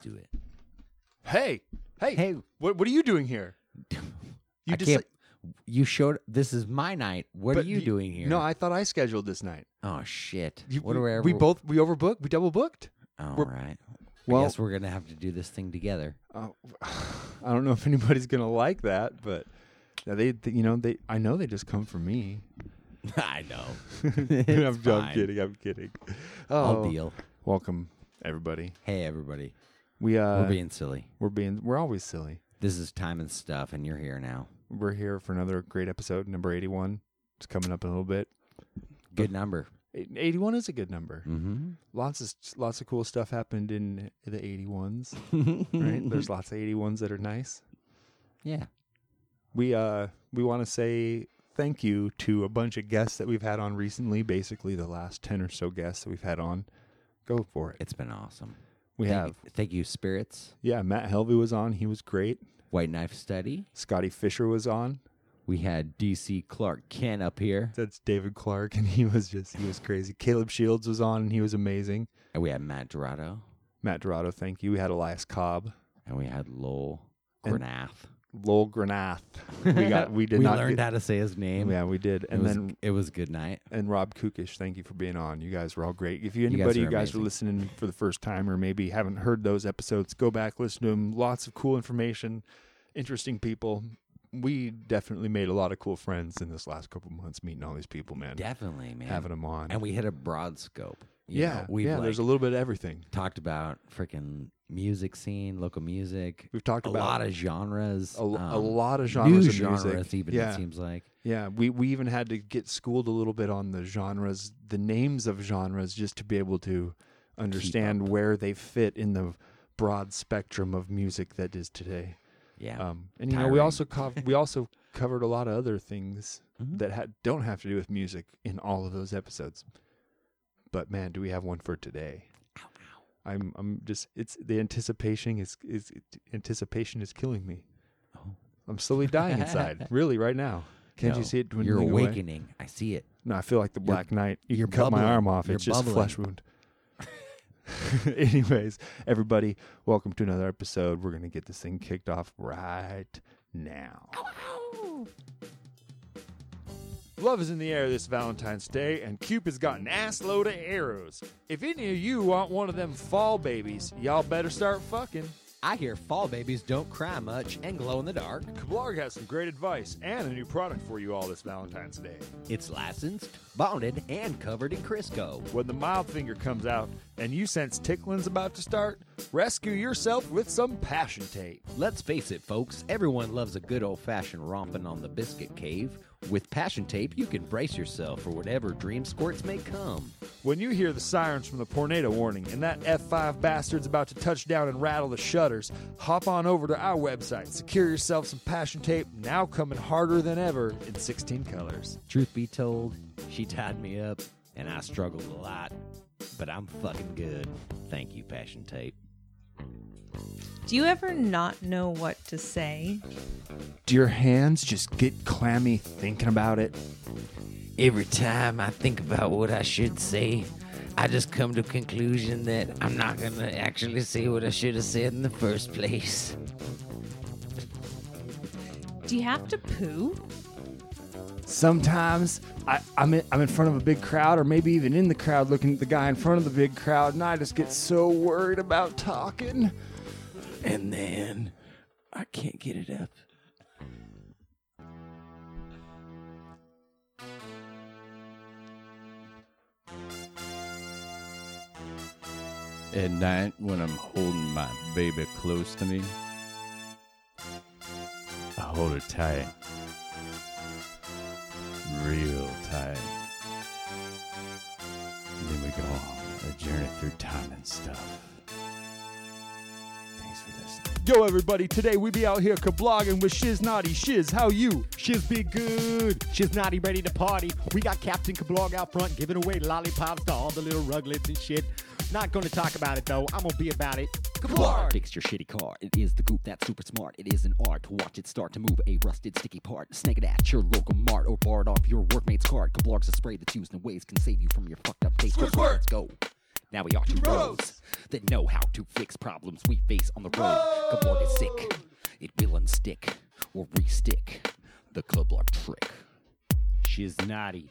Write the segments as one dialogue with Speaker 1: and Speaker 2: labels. Speaker 1: do it.
Speaker 2: Hey, hey,
Speaker 1: Hey,
Speaker 2: What, what are you doing here? You
Speaker 1: I can't. You showed. This is my night. What are
Speaker 2: But
Speaker 1: you
Speaker 2: you-
Speaker 1: doing here?
Speaker 2: No, I thought I scheduled this night.
Speaker 1: Oh shit.
Speaker 2: You,
Speaker 1: what
Speaker 2: we,
Speaker 1: are we? Ever,
Speaker 2: we both we overbooked. We double booked.
Speaker 1: All
Speaker 2: we're-
Speaker 1: right. I
Speaker 2: Well,
Speaker 1: guess we're gonna have to do this thing together.
Speaker 2: uh, I don't know if anybody's gonna like that, but they, they- you know, they. I know they just come for me.
Speaker 1: I know.
Speaker 2: I'm, I'm
Speaker 1: fine.
Speaker 2: kidding. I'm kidding.
Speaker 1: I'll
Speaker 2: Oh,
Speaker 1: deal.
Speaker 2: welcome everybody.
Speaker 1: Hey everybody.
Speaker 2: We uh,
Speaker 1: we're being silly.
Speaker 2: we're being we're always silly.
Speaker 1: This is time and stuff, and you're here now.
Speaker 2: We're here for another great episode, number eighty-one. It's coming up in a little bit.
Speaker 1: Good number.
Speaker 2: Eight- Eighty-one is a good number.
Speaker 1: Mm-hmm.
Speaker 2: Lots of lots of cool stuff happened in the eighty-ones. right? There's lots of 81s that are nice.
Speaker 1: Yeah.
Speaker 2: We uh we want to say thank you to a bunch of guests that we've had on recently, basically the last 10 or so guests that we've had on. Go for it.
Speaker 1: It's been awesome.
Speaker 2: We
Speaker 1: thank,
Speaker 2: have
Speaker 1: Thank you, spirits.
Speaker 2: yeah, Matt Helvey was on, he was great.
Speaker 1: White Knife Study.
Speaker 2: Scotty Fisher was on.
Speaker 1: We had DC Clark Kent up here,
Speaker 2: That's David Clark and he was just he was crazy. Caleb Shields was on and he was amazing.
Speaker 1: and we had Matt Dorado,
Speaker 2: Matt Dorado, thank you. We had Elias Cobb,
Speaker 1: and we had Lowell
Speaker 2: And-
Speaker 1: Granath.
Speaker 2: Lowell Granath. We got we did
Speaker 1: we
Speaker 2: not
Speaker 1: learned
Speaker 2: get-
Speaker 1: how to say his name.
Speaker 2: Yeah, we did.
Speaker 1: It
Speaker 2: And
Speaker 1: was,
Speaker 2: then
Speaker 1: it was good night.
Speaker 2: and Rob Kukish, thank you for being on. You guys were all great. If you
Speaker 1: guys
Speaker 2: anybody
Speaker 1: are
Speaker 2: you guys are
Speaker 1: amazing.
Speaker 2: listening for the first time or maybe haven't heard those episodes, go back, listen to them. Lots of cool information, interesting people. We definitely made a lot of cool friends in this last couple months meeting all these people, man.
Speaker 1: Definitely, man.
Speaker 2: Having them on.
Speaker 1: and we hit a broad scope. you know.
Speaker 2: yeah,
Speaker 1: we've
Speaker 2: yeah,
Speaker 1: like,
Speaker 2: there's a little bit of everything.
Speaker 1: talked about freaking music scene, local music,
Speaker 2: We've talked
Speaker 1: a
Speaker 2: about
Speaker 1: lot of genres,
Speaker 2: a, l- a
Speaker 1: um,
Speaker 2: lot of genres
Speaker 1: new
Speaker 2: of
Speaker 1: genres.
Speaker 2: music.
Speaker 1: Even
Speaker 2: yeah.
Speaker 1: it seems like
Speaker 2: Yeah, we, we even had to get schooled a little bit on the genres, the names of genres, just to be able to understand where they fit in the broad spectrum of music that is today.
Speaker 1: yeah,
Speaker 2: Um, and you know, we
Speaker 1: Tiring.
Speaker 2: also cov- we also covered a lot of other things
Speaker 1: Mhm.
Speaker 2: that had don't have to do with music in all of those episodes. But man, do we have one for today? I'm I'm just it's the anticipation is is anticipation is killing me.
Speaker 1: Oh.
Speaker 2: I'm slowly dying inside, really, right now. Can't you
Speaker 1: No,
Speaker 2: see it
Speaker 1: you're
Speaker 2: dwindling away?
Speaker 1: awakening. I see it.
Speaker 2: No, I feel like the Black Knight. You
Speaker 1: you're
Speaker 2: can cut my
Speaker 1: bubbling.
Speaker 2: arm off.
Speaker 1: You're
Speaker 2: It's just a
Speaker 1: bubbling.
Speaker 2: flesh wound. Anyways, everybody, welcome to another episode. We're gonna get this thing kicked off right now. Love is in the air this Valentine's Day, and Cupid's got an assload of arrows. If any of you want one of them fall babies, y'all better start fucking.
Speaker 1: I hear fall babies don't cry much and glow in the dark.
Speaker 2: Kablarg has some great advice and a new product for you all this Valentine's Day.
Speaker 1: It's licensed, bonded, and covered in Crisco.
Speaker 2: When the mild finger comes out and you sense tickling's about to start, rescue yourself with some passion tape.
Speaker 1: Let's face it, folks, everyone loves a good old fashioned romping on the biscuit cave. With Passion Tape, you can brace yourself for whatever dream squirts may come.
Speaker 2: When you hear the sirens from the tornado warning and that F5 bastard's about to touch down and rattle the shutters, hop on over to our website, secure yourself some passion tape, now coming harder than ever in 16 colors.
Speaker 1: Truth be told, she tied me up and I struggled a lot, but I'm fucking good. Thank you, Passion Tape.
Speaker 3: Do you ever not know what to say?
Speaker 2: Do your hands just get clammy thinking about it?
Speaker 4: Every time I think about what I should say, I just come to a conclusion that I'm not gonna actually say what I should have said in the first place.
Speaker 3: Do you have to poo?
Speaker 2: Sometimes I, I'm, in, I'm in front of a big crowd, or maybe even in the crowd looking at the guy in front of the big crowd, and I just get so worried about talking.
Speaker 4: And then I can't get it up.
Speaker 5: At night, when I'm holding my baby close to me, I hold her tight. Real tight. And then we go on a journey through time and stuff. Thanks for listening.
Speaker 2: Yo, everybody, today we be out here kablogging with Shiz Naughty. Shiz, how you?
Speaker 6: Shiz be good. Shiz naughty, ready to party. We got Captain Kablog out front giving away lollipops to all the little ruglets and shit. Not gonna talk about it though. I'm gonna be about it. Kablog!
Speaker 7: Fix your shitty car. It is the group that's super smart. It is an art to watch it start to move a rusted, sticky part. Snag it at your local mart or bar it off your workmate's card. Kablarg's a spray that's used in ways can save you from your fucked up taste. Squirt, Let's go.
Speaker 1: Now we are two roads that know how to fix problems we face on the road. Kablarg is sick. It will unstick or restick the Kablarg trick.
Speaker 8: She's naughty.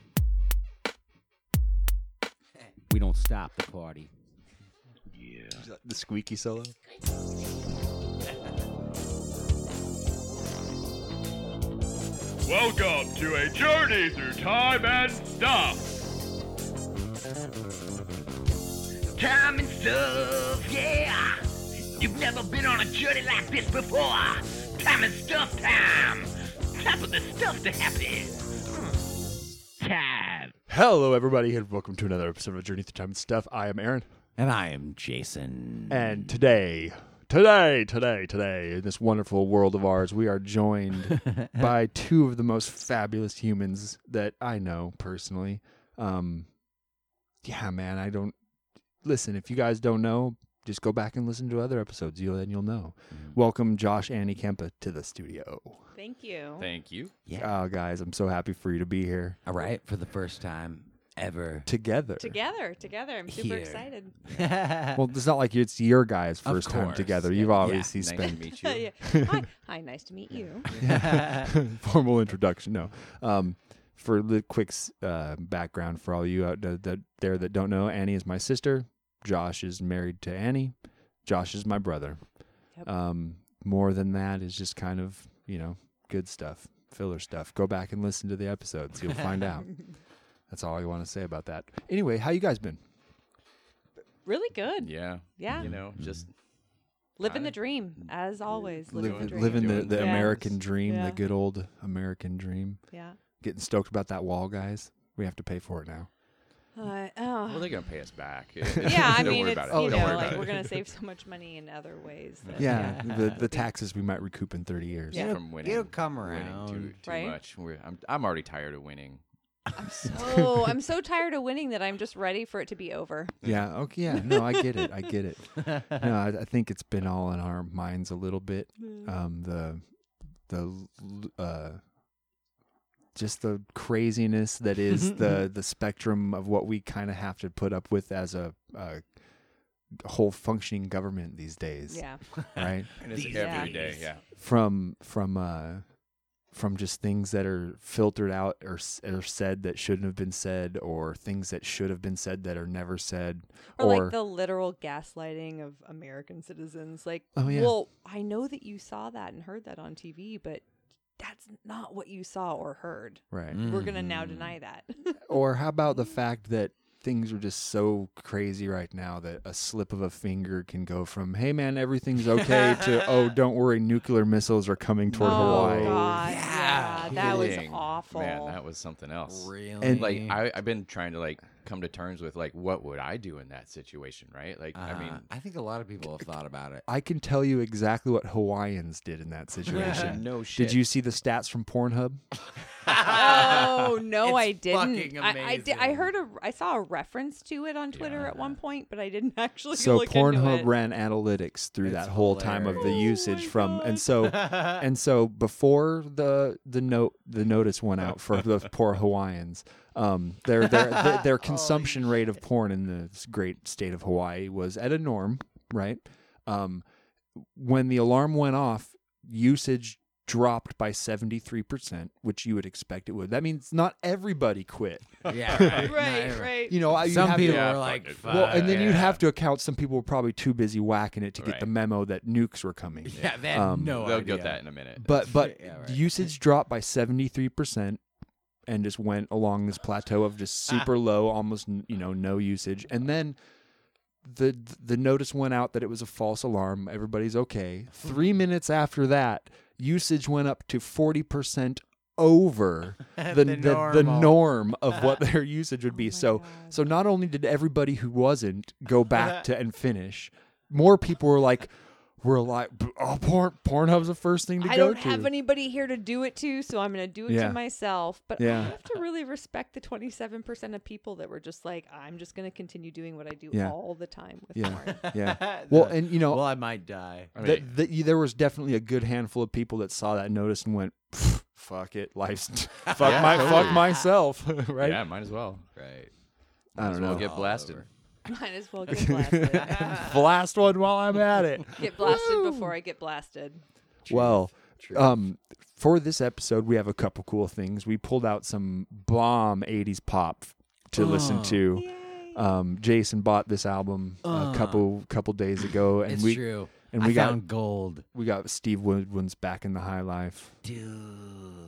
Speaker 8: We don't stop the party.
Speaker 2: The squeaky solo.
Speaker 9: Welcome to a journey through time and stuff.
Speaker 10: Time and stuff, yeah. You've never been on a journey like this before. Time and stuff time. Time for the stuff to happen. Time.
Speaker 2: Hello, everybody, and welcome to another episode of Journey Through Time and Stuff. I am Aaron,
Speaker 8: And I am Jason.
Speaker 2: and today, today, today, today, in this wonderful world of ours, we are joined by two of the most fabulous humans that I know personally. Um, yeah, man, I don't listen. If you guys don't know, just go back and listen to other episodes. You'll then you'll know.
Speaker 4: Mm-hmm.
Speaker 2: Welcome, Josh, Annie Kempa, to the studio.
Speaker 3: Thank you.
Speaker 8: Thank you.
Speaker 2: Oh, guys, I'm so happy for you to be here
Speaker 4: All right, for the first time ever.
Speaker 2: together.
Speaker 3: Together, together. I'm super
Speaker 4: Here.
Speaker 3: excited.
Speaker 2: Well, it's not like it's your guys'
Speaker 4: Of
Speaker 2: first time
Speaker 4: course.
Speaker 2: together.
Speaker 4: Yeah.
Speaker 2: You've obviously
Speaker 8: nice
Speaker 2: spent
Speaker 8: to meet you.
Speaker 3: Yeah. Hi. Hi, nice to meet you.
Speaker 2: formal introduction. No. Um, for the quick s- uh, background for all you out th- that there that don't know, Annie is my sister. Josh is married to Annie. Josh is my brother.
Speaker 3: Yep.
Speaker 2: Um, more than that is just kind of you know good stuff, filler stuff. Go back and listen to the episodes. You'll find out. That's all I want to say about that. Anyway, how you guys been?
Speaker 3: Really good.
Speaker 8: Yeah.
Speaker 3: Yeah.
Speaker 8: You know, just
Speaker 3: Living the dream, as always. Living the dream.
Speaker 2: living the,
Speaker 8: Doing
Speaker 2: the
Speaker 3: things.
Speaker 2: American dream,
Speaker 3: Yeah.
Speaker 2: the good old American dream.
Speaker 3: Yeah.
Speaker 2: Getting stoked about that wall, guys. We have to pay for it now.
Speaker 3: Uh, oh.
Speaker 8: well, they're gonna pay us back.
Speaker 3: yeah, I
Speaker 8: Don't
Speaker 3: mean,
Speaker 8: worry
Speaker 3: it's,
Speaker 8: about it.
Speaker 3: you
Speaker 8: Don't
Speaker 3: know,
Speaker 8: worry
Speaker 3: like
Speaker 8: about it.
Speaker 3: we're going to save so much money in other ways. that-
Speaker 2: Yeah, the, the taxes we might recoup in 30 years.
Speaker 3: Yeah.
Speaker 8: from winning.
Speaker 4: it'll come
Speaker 8: Winning too,
Speaker 4: around.
Speaker 8: too
Speaker 3: Right?
Speaker 8: much. We're, I'm, I'm already tired of winning.
Speaker 3: Oh, I'm so tired of winning that I'm just ready for it to be over.
Speaker 2: Yeah, okay. Yeah, no, I get it. I get it. No, I, I think it's been all in our minds a little bit.
Speaker 3: Mm-hmm.
Speaker 2: Um, the the l- uh, just the craziness that is the the spectrum of what we kind of have to put up with as a, a whole functioning government these days.
Speaker 3: Yeah.
Speaker 2: Right.
Speaker 8: And it's
Speaker 3: These
Speaker 8: every day.
Speaker 3: days.
Speaker 8: Yeah.
Speaker 2: from from uh from just things that are filtered out or, s- or said that shouldn't have been said or things that should have been said that are never said
Speaker 3: Or, like the literal gaslighting of American citizens. Like,
Speaker 2: Oh, yeah.
Speaker 3: well, I know that you saw that and heard that on TV, but that's not what you saw or heard.
Speaker 2: right
Speaker 8: Mm.
Speaker 3: We're going to
Speaker 2: Mm-hmm.
Speaker 3: now deny that.
Speaker 2: or how about the fact that things are just so crazy right now that a slip of a finger can go from hey man everything's okay to oh don't worry nuclear missiles are coming toward
Speaker 3: oh,
Speaker 2: hawaii
Speaker 3: God.
Speaker 4: Yeah.
Speaker 3: Yeah. That was
Speaker 8: Kidding.
Speaker 3: awful.
Speaker 8: Man, that was something else.
Speaker 4: Really?
Speaker 2: And-
Speaker 8: Like I, I've been trying to like come to terms with like what would I do in that situation, right? Like I mean,
Speaker 4: Uh, I think a lot of people have thought about it.
Speaker 2: I can tell you exactly what Hawaiians did in that situation.
Speaker 8: No
Speaker 2: Did
Speaker 8: shit.
Speaker 2: you see the stats from Pornhub?
Speaker 3: Oh no, I didn't.
Speaker 4: fucking
Speaker 3: I, I, did, I
Speaker 4: amazing.
Speaker 3: heard a, I saw a reference to it on Twitter at one point, but I didn't actually
Speaker 2: so
Speaker 3: look into
Speaker 2: Pornhub
Speaker 3: it.
Speaker 2: ran analytics through
Speaker 4: That's
Speaker 2: that whole time of the
Speaker 3: hilarious. Oh
Speaker 2: usage
Speaker 3: my
Speaker 2: from
Speaker 3: God.
Speaker 2: and so and so before the the note the notice went out for the poor Hawaiians um their their their,
Speaker 3: Oh
Speaker 2: their consumption rate of porn in the s- great state of Hawaii was at a norm right um when the alarm went off usage dropped by 73% which you would expect it would that means not everybody quit
Speaker 4: Yeah. right.
Speaker 3: right, right.
Speaker 2: you know I- you'd
Speaker 4: Some
Speaker 2: have to-
Speaker 4: people
Speaker 8: Yeah,
Speaker 4: are
Speaker 8: fuck
Speaker 4: like,
Speaker 8: it.
Speaker 4: fuck.
Speaker 2: well, and then
Speaker 4: yeah.
Speaker 2: you'd have to account some people were probably too busy whacking it to get
Speaker 8: Right.
Speaker 2: the memo that nukes were coming.
Speaker 4: Yeah, they had
Speaker 2: Um,
Speaker 4: no
Speaker 8: they'll
Speaker 4: idea.
Speaker 8: get that in a minute.
Speaker 2: But but
Speaker 4: Yeah, right.
Speaker 2: usage dropped by 73% and just went along this plateau of just super low, almost n- you know, no usage. And then the the notice went out that it was a false alarm. Everybody's okay. 3 minutes after that, usage went up to 40% over the, the, the,
Speaker 4: normal.
Speaker 2: norm of what their usage would be.
Speaker 3: Oh my
Speaker 2: so
Speaker 3: God.
Speaker 2: so not only did everybody who wasn't go back to and finish, more people were like, "We're like, oh, porn, Pornhub's the first thing to
Speaker 3: I
Speaker 2: go
Speaker 3: don't
Speaker 2: to."
Speaker 3: have anybody here to do it to, so I'm going to do it
Speaker 2: Yeah.
Speaker 3: to myself. But
Speaker 2: Yeah.
Speaker 3: I have to really respect the 27% of people that were just like, I'm just going to continue doing what I do
Speaker 2: Yeah.
Speaker 3: all the time with
Speaker 2: Yeah.
Speaker 3: porn.
Speaker 2: yeah. Well, and you know,
Speaker 4: Well, I might die.
Speaker 8: I mean,
Speaker 2: th- th- you- there was definitely a good handful of people that saw that notice and went, "Pff, "Fuck it, life's fuck my fuck myself," right?
Speaker 8: yeah, might as well.
Speaker 4: Right.
Speaker 2: I
Speaker 8: Might as
Speaker 2: don't
Speaker 8: well
Speaker 2: know.
Speaker 8: get blasted.
Speaker 3: Might as well get blasted.
Speaker 2: Blast one while I'm at it.
Speaker 3: get blasted before I get blasted.
Speaker 2: Well, um, for this episode, we have a couple cool things. We pulled out some bomb '80s pop f- to listen
Speaker 1: Oh.
Speaker 2: to. Um, Jason bought this album a couple couple days ago, and
Speaker 1: It's
Speaker 2: we
Speaker 1: true.
Speaker 2: and
Speaker 1: I
Speaker 2: we got-
Speaker 1: found gold.
Speaker 2: we got Steve Woodwin's "Back in the High Life."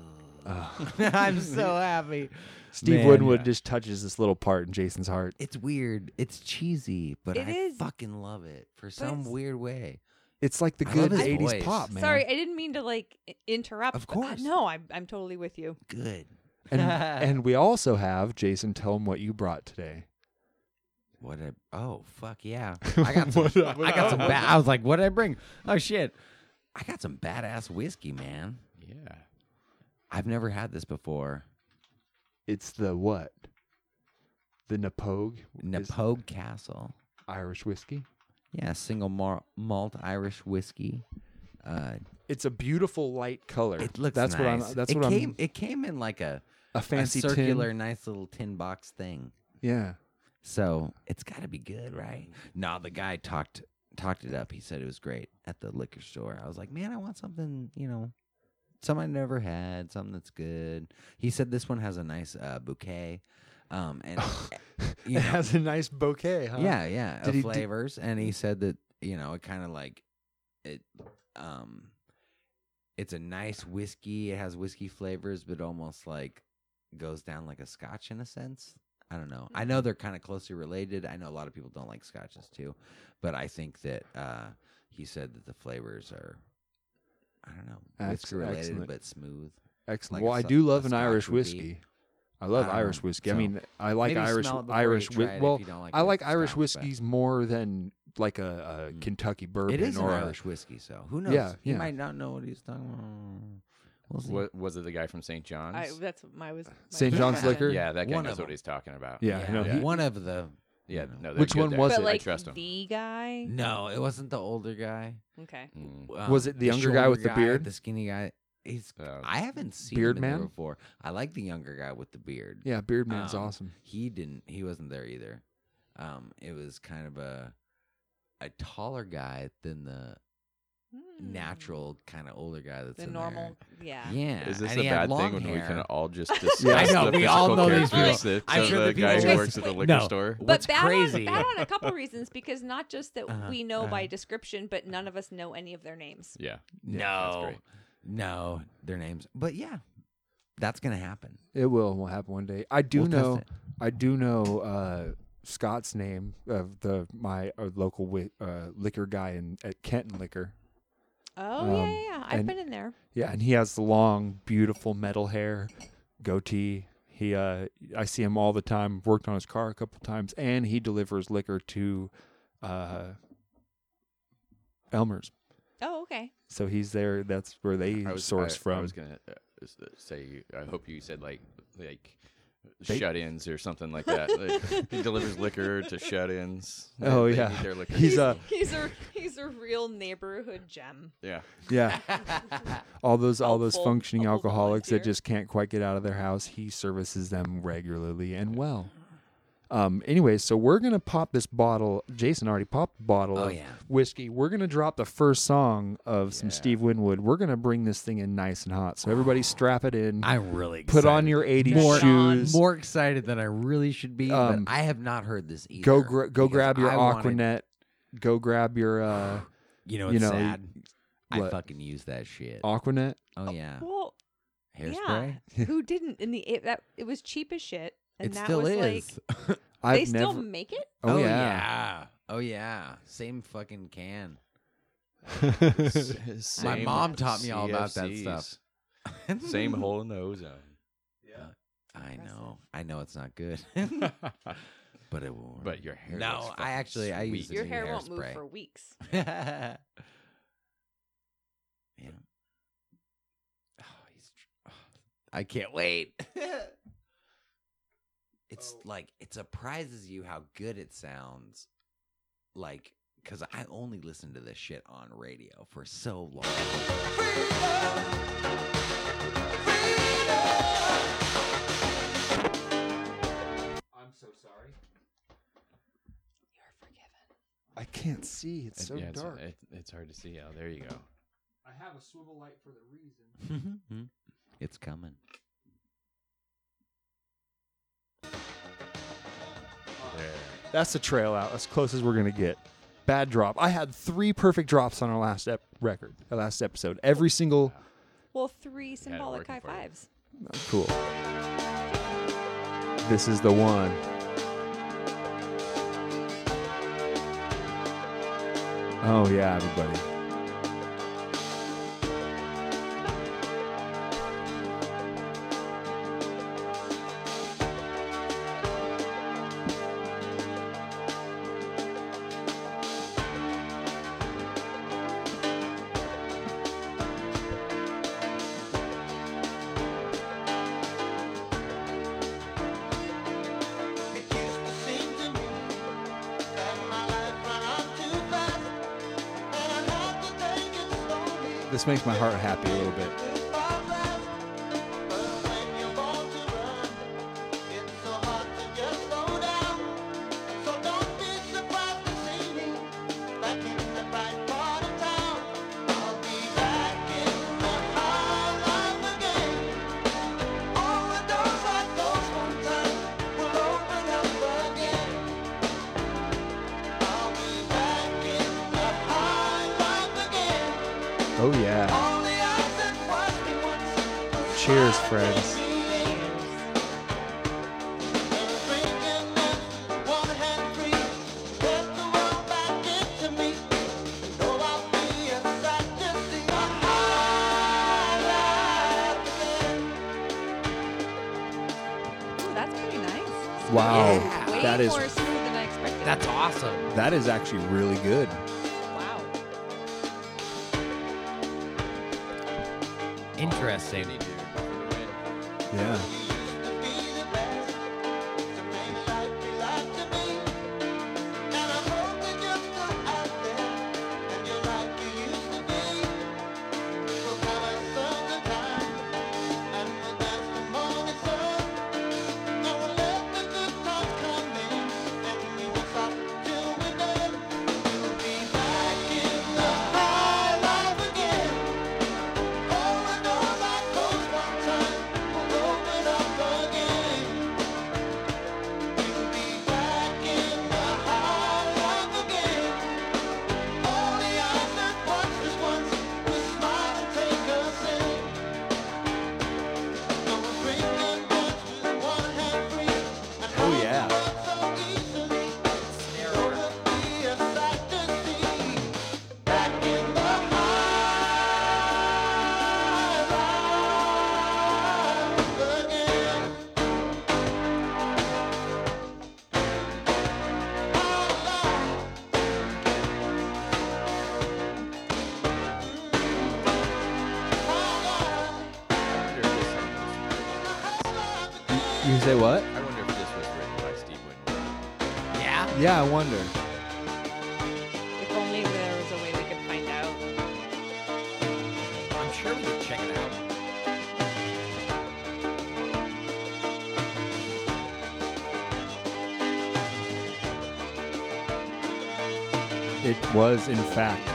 Speaker 1: I'm so happy.
Speaker 2: Steve
Speaker 1: Man.
Speaker 2: Woodwood just touches this little part in Jason's heart.
Speaker 1: It's weird. It's cheesy, but
Speaker 3: It
Speaker 1: I
Speaker 3: is.
Speaker 1: fucking love it for some
Speaker 3: it's-
Speaker 1: weird way.
Speaker 2: It's like the
Speaker 1: I love
Speaker 2: good
Speaker 1: his
Speaker 2: '80s
Speaker 1: voice.
Speaker 2: pop, man.
Speaker 3: Sorry, I didn't mean to like i- interrupt.
Speaker 1: Of
Speaker 3: but, uh,
Speaker 1: course.
Speaker 3: no, I'm I'm totally with you.
Speaker 1: Good.
Speaker 2: And, and we also have Jason. Tell him what you brought today.
Speaker 1: What I oh fuck yeah! I got some. I got some. Ba- I was like, what did I bring? Oh shit! I got some badass whiskey, man.
Speaker 8: Yeah.
Speaker 1: I've never had this before.
Speaker 2: It's the what? The Napogue. is
Speaker 1: Napogue Castle.
Speaker 2: Irish whiskey.
Speaker 1: Yeah, single mar- malt Irish whiskey. Uh,
Speaker 2: It's a beautiful light color.
Speaker 1: it looks
Speaker 2: that's what
Speaker 1: nice.
Speaker 2: I'm. That's
Speaker 1: it
Speaker 2: what
Speaker 1: came,
Speaker 2: I'm.
Speaker 1: It came in like a,
Speaker 2: A fancy
Speaker 1: a
Speaker 2: tin.
Speaker 1: circular, nice little tin box thing.
Speaker 2: Yeah.
Speaker 1: So it's got to be good, right? No, the guy talked talked it up. He said it was great at the liquor store. I was like, man, I want something, you know, something I never had, something that's good. He said this one has a nice uh, bouquet, um, and you know,
Speaker 2: It has a nice bouquet, huh?
Speaker 1: yeah, yeah,
Speaker 2: Did
Speaker 1: of
Speaker 2: he- did-
Speaker 1: flavors. And he said that you know it kind of like it, um, it's a nice whiskey. It has whiskey flavors, but almost like goes down like a scotch in a sense. I don't know. I
Speaker 2: Mm-hmm.
Speaker 1: know they're kind of closely related. I know a lot of people don't like scotches too, but I think that uh, he said that the flavors are, I don't know,
Speaker 2: Ex-
Speaker 1: whiskey related
Speaker 2: excellent.
Speaker 1: but smooth.
Speaker 2: Excellent.
Speaker 1: Like
Speaker 2: well,
Speaker 1: a
Speaker 2: I
Speaker 1: sc-
Speaker 2: do
Speaker 1: a
Speaker 2: love an
Speaker 1: Scotch
Speaker 2: Irish
Speaker 1: would be.
Speaker 2: whiskey. I love
Speaker 1: I don't
Speaker 2: Irish
Speaker 1: know.
Speaker 2: whiskey. I
Speaker 1: So
Speaker 2: mean, I like
Speaker 1: Maybe
Speaker 2: Irish
Speaker 1: smell it before you
Speaker 2: Irish
Speaker 1: try it
Speaker 2: whi-
Speaker 1: if
Speaker 2: Well,
Speaker 1: you don't like
Speaker 2: I
Speaker 1: the
Speaker 2: like Irish
Speaker 1: scotch, but-
Speaker 2: whiskeys more than like a, a Kentucky bourbon
Speaker 1: Mm. It is an
Speaker 2: or a-
Speaker 1: Irish whiskey, so who knows?
Speaker 2: Yeah,
Speaker 1: he
Speaker 2: yeah.
Speaker 1: might not know what he's talking about. We'll see.
Speaker 8: Was, was it the guy from St.
Speaker 3: I,
Speaker 8: John's?
Speaker 3: that's my was my
Speaker 2: St. John's
Speaker 3: question.
Speaker 2: liquor?
Speaker 8: yeah, that guy
Speaker 1: One
Speaker 8: knows
Speaker 1: of
Speaker 8: what
Speaker 1: them.
Speaker 8: he's talking about.
Speaker 2: Yeah, no, he-
Speaker 1: one of the
Speaker 8: Yeah, no. they're
Speaker 2: Which
Speaker 8: good
Speaker 2: one
Speaker 8: there.
Speaker 2: was
Speaker 3: But
Speaker 2: it?
Speaker 3: like
Speaker 8: I trust him.
Speaker 3: the guy.
Speaker 1: No, it wasn't the older guy.
Speaker 3: Okay.
Speaker 8: Mm.
Speaker 1: Um,
Speaker 2: Was it the younger guy
Speaker 1: shorter
Speaker 2: with the beard?
Speaker 1: The skinny guy. He's.
Speaker 8: Uh,
Speaker 1: I haven't seen
Speaker 2: Beard
Speaker 1: him in there
Speaker 2: man?
Speaker 1: before. I like the younger guy with the beard.
Speaker 2: Yeah, Beardman's
Speaker 1: Um,
Speaker 2: awesome.
Speaker 1: He didn't. He wasn't there either. Um, it was kind of a a taller guy than the
Speaker 3: Hmm.
Speaker 1: natural kind of older guy that's
Speaker 3: The
Speaker 1: in
Speaker 3: normal.
Speaker 1: There.
Speaker 3: Yeah.
Speaker 1: Yeah.
Speaker 8: Is this
Speaker 1: and
Speaker 8: a
Speaker 1: he had
Speaker 8: bad
Speaker 1: long
Speaker 8: thing when we
Speaker 1: hair.
Speaker 8: can all just discuss
Speaker 1: know,
Speaker 8: the
Speaker 1: we all
Speaker 8: physical
Speaker 1: know these people.
Speaker 8: characteristics
Speaker 1: I'm
Speaker 8: of
Speaker 1: sure
Speaker 8: the
Speaker 1: the
Speaker 8: guy
Speaker 3: people-
Speaker 8: who works at the liquor
Speaker 11: No.
Speaker 8: store?
Speaker 1: What's
Speaker 3: but bad
Speaker 1: crazy?
Speaker 3: On, bad on a couple reasons because not just that
Speaker 1: Uh-huh,
Speaker 3: we know
Speaker 1: uh-huh.
Speaker 3: by description, but none of us know any of their names.
Speaker 8: Yeah. that's
Speaker 1: no,
Speaker 8: great.
Speaker 1: no, their names. But yeah, that's gonna happen.
Speaker 2: It will. Will happen one day. I do
Speaker 1: We'll test
Speaker 2: know.
Speaker 1: it.
Speaker 2: I do know uh, Scott's name of the my uh, local wi- uh, liquor guy in at Kenton Liquor.
Speaker 3: Oh
Speaker 2: Um,
Speaker 3: yeah, yeah, yeah. I've
Speaker 2: and-
Speaker 3: been in there.
Speaker 2: Yeah, and he has the long, beautiful metal hair, goatee. He, uh, I see him all the time. Worked on his car a couple times, and he delivers liquor to uh, Elmer's.
Speaker 3: Oh okay.
Speaker 2: So he's there. That's where they
Speaker 8: I was,
Speaker 2: source
Speaker 8: I,
Speaker 2: from.
Speaker 8: I was gonna uh, s- uh, say. I hope you said like like shut-ins or something like that. Like, he delivers liquor to shut-ins. They-
Speaker 2: Oh,
Speaker 8: they
Speaker 2: yeah.
Speaker 8: need their liquor.
Speaker 2: He's a
Speaker 3: He's a he's a real neighborhood gem.
Speaker 8: yeah.
Speaker 2: yeah. all those all those
Speaker 3: Helpful-
Speaker 2: functioning
Speaker 3: helpful
Speaker 2: alcoholics that
Speaker 3: volunteer.
Speaker 2: just can't quite get out of their house he services them regularly and well um anyway so we're gonna pop this bottle jason already popped the bottle
Speaker 1: Oh,
Speaker 2: of
Speaker 1: yeah.
Speaker 2: whiskey we're gonna drop the first song of some steve winwood we're gonna bring this thing in nice and hot so
Speaker 3: Oh,
Speaker 2: everybody strap it in
Speaker 1: I'm really
Speaker 2: put
Speaker 1: excited.
Speaker 2: on your 80s
Speaker 1: more,
Speaker 2: shoes
Speaker 1: more excited than I really should be.
Speaker 2: Um,
Speaker 1: but I have not heard this either.
Speaker 2: go gra- go
Speaker 1: because
Speaker 2: grab your
Speaker 1: I wanted-
Speaker 2: aquanet go grab your uh
Speaker 1: You know,
Speaker 2: you
Speaker 1: it's
Speaker 2: know,
Speaker 1: sad. I
Speaker 2: what?
Speaker 1: fucking use that shit.
Speaker 2: aquanet
Speaker 1: oh yeah,
Speaker 3: Well,
Speaker 1: hairspray.
Speaker 3: yeah. Who didn't in the it, that it was cheap as shit, and
Speaker 1: It
Speaker 3: that
Speaker 1: still
Speaker 3: was
Speaker 1: is.
Speaker 3: like
Speaker 2: i've
Speaker 3: they
Speaker 2: never
Speaker 3: still make it.
Speaker 2: oh,
Speaker 1: oh
Speaker 2: yeah,
Speaker 1: Oh yeah. Same fucking can.
Speaker 8: Same
Speaker 1: mom taught me all about that stuff.
Speaker 8: CFCs. Same hole in the ozone.
Speaker 1: I know. I know it's not good, but it will.
Speaker 8: but your hair. looks
Speaker 1: no,
Speaker 8: fucking
Speaker 1: I actually I use
Speaker 8: sweet.
Speaker 1: the
Speaker 3: Your
Speaker 1: new
Speaker 3: hair won't move
Speaker 1: hairspray.
Speaker 3: for weeks.
Speaker 1: yeah. Oh, he's. tr- oh, I can't wait. it's
Speaker 3: Oh.
Speaker 1: like it surprises you how good it sounds. Like, because I only listened to this shit on radio for so long.
Speaker 12: I can't see. It's so
Speaker 8: yeah, it's,
Speaker 12: dark.
Speaker 8: It's, it's hard to see. Oh, there you go.
Speaker 12: I have a swivel light for the reason.
Speaker 1: It's coming.
Speaker 12: That's the trail out. As close as we're gonna get. Bad drop. I had three perfect drops on our last ep- record, our last episode. Every single
Speaker 3: Well, three symbolic
Speaker 8: working
Speaker 3: high
Speaker 8: for you.
Speaker 3: fives.
Speaker 12: cool. This is the one. Oh yeah, everybody. This makes my heart happy a little bit. Oh yeah. Cheers, friends.
Speaker 3: Ooh, that's pretty nice.
Speaker 12: Wow,
Speaker 3: Way
Speaker 12: that is
Speaker 3: more smooth than I expected.
Speaker 1: awesome.
Speaker 12: that is actually really good.
Speaker 3: wow.
Speaker 1: Interesting.
Speaker 12: Yeah. Oh yeah.
Speaker 8: I wonder if this song was-
Speaker 1: You say what?
Speaker 8: I wonder if this was written by Steve Winwood.
Speaker 12: Yeah, I wonder.
Speaker 3: If only there was a way we could find out.
Speaker 1: I'm sure we can check it out.
Speaker 12: It was in fact.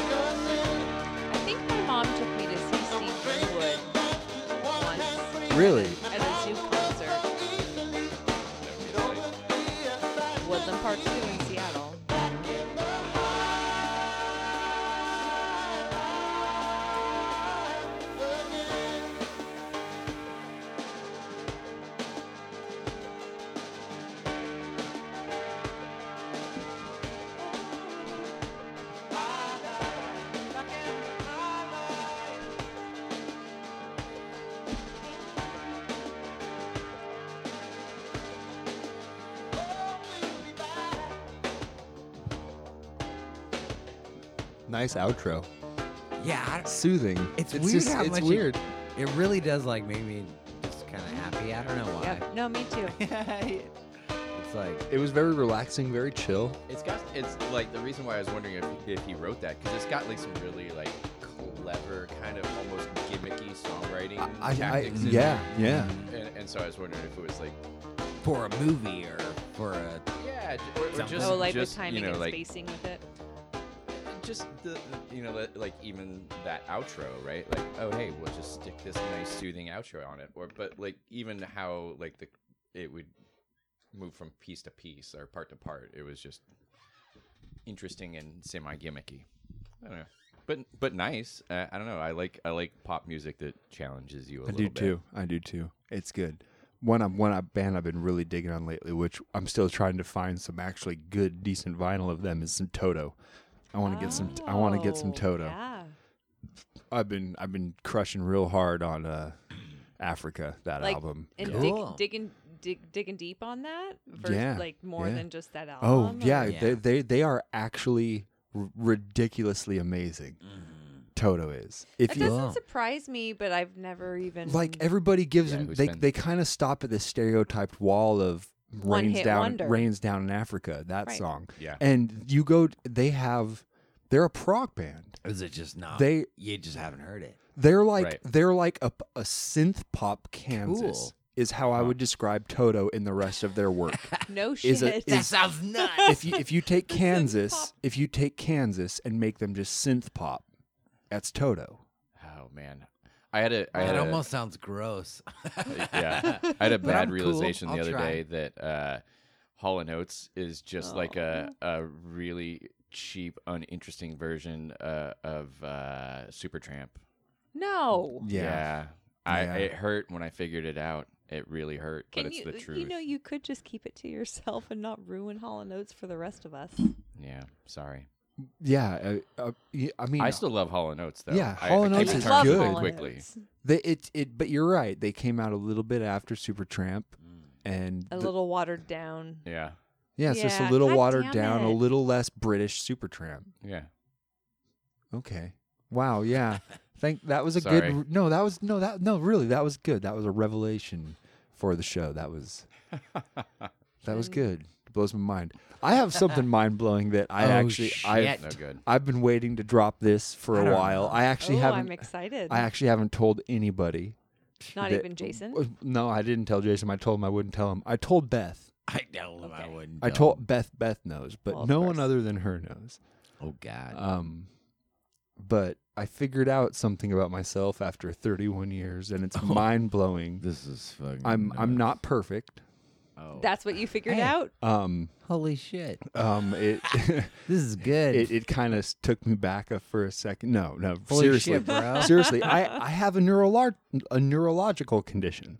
Speaker 3: I think my mom took me to see Steve Winwood once
Speaker 12: Really?
Speaker 3: at a zoo concert. Woodland Park Zoo in Seattle.
Speaker 12: Nice outro.
Speaker 1: Yeah, I-
Speaker 12: Soothing.
Speaker 1: It's weird how
Speaker 12: it's
Speaker 1: much it-
Speaker 12: weird.
Speaker 1: it, It really does like make me just kind of happy. I don't know why.
Speaker 3: Yep. No, me too.
Speaker 1: It's like
Speaker 13: It was very relaxing, very chill.
Speaker 8: It's got it's like the reason why I was wondering if if he wrote that because it's got like some really like clever kind of almost gimmicky songwriting
Speaker 2: I- I-
Speaker 8: tactics. in
Speaker 2: yeah,
Speaker 8: there.
Speaker 13: Yeah.
Speaker 8: And, and so I was wondering if it was like
Speaker 1: for a movie or for a
Speaker 8: yeah, j- or, or just
Speaker 3: oh, like
Speaker 8: just
Speaker 3: the timing
Speaker 8: you know
Speaker 3: and
Speaker 8: like
Speaker 3: spacing with it.
Speaker 8: just the, the- you know li- like even that outro right like oh hey we'll just stick this nice soothing outro on it or but like even how like the it would move from piece to piece or part to part it was just interesting and semi gimmicky i don't know but but nice uh, i don't know i like i like pop music that challenges you a
Speaker 2: I
Speaker 8: little
Speaker 2: do
Speaker 8: bit
Speaker 2: too. I do too. It's good. One I'm one I- band I've been really digging on lately, which I'm still trying to find some actually good, decent vinyl of them, is some Toto. I want to get some. I want to get some
Speaker 3: Oh,
Speaker 2: Toto.
Speaker 3: Yeah.
Speaker 2: I've been I've been crushing real hard on uh, Africa that
Speaker 3: Like,
Speaker 2: album.
Speaker 3: And
Speaker 1: Cool.
Speaker 3: dig, digging dig, digging deep on that versus
Speaker 2: Yeah,
Speaker 3: like more
Speaker 2: yeah.
Speaker 3: than just that album.
Speaker 2: Oh
Speaker 3: or-
Speaker 2: yeah,
Speaker 1: Yeah.
Speaker 2: They, they they are actually r- ridiculously amazing.
Speaker 13: Mm-hmm.
Speaker 2: Toto is. If
Speaker 3: That
Speaker 2: you
Speaker 3: doesn't surprise me, but I've never even
Speaker 2: like everybody gives
Speaker 8: Yeah,
Speaker 2: them
Speaker 8: who's
Speaker 2: they
Speaker 8: been-
Speaker 2: they kind of stop at this stereotyped wall of
Speaker 3: One
Speaker 2: rains
Speaker 3: hit
Speaker 2: down
Speaker 3: wonder.
Speaker 2: rains down in Africa that
Speaker 3: Right.
Speaker 2: song
Speaker 8: Yeah.
Speaker 2: and you go they have they're a prog band
Speaker 1: is it just not
Speaker 2: They-
Speaker 1: you just haven't heard it.
Speaker 2: they're like
Speaker 8: Oh. Right.
Speaker 2: they're like a, a synth pop Kansas
Speaker 1: Cool.
Speaker 2: is how I would describe Toto in the rest of their work
Speaker 3: no
Speaker 2: is a-
Speaker 3: shit.
Speaker 2: is-
Speaker 1: sounds nuts.
Speaker 2: if you if you take Kansas if you take Kansas and make them just synth pop that's Toto
Speaker 8: oh man i had a i had
Speaker 1: That
Speaker 8: a,
Speaker 1: almost sounds gross.
Speaker 8: yeah. I had a
Speaker 1: But I'm
Speaker 8: bad
Speaker 1: cool.
Speaker 8: realization
Speaker 1: I'll
Speaker 8: the other
Speaker 1: try.
Speaker 8: day that uh, Hall and Oates is just like a
Speaker 2: Oh.
Speaker 8: a really cheap, uninteresting version uh, of uh, Supertramp.
Speaker 3: no.
Speaker 2: yeah,
Speaker 8: I
Speaker 2: Yeah.
Speaker 8: it hurt when I figured it out. It really hurt,
Speaker 3: Can
Speaker 8: but it's
Speaker 3: you uh,
Speaker 8: the truth.
Speaker 3: you know you could just keep it to yourself and not ruin Hall and Oates for the rest of us.
Speaker 8: yeah, sorry.
Speaker 2: yeah uh, uh, y- I mean
Speaker 8: I still love Hall and Oates though.
Speaker 2: Yeah,
Speaker 8: I-
Speaker 2: Hall
Speaker 8: I
Speaker 2: and
Speaker 8: came
Speaker 2: Oates
Speaker 8: to
Speaker 2: is
Speaker 8: terms with it
Speaker 2: good.
Speaker 8: Quickly,
Speaker 2: They, it it but you're right. They came out a little bit after Supertramp,
Speaker 1: Mm.
Speaker 2: and
Speaker 3: A
Speaker 2: the-
Speaker 3: little watered down.
Speaker 8: yeah,
Speaker 2: yeah, it's just a
Speaker 3: Yeah,
Speaker 2: little
Speaker 3: God
Speaker 2: watered
Speaker 3: damn
Speaker 2: down, a
Speaker 3: it.
Speaker 2: little less British Supertramp.
Speaker 8: yeah.
Speaker 2: Okay, wow, yeah. Thank that was a
Speaker 8: Sorry.
Speaker 2: good. No, that was no that no really that was good. That was a revelation for the show. That was that was good. Blows my mind. I have something mind blowing that I
Speaker 1: Oh,
Speaker 2: actually I
Speaker 1: shit.
Speaker 8: No good.
Speaker 2: I've been waiting to drop this for
Speaker 1: I
Speaker 2: a
Speaker 1: don't
Speaker 2: while. I actually
Speaker 3: oh,
Speaker 2: haven't.
Speaker 3: I'm excited.
Speaker 2: I actually haven't told anybody.
Speaker 3: not
Speaker 2: that-
Speaker 3: even Jason.
Speaker 2: w- Uh, No, I didn't tell Jason. I told him I wouldn't tell him. I told Beth.
Speaker 1: I don't know. I wouldn't.
Speaker 2: I
Speaker 1: know.
Speaker 2: told Beth. Beth knows, but
Speaker 3: Well, of
Speaker 2: no one
Speaker 3: course.
Speaker 2: other than her knows.
Speaker 1: Oh God.
Speaker 2: Um, but I figured out something about myself after 31 years, and it's mind blowing.
Speaker 1: this is fucking.
Speaker 2: I'm I'm not perfect.
Speaker 1: Oh.
Speaker 3: That's what you figured
Speaker 1: Hey.
Speaker 3: out.
Speaker 2: Um,
Speaker 1: Holy shit.
Speaker 2: um, it
Speaker 1: This is good.
Speaker 2: it, it kind of took me back a, for a second. No, no,
Speaker 1: Holy
Speaker 2: seriously,
Speaker 1: shit, bro.
Speaker 2: seriously, I I have a neurolog a neurological condition.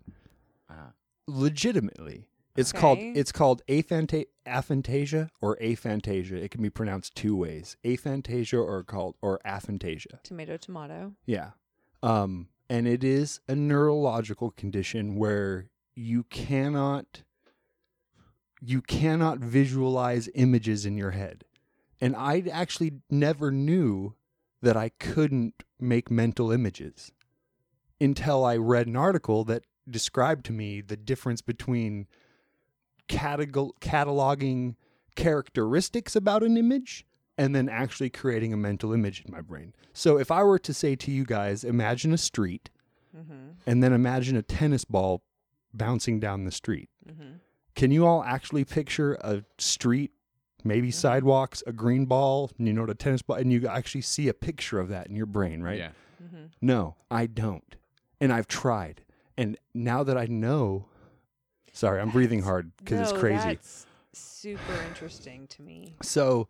Speaker 2: legitimately. It's called
Speaker 3: Okay.
Speaker 2: it's called aphanta- aphantasia or aphantasia. It can be pronounced two ways: aphantasia or called or aphantasia.
Speaker 3: Tomato, tomato.
Speaker 2: Yeah, um, and it is a neurological condition where you cannot you cannot visualize images in your head. And I actually never knew that I couldn't make mental images until I read an article that described to me the difference between catego- cataloging characteristics about an image and then actually creating a mental image in my brain. So if I were to say to you guys, imagine a street and then imagine a tennis ball bouncing down the street. Can you all actually picture a street, maybe sidewalks, a green ball, you know, a tennis ball, and you actually see a picture of that in your brain, right?
Speaker 8: Yeah.
Speaker 2: No, I don't. And I've tried. And now that I know, sorry, I'm breathing hard because it's
Speaker 3: No,
Speaker 2: crazy.
Speaker 3: That's super interesting to me.
Speaker 2: So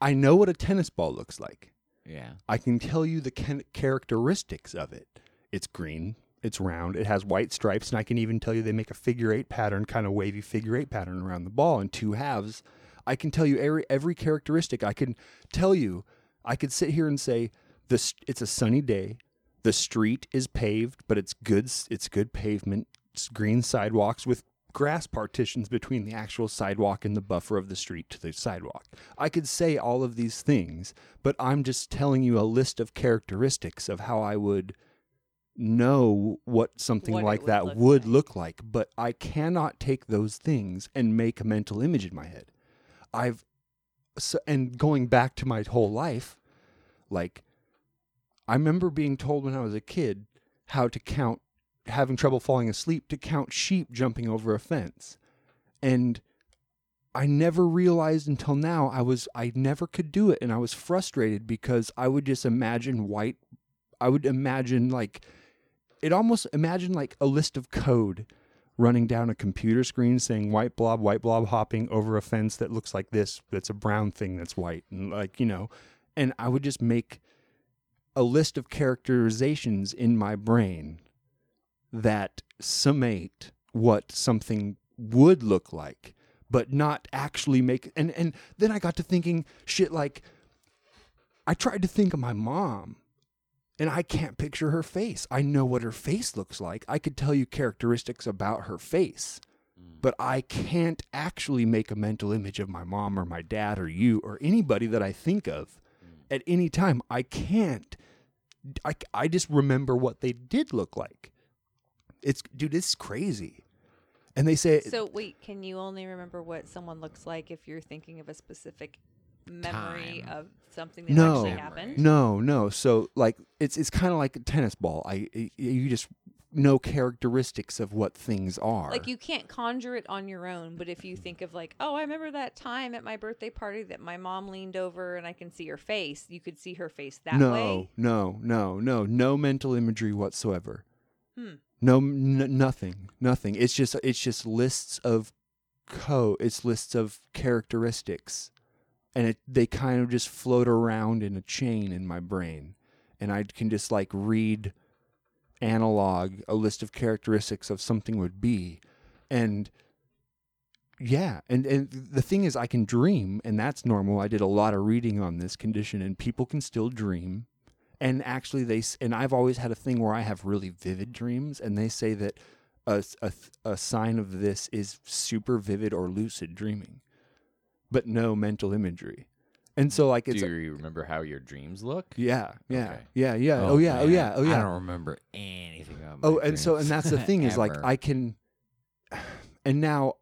Speaker 2: I know what a tennis ball looks like.
Speaker 1: yeah.
Speaker 2: I can tell you the can- characteristics of it. It's green, it's round, it has white stripes, and I can even tell you they make a figure eight pattern, kind of wavy figure eight pattern around the ball in two halves. I can tell you every every characteristic. I can tell you. I could sit here and say this. It's a sunny day. The street is paved, but it's good. s- It's good pavement. It's green sidewalks with grass partitions between the actual sidewalk and the buffer of the street to the sidewalk. I could say all of these things, but I'm just telling you a list of characteristics of how I would know what something
Speaker 3: What it
Speaker 2: like
Speaker 3: would
Speaker 2: that
Speaker 3: look
Speaker 2: would look like, but I cannot take those things and make a mental image in my head. I've so, and going back to my whole life, like I remember being told when I was a kid how to count, having trouble falling asleep, to count sheep jumping over a fence. And I never realized until now I was, I never could do it. And I was frustrated because I would just imagine white, I would imagine like, it almost imagine like a list of code running down a computer screen saying white blob, white blob hopping over a fence that looks like this, that's a brown thing that's white. And like, you know, and I would just make a list of characterizations in my brain that summate what something would look like but not actually make and and then i got to thinking shit like i tried to think of my mom and i can't picture her face i know what her face looks like i could tell you characteristics about her face but i can't actually make a mental image of my mom or my dad or you or anybody that i think of at any time i can't i, I just remember what they did look like it's dude it's crazy and they say
Speaker 3: So wait, can you only remember what someone looks like if you're thinking of a specific memory of something that
Speaker 2: no,
Speaker 3: actually happened?
Speaker 2: no, no. So like it's it's kind of like a tennis ball. I y- you just know characteristics of what things are.
Speaker 3: Like you can't conjure it on your own, but if you think of like, oh, I remember that time at my birthday party that my mom leaned over and I can see her face. You could see her face that
Speaker 2: no,
Speaker 3: way.
Speaker 2: no, no, no, no mental imagery whatsoever.
Speaker 3: Hmm.
Speaker 2: No, n- nothing, nothing. It's just it's just lists of co. It's lists of characteristics, and it, they kind of just float around in a chain in my brain, and I can just like read analog a list of characteristics of something would be, and yeah, and and the thing is, I can dream, and that's normal. I did a lot of reading on this condition, and people can still dream. And actually, they s- and I've always had a thing where I have really vivid dreams, and they say that a s- a th- a sign of this is super vivid or lucid dreaming, but no mental imagery. And so, like, it's
Speaker 8: Do you remember how your dreams look?
Speaker 2: yeah, yeah,
Speaker 8: Okay.
Speaker 2: yeah, yeah. Oh, yeah, oh
Speaker 1: man,
Speaker 2: yeah, oh yeah.
Speaker 1: I don't remember anything about my
Speaker 2: Oh, and so and
Speaker 1: dreams
Speaker 2: that's the thing is like
Speaker 1: ever.
Speaker 2: I can, and now,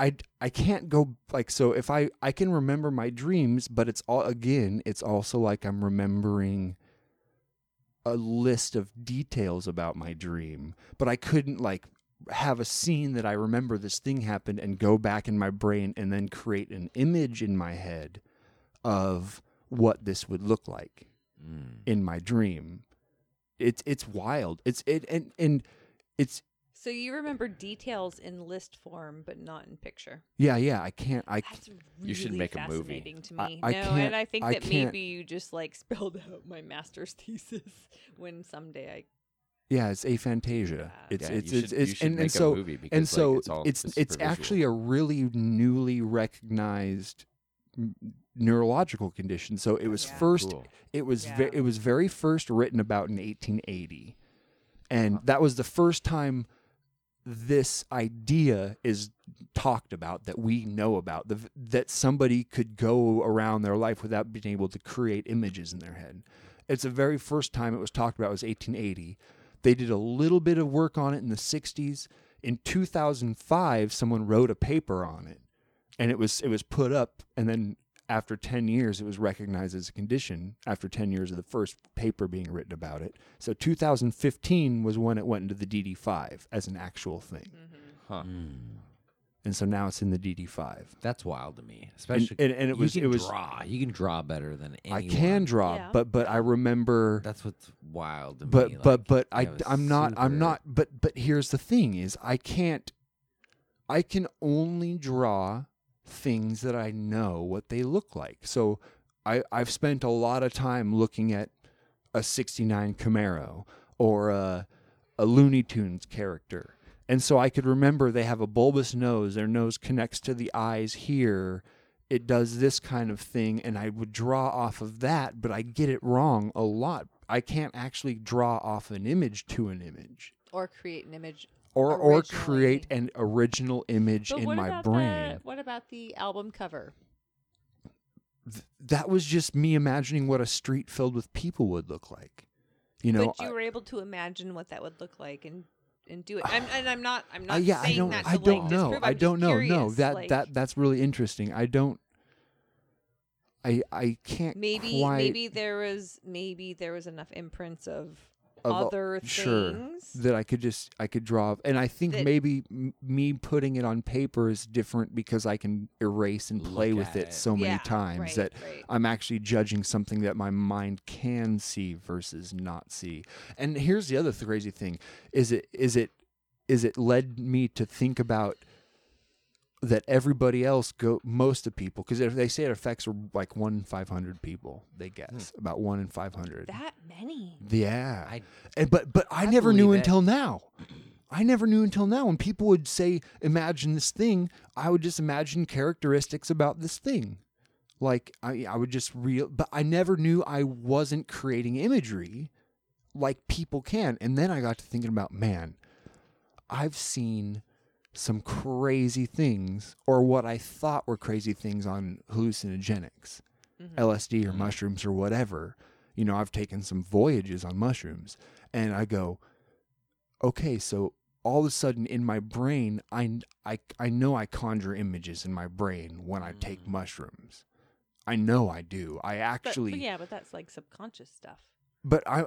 Speaker 2: I I can't go like so if I I can remember my dreams, but it's all again it's also like I'm remembering a list of details about my dream, but I couldn't like have a scene that I remember this thing happened and go back in my brain and then create an image in my head of what this would look like in my dream. It's it's wild. It's it and and it's
Speaker 3: So you remember details in list form, but not in picture.
Speaker 2: yeah yeah. I can't. I
Speaker 3: That's really
Speaker 8: You should make a movie.
Speaker 3: fascinating to
Speaker 2: I-
Speaker 3: me.
Speaker 2: I
Speaker 3: no,
Speaker 2: can't-
Speaker 3: and I think
Speaker 2: I
Speaker 3: that
Speaker 2: can't-
Speaker 3: maybe you just like spelled out my master's thesis when someday I
Speaker 2: yeah. It's aphantasia. It's
Speaker 8: Yeah,
Speaker 2: it's
Speaker 8: you
Speaker 2: it's,
Speaker 8: should- you
Speaker 2: it's
Speaker 8: should
Speaker 2: and, and
Speaker 8: make a
Speaker 2: so
Speaker 8: movie because,
Speaker 2: and
Speaker 8: like,
Speaker 2: so
Speaker 8: it's all
Speaker 2: it's
Speaker 8: super
Speaker 2: it's
Speaker 8: visual.
Speaker 2: actually a really newly recognized n- neurological condition. So it was first.
Speaker 8: Cool.
Speaker 2: It was ve- it was very first written about in 1880, and that was the first time this idea is talked about that we know about the, that somebody could go around their life without being able to create images in their head it's the very first time it was talked about was 1880 they did a little bit of work on it in the 60s in 2005 someone wrote a paper on it and it was it was put up and then after 10 years it was recognized as a condition after 10 years of the first paper being written about it so 2015 was when it went into the dd5 as an actual thing
Speaker 8: Huh.
Speaker 2: and so now it's in the dd5
Speaker 1: That's wild to me, especially
Speaker 2: and- and
Speaker 1: you
Speaker 2: it was-
Speaker 1: can
Speaker 2: it was-
Speaker 1: draw. You can draw better than
Speaker 2: i
Speaker 1: anyone.
Speaker 2: can draw
Speaker 3: Yeah.
Speaker 2: but but i remember
Speaker 1: That's what's wild to
Speaker 2: but
Speaker 1: me.
Speaker 2: but
Speaker 1: like,
Speaker 2: but I
Speaker 1: that was
Speaker 2: I'm not I'm
Speaker 1: super-
Speaker 2: not but but here's the thing is I can't I can only draw things that I know what they look like. So I I've spent a lot of time looking at a 69 Camaro or a a Looney Tunes character. And so I could remember they have a bulbous nose, their nose connects to the eyes here. It does this kind of thing, and I would draw off of that, but I get it wrong a lot. I can't actually draw off an image to an image
Speaker 3: or create an image
Speaker 2: or, or
Speaker 3: originally.
Speaker 2: create an original image
Speaker 3: But
Speaker 2: in
Speaker 3: what
Speaker 2: my
Speaker 3: about
Speaker 2: brain.
Speaker 3: The, what about the album cover?
Speaker 2: Th- that was just me imagining what a street filled with people would look like. You know,
Speaker 3: but you
Speaker 2: I-
Speaker 3: were able to imagine what that would look like and and do it. I'm, and I'm not. I'm
Speaker 2: Uh,
Speaker 3: not.
Speaker 2: yeah,
Speaker 3: saying
Speaker 2: I don't.
Speaker 3: That to,
Speaker 2: I don't
Speaker 3: like,
Speaker 2: know.
Speaker 3: disprove,
Speaker 2: I
Speaker 3: I'm just
Speaker 2: don't know. no,
Speaker 3: curious,
Speaker 2: that
Speaker 3: like,
Speaker 2: that that's really interesting. I don't. I I can't
Speaker 3: maybe
Speaker 2: quite
Speaker 3: maybe there was maybe there was enough imprints of,
Speaker 2: of all-
Speaker 3: other
Speaker 2: sure
Speaker 3: things.
Speaker 2: that I could just I could draw, and I think
Speaker 3: That-
Speaker 2: maybe m- me putting it on paper is different because I can erase and play with
Speaker 1: at
Speaker 2: it
Speaker 1: it.
Speaker 2: so many
Speaker 3: Yeah,
Speaker 2: times
Speaker 3: right,
Speaker 2: that
Speaker 3: right.
Speaker 2: I'm actually judging something that my mind can see versus not see. And here's the other th- crazy thing: is it is it is it led me to think about that everybody else go most of people because if they say it affects like one in 500 people they guess
Speaker 1: Hmm.
Speaker 2: about one in 500
Speaker 3: that many.
Speaker 2: yeah.
Speaker 1: I-
Speaker 2: and, but but I,
Speaker 1: I
Speaker 2: never knew
Speaker 1: believe it.
Speaker 2: until now. I never knew until now. When people would say, imagine this thing, I would just imagine characteristics about this thing. Like I, I would just real, but I never knew I wasn't creating imagery like people can. And then I got to thinking about, man, I've seen some crazy things or what I thought were crazy things on hallucinogenics, LSD or mushrooms or whatever. You know, I've taken some voyages on mushrooms and I go, okay, so all of a sudden in my brain, I, I, I know I conjure images in my brain when I take mushrooms. I know I do. I
Speaker 3: But-
Speaker 2: actually
Speaker 3: but yeah, but that's like subconscious stuff.
Speaker 2: but I,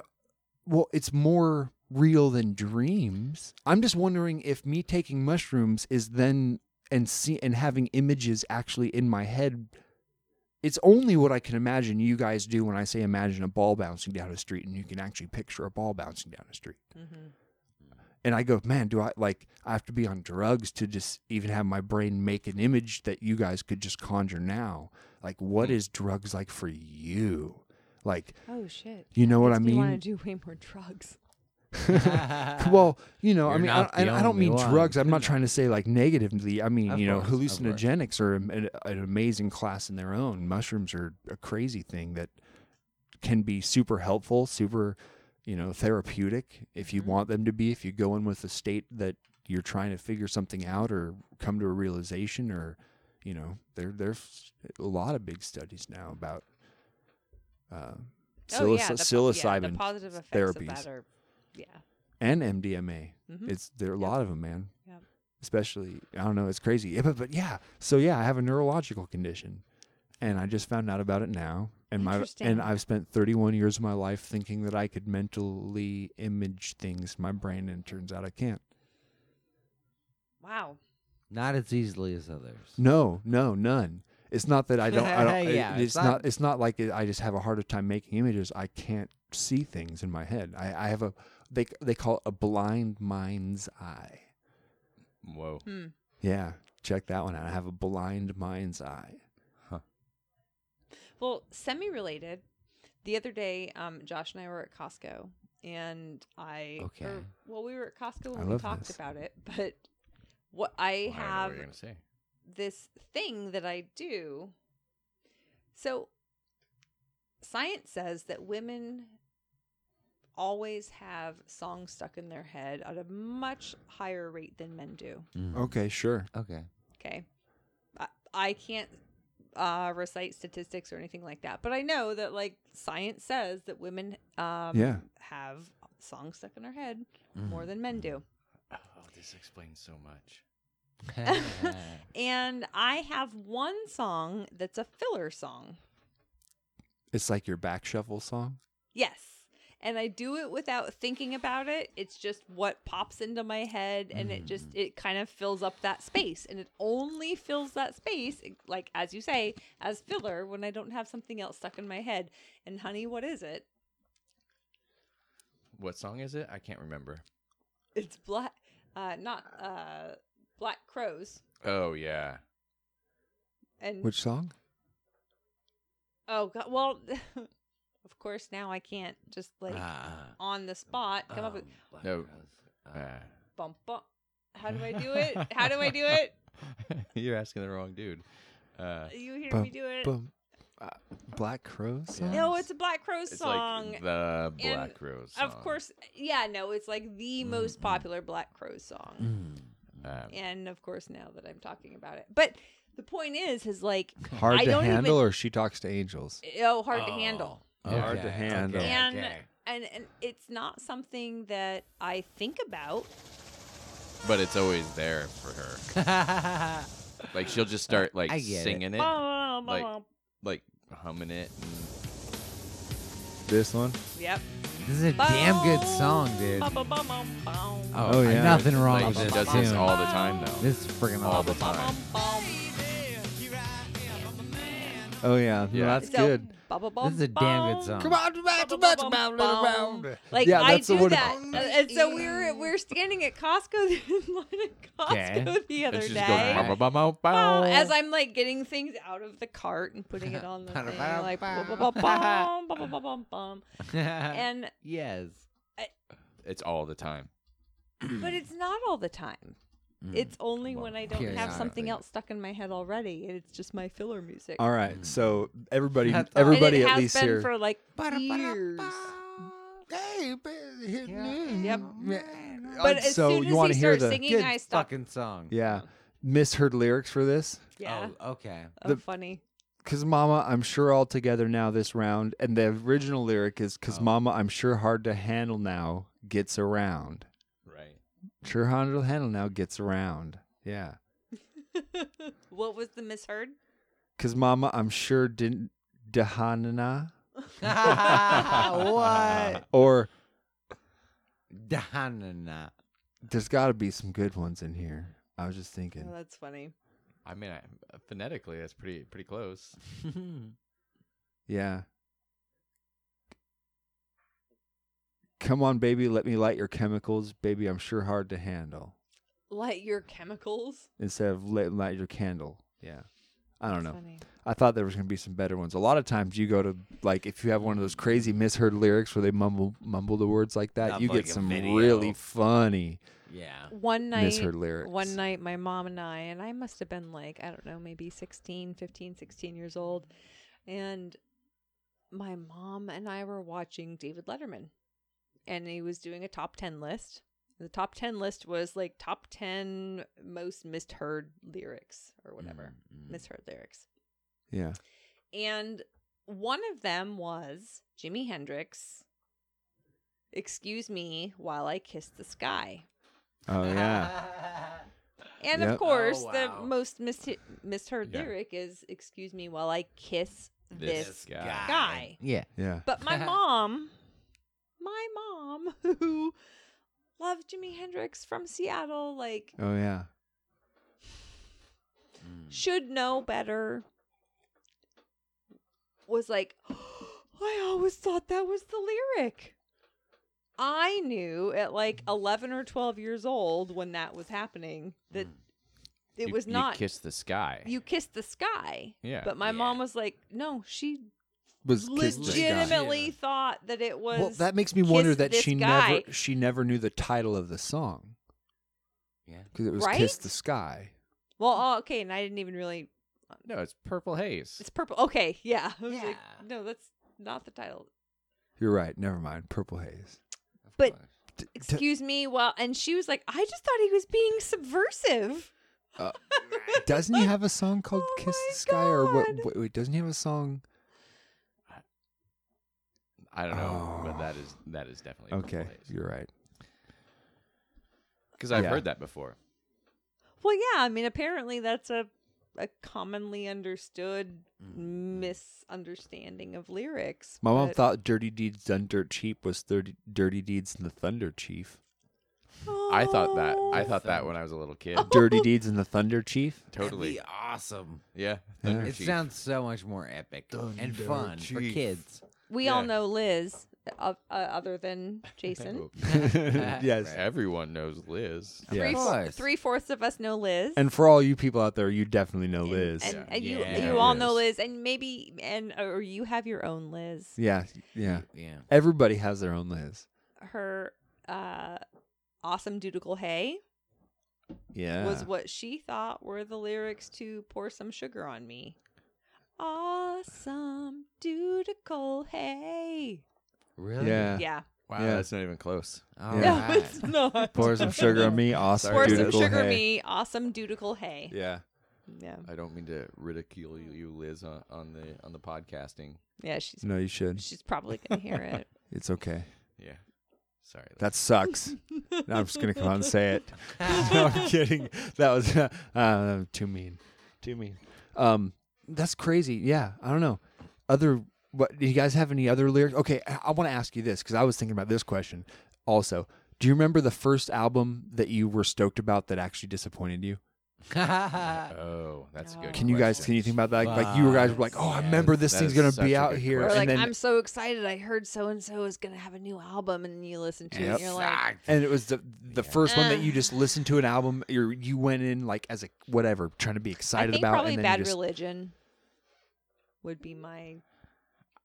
Speaker 2: well, it's more real than dreams. I'm just wondering if me taking mushrooms is then and see and having images actually in my head. It's only what I can imagine you guys do when I say imagine a ball bouncing down a street and you can actually picture a ball bouncing down a street. And I go, man, do I like I have to be on drugs to just even have my brain make an image that you guys could just conjure now? Like what is drugs like for you? Like
Speaker 3: Oh shit.
Speaker 2: You know what I
Speaker 3: You want
Speaker 2: mean?
Speaker 3: to do way more drugs.
Speaker 2: well, you know, I
Speaker 1: You're
Speaker 2: mean, I,
Speaker 1: not
Speaker 2: I,
Speaker 1: the
Speaker 2: I don't
Speaker 1: only
Speaker 2: mean
Speaker 1: one.
Speaker 2: drugs. I'm not trying to say like negatively. I mean,
Speaker 1: Of
Speaker 2: you know,
Speaker 1: course, of course.
Speaker 2: hallucinogenics are am- an, an amazing class in their own. Mushrooms are a crazy thing that can be super helpful, super, you know, therapeutic if you
Speaker 1: Mm-hmm.
Speaker 2: want them to be. If you go in with a state that you're trying to figure something out or come to a realization, or you know, there there's a lot of big studies now about. Uh,
Speaker 3: oh
Speaker 2: psilocy-
Speaker 3: yeah, the, po- yeah,
Speaker 2: psilocybin
Speaker 3: the positive effects
Speaker 2: therapies
Speaker 3: of that are yeah.
Speaker 2: and MDMA.
Speaker 1: Mm-hmm.
Speaker 3: Mhm.
Speaker 2: It's there are a lot of them, man.
Speaker 3: Yep.
Speaker 2: Especially, I don't know, it's crazy. Yeah, but, but yeah, so yeah, I have a neurological condition, and I just found out about it now. And my
Speaker 3: Interesting.
Speaker 2: and I've spent 31 years of my life thinking that I could mentally image things in my brain, and it turns out I can't.
Speaker 3: Wow.
Speaker 1: Not as easily as others.
Speaker 2: No, no, none. It's not that I don't. I don't it-
Speaker 1: Yeah,
Speaker 2: it's,
Speaker 1: it's
Speaker 2: not,
Speaker 1: not-
Speaker 2: It's not like I just have a harder time making images. I can't see things in my head. I, I have a they they call it a blind mind's eye.
Speaker 8: Whoa.
Speaker 2: Yeah, check that one out. I have a blind mind's eye.
Speaker 3: Well, semi related. The other day, um, Josh and I were at Costco, and I
Speaker 1: Okay.
Speaker 3: or- well, we were at Costco
Speaker 2: I
Speaker 3: when we
Speaker 2: love
Speaker 3: talked
Speaker 2: this.
Speaker 3: about it, but what I
Speaker 8: Well, I don't know what
Speaker 3: have
Speaker 8: you're gonna say.
Speaker 3: this thing that I do. So, science says that women always have songs stuck in their head at a much higher rate than men do.
Speaker 2: Mm-hmm. Okay, sure.
Speaker 1: Okay.
Speaker 3: Okay. I, I can't uh, recite statistics or anything like that, but I know that like science says that women um,
Speaker 2: Yeah.
Speaker 3: have songs stuck in their head more than men do.
Speaker 8: Oh, this explains so much.
Speaker 3: And I have one song that's a filler song.
Speaker 2: It's like your back shuffle song.
Speaker 3: Yes. And I do it without thinking about it. It's just what pops into my head and it just
Speaker 1: Mm.
Speaker 3: it kind of fills up that space and it only fills that space like as you say as filler when I don't have something else stuck in my head. And honey, what is it?
Speaker 8: What song is it? I can't remember.
Speaker 3: It's black uh not uh black crows
Speaker 8: Oh yeah.
Speaker 3: and
Speaker 2: Which song?
Speaker 3: oh god well of course now I can't just like
Speaker 1: Ah.
Speaker 3: on the spot come up with
Speaker 1: Um, Black
Speaker 8: No.
Speaker 1: Rose.
Speaker 8: Uh,
Speaker 3: bump bump. How do I do it? How do I do it?
Speaker 8: you're asking the wrong dude. Uh,
Speaker 3: You hear
Speaker 2: Bum,
Speaker 3: me do it?
Speaker 2: bum. Uh, Black Crow song.
Speaker 3: No, Oh, it's a Black Crow
Speaker 8: it's
Speaker 3: song.
Speaker 8: like the
Speaker 3: and
Speaker 8: Black Rose.
Speaker 3: Of course, yeah, no, it's like the most popular Black Crow song.
Speaker 8: Um,
Speaker 3: And of course, now that I'm talking about it, but the point is, is like eh,
Speaker 14: Hard
Speaker 3: I
Speaker 14: to
Speaker 3: don't
Speaker 14: handle,
Speaker 3: even
Speaker 14: or she talks to angels.
Speaker 3: oh hard to handle.
Speaker 2: Hard to handle.
Speaker 3: And and and it's not something that I think about.
Speaker 8: but it's always there for her. like she'll just start like
Speaker 1: I get it.
Speaker 8: singing it, like
Speaker 3: Like,
Speaker 8: like humming it. and-
Speaker 12: This one.
Speaker 3: yep.
Speaker 1: This is a damn good song, dude.
Speaker 3: Oh,
Speaker 1: Oh,
Speaker 12: Oh, yeah.
Speaker 1: nothing wrong
Speaker 8: Like,
Speaker 1: with
Speaker 8: she
Speaker 1: this
Speaker 8: does this
Speaker 1: tune.
Speaker 8: all the time though.
Speaker 1: This is freaking
Speaker 8: all
Speaker 1: awesome.
Speaker 8: the time.
Speaker 2: Oh yeah,
Speaker 8: Yeah.
Speaker 2: No, that's good.
Speaker 1: This is a damn good song. Come on,
Speaker 3: Like
Speaker 2: Yeah,
Speaker 3: I
Speaker 2: that's the
Speaker 3: do
Speaker 2: one-
Speaker 3: that, Uh, and so we were we were standing at Costco in line at Costco
Speaker 1: Okay.
Speaker 3: the
Speaker 8: And
Speaker 3: other
Speaker 8: she just
Speaker 3: day.
Speaker 8: goes, "Bow, bow, bow,
Speaker 3: Bow,
Speaker 8: bow."
Speaker 3: as I'm like getting things out of the cart and putting it on the thing, like bum, bum, bum, bum, bum, bum, bum, bum. and
Speaker 1: yes.
Speaker 8: it's all the time.
Speaker 3: but it's not all the time.
Speaker 2: Mm.
Speaker 3: It's only when I don't have something
Speaker 1: periodically.
Speaker 3: else stuck in my head already, and it's just my filler music.
Speaker 2: All right, so everybody,
Speaker 1: That's
Speaker 3: And
Speaker 2: everybody
Speaker 3: it
Speaker 2: at
Speaker 3: has
Speaker 2: least
Speaker 3: been
Speaker 2: here.
Speaker 3: for like years.
Speaker 2: Hey, hit
Speaker 3: Yep. But as
Speaker 2: so
Speaker 3: soon
Speaker 2: you
Speaker 3: as
Speaker 2: wanna
Speaker 3: he
Speaker 2: hear
Speaker 3: starts
Speaker 2: the
Speaker 3: singing,
Speaker 1: Good
Speaker 3: I stop.
Speaker 1: fucking song.
Speaker 2: yeah, misheard lyrics for this
Speaker 3: Yeah,
Speaker 1: Oh, okay.
Speaker 3: oh,
Speaker 2: the-
Speaker 3: funny.
Speaker 2: because Mama, I'm sure all together now this round, and the original lyric is because Mama, I'm sure hard to handle now gets around.
Speaker 8: Right.
Speaker 2: Sure hard to handle now gets around. Yeah,
Speaker 3: What was the misheard?
Speaker 2: because Mama, I'm sure didn't dehanana
Speaker 1: what?
Speaker 2: or
Speaker 1: Danana.
Speaker 2: there's got to be some good ones in here. I was just thinking.
Speaker 3: Oh, that's funny.
Speaker 8: I mean, I, phonetically, that's pretty pretty close.
Speaker 2: Yeah. Come on, baby, let me light your chemicals. Baby, I'm sure hard to handle.
Speaker 3: Light your chemicals.
Speaker 2: Instead of let light your candle. Yeah. I don't know.
Speaker 3: Funny.
Speaker 2: I thought there was gonna be some better ones. A lot of times you go to like if you have one of those crazy misheard lyrics where they mumble mumble the words like that,
Speaker 1: Not
Speaker 2: you
Speaker 1: like
Speaker 2: get
Speaker 1: a
Speaker 2: some
Speaker 1: video.
Speaker 2: really funny
Speaker 1: Yeah.
Speaker 3: One night,
Speaker 2: misheard lyrics.
Speaker 3: one night, my mom and I, and I must have been like, I don't know, maybe 16, 15, 16 years old. And my mom and I were watching David Letterman, and he was doing a top 10 list. The top 10 list was like top 10 most misheard lyrics or whatever,
Speaker 2: Mm,
Speaker 3: misheard lyrics.
Speaker 2: Yeah.
Speaker 3: And one of them was Jimi Hendrix, Excuse Me While I Kiss the Sky.
Speaker 2: Oh yeah.
Speaker 3: And
Speaker 2: Yep.
Speaker 3: of course,
Speaker 1: Oh, wow.
Speaker 3: the most mis- misheard
Speaker 8: Yeah.
Speaker 3: lyric is "Excuse me while I kiss
Speaker 8: This
Speaker 3: this,
Speaker 8: guy."
Speaker 3: guy.
Speaker 1: Yeah.
Speaker 2: Yeah.
Speaker 3: But my mom, my mom, who loved Jimi Hendrix from Seattle, like
Speaker 2: Oh yeah.
Speaker 3: should know better, was like, I always thought that was the lyric. I knew at like eleven or twelve years old when that was happening that
Speaker 2: Hmm.
Speaker 3: it
Speaker 8: You-
Speaker 3: was
Speaker 8: you
Speaker 3: not
Speaker 8: kiss the sky.
Speaker 3: you kiss the sky.
Speaker 8: Yeah.
Speaker 3: But my mom was like, no, she
Speaker 2: Was Kiss the Sky.
Speaker 3: legitimately thought that it was.
Speaker 2: Well, that makes me
Speaker 3: kiss
Speaker 2: wonder that
Speaker 3: this
Speaker 2: she
Speaker 3: guy.
Speaker 2: never she never knew the title of the song.
Speaker 1: Yeah.
Speaker 2: because it was
Speaker 3: Right?
Speaker 2: "Kiss the Sky."
Speaker 3: Well, oh, okay, and I didn't even really.
Speaker 8: no, it's purple haze.
Speaker 3: It's purple. Okay, yeah. I was like,
Speaker 1: Yeah.
Speaker 3: no, that's not the title.
Speaker 2: You're right. Never mind. Purple Haze.
Speaker 3: But
Speaker 2: D- d-
Speaker 3: excuse me. Well, and she was like, I just thought he was being subversive.
Speaker 2: Uh, doesn't he have a song called
Speaker 3: Oh
Speaker 2: "Kiss
Speaker 3: my
Speaker 2: the Sky"? Or
Speaker 3: God.
Speaker 2: what? Wait, wait, doesn't he have a song?
Speaker 8: I don't know,
Speaker 2: Oh.
Speaker 8: but that is that is definitely
Speaker 2: Okay, you're right.
Speaker 8: Because I've
Speaker 2: Yeah.
Speaker 8: heard that before.
Speaker 3: Well, yeah. I mean, apparently that's a a commonly understood
Speaker 8: Mm.
Speaker 3: misunderstanding of lyrics.
Speaker 2: My mom
Speaker 3: but-
Speaker 2: thought "Dirty Deeds Done Dirt Cheap" was "Dirty Dirty Deeds in the Thunder Chief."
Speaker 8: I thought that. I thought that when I was a little kid.
Speaker 2: "Dirty Deeds in the Thunder Chief."
Speaker 8: Totally.
Speaker 1: Be awesome.
Speaker 8: Yeah.
Speaker 2: Yeah.
Speaker 8: Thunder
Speaker 1: It
Speaker 8: Chief.
Speaker 1: sounds so much more epic and fun for
Speaker 8: Chief.
Speaker 1: kids.
Speaker 3: we all
Speaker 8: yeah.
Speaker 3: know Liz, uh, uh, other than Jason.
Speaker 2: yes.
Speaker 8: Everyone knows Liz.
Speaker 2: Yeah.
Speaker 3: Three,
Speaker 1: Of
Speaker 3: four,
Speaker 1: course.
Speaker 3: three fourths of us know Liz.
Speaker 2: And for all you people out there, you definitely know
Speaker 3: and-
Speaker 2: Liz.
Speaker 3: And, and you
Speaker 8: Yeah.
Speaker 3: you all
Speaker 8: Liz.
Speaker 3: know Liz, and maybe and or you have your own Liz.
Speaker 2: yeah, yeah.
Speaker 1: Yeah.
Speaker 2: Everybody has their own Liz.
Speaker 3: Her uh, awesome dutiful hay
Speaker 2: Yeah.
Speaker 3: was what she thought were the lyrics to "Pour Some Sugar on Me." Awesome dutiful hay.
Speaker 1: Really?
Speaker 2: Yeah.
Speaker 3: Yeah.
Speaker 8: Wow,
Speaker 2: Yeah.
Speaker 8: that's not even close.
Speaker 1: All
Speaker 2: Yeah.
Speaker 3: No,
Speaker 1: right.
Speaker 3: it's not.
Speaker 2: Pour some sugar on me, awesome.
Speaker 3: Pour some
Speaker 2: dutiful
Speaker 3: sugar on
Speaker 2: hay.
Speaker 3: me. Awesome dutiful hay.
Speaker 2: Yeah.
Speaker 3: Yeah.
Speaker 8: I don't mean to ridicule you, Liz, on, on the on the podcasting.
Speaker 3: Yeah. She's
Speaker 2: No, you should.
Speaker 3: she's probably gonna hear it.
Speaker 12: It's okay.
Speaker 8: Yeah. Sorry. that-
Speaker 12: That sucks. No, I'm just gonna come out and say it. no, I'm kidding. That was uh, uh, too mean. Too mean.
Speaker 2: Um, that's crazy. Yeah, I don't know. Other, what do you guys have any other lyrics? Okay, I, want to ask you this because I was thinking about this question also. Do you remember the first album that you were stoked about that actually disappointed you?
Speaker 8: Oh, that's a good.
Speaker 2: Can you guys
Speaker 8: question.
Speaker 2: can you think about that? Like, like you guys were like, oh, I remember this
Speaker 8: that
Speaker 2: thing's
Speaker 8: is
Speaker 2: gonna
Speaker 8: such
Speaker 2: be
Speaker 8: a
Speaker 2: out
Speaker 8: good
Speaker 2: here,
Speaker 8: question.
Speaker 3: Or
Speaker 2: and
Speaker 3: like,
Speaker 2: then
Speaker 3: I'm so excited. I heard so and so is going to have a new album, and you listen to it,
Speaker 2: Yep. Ah,
Speaker 3: and you're like,
Speaker 2: and it was the the first one that
Speaker 3: Uh.
Speaker 2: you just listened to an album. You you went in like as a whatever trying to be
Speaker 3: I
Speaker 2: excited
Speaker 3: think
Speaker 2: about.
Speaker 3: probably
Speaker 2: and then you
Speaker 3: Bad
Speaker 2: just,
Speaker 3: Religion would be my.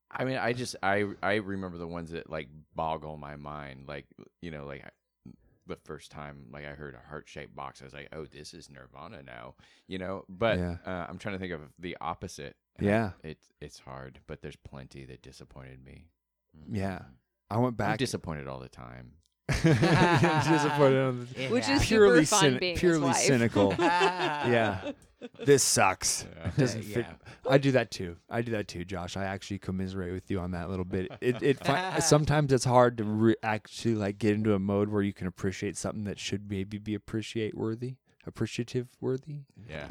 Speaker 8: I mean, I just I I remember the ones that like boggle my mind. Like you know, like I- the first time like I heard a heart shaped box, I was like, oh, this is Nirvana now. You know, but
Speaker 2: Yeah.
Speaker 8: uh, I'm trying to think of the opposite.
Speaker 2: Yeah.
Speaker 8: it's it's hard, but there's plenty that disappointed me.
Speaker 2: Yeah, I went
Speaker 8: I'm
Speaker 2: back.
Speaker 8: disappointed all the time.
Speaker 2: disappointed. on the-
Speaker 3: Which is
Speaker 2: Purely
Speaker 3: super fun
Speaker 2: cyni-
Speaker 3: being his
Speaker 2: purely
Speaker 3: wife.
Speaker 2: cynical. yeah. This sucks. Doesn't fit. I do that too. I do that too, Josh. I actually commiserate with you on that little bit. It, it fi- sometimes it's hard to re- actually like get into a mode where you can appreciate something that should maybe be appreciate worthy, appreciative worthy.
Speaker 8: Yeah.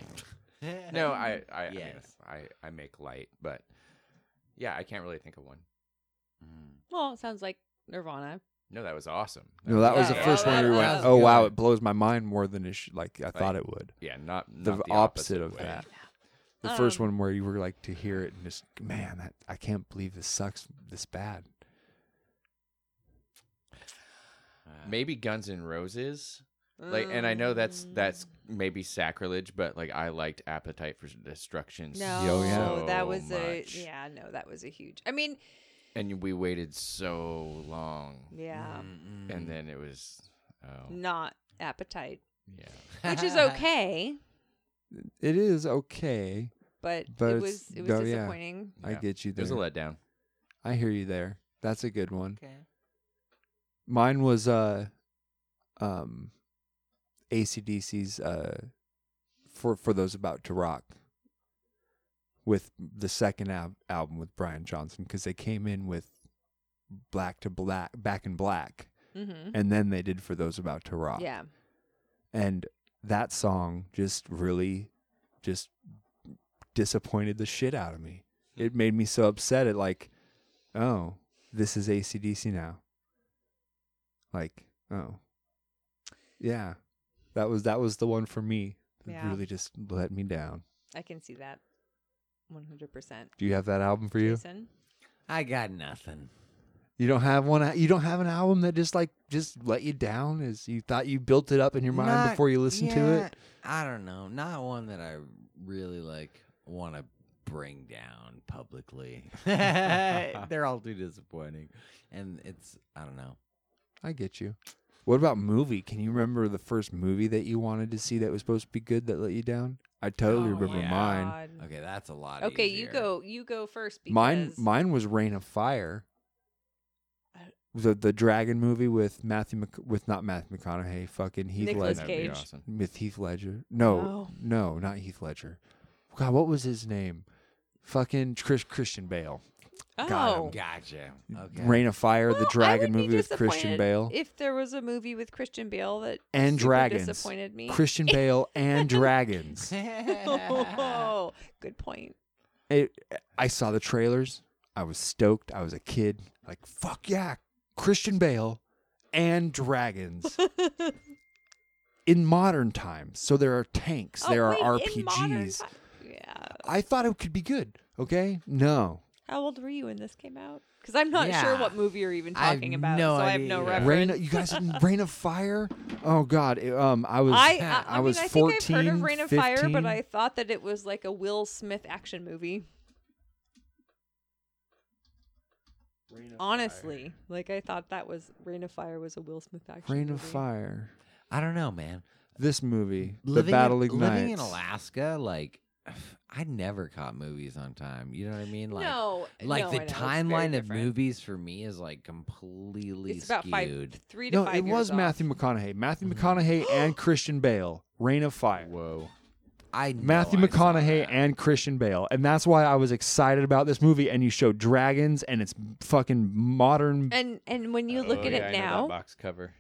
Speaker 8: No, I I, I mean, I I make light, but yeah, I can't really think of one.
Speaker 3: Well, it sounds like Nirvana.
Speaker 8: No, that was awesome.
Speaker 2: No, that was the
Speaker 3: Yeah.
Speaker 2: first one where you
Speaker 3: That
Speaker 2: went,
Speaker 3: was
Speaker 2: "Oh wow, it blows my mind more than it should, like I thought
Speaker 8: Like,
Speaker 2: it would."
Speaker 8: Yeah, not,
Speaker 2: The,
Speaker 8: not
Speaker 2: opposite,
Speaker 8: the
Speaker 2: of
Speaker 8: way.
Speaker 2: that. The first
Speaker 3: Um,
Speaker 2: one where you were like to hear it and just, man, that I can't believe this sucks this bad.
Speaker 8: Maybe Guns N' Roses. Like, and I know that's that's
Speaker 3: Mm.
Speaker 8: maybe sacrilege, but like I liked Appetite for Destruction.
Speaker 3: No,
Speaker 8: so
Speaker 3: that was a
Speaker 8: much.
Speaker 3: yeah. No, that was a huge. I mean,
Speaker 8: And we waited so long,
Speaker 3: yeah, Mm.
Speaker 8: and then it was,
Speaker 1: Mm.
Speaker 8: oh
Speaker 3: not appetite,
Speaker 8: yeah,
Speaker 3: which is okay,
Speaker 2: It is okay.
Speaker 3: but,
Speaker 2: But
Speaker 3: it
Speaker 2: it's-
Speaker 3: was it was
Speaker 2: no, yeah.
Speaker 3: disappointing.
Speaker 2: I
Speaker 8: Yeah.
Speaker 2: get you
Speaker 8: it was a
Speaker 2: there.
Speaker 8: letdown.
Speaker 2: I hear you there. That's a good one. Mine was uh um ACDC's uh for for those about to rock with the second al- album with Brian Johnson because they came in with Black to Black Back in Black
Speaker 3: Mm-hmm.
Speaker 2: and then they did for those about to rock.
Speaker 3: Yeah,
Speaker 2: And that song just really just disappointed the shit out of me. It made me so upset at like, oh, this is ACDC now. Like, oh. Yeah. That was that was the one for me. that
Speaker 3: Yeah.
Speaker 2: really just let me down.
Speaker 3: I can see that, one hundred percent.
Speaker 2: Do you have that album for you?
Speaker 3: Jason,
Speaker 1: I got nothing.
Speaker 2: You don't have one you don't have an album that just like just let you down as you thought you built it up in your mind
Speaker 1: Not-
Speaker 2: before you listened to
Speaker 1: yeah,
Speaker 2: it?
Speaker 1: I don't know. Not one that I really like want to bring down publicly. They're all too disappointing, and it's I don't know.
Speaker 2: I get you. What about movie? Can you remember the first movie that you wanted to see that was supposed to be good that let you down? I totally
Speaker 3: Oh,
Speaker 2: remember
Speaker 1: Oh, yeah.
Speaker 2: mine.
Speaker 1: Okay, that's a lot.
Speaker 3: Okay, you
Speaker 1: easier.
Speaker 3: go. You go first. Because
Speaker 2: Mine mine was Rain of Fire. The the dragon movie with Matthew Mc, with not Matthew McConaughey, fucking Heath
Speaker 3: Nicolas
Speaker 2: Ledger.
Speaker 8: That'd be
Speaker 3: Cage.
Speaker 8: awesome.
Speaker 2: With Heath Ledger. No,
Speaker 3: Oh.
Speaker 2: no, not Heath Ledger. God, what was his name? Fucking Chris Christian Bale.
Speaker 3: Oh,
Speaker 2: Got
Speaker 1: Gotcha. Okay.
Speaker 2: Rain of Fire,
Speaker 3: Well,
Speaker 2: the
Speaker 3: I
Speaker 2: dragon
Speaker 3: would be
Speaker 2: movie with Christian
Speaker 3: disappointed
Speaker 2: Bale.
Speaker 3: If there was a movie with Christian Bale that
Speaker 2: and
Speaker 3: super
Speaker 2: dragons.
Speaker 3: disappointed me.
Speaker 2: Christian Bale and dragons.
Speaker 3: oh, good point.
Speaker 2: It, I saw the trailers. I was stoked. I was a kid. Like fuck yeah, Christian Bale and dragons. in modern times, so there are tanks.
Speaker 3: Oh,
Speaker 2: there are
Speaker 3: wait, in modern
Speaker 2: RPGs.
Speaker 3: ti- Yeah.
Speaker 2: I thought it could be good. Okay, no.
Speaker 3: How old were you when this came out? Because I'm not sure
Speaker 1: Yeah.
Speaker 3: what movie you're even
Speaker 1: I have
Speaker 3: talking about,
Speaker 1: no
Speaker 3: so I have no
Speaker 1: idea.
Speaker 3: reference.
Speaker 2: Rain, you guys, Rain of Fire. Oh God, it- um, I was,
Speaker 3: I,
Speaker 2: I,
Speaker 3: I, I,
Speaker 2: was
Speaker 3: mean, I
Speaker 2: fourteen.
Speaker 3: think I've heard of Rain of Fire, but
Speaker 2: 15.
Speaker 3: I thought that it was like a Will Smith action movie. Honestly, like I thought that was Rain of Fire was a Will Smith action.
Speaker 2: Rain
Speaker 3: movie.
Speaker 2: of Fire.
Speaker 1: I don't know, man.
Speaker 2: This movie,
Speaker 1: Living
Speaker 2: The Battle
Speaker 1: in,
Speaker 2: Ignites.
Speaker 1: Living in Alaska, like I never caught movies on time. You know what I mean? Like,
Speaker 3: no,
Speaker 1: like
Speaker 3: no, I
Speaker 1: the
Speaker 3: know, it's very
Speaker 1: timeline of
Speaker 3: different.
Speaker 1: movies for me is like completely
Speaker 3: It's about
Speaker 1: skewed.
Speaker 3: five, three to
Speaker 2: No,
Speaker 3: five.
Speaker 2: it
Speaker 3: years
Speaker 2: was
Speaker 1: Mm-hmm.
Speaker 3: off.
Speaker 2: Matthew McConaughey. Matthew McConaughey and Christian Bale. Rain of Fire.
Speaker 8: Whoa,
Speaker 1: I know
Speaker 2: Matthew
Speaker 1: I saw
Speaker 2: McConaughey
Speaker 1: that.
Speaker 2: and Christian Bale, and that's why I was excited about this movie. And you showed dragons, and it's fucking modern.
Speaker 3: And and when you look
Speaker 8: Oh,
Speaker 3: at it
Speaker 8: yeah, I know that
Speaker 3: now,
Speaker 8: box cover.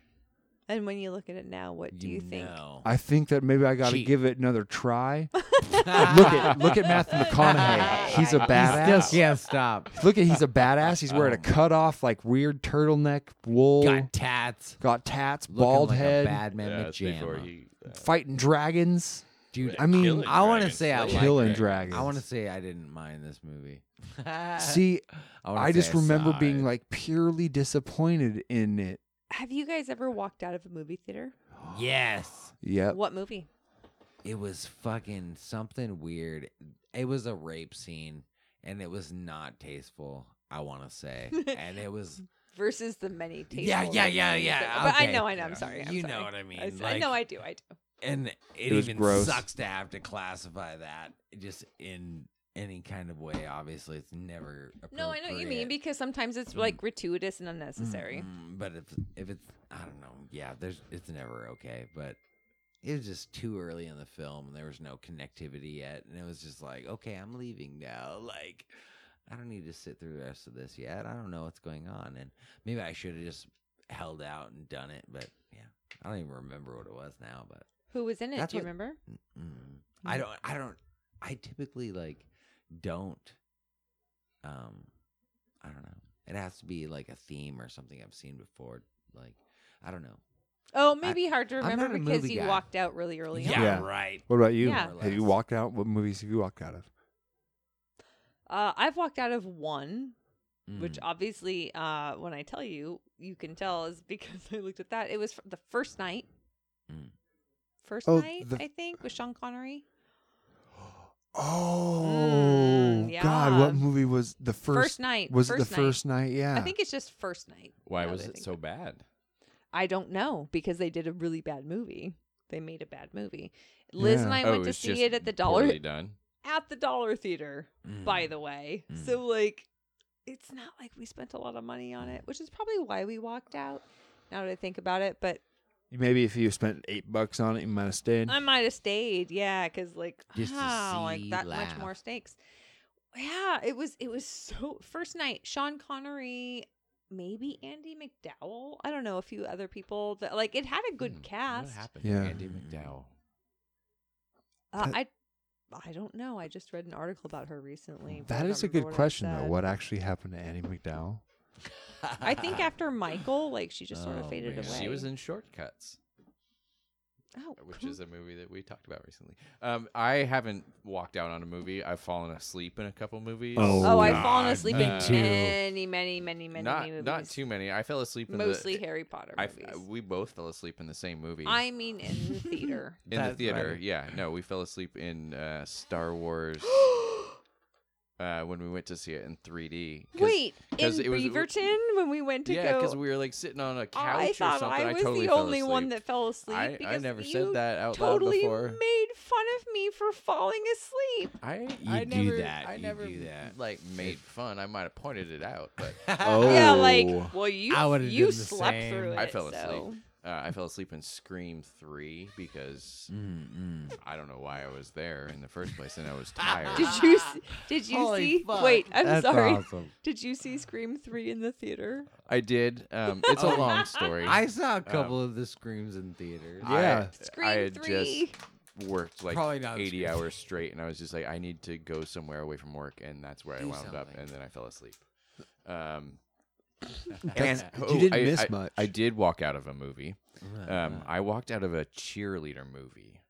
Speaker 3: and when you look at it now, what do you, think?
Speaker 1: know.
Speaker 2: I think that maybe I got to
Speaker 1: Cheap.
Speaker 2: give it another try. look at look at Matthew McConaughey. He's a
Speaker 1: Still
Speaker 2: badass.
Speaker 1: can't stop.
Speaker 2: Look at he's a badass. He's wearing a cut off like weird turtleneck wool.
Speaker 1: Got tats.
Speaker 2: got tats,
Speaker 1: Looking
Speaker 2: bald
Speaker 1: like
Speaker 2: head,
Speaker 1: A bad man
Speaker 8: Yeah, it's before
Speaker 1: pajama.
Speaker 8: he, uh,
Speaker 2: fighting dragons.
Speaker 1: Dude,
Speaker 2: I mean,
Speaker 8: killing
Speaker 1: I want to
Speaker 8: dragons,
Speaker 1: say I
Speaker 8: like-
Speaker 1: liked
Speaker 2: Killing
Speaker 1: it.
Speaker 2: dragons.
Speaker 1: I want to say I didn't mind this movie.
Speaker 3: Uh,
Speaker 2: See,
Speaker 1: wanna
Speaker 2: I
Speaker 1: say
Speaker 2: just remember
Speaker 1: saw
Speaker 2: being
Speaker 1: it.
Speaker 2: like purely disappointed in it.
Speaker 3: Have you guys ever walked out of a movie theater?
Speaker 1: yes,
Speaker 2: Yep.
Speaker 3: What movie?
Speaker 1: it was fucking something weird. It was a rape scene, and it was not tasteful. I want to say, and it was
Speaker 3: Versus the many tasteful.
Speaker 1: yeah, yeah,
Speaker 3: rape
Speaker 1: yeah,
Speaker 3: scenes
Speaker 1: yeah.
Speaker 3: that- But I
Speaker 1: okay.
Speaker 3: know, I know. I'm sorry. I'm
Speaker 1: you
Speaker 3: sorry.
Speaker 1: know what I mean?
Speaker 3: s- I
Speaker 1: like-
Speaker 3: know, I do, I do.
Speaker 1: and it,
Speaker 2: was
Speaker 1: even
Speaker 2: gross.
Speaker 1: sucks to have to classify that just in any kind of way. Obviously, it's never.
Speaker 3: No, I know what you mean
Speaker 1: appropriate.
Speaker 3: because sometimes it's like gratuitous and unnecessary.
Speaker 1: Mm, but if if it's I don't know, yeah, there's it's never okay. But it was just too early in the film, and there was no connectivity yet, and it was just like, okay, I'm leaving now. Like, I don't need to sit through the rest of this yet. I don't know what's going on, and maybe I should have just held out and done it. But yeah, I don't even remember what it was now. But
Speaker 3: Who was in it?
Speaker 1: Mm-hmm. That's
Speaker 3: do you
Speaker 1: what-
Speaker 3: remember?
Speaker 1: Mm. I don't. I don't. I typically like don't. Um, I don't know. It has to be like a theme or something I've seen before. Like I don't know.
Speaker 3: Oh, maybe hard to
Speaker 1: I'm
Speaker 3: remember
Speaker 1: not a
Speaker 3: because
Speaker 1: movie
Speaker 3: you
Speaker 1: guy.
Speaker 3: walked out really early
Speaker 1: Yeah,
Speaker 2: Yeah.
Speaker 1: right.
Speaker 2: What about you?
Speaker 3: Yeah.
Speaker 2: Have you walked out? What movies have you walked out of?
Speaker 3: on. Uh, I've walked out of one, which
Speaker 1: Mm.
Speaker 3: obviously, uh, when I tell you, you can tell is because I looked at that. It was fr- the first night.
Speaker 1: Mm.
Speaker 3: First
Speaker 2: Oh,
Speaker 3: night,
Speaker 2: the-
Speaker 3: I think, with Sean Connery.
Speaker 2: Oh
Speaker 3: Mm,
Speaker 2: God! What
Speaker 3: yeah.
Speaker 2: movie was the first?
Speaker 3: First night,
Speaker 2: was it
Speaker 3: first
Speaker 2: the
Speaker 3: night.
Speaker 2: first night? Yeah.
Speaker 3: I think it's just first night.
Speaker 8: Why
Speaker 3: now
Speaker 8: was
Speaker 3: that I
Speaker 8: it
Speaker 3: think
Speaker 8: so
Speaker 3: about
Speaker 8: bad?
Speaker 3: I don't know because they did a really bad movie. They made a bad movie. Liz and
Speaker 2: Yeah.
Speaker 3: I
Speaker 8: oh,
Speaker 3: went
Speaker 8: it
Speaker 3: to
Speaker 8: was just
Speaker 3: see it at the dollar
Speaker 8: poorly Mm. done.
Speaker 3: at the dollar theater, by the way. So like it's not like we spent a lot of money on it, which is probably why we walked out. Now that I think about it, but
Speaker 2: Maybe if you spent eight bucks on it, you might have stayed.
Speaker 3: I might have stayed, yeah, because like
Speaker 1: Just to
Speaker 3: wow,
Speaker 1: see,
Speaker 3: like that
Speaker 1: laugh.
Speaker 3: much more stakes. Yeah, it was it was so first night. Sean Connery, maybe Andy McDowell. I don't know a few other people that like it had a good cast.
Speaker 8: Hmm, What happened?
Speaker 2: Yeah.
Speaker 8: Andy McDowell.
Speaker 3: Uh,
Speaker 2: That-
Speaker 3: I I don't know. I just read an article about her recently. but I
Speaker 2: that
Speaker 3: don't
Speaker 2: is a
Speaker 3: remember
Speaker 2: good
Speaker 3: what it
Speaker 2: question though.
Speaker 3: said.
Speaker 2: What actually happened to Annie McDowell?
Speaker 3: I think after Michael, like she just sort
Speaker 1: Oh,
Speaker 3: of faded
Speaker 1: man.
Speaker 3: away.
Speaker 8: She was in Shortcuts,
Speaker 3: oh,
Speaker 8: which
Speaker 3: cool.
Speaker 8: is a movie that we talked about recently. Um, I haven't walked out on a movie. I've fallen asleep in a couple movies.
Speaker 3: oh, I've fallen asleep
Speaker 8: me
Speaker 3: in
Speaker 8: too.
Speaker 3: many, many, many, many
Speaker 8: not
Speaker 3: movies.
Speaker 8: not too many. I fell asleep in
Speaker 3: Mostly
Speaker 8: the,
Speaker 3: Harry Potter
Speaker 8: I, uh,
Speaker 3: movies.
Speaker 8: we both fell asleep in the same movie.
Speaker 3: I mean, in the theater.
Speaker 8: in the
Speaker 1: That's
Speaker 8: theater.
Speaker 1: right.
Speaker 8: Yeah, no, we fell asleep in uh, Star Wars uh, when we went to see it in 3D. 'Cause-
Speaker 3: Wait, in
Speaker 8: 'cause it was-
Speaker 3: Beaverton when we went to
Speaker 8: yeah,
Speaker 3: go.
Speaker 8: we were like sitting on a couch
Speaker 3: I
Speaker 8: or
Speaker 3: thought
Speaker 8: something.
Speaker 3: I was
Speaker 8: totally
Speaker 3: the
Speaker 8: fell
Speaker 3: only one
Speaker 8: asleep.
Speaker 3: that fell asleep.
Speaker 8: I- I
Speaker 3: because
Speaker 8: never said
Speaker 3: you
Speaker 8: that out loud
Speaker 3: totally
Speaker 8: before.
Speaker 3: Made fun of me for falling asleep.
Speaker 8: I
Speaker 1: You
Speaker 8: I
Speaker 1: do
Speaker 8: never,
Speaker 1: that,
Speaker 8: I
Speaker 1: you
Speaker 8: never
Speaker 1: do that.
Speaker 8: like made fun. I might have pointed it out, but
Speaker 1: Mm.
Speaker 2: Oh,
Speaker 3: Yeah, like well, you
Speaker 1: I would've
Speaker 3: you
Speaker 1: done the
Speaker 3: slept
Speaker 1: same.
Speaker 3: through it.
Speaker 8: I fell
Speaker 3: so.
Speaker 8: asleep. Uh, I fell asleep in Scream Three because I don't know why I was there in the first place, and I was tired.
Speaker 3: Did you s- did you
Speaker 1: Ah. Holy
Speaker 3: see?
Speaker 1: fuck.
Speaker 3: Wait, I'm
Speaker 1: That's
Speaker 3: sorry.
Speaker 1: awesome.
Speaker 3: Did you see Scream three in the theater?
Speaker 8: I did. Um, it's
Speaker 3: Oh.
Speaker 8: a long story.
Speaker 1: I saw a couple of the screams in theaters.
Speaker 8: I-
Speaker 2: Yeah.
Speaker 8: I
Speaker 3: Scream
Speaker 8: had
Speaker 3: three.
Speaker 8: just worked like
Speaker 1: Probably not
Speaker 8: eighty
Speaker 1: Scream.
Speaker 8: hours straight, and I was just like, I need to go somewhere away from work, and that's where I wound up,
Speaker 1: something.
Speaker 8: and then I fell asleep. Um,
Speaker 2: That's-
Speaker 8: and-
Speaker 2: you
Speaker 8: oh,
Speaker 2: didn't
Speaker 8: I-
Speaker 2: miss
Speaker 8: I-
Speaker 2: much.
Speaker 8: I did walk out of a movie. Um, I walked out of a cheerleader movie.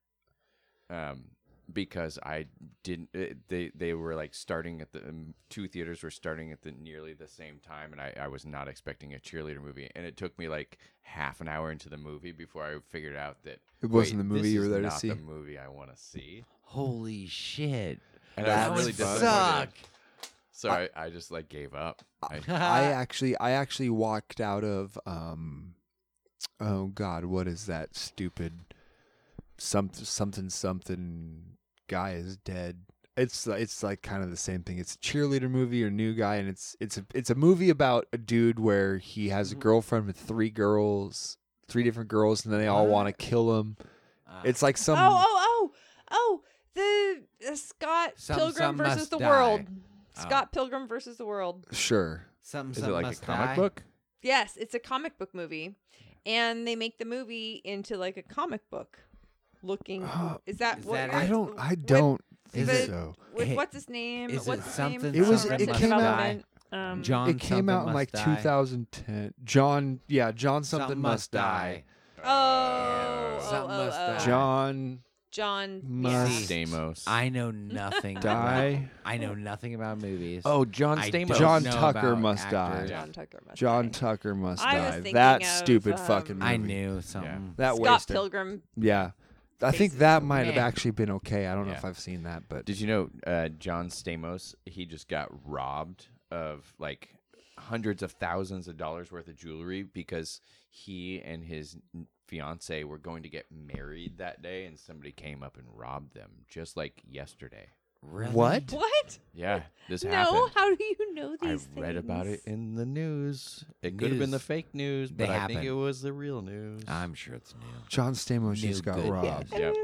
Speaker 8: Um, because I didn't. It, they they were like starting at the um, two theaters were starting at the nearly the same time, and I I was not expecting a cheerleader movie, and it took me like half an hour into the movie before I figured out that
Speaker 2: It wasn't the movie
Speaker 8: "Wait, this
Speaker 2: you were
Speaker 8: is
Speaker 2: there to
Speaker 8: not
Speaker 2: see."
Speaker 8: The movie I want to see,
Speaker 1: Holy shit!
Speaker 8: and
Speaker 1: That
Speaker 8: I was really
Speaker 1: would
Speaker 8: disappointed.
Speaker 1: suck.
Speaker 8: So I, I just like gave up. I,
Speaker 2: I actually, I actually walked out of. um Oh God, what is that stupid? Something, something, something. Guy is dead. It's it's like kind of the same thing. It's a cheerleader movie or new guy, and it's it's a it's a movie about a dude where he has a
Speaker 8: Mm-hmm.
Speaker 2: girlfriend with three girls,
Speaker 8: Uh.
Speaker 2: three different girls, and then they all want to kill him. It's like some.
Speaker 3: Oh oh oh oh. the uh, Scott
Speaker 1: Some-
Speaker 3: Pilgrim
Speaker 1: some
Speaker 3: versus
Speaker 1: must
Speaker 3: the
Speaker 1: die.
Speaker 3: world.
Speaker 1: Oh.
Speaker 3: Scott Pilgrim versus the world.
Speaker 2: Sure.
Speaker 1: Something,
Speaker 8: Is it
Speaker 1: something
Speaker 8: like a
Speaker 1: must
Speaker 8: comic
Speaker 1: die.
Speaker 8: book?
Speaker 3: Yes, it's a comic book movie, and they make the movie into like a comic book looking.
Speaker 2: Uh,
Speaker 3: is that
Speaker 1: is
Speaker 3: what?
Speaker 1: that it?
Speaker 3: you're-
Speaker 2: I don't. I
Speaker 3: with-
Speaker 2: don't
Speaker 1: is
Speaker 2: think
Speaker 3: the-
Speaker 2: so.
Speaker 3: With
Speaker 1: Hey,
Speaker 3: what's his name?
Speaker 1: is it
Speaker 3: What's his name?
Speaker 1: something
Speaker 2: It was-
Speaker 3: From
Speaker 2: it
Speaker 3: Arrested
Speaker 2: came out-
Speaker 3: Development. Um,
Speaker 1: John.
Speaker 2: It came
Speaker 1: something
Speaker 2: out in
Speaker 1: must
Speaker 2: like
Speaker 1: die.
Speaker 2: 2010. John. Yeah. John something, must die.
Speaker 3: Oh, oh,
Speaker 1: Something
Speaker 3: oh,
Speaker 1: must
Speaker 3: oh.
Speaker 1: die.
Speaker 2: John
Speaker 3: John.
Speaker 2: must
Speaker 1: Yeah.
Speaker 8: Stamos.
Speaker 1: I know nothing. about,
Speaker 2: die.
Speaker 1: I know nothing about movies.
Speaker 8: oh, John
Speaker 1: I
Speaker 8: Stamos.
Speaker 1: don't
Speaker 2: John
Speaker 1: know
Speaker 2: Tucker
Speaker 1: about
Speaker 2: must
Speaker 1: actors.
Speaker 2: die.
Speaker 3: John Tucker. Must
Speaker 2: John
Speaker 3: Die.
Speaker 2: Tucker must
Speaker 3: I was
Speaker 2: die.
Speaker 3: thinking
Speaker 2: That
Speaker 3: of,
Speaker 2: stupid
Speaker 3: um,
Speaker 2: fucking movie.
Speaker 1: I knew something.
Speaker 2: that
Speaker 3: Scott
Speaker 2: wasted.
Speaker 3: Pilgrim.
Speaker 2: Yeah. I
Speaker 3: Faces
Speaker 2: think that might have
Speaker 3: Man.
Speaker 2: actually been okay. I don't know
Speaker 8: Yeah.
Speaker 2: if I've seen that, but
Speaker 8: Did you know uh, John Stamos? He just got robbed of like hundreds of thousands of dollars worth of jewelry because he and his fiance were going to get married that day, and somebody came up and robbed them just like yesterday.
Speaker 1: Really?
Speaker 2: What?
Speaker 3: What?
Speaker 8: Yeah, this
Speaker 3: No.
Speaker 8: happened.
Speaker 3: How do you know
Speaker 8: I
Speaker 3: these?
Speaker 8: read about it
Speaker 3: things?
Speaker 8: in the news. It could have been the
Speaker 1: News.
Speaker 8: fake news,
Speaker 1: They
Speaker 8: but I think
Speaker 1: happen.
Speaker 8: it was the real news.
Speaker 1: I'm sure it's new.
Speaker 2: John Stamos
Speaker 1: New
Speaker 2: just got
Speaker 1: good
Speaker 2: robbed.
Speaker 8: Yep.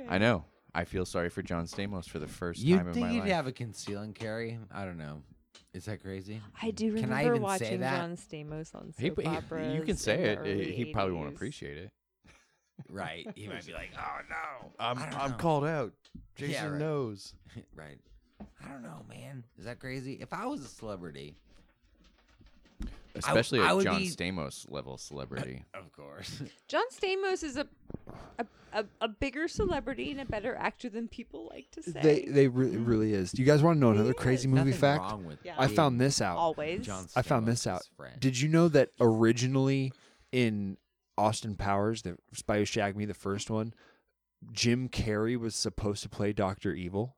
Speaker 3: Okay.
Speaker 8: I know. I feel sorry for John Stamos for the 1st
Speaker 1: You
Speaker 8: time in
Speaker 1: think
Speaker 8: my
Speaker 1: you'd
Speaker 8: life.
Speaker 1: have a conceal and carry? I don't know. Is that crazy?
Speaker 3: I do
Speaker 1: Can I
Speaker 3: remember
Speaker 1: even say
Speaker 3: watching
Speaker 1: that?
Speaker 3: John Stamos on
Speaker 8: He-
Speaker 3: soap operas.
Speaker 8: he, you can say
Speaker 3: in
Speaker 8: it.
Speaker 3: the early
Speaker 8: He probably won't
Speaker 3: 80s.
Speaker 8: appreciate it.
Speaker 1: Right. He might be like, oh no,
Speaker 8: I'm
Speaker 1: I don't
Speaker 3: Um,
Speaker 8: I'm
Speaker 1: know."
Speaker 8: called out.
Speaker 1: Oh. Yeah,
Speaker 8: Jason
Speaker 1: right.
Speaker 8: knows.
Speaker 1: right. I don't know, man. Is that crazy? If I was a celebrity,
Speaker 8: Especially
Speaker 1: I
Speaker 8: a
Speaker 1: would
Speaker 8: John
Speaker 1: be-
Speaker 8: Stamos level celebrity.
Speaker 1: of course.
Speaker 3: John Stamos is a a, a a bigger celebrity and a better actor than people like to say.
Speaker 2: They they re- it really is. Do you guys want to know another crazy movie
Speaker 1: Nothing
Speaker 2: fact?
Speaker 1: wrong with
Speaker 3: Yeah.
Speaker 2: I
Speaker 1: being
Speaker 2: found this out.
Speaker 3: always.
Speaker 1: John
Speaker 2: I found this
Speaker 1: Stamos'
Speaker 2: out.
Speaker 1: friend.
Speaker 2: Did you know that originally in Austin Powers, the Spy Who Shagged Me, the first one, Jim Carrey was supposed to play Doctor Evil?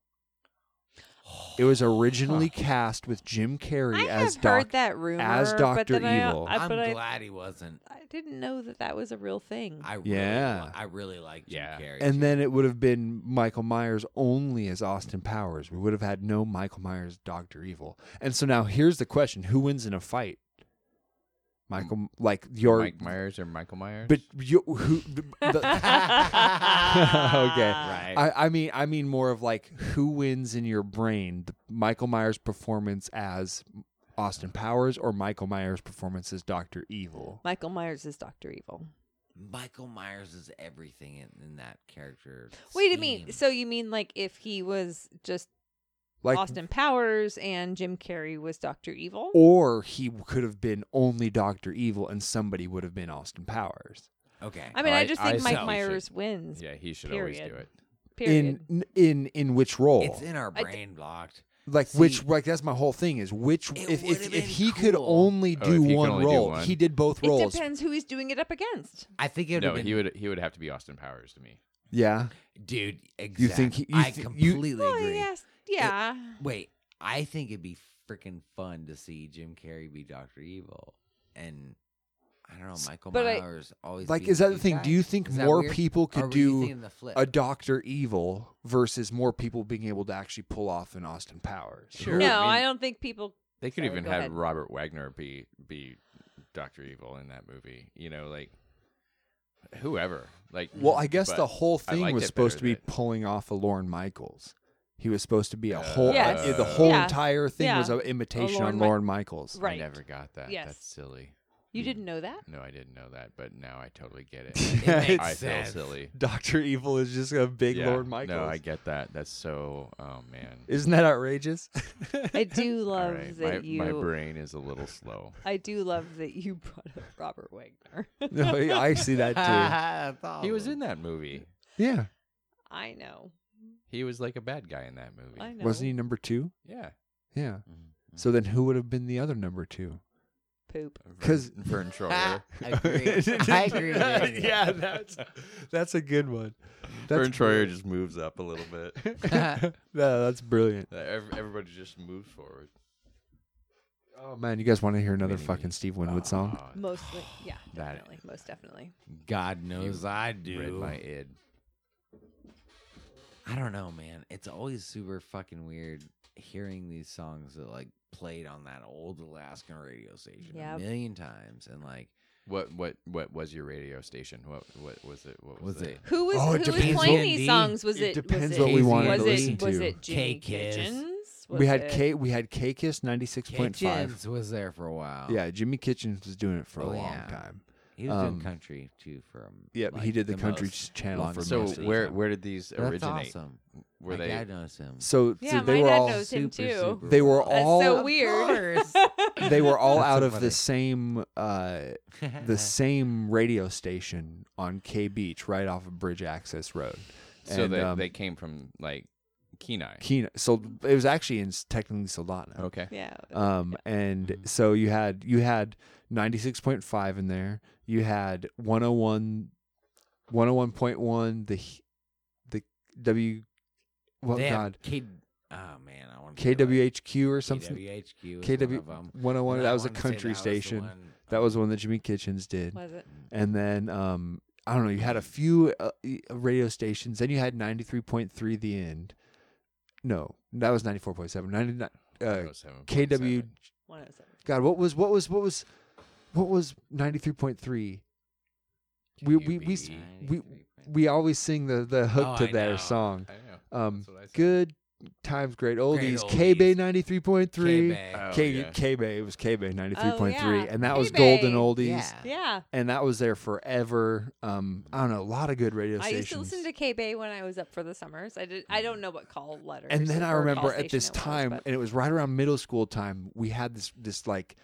Speaker 2: It was originally cast with Jim
Speaker 3: I
Speaker 2: Carrey
Speaker 3: have
Speaker 2: as Doctor.
Speaker 3: heard that rumor
Speaker 2: as
Speaker 3: but
Speaker 2: Dr.
Speaker 3: then I-
Speaker 2: Evil.
Speaker 3: I,
Speaker 1: I'm
Speaker 3: but I-
Speaker 1: glad he wasn't.
Speaker 3: I didn't know that that was a real thing.
Speaker 1: I really,
Speaker 2: Yeah.
Speaker 1: li- I really like Jim
Speaker 8: Yeah.
Speaker 1: Carrey.
Speaker 2: and then it would have been Michael Myers only as Austin Powers. We would have had no Michael Myers Doctor Evil. And so now here's the question: Who wins in a fight? Michael, like your,
Speaker 8: Mike Myers or Michael Myers?
Speaker 2: but you, who? the, okay.
Speaker 3: Uh,
Speaker 1: Right.
Speaker 2: I, I mean, I mean more of like who wins in your brain: the Michael Myers performance as Austin Powers or Michael Myers performance as Doctor Evil.
Speaker 3: Michael Myers is Doctor Evil.
Speaker 1: Michael Myers is everything in, in that character.
Speaker 3: Wait a
Speaker 1: scheme.
Speaker 3: minute. So you mean like if he was just
Speaker 2: Like,
Speaker 3: Austin Powers and Jim Carrey was Doctor Evil?
Speaker 2: or he could have been only Doctor Evil, and somebody would have been Austin Powers.
Speaker 1: okay,
Speaker 3: I mean, I,
Speaker 8: I-
Speaker 3: just
Speaker 8: I
Speaker 3: think
Speaker 8: see
Speaker 3: Mike
Speaker 8: what you said.
Speaker 3: Myers wins.
Speaker 8: yeah, he should always do
Speaker 3: period.
Speaker 8: it.
Speaker 3: Period.
Speaker 2: In in in which role?
Speaker 1: it's in our
Speaker 3: I d-
Speaker 1: brain blocked.
Speaker 2: like
Speaker 1: See-
Speaker 2: which like that's my whole thing is which
Speaker 1: It
Speaker 2: if
Speaker 1: would've
Speaker 2: if,
Speaker 1: been
Speaker 2: if he could
Speaker 1: cool.
Speaker 2: only
Speaker 8: Oh,
Speaker 2: do
Speaker 8: if he could
Speaker 2: one
Speaker 8: only do
Speaker 2: role,
Speaker 8: one.
Speaker 2: he did both
Speaker 3: it
Speaker 2: roles.
Speaker 3: depends who he's doing it up against.
Speaker 1: I think it would
Speaker 8: No,
Speaker 1: have been
Speaker 8: he would he would have to be Austin Powers to me.
Speaker 2: Yeah,
Speaker 1: Dude, exactly.
Speaker 2: You think he- you
Speaker 1: I
Speaker 2: thi- you- Oh,
Speaker 1: completely
Speaker 3: Well,
Speaker 1: agree.
Speaker 3: Oh, yes. Yeah.
Speaker 1: Wait, I think it'd be freaking fun to see Jim Carrey be Doctor Evil, and I don't know, Michael
Speaker 3: but I-
Speaker 1: Myers always
Speaker 2: like
Speaker 1: be
Speaker 2: is that the
Speaker 1: good
Speaker 2: thing?
Speaker 1: guy.
Speaker 2: Do you think
Speaker 1: Is that
Speaker 2: more
Speaker 1: weird?
Speaker 2: people
Speaker 1: Or
Speaker 2: could
Speaker 1: were you
Speaker 2: do
Speaker 1: thinking the flip?
Speaker 2: a Doctor Evil versus more people being able to actually pull off an Austin Powers?
Speaker 8: Sure.
Speaker 3: no,
Speaker 8: I mean-
Speaker 3: I don't think people
Speaker 8: They could
Speaker 3: Sorry,
Speaker 8: even
Speaker 3: go
Speaker 8: have
Speaker 3: ahead.
Speaker 8: Robert Wagner be be Doctor Evil in that movie. You know, like whoever. Like
Speaker 2: Well, I guess
Speaker 8: but
Speaker 2: the whole
Speaker 8: I
Speaker 2: thing
Speaker 8: liked
Speaker 2: was
Speaker 8: it
Speaker 2: supposed to be
Speaker 8: better that-
Speaker 2: pulling off a Lorne Michaels. He was supposed to be a whole
Speaker 3: Yes.
Speaker 2: uh, the whole
Speaker 3: Yeah.
Speaker 2: entire thing
Speaker 3: Yeah.
Speaker 2: was an imitation
Speaker 3: Lorne
Speaker 2: on
Speaker 3: Mi-
Speaker 2: Lorne Michaels.
Speaker 3: Right.
Speaker 8: I never got that.
Speaker 3: Yes.
Speaker 8: That's silly.
Speaker 3: You didn't know that?
Speaker 8: No, I didn't know that, but now I totally get it.
Speaker 2: makes
Speaker 8: I
Speaker 1: sense.
Speaker 8: feel silly.
Speaker 2: Doctor Evil is just a big
Speaker 8: Yeah.
Speaker 2: Lorne Michaels.
Speaker 8: No, I get that. That's so. Oh man.
Speaker 2: Isn't that outrageous?
Speaker 3: I do
Speaker 8: All
Speaker 3: love
Speaker 8: right.
Speaker 3: that
Speaker 8: my,
Speaker 3: you
Speaker 8: my brain is a little slow.
Speaker 3: I do love that you brought up Robert Wagner.
Speaker 2: no, yeah, I see that too.
Speaker 8: he was in that movie.
Speaker 2: Yeah.
Speaker 3: I know.
Speaker 8: He was like a bad guy in that movie.
Speaker 3: I know.
Speaker 2: Wasn't he number two?
Speaker 8: Yeah.
Speaker 2: Yeah.
Speaker 8: Mm-hmm.
Speaker 2: So then who would have been the other number two?
Speaker 3: poop?
Speaker 2: Because
Speaker 8: Vern Troyer.
Speaker 1: I agree. I agree. with you.
Speaker 2: yeah, that's that's a good one. That's
Speaker 8: Vern Troyer just moves up a little bit.
Speaker 2: no, that's brilliant.
Speaker 8: Uh, ev- Everybody just moves forward.
Speaker 2: Oh man, you guys want to hear another fucking Steve Winwood song?
Speaker 8: Aw,
Speaker 3: Mostly. Yeah,
Speaker 8: That-
Speaker 3: definitely. Most definitely.
Speaker 1: God knows I do.
Speaker 8: read my id.
Speaker 1: I don't know, man. It's always super fucking weird hearing these songs that like played on that old Alaskan radio station
Speaker 3: Yep.
Speaker 1: a million times and like
Speaker 8: What what what was your radio station? What what was it? What was,
Speaker 1: Was
Speaker 8: the-
Speaker 1: it-
Speaker 3: Who was
Speaker 2: Oh, it
Speaker 3: who was
Speaker 2: depends
Speaker 3: playing
Speaker 2: what-
Speaker 3: these
Speaker 1: D&D.
Speaker 3: songs? Was it,
Speaker 2: It depends
Speaker 3: was
Speaker 2: what
Speaker 3: it,
Speaker 2: we wanted
Speaker 3: was
Speaker 2: to
Speaker 3: it,
Speaker 2: listen
Speaker 3: Was
Speaker 2: to.
Speaker 3: it Jimmy
Speaker 1: K-Kiss.
Speaker 3: Kitchens?
Speaker 2: we
Speaker 3: Was
Speaker 2: had
Speaker 3: it-
Speaker 2: K we had K Kiss ninety six point five.
Speaker 1: Kitchens was there for a while.
Speaker 2: Yeah, Jimmy Kitchens was doing it for a
Speaker 1: Oh,
Speaker 2: long
Speaker 1: yeah.
Speaker 2: time.
Speaker 1: he was
Speaker 2: um,
Speaker 1: doing country too. From
Speaker 2: Yep, he
Speaker 1: like,
Speaker 2: did the, country
Speaker 1: most.
Speaker 2: channel for
Speaker 1: longest
Speaker 8: so
Speaker 2: most of the
Speaker 8: where
Speaker 2: time.
Speaker 8: where did these
Speaker 1: That's
Speaker 8: originate?
Speaker 1: awesome.
Speaker 8: Were
Speaker 1: My
Speaker 8: they
Speaker 1: dad knows him.
Speaker 2: So, so
Speaker 3: Yeah,
Speaker 2: they
Speaker 3: my
Speaker 2: were
Speaker 3: dad
Speaker 2: all
Speaker 3: knows him
Speaker 1: super,
Speaker 3: too.
Speaker 1: super
Speaker 2: they were
Speaker 1: well.
Speaker 3: That's
Speaker 2: all
Speaker 3: so weird.
Speaker 2: they were all
Speaker 1: That's so
Speaker 2: out of
Speaker 1: funny.
Speaker 2: the same uh, the same radio station on K Beach right off of Bridge Access Road.
Speaker 8: So
Speaker 2: And,
Speaker 8: they
Speaker 2: um,
Speaker 8: they came from like Kenai.
Speaker 2: Keno- so it was actually in s- technically Solana.
Speaker 8: Okay.
Speaker 3: yeah.
Speaker 2: Um, and
Speaker 1: Mm-hmm.
Speaker 2: so you had you had ninety six point five in there. You had 101, 101.1, the h- the W. Well,
Speaker 1: Damn,
Speaker 2: God,
Speaker 1: K- oh man, I want
Speaker 2: KWHQ or something.
Speaker 1: KWHQ. was
Speaker 2: KW
Speaker 1: one of 'em.
Speaker 2: one hundred one.
Speaker 1: And
Speaker 2: That
Speaker 1: I
Speaker 2: was a
Speaker 1: wanna say that
Speaker 2: country
Speaker 1: was the
Speaker 2: station.
Speaker 1: one-
Speaker 2: that was the one that Jimmy Kitchens did.
Speaker 3: Was it?
Speaker 2: and then um I don't know, you had a few uh, y- radio stations. Then you had 93.3 the end. No, that was 94.7. 99 uh,
Speaker 8: 107.7.
Speaker 2: KW
Speaker 3: One of seven.
Speaker 2: God, what was what was what was what was 93.3? We we we s- we we always sing the the hook
Speaker 1: Oh,
Speaker 2: to
Speaker 1: I
Speaker 2: their
Speaker 1: know.
Speaker 2: song.
Speaker 8: I know.
Speaker 2: Um
Speaker 8: That's what I said.
Speaker 2: good times great oldies.
Speaker 1: oldies.
Speaker 2: K Bay 93.3.
Speaker 1: K-Bay.
Speaker 8: Oh,
Speaker 2: K
Speaker 8: yeah.
Speaker 2: K Bay it was K Bay 93.3
Speaker 3: Oh, yeah.
Speaker 2: and that was
Speaker 3: K-Bay.
Speaker 2: Golden Oldies
Speaker 1: Yeah.
Speaker 3: Yeah.
Speaker 2: and that was there forever. Um, I don't know, a lot of good radio
Speaker 3: I
Speaker 2: stations.
Speaker 3: used to listen to K Bay when I was up for the summers. I did. I don't know what call letter.
Speaker 2: and then I remember at this time, and it was right around middle school time, we had this this like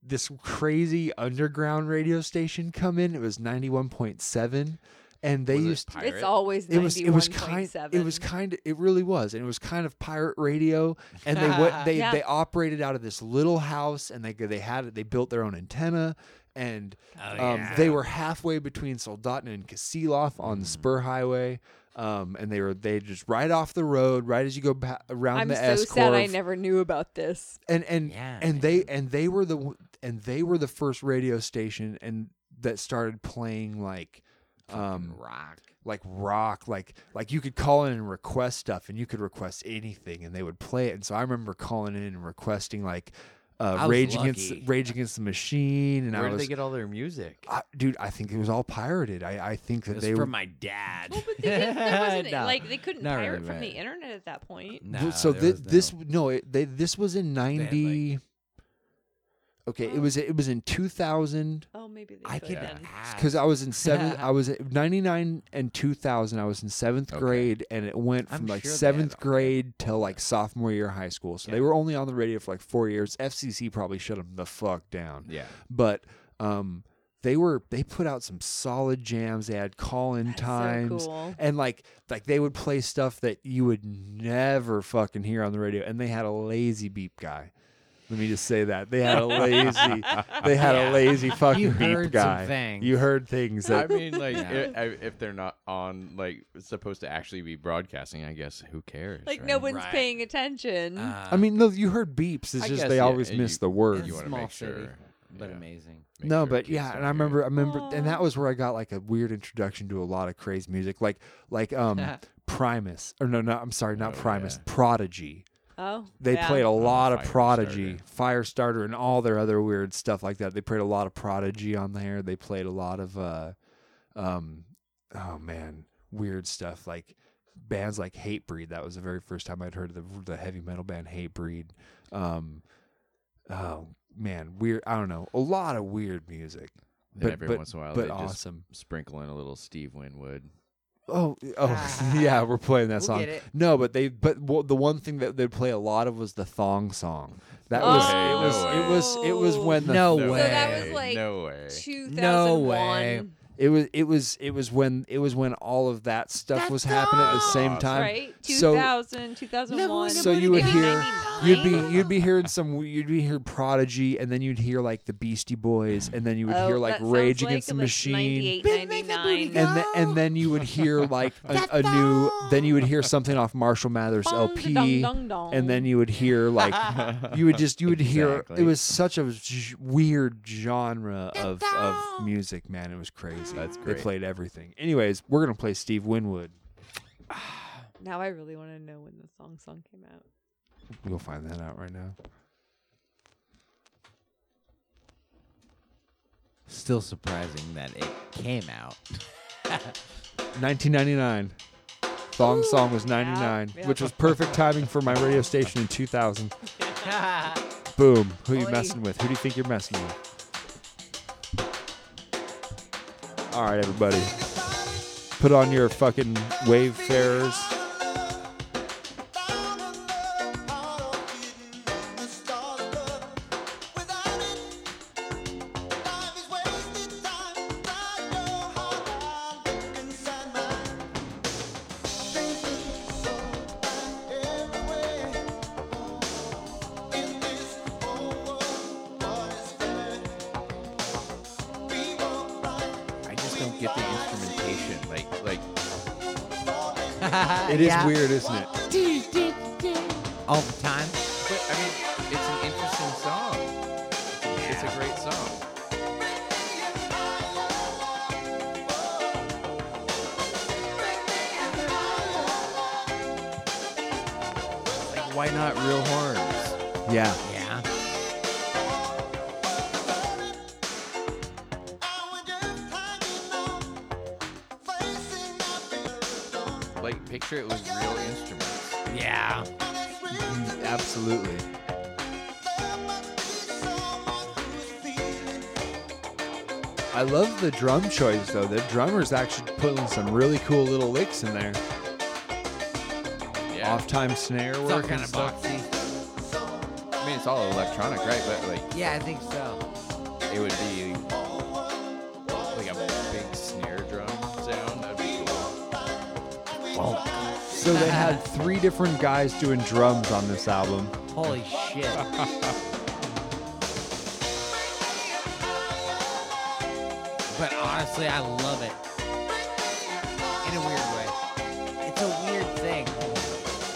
Speaker 2: this crazy underground radio station come in. It was ninety one point seven, and they
Speaker 8: Was it
Speaker 2: used
Speaker 8: pirate?
Speaker 3: it's always
Speaker 2: it was it was kind it was kind of it really was and it was kind of pirate radio and they what they
Speaker 3: Yeah.
Speaker 2: they operated out of this little house and they they had it they built their own antenna and
Speaker 3: Oh,
Speaker 2: um, they were halfway between Soldotna and Kasilof on the
Speaker 3: Mm.
Speaker 2: Spur Highway um, and they were they just right off the road right as you go ba- around
Speaker 3: I'm
Speaker 2: the
Speaker 3: so
Speaker 2: S
Speaker 3: sad I
Speaker 2: curve.
Speaker 3: never knew about this.
Speaker 2: and and
Speaker 1: Yeah,
Speaker 2: and they and they were the w- and they were the first radio station and that started playing like um,
Speaker 1: rock.
Speaker 2: like rock like like you could call in and request stuff and you could request anything and they would play it and so i remember calling in and requesting like uh,
Speaker 1: I was
Speaker 2: rage against
Speaker 1: lucky.
Speaker 2: rage against the machine and
Speaker 8: Where
Speaker 2: i
Speaker 8: did
Speaker 2: was
Speaker 8: they get all their music?
Speaker 2: I, dude i think it was all pirated i i think that
Speaker 1: It was
Speaker 2: they were
Speaker 1: from my dad.
Speaker 3: Well, but they didn't, there wasn't
Speaker 1: No.
Speaker 3: like they couldn't
Speaker 1: Not
Speaker 3: pirate
Speaker 1: really,
Speaker 3: from the
Speaker 1: right.
Speaker 3: internet at that point.
Speaker 1: No,
Speaker 2: so
Speaker 1: there
Speaker 2: thi-
Speaker 1: was
Speaker 2: this
Speaker 1: no-
Speaker 2: no it, they this was in
Speaker 1: like-
Speaker 2: 90 okay it was it was in 2000
Speaker 3: Oh, maybe they
Speaker 2: I
Speaker 3: could
Speaker 2: can
Speaker 3: then.
Speaker 2: because I was in seventh. I was at ninety nine and two thousand. I was in seventh
Speaker 8: Okay.
Speaker 2: grade, and it went from
Speaker 1: I'm
Speaker 2: like
Speaker 1: sure they had
Speaker 2: seventh
Speaker 1: all that.
Speaker 2: grade till like sophomore year of high school. So they were only on the radio for like four years. FCC probably shut them the fuck down.
Speaker 8: Yeah.
Speaker 2: But um, they were they put out some solid jams. They had call in times.
Speaker 3: So cool.
Speaker 2: And like, like they would play stuff that you would never fucking hear on the radio. And they had a lazy beep guy. Let me just say that they had a lazy, they had a lazy fucking
Speaker 1: You
Speaker 2: beep
Speaker 1: heard some
Speaker 2: guy.
Speaker 1: things.
Speaker 2: You heard things
Speaker 8: I
Speaker 2: that
Speaker 8: mean, like,
Speaker 1: Yeah.
Speaker 8: i- I- if, they're not on, like, supposed to actually be broadcasting, I guess who cares?
Speaker 3: Like
Speaker 8: right?
Speaker 3: no one's
Speaker 1: Right.
Speaker 3: paying attention.
Speaker 4: Mm-hmm. Uh,
Speaker 2: I mean, no, you heard beeps. It's
Speaker 8: I
Speaker 2: just
Speaker 8: guess,
Speaker 2: they
Speaker 8: yeah,
Speaker 2: always
Speaker 8: you-
Speaker 2: miss the
Speaker 8: you
Speaker 2: word.
Speaker 8: wanna
Speaker 1: Small
Speaker 8: make
Speaker 1: city,
Speaker 8: sure-
Speaker 1: but
Speaker 8: yeah.
Speaker 1: amazing.
Speaker 8: Make
Speaker 2: no,
Speaker 8: sure
Speaker 2: but
Speaker 8: kids
Speaker 2: yeah,
Speaker 8: don't
Speaker 2: and I
Speaker 8: hear it.
Speaker 2: remember, I remember, and
Speaker 3: Aw.
Speaker 2: that was where I got like a weird introduction to a lot of crazy music, like like um Primus, or no, no, I'm sorry, not
Speaker 8: Oh,
Speaker 2: Primus,
Speaker 8: yeah.
Speaker 2: Prodigy.
Speaker 3: oh,
Speaker 2: They
Speaker 3: yeah.
Speaker 2: played a lot of
Speaker 8: Firestarter.
Speaker 2: Prodigy, Firestarter, and all their other weird stuff like that. They played a lot of Prodigy on there. They played a lot of, uh, um, oh man, weird stuff like bands like Hatebreed. That was the very first time I'd heard of the the heavy metal band Hatebreed. Um, oh man, weird. I don't know, a lot of weird music.
Speaker 8: Then
Speaker 2: But
Speaker 8: every
Speaker 2: but,
Speaker 8: once in a while,
Speaker 2: but
Speaker 8: they just
Speaker 2: awesome.
Speaker 8: sprinkle in a little Steve Winwood.
Speaker 2: Oh,
Speaker 3: Ah.
Speaker 2: oh, yeah, we're playing that song.
Speaker 1: get it.
Speaker 2: No, but they, but well, the one thing that they'd play a lot of was the thong song. That was,
Speaker 3: Okay, no
Speaker 2: it was, it was, it was
Speaker 3: way.
Speaker 2: when the
Speaker 1: No
Speaker 8: No
Speaker 1: way.
Speaker 3: So that was
Speaker 8: way,
Speaker 3: like
Speaker 8: no way.
Speaker 3: 2001.
Speaker 1: way.
Speaker 2: it was, it was, it was when, it was when all of that stuff was happening at the same time.
Speaker 3: Right?
Speaker 2: So-
Speaker 3: 2000, 2001.
Speaker 2: So you would
Speaker 3: maybe
Speaker 2: hear,
Speaker 3: 99.
Speaker 2: you'd be, you'd be hearing some, you'd be hearing Prodigy, and then you'd hear like the Beastie Boys, and then you would
Speaker 3: Oh,
Speaker 2: hear like
Speaker 3: that sounds
Speaker 2: Rage
Speaker 3: like
Speaker 2: Against the
Speaker 3: like
Speaker 2: Machine.
Speaker 3: 98, 99.
Speaker 2: and th- and then you would hear like a, a new then you would hear something off Marshall Mathers
Speaker 3: Bong,
Speaker 2: LP
Speaker 3: dong, dong, dong.
Speaker 2: and then you would hear like you would just you would hear
Speaker 8: Exactly.
Speaker 2: it was such a g- weird genre of of music man it was crazy
Speaker 8: That's
Speaker 2: they
Speaker 8: great.
Speaker 2: played everything anyways we're gonna play Steve Winwood
Speaker 3: Now I really want to know when the song song came out.
Speaker 2: we'll find that out right now
Speaker 4: Still surprising that it came out.
Speaker 12: 1999. Thong Song was 99,
Speaker 3: yeah.
Speaker 12: which was perfect timing for my radio station in 2000. Boom. Who you
Speaker 3: Oy.
Speaker 12: messing with? Who do you think you're messing with? All right, everybody. Put on your fucking wayfarers.
Speaker 8: I just don't get the instrumentation. Like, like
Speaker 2: It is weird, isn't it?
Speaker 4: All the time.
Speaker 8: But I mean, it's an interesting song. It's a great song. Like, why not real horns?
Speaker 2: Yeah.
Speaker 4: Yeah.
Speaker 8: Like, picture it was real instruments.
Speaker 4: Yeah.
Speaker 2: Absolutely. I love the drum choice though. The drummer's actually putting some really cool little licks in there.
Speaker 8: Yeah.
Speaker 2: Off time snare
Speaker 4: It's all
Speaker 2: work.
Speaker 4: kind of boxy.
Speaker 8: I mean, it's all electronic, right? But like,
Speaker 4: Yeah, I think so.
Speaker 8: it would be like a big snare drum sound. That'd be cool.
Speaker 2: So they had three different guys doing drums on this album.
Speaker 4: Holy shit. but honestly, I love it. In a weird way. It's a weird thing.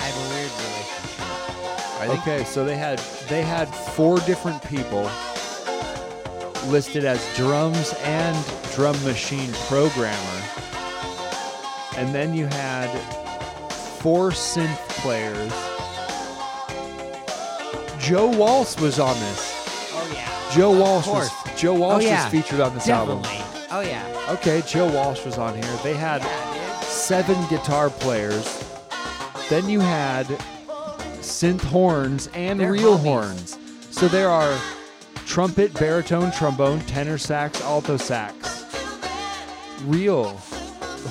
Speaker 4: I have a weird relationship.
Speaker 2: Okay, so they had they had four different people listed as drums and drum machine programmer. And then you had four synth players. Joe Walsh was on this.
Speaker 4: Oh, yeah.
Speaker 2: Joe
Speaker 4: Of
Speaker 2: Walsh was
Speaker 4: course. Oh,
Speaker 2: Joe Walsh
Speaker 4: yeah.
Speaker 2: was featured on this
Speaker 4: Definitely.
Speaker 2: album.
Speaker 4: Oh, yeah.
Speaker 2: Okay, Joe Walsh was on here. They had
Speaker 4: Yeah, dude.
Speaker 2: seven guitar players. Then you had synth horns and
Speaker 4: They're
Speaker 2: real
Speaker 4: homies.
Speaker 2: horns. So there are trumpet, baritone, trombone, tenor sax, alto sax. Real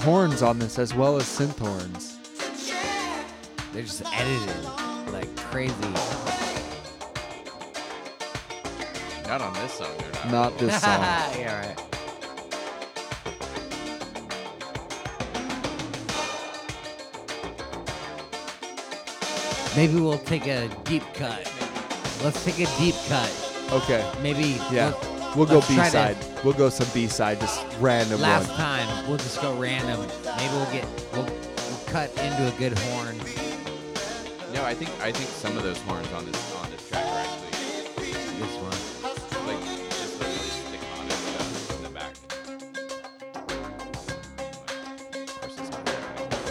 Speaker 2: horns on this as well as synth horns.
Speaker 4: They're just edited like crazy.
Speaker 8: Not on this song. They're not.
Speaker 2: Not this song.
Speaker 4: yeah, right. Maybe we'll take a deep cut. Let's take a deep cut.
Speaker 2: Okay.
Speaker 4: Maybe
Speaker 2: Yeah.
Speaker 4: we'll-
Speaker 2: We'll go
Speaker 4: let's
Speaker 2: B
Speaker 4: try to-
Speaker 2: side. We'll go some B side, just random
Speaker 4: Last
Speaker 2: one.
Speaker 4: time, we'll just go random. Maybe we'll get we'll, we'll cut into a good horn.
Speaker 8: No, I think I think some of those horns on this on this track are actually
Speaker 4: This one.
Speaker 8: like just the really stick on it uh, in the back. Of course, it's not that bad.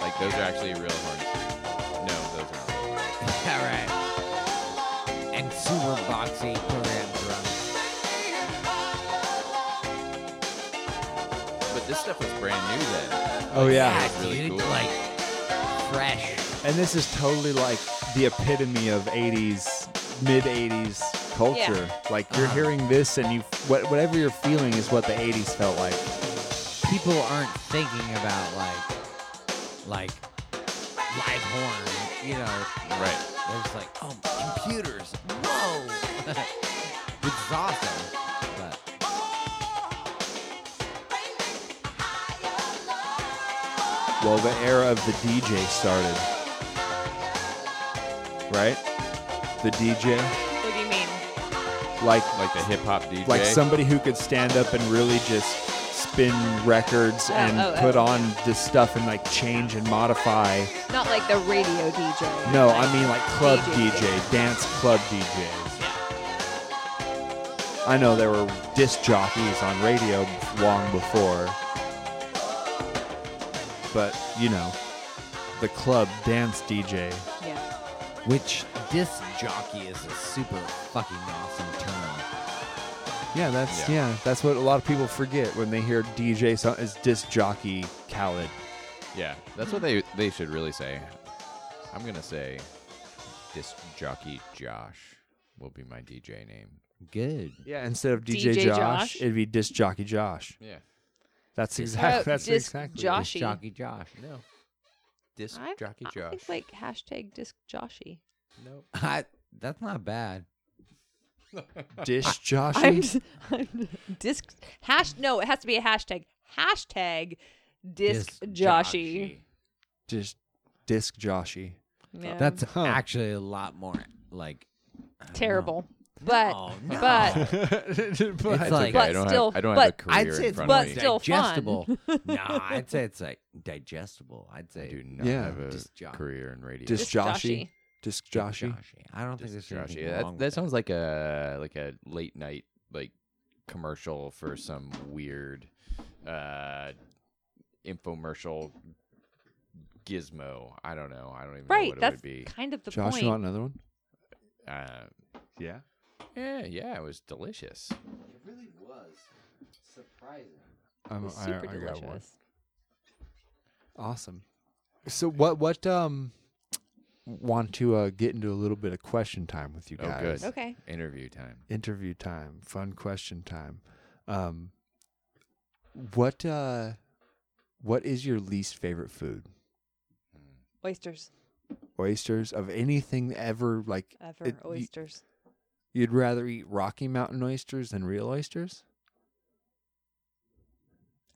Speaker 8: Like those are actually real horns. No, those aren't. Real horns.
Speaker 4: All right. And super boxy program drum.
Speaker 8: But this stuff was brand new then.
Speaker 2: Oh yeah.
Speaker 8: That's really
Speaker 4: dude,
Speaker 8: cool.
Speaker 4: like fresh.
Speaker 2: And this is totally like the epitome of 80s, mid 80s culture. Like you're
Speaker 4: Uh-huh.
Speaker 2: hearing this and you what, whatever you're feeling is what the 80s felt like.
Speaker 4: people aren't thinking about like like live horn, you know.
Speaker 8: Right.
Speaker 4: They're just like, oh, computers, whoa, which is awesome. But
Speaker 2: Well, the era of the DJ started. Right? The DJ,
Speaker 3: What do you mean?
Speaker 2: like
Speaker 8: Like the hip hop DJ.
Speaker 2: like somebody who could stand up and really just spin records
Speaker 3: Oh,
Speaker 2: and
Speaker 3: oh,
Speaker 2: put
Speaker 3: oh.
Speaker 2: on this stuff and like change and modify.
Speaker 3: Not like the radio DJ.
Speaker 2: No, I mean like club
Speaker 3: DJ.
Speaker 2: DJ, dance club DJs. I know there were disc jockeys on radio long before. But, you know, the club dance DJ.
Speaker 3: Yeah.
Speaker 1: Which disc jockey is a super fucking awesome term.
Speaker 2: Yeah, that's yeah. that's what a lot of people forget when they hear DJ song is disc jockey Khaled.
Speaker 8: Yeah, that's what they they should really say. I'm gonna say, disc jockey Josh will be my DJ name.
Speaker 1: Good.
Speaker 2: Yeah, instead of DJ,
Speaker 3: DJ
Speaker 2: Josh,
Speaker 3: Josh?
Speaker 2: it'd be disc jockey Josh.
Speaker 8: Yeah.
Speaker 2: That's
Speaker 3: How
Speaker 2: exactly
Speaker 3: about
Speaker 2: that's
Speaker 3: disc
Speaker 2: exactly.
Speaker 3: Joshy.
Speaker 1: Jockey Josh.
Speaker 8: No. Disc
Speaker 3: I-
Speaker 8: jockey
Speaker 3: I
Speaker 8: Josh.
Speaker 3: think, like hashtag disc Joshy.
Speaker 8: no.
Speaker 1: I, that's not bad.
Speaker 2: Disc Josh.
Speaker 3: I'm, I'm disc hash. No, it has to be a hashtag. Hashtag disc, Joshy.
Speaker 2: Just disc Joshy.
Speaker 3: Yeah.
Speaker 1: That's actually a lot more like I don't know.
Speaker 3: terrible. But
Speaker 1: No,
Speaker 3: but
Speaker 1: it's like
Speaker 3: But
Speaker 8: I don't
Speaker 3: still-
Speaker 8: have I don't
Speaker 3: but-
Speaker 8: have a career
Speaker 1: I'd say
Speaker 8: in
Speaker 1: it's
Speaker 8: front
Speaker 3: but
Speaker 8: of me.
Speaker 3: still
Speaker 1: digestible.
Speaker 3: fun.
Speaker 1: nah, I'd say it's like digestible. I'd
Speaker 8: I
Speaker 1: say
Speaker 8: do not
Speaker 2: Yeah.
Speaker 8: have a
Speaker 1: Disc jockey.
Speaker 8: career in radio.
Speaker 2: Disc
Speaker 3: Disc
Speaker 2: Joshy.
Speaker 3: Joshy.
Speaker 2: Disc
Speaker 1: Joshy.
Speaker 2: Joshy.
Speaker 1: I don't think
Speaker 8: Disc
Speaker 1: there's
Speaker 8: jockey.
Speaker 1: anything
Speaker 8: That,
Speaker 1: wrong
Speaker 8: that
Speaker 1: with
Speaker 8: sounds like a like a late night like commercial for some weird uh infomercial gizmo. I don't know. I don't even know
Speaker 3: right,
Speaker 8: what it
Speaker 3: that's
Speaker 8: would be.
Speaker 3: kind of the
Speaker 2: Josh,
Speaker 3: point.
Speaker 2: you want another one?
Speaker 8: Uh,
Speaker 2: Yeah.
Speaker 8: yeah, yeah, it was delicious.
Speaker 2: I'm,
Speaker 3: It's super delicious.
Speaker 2: Awesome. So what what um want to uh, get into a little bit of question time with you
Speaker 8: Oh,
Speaker 2: guys.
Speaker 8: good.
Speaker 3: Okay.
Speaker 8: Interview time.
Speaker 2: Interview time, fun question time. Um what uh what is your least favorite food?
Speaker 3: Oysters.
Speaker 2: Oysters of anything ever like
Speaker 3: Ever.
Speaker 2: it- y-
Speaker 3: oysters.
Speaker 2: You'd rather eat Rocky Mountain oysters than real oysters?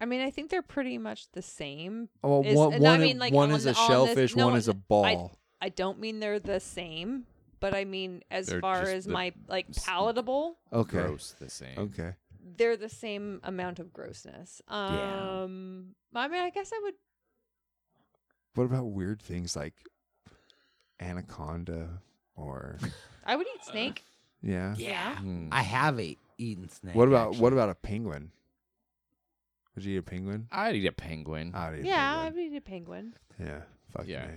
Speaker 3: I mean, I think they're pretty much the same.
Speaker 2: Oh,
Speaker 3: Is-
Speaker 2: one,
Speaker 3: no, I
Speaker 2: one,
Speaker 3: mean, like,
Speaker 2: one
Speaker 3: on
Speaker 2: is
Speaker 3: the-
Speaker 2: a
Speaker 3: on this-
Speaker 2: shellfish,
Speaker 3: no,
Speaker 2: one
Speaker 3: on
Speaker 2: is a
Speaker 3: the- I-
Speaker 2: ball.
Speaker 3: I don't mean they're the same, but I mean as
Speaker 8: They're
Speaker 3: far
Speaker 8: just
Speaker 3: as
Speaker 8: the
Speaker 3: my like
Speaker 8: s-
Speaker 3: palatable,
Speaker 2: okay.
Speaker 8: Gross the same.
Speaker 2: Okay.
Speaker 3: they're the same amount of grossness. Um I mean, I guess I would
Speaker 2: What about weird things like anaconda or
Speaker 3: I would
Speaker 8: Uh,
Speaker 3: eat snake.
Speaker 2: yeah?
Speaker 3: Yeah.
Speaker 8: Hmm.
Speaker 1: I have a eaten snake.
Speaker 2: What about what
Speaker 1: actually.
Speaker 2: about a penguin? Would you eat a penguin?
Speaker 8: I'd eat a penguin.
Speaker 1: Mm,
Speaker 2: I'd eat a
Speaker 3: Yeah, I
Speaker 2: penguin.
Speaker 3: would eat a penguin.
Speaker 2: yeah. Fuck
Speaker 8: Yeah.
Speaker 2: yeah.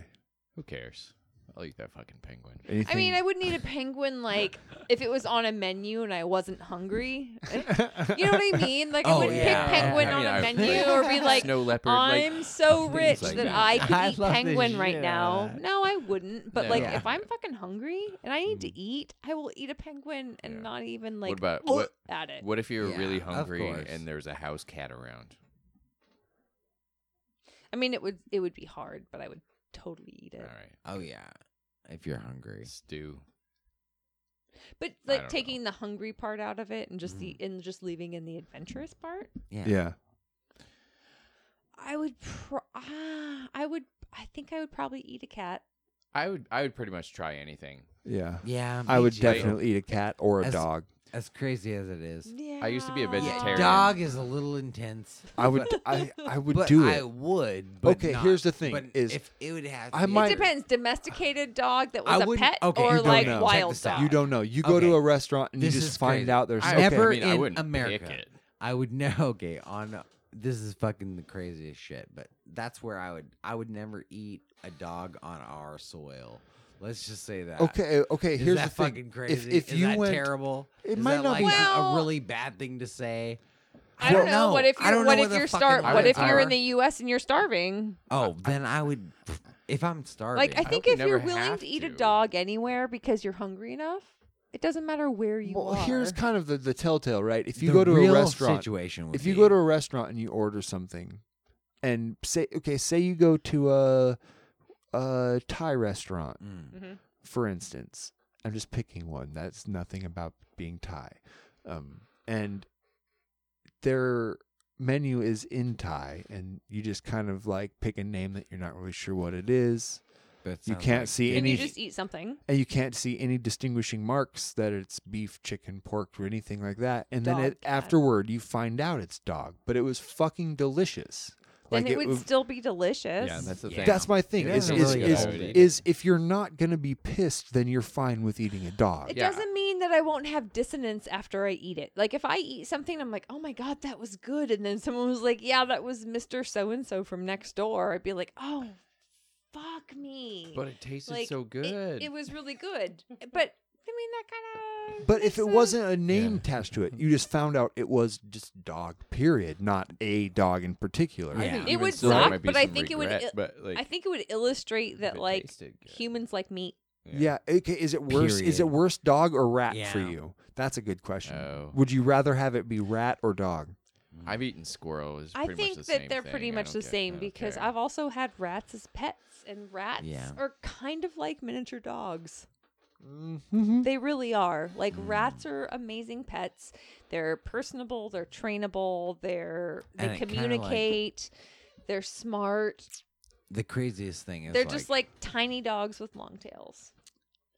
Speaker 8: Who cares? I'll eat that fucking penguin.
Speaker 2: Anything?
Speaker 3: I mean, I wouldn't eat a penguin like if it was on a menu and I wasn't hungry. you know what I mean? Like I
Speaker 1: Oh,
Speaker 3: wouldn't
Speaker 1: yeah.
Speaker 3: pick penguin
Speaker 8: I
Speaker 3: on
Speaker 8: mean, I
Speaker 3: a
Speaker 8: would
Speaker 3: menu
Speaker 8: pick
Speaker 3: or be like
Speaker 8: Snow leopard. like-
Speaker 3: I'm so rich
Speaker 8: like
Speaker 3: that,
Speaker 8: that.
Speaker 3: I could
Speaker 1: I
Speaker 3: eat
Speaker 1: love this
Speaker 3: penguin right
Speaker 1: shit.
Speaker 3: now. No, I wouldn't. But
Speaker 8: No.
Speaker 3: like,
Speaker 8: Yeah. Mm.
Speaker 3: if I'm fucking hungry and I need to eat, I will eat a penguin and
Speaker 8: Yeah.
Speaker 3: not even like
Speaker 8: about-
Speaker 3: look
Speaker 8: what-
Speaker 3: at it.
Speaker 8: What if you were
Speaker 1: Yeah,
Speaker 8: really
Speaker 1: of
Speaker 8: hungry
Speaker 1: course.
Speaker 8: and there's a house cat around?
Speaker 3: I mean, it would it would be hard, but I would totally eat
Speaker 8: All
Speaker 3: it.
Speaker 8: right.
Speaker 1: Oh yeah. If you're hungry.
Speaker 8: Stew.
Speaker 3: But
Speaker 8: I
Speaker 3: like
Speaker 8: don't Mm.
Speaker 3: taking the hungry part out of it and just the and just leaving in the adventurous part,
Speaker 1: Yeah.
Speaker 2: yeah.
Speaker 3: I would. Pro- ah, I would. I think I would probably eat a cat.
Speaker 8: I would I would pretty much try anything.
Speaker 2: Yeah.
Speaker 1: Yeah.
Speaker 2: I
Speaker 1: me
Speaker 2: would
Speaker 1: too.
Speaker 2: definitely eat a cat or a
Speaker 1: As-
Speaker 2: dog.
Speaker 1: As crazy as it is.
Speaker 3: Yeah.
Speaker 8: I used to be a
Speaker 1: Yeah,
Speaker 8: vegetarian.
Speaker 1: dog is a little intense.
Speaker 2: I would I I would
Speaker 1: but
Speaker 2: do
Speaker 1: I
Speaker 2: it.
Speaker 1: would. But
Speaker 2: Okay,
Speaker 1: not-
Speaker 2: here's the thing,
Speaker 1: But
Speaker 2: is
Speaker 1: if it would have,
Speaker 2: I
Speaker 1: to be-
Speaker 2: might-
Speaker 3: It depends. Domesticated dog that was
Speaker 1: I
Speaker 3: a
Speaker 1: wouldn't-
Speaker 3: pet
Speaker 1: okay,
Speaker 3: or
Speaker 2: you don't
Speaker 3: like
Speaker 2: know. Check
Speaker 3: wild
Speaker 1: this out.
Speaker 3: dog.
Speaker 2: You don't know. You go
Speaker 1: Okay.
Speaker 2: to a restaurant and
Speaker 1: This
Speaker 2: you
Speaker 1: is
Speaker 2: just find
Speaker 1: crazy.
Speaker 2: out there's
Speaker 8: I,
Speaker 2: okay.
Speaker 1: Ever
Speaker 8: I mean, I
Speaker 1: in
Speaker 8: wouldn't pick
Speaker 1: America.
Speaker 8: it.
Speaker 1: I would know. Okay, on this is fucking the craziest shit, but that's where I would. I would never eat a dog on our soil. Let's just say that.
Speaker 2: Okay, okay,
Speaker 1: Is
Speaker 2: here's
Speaker 1: that
Speaker 2: the thing.
Speaker 1: fucking crazy?
Speaker 2: If if
Speaker 1: is
Speaker 2: you
Speaker 1: that
Speaker 2: went
Speaker 1: terrible,
Speaker 2: it
Speaker 1: Is
Speaker 2: might
Speaker 1: that,
Speaker 2: not
Speaker 1: like,
Speaker 2: be-
Speaker 1: a
Speaker 3: Well-
Speaker 1: really bad thing to say.
Speaker 3: I don't, know. What if
Speaker 1: I
Speaker 3: you're
Speaker 1: don't
Speaker 3: what
Speaker 1: know
Speaker 3: if
Speaker 1: where
Speaker 3: you're
Speaker 1: the fucking
Speaker 3: star what
Speaker 1: lines
Speaker 3: if you're
Speaker 1: are.
Speaker 3: in the US and you're starving?
Speaker 1: Oh, then I would. If I'm starving,
Speaker 3: Like I think
Speaker 8: we
Speaker 3: if you're
Speaker 8: never
Speaker 3: willing
Speaker 8: have
Speaker 3: to eat a
Speaker 8: to.
Speaker 3: dog anywhere because you're hungry enough, it doesn't matter where you
Speaker 2: Well,
Speaker 3: are.
Speaker 2: here's kind of the, the telltale, right? If you
Speaker 1: The
Speaker 2: go to a
Speaker 1: real
Speaker 2: restaurant,
Speaker 1: situation. Would
Speaker 2: if you
Speaker 1: be-
Speaker 2: go to a restaurant and you order something, and say, okay, say you go to a a Thai restaurant,
Speaker 1: Mm.
Speaker 3: Mhm.
Speaker 2: for instance. I'm just picking one. That's nothing about being Thai, um, and their menu is in Thai, and you just kind of like pick a name that you're not really sure what it is.
Speaker 1: But it
Speaker 2: You
Speaker 1: sounds
Speaker 2: can't
Speaker 1: like-
Speaker 2: see
Speaker 3: and
Speaker 2: any
Speaker 3: you just eat something.
Speaker 2: and you can't see any distinguishing marks that it's beef, chicken, pork, or anything like that. And then
Speaker 3: Dog,
Speaker 2: it,
Speaker 3: cat.
Speaker 2: afterward, you find out it's dog, but it was fucking delicious.
Speaker 3: Then
Speaker 2: Like
Speaker 3: it, would
Speaker 2: was-
Speaker 3: still be delicious.
Speaker 8: Yeah, that's the
Speaker 1: Yeah.
Speaker 8: thing.
Speaker 2: that's my thing.
Speaker 1: It
Speaker 2: Is
Speaker 1: doesn't
Speaker 2: is,
Speaker 1: really
Speaker 2: is,
Speaker 1: go with
Speaker 2: is,
Speaker 1: it.
Speaker 2: if you're not gonna be pissed, then you're fine with eating a dog.
Speaker 3: it
Speaker 8: Yeah.
Speaker 3: doesn't mean that I won't have dissonance after I eat it. Like if I eat something, I'm like, oh my god, that was good, and then someone was like, yeah, that was Mister So and So from next door. I'd be like, oh, fuck me.
Speaker 8: But it tasted
Speaker 3: Like,
Speaker 8: so
Speaker 3: it-
Speaker 8: good.
Speaker 3: It, was really good. But I mean, that kind of.
Speaker 2: But if it wasn't a name attached to it, you just found out it was just dog, period, not a dog in particular.
Speaker 8: I think
Speaker 3: It
Speaker 8: even
Speaker 3: would
Speaker 8: still, there
Speaker 3: suck,
Speaker 8: might be
Speaker 3: but I
Speaker 8: some
Speaker 3: think it would.
Speaker 8: regret,
Speaker 3: il-
Speaker 8: but, like,
Speaker 3: I think it would illustrate that
Speaker 8: it
Speaker 3: like
Speaker 8: tasted good.
Speaker 3: humans like meat.
Speaker 2: Yeah. Okay. Is it worse? Is it
Speaker 1: Period.
Speaker 2: worse dog or rat for
Speaker 1: Yeah.
Speaker 2: you? That's a good question.
Speaker 8: Oh.
Speaker 2: Would you rather have it be rat or dog?
Speaker 8: I've eaten squirrel. Is
Speaker 3: I
Speaker 8: pretty much
Speaker 3: think
Speaker 8: the
Speaker 3: that
Speaker 8: same
Speaker 3: they're
Speaker 8: thing.
Speaker 3: pretty
Speaker 8: I
Speaker 3: much
Speaker 8: don't
Speaker 3: the
Speaker 8: care-
Speaker 3: same
Speaker 8: I don't
Speaker 3: because
Speaker 8: care.
Speaker 3: I've also had rats as pets, and rats
Speaker 1: Yeah.
Speaker 3: are kind of like miniature dogs.
Speaker 8: Mm-hmm.
Speaker 3: They really are. Like
Speaker 8: Mm.
Speaker 3: rats are amazing pets. They're personable. They're trainable. They're they
Speaker 1: And it kinda, like-
Speaker 3: communicate. They're smart.
Speaker 1: The craziest thing is
Speaker 3: They're
Speaker 1: like,
Speaker 3: just like tiny dogs with long tails.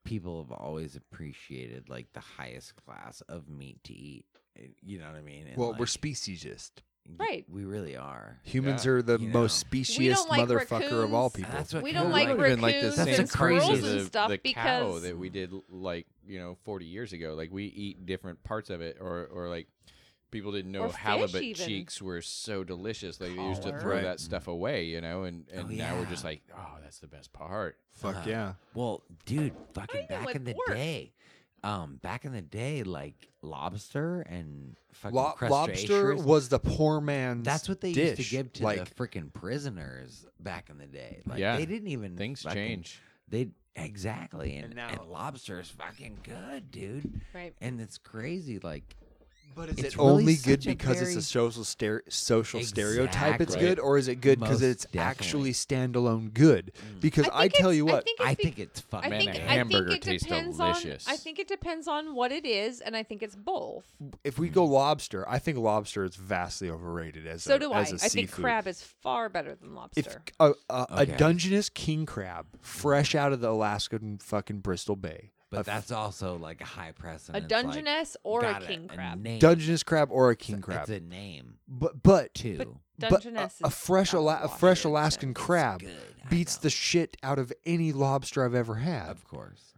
Speaker 1: people have always appreciated like the highest class of meat to eat. Uh, You know what I mean? And,
Speaker 2: Well, we're
Speaker 1: like,
Speaker 2: speciesist.
Speaker 1: y-
Speaker 3: Right.
Speaker 1: We really are.
Speaker 2: Humans are the
Speaker 1: You
Speaker 2: most
Speaker 1: know.
Speaker 3: We
Speaker 2: speciest
Speaker 3: don't like
Speaker 2: motherfucker of all
Speaker 3: raccoons.
Speaker 2: people.
Speaker 1: That's what
Speaker 3: We
Speaker 1: kinda
Speaker 3: don't like
Speaker 8: It would've been, like, the
Speaker 3: raccoons
Speaker 1: That's
Speaker 8: same
Speaker 3: and
Speaker 1: a crazy-
Speaker 3: squirrels
Speaker 8: the,
Speaker 3: and stuff
Speaker 8: the cow
Speaker 3: because
Speaker 8: that we did like you know 40 years ago like we eat different parts of it or or like people didn't know
Speaker 3: Or fish
Speaker 8: halibut
Speaker 3: even.
Speaker 8: cheeks were so delicious they used to
Speaker 3: Collar.
Speaker 8: throw
Speaker 2: Right.
Speaker 8: that stuff away you know and and
Speaker 1: Oh,
Speaker 8: now we're
Speaker 1: yeah.
Speaker 8: just like oh that's the best part
Speaker 2: Fuck
Speaker 1: Uh,
Speaker 2: yeah.
Speaker 1: Well, dude,
Speaker 3: even
Speaker 1: fucking back
Speaker 3: with
Speaker 1: in the
Speaker 3: pork.
Speaker 1: day. Um, back in the day, like lobster and fucking
Speaker 2: Lo- lobster
Speaker 1: crustaceans-
Speaker 2: was the poor man's.
Speaker 1: That's what they used
Speaker 2: dish.
Speaker 1: to give to
Speaker 2: like,
Speaker 1: the freaking prisoners back in the day. Like
Speaker 8: Yeah.
Speaker 1: they didn't even
Speaker 8: things
Speaker 1: fucking-
Speaker 8: change
Speaker 1: They exactly and,
Speaker 2: And
Speaker 1: and,
Speaker 2: now-
Speaker 1: lobster is fucking good, dude.
Speaker 3: Right.
Speaker 1: And it's crazy, like
Speaker 2: But is
Speaker 1: it's
Speaker 2: it
Speaker 1: really
Speaker 2: only
Speaker 1: such
Speaker 2: good
Speaker 1: a
Speaker 2: because it's a
Speaker 1: very-
Speaker 2: social stere- social stereotype? It's
Speaker 1: Exactly.
Speaker 2: good, or is it good because
Speaker 1: Most Mm.
Speaker 2: it's actually standalone good? Because I,
Speaker 3: think
Speaker 2: tell
Speaker 3: it's-
Speaker 2: you what,
Speaker 3: I think, it's
Speaker 1: I
Speaker 3: be-
Speaker 1: think it's fucking
Speaker 3: I think,
Speaker 8: Man, a
Speaker 3: I
Speaker 8: hamburger
Speaker 3: think it
Speaker 8: tastes
Speaker 3: depends
Speaker 8: delicious.
Speaker 3: on. I think it depends on what it is, and I think it's both.
Speaker 2: if we go lobster, I think lobster is vastly overrated as
Speaker 3: So
Speaker 2: a,
Speaker 3: do I. I
Speaker 2: as a
Speaker 3: think
Speaker 2: seafood.
Speaker 3: crab is far better than
Speaker 2: If
Speaker 3: lobster.
Speaker 2: a, a, a
Speaker 1: Okay.
Speaker 2: Dungeness king crab, fresh out of the Alaskan fucking Bristol Bay,
Speaker 1: But
Speaker 2: a
Speaker 1: that's also like a high
Speaker 3: A
Speaker 1: precedent.
Speaker 3: Dungeness or a king crab.
Speaker 1: name.
Speaker 2: Dungeness crab or a king
Speaker 1: It's
Speaker 2: crab,
Speaker 1: a name
Speaker 2: but but
Speaker 1: too.
Speaker 2: but a,
Speaker 3: Dungeness
Speaker 2: a
Speaker 3: is
Speaker 2: fresh
Speaker 3: not
Speaker 2: Ala- a
Speaker 3: lobster,
Speaker 2: fresh
Speaker 3: so
Speaker 2: Alaskan
Speaker 1: it's
Speaker 2: crab
Speaker 1: good, I
Speaker 2: beats
Speaker 1: know.
Speaker 2: the shit out of any lobster I've ever had.
Speaker 1: of course.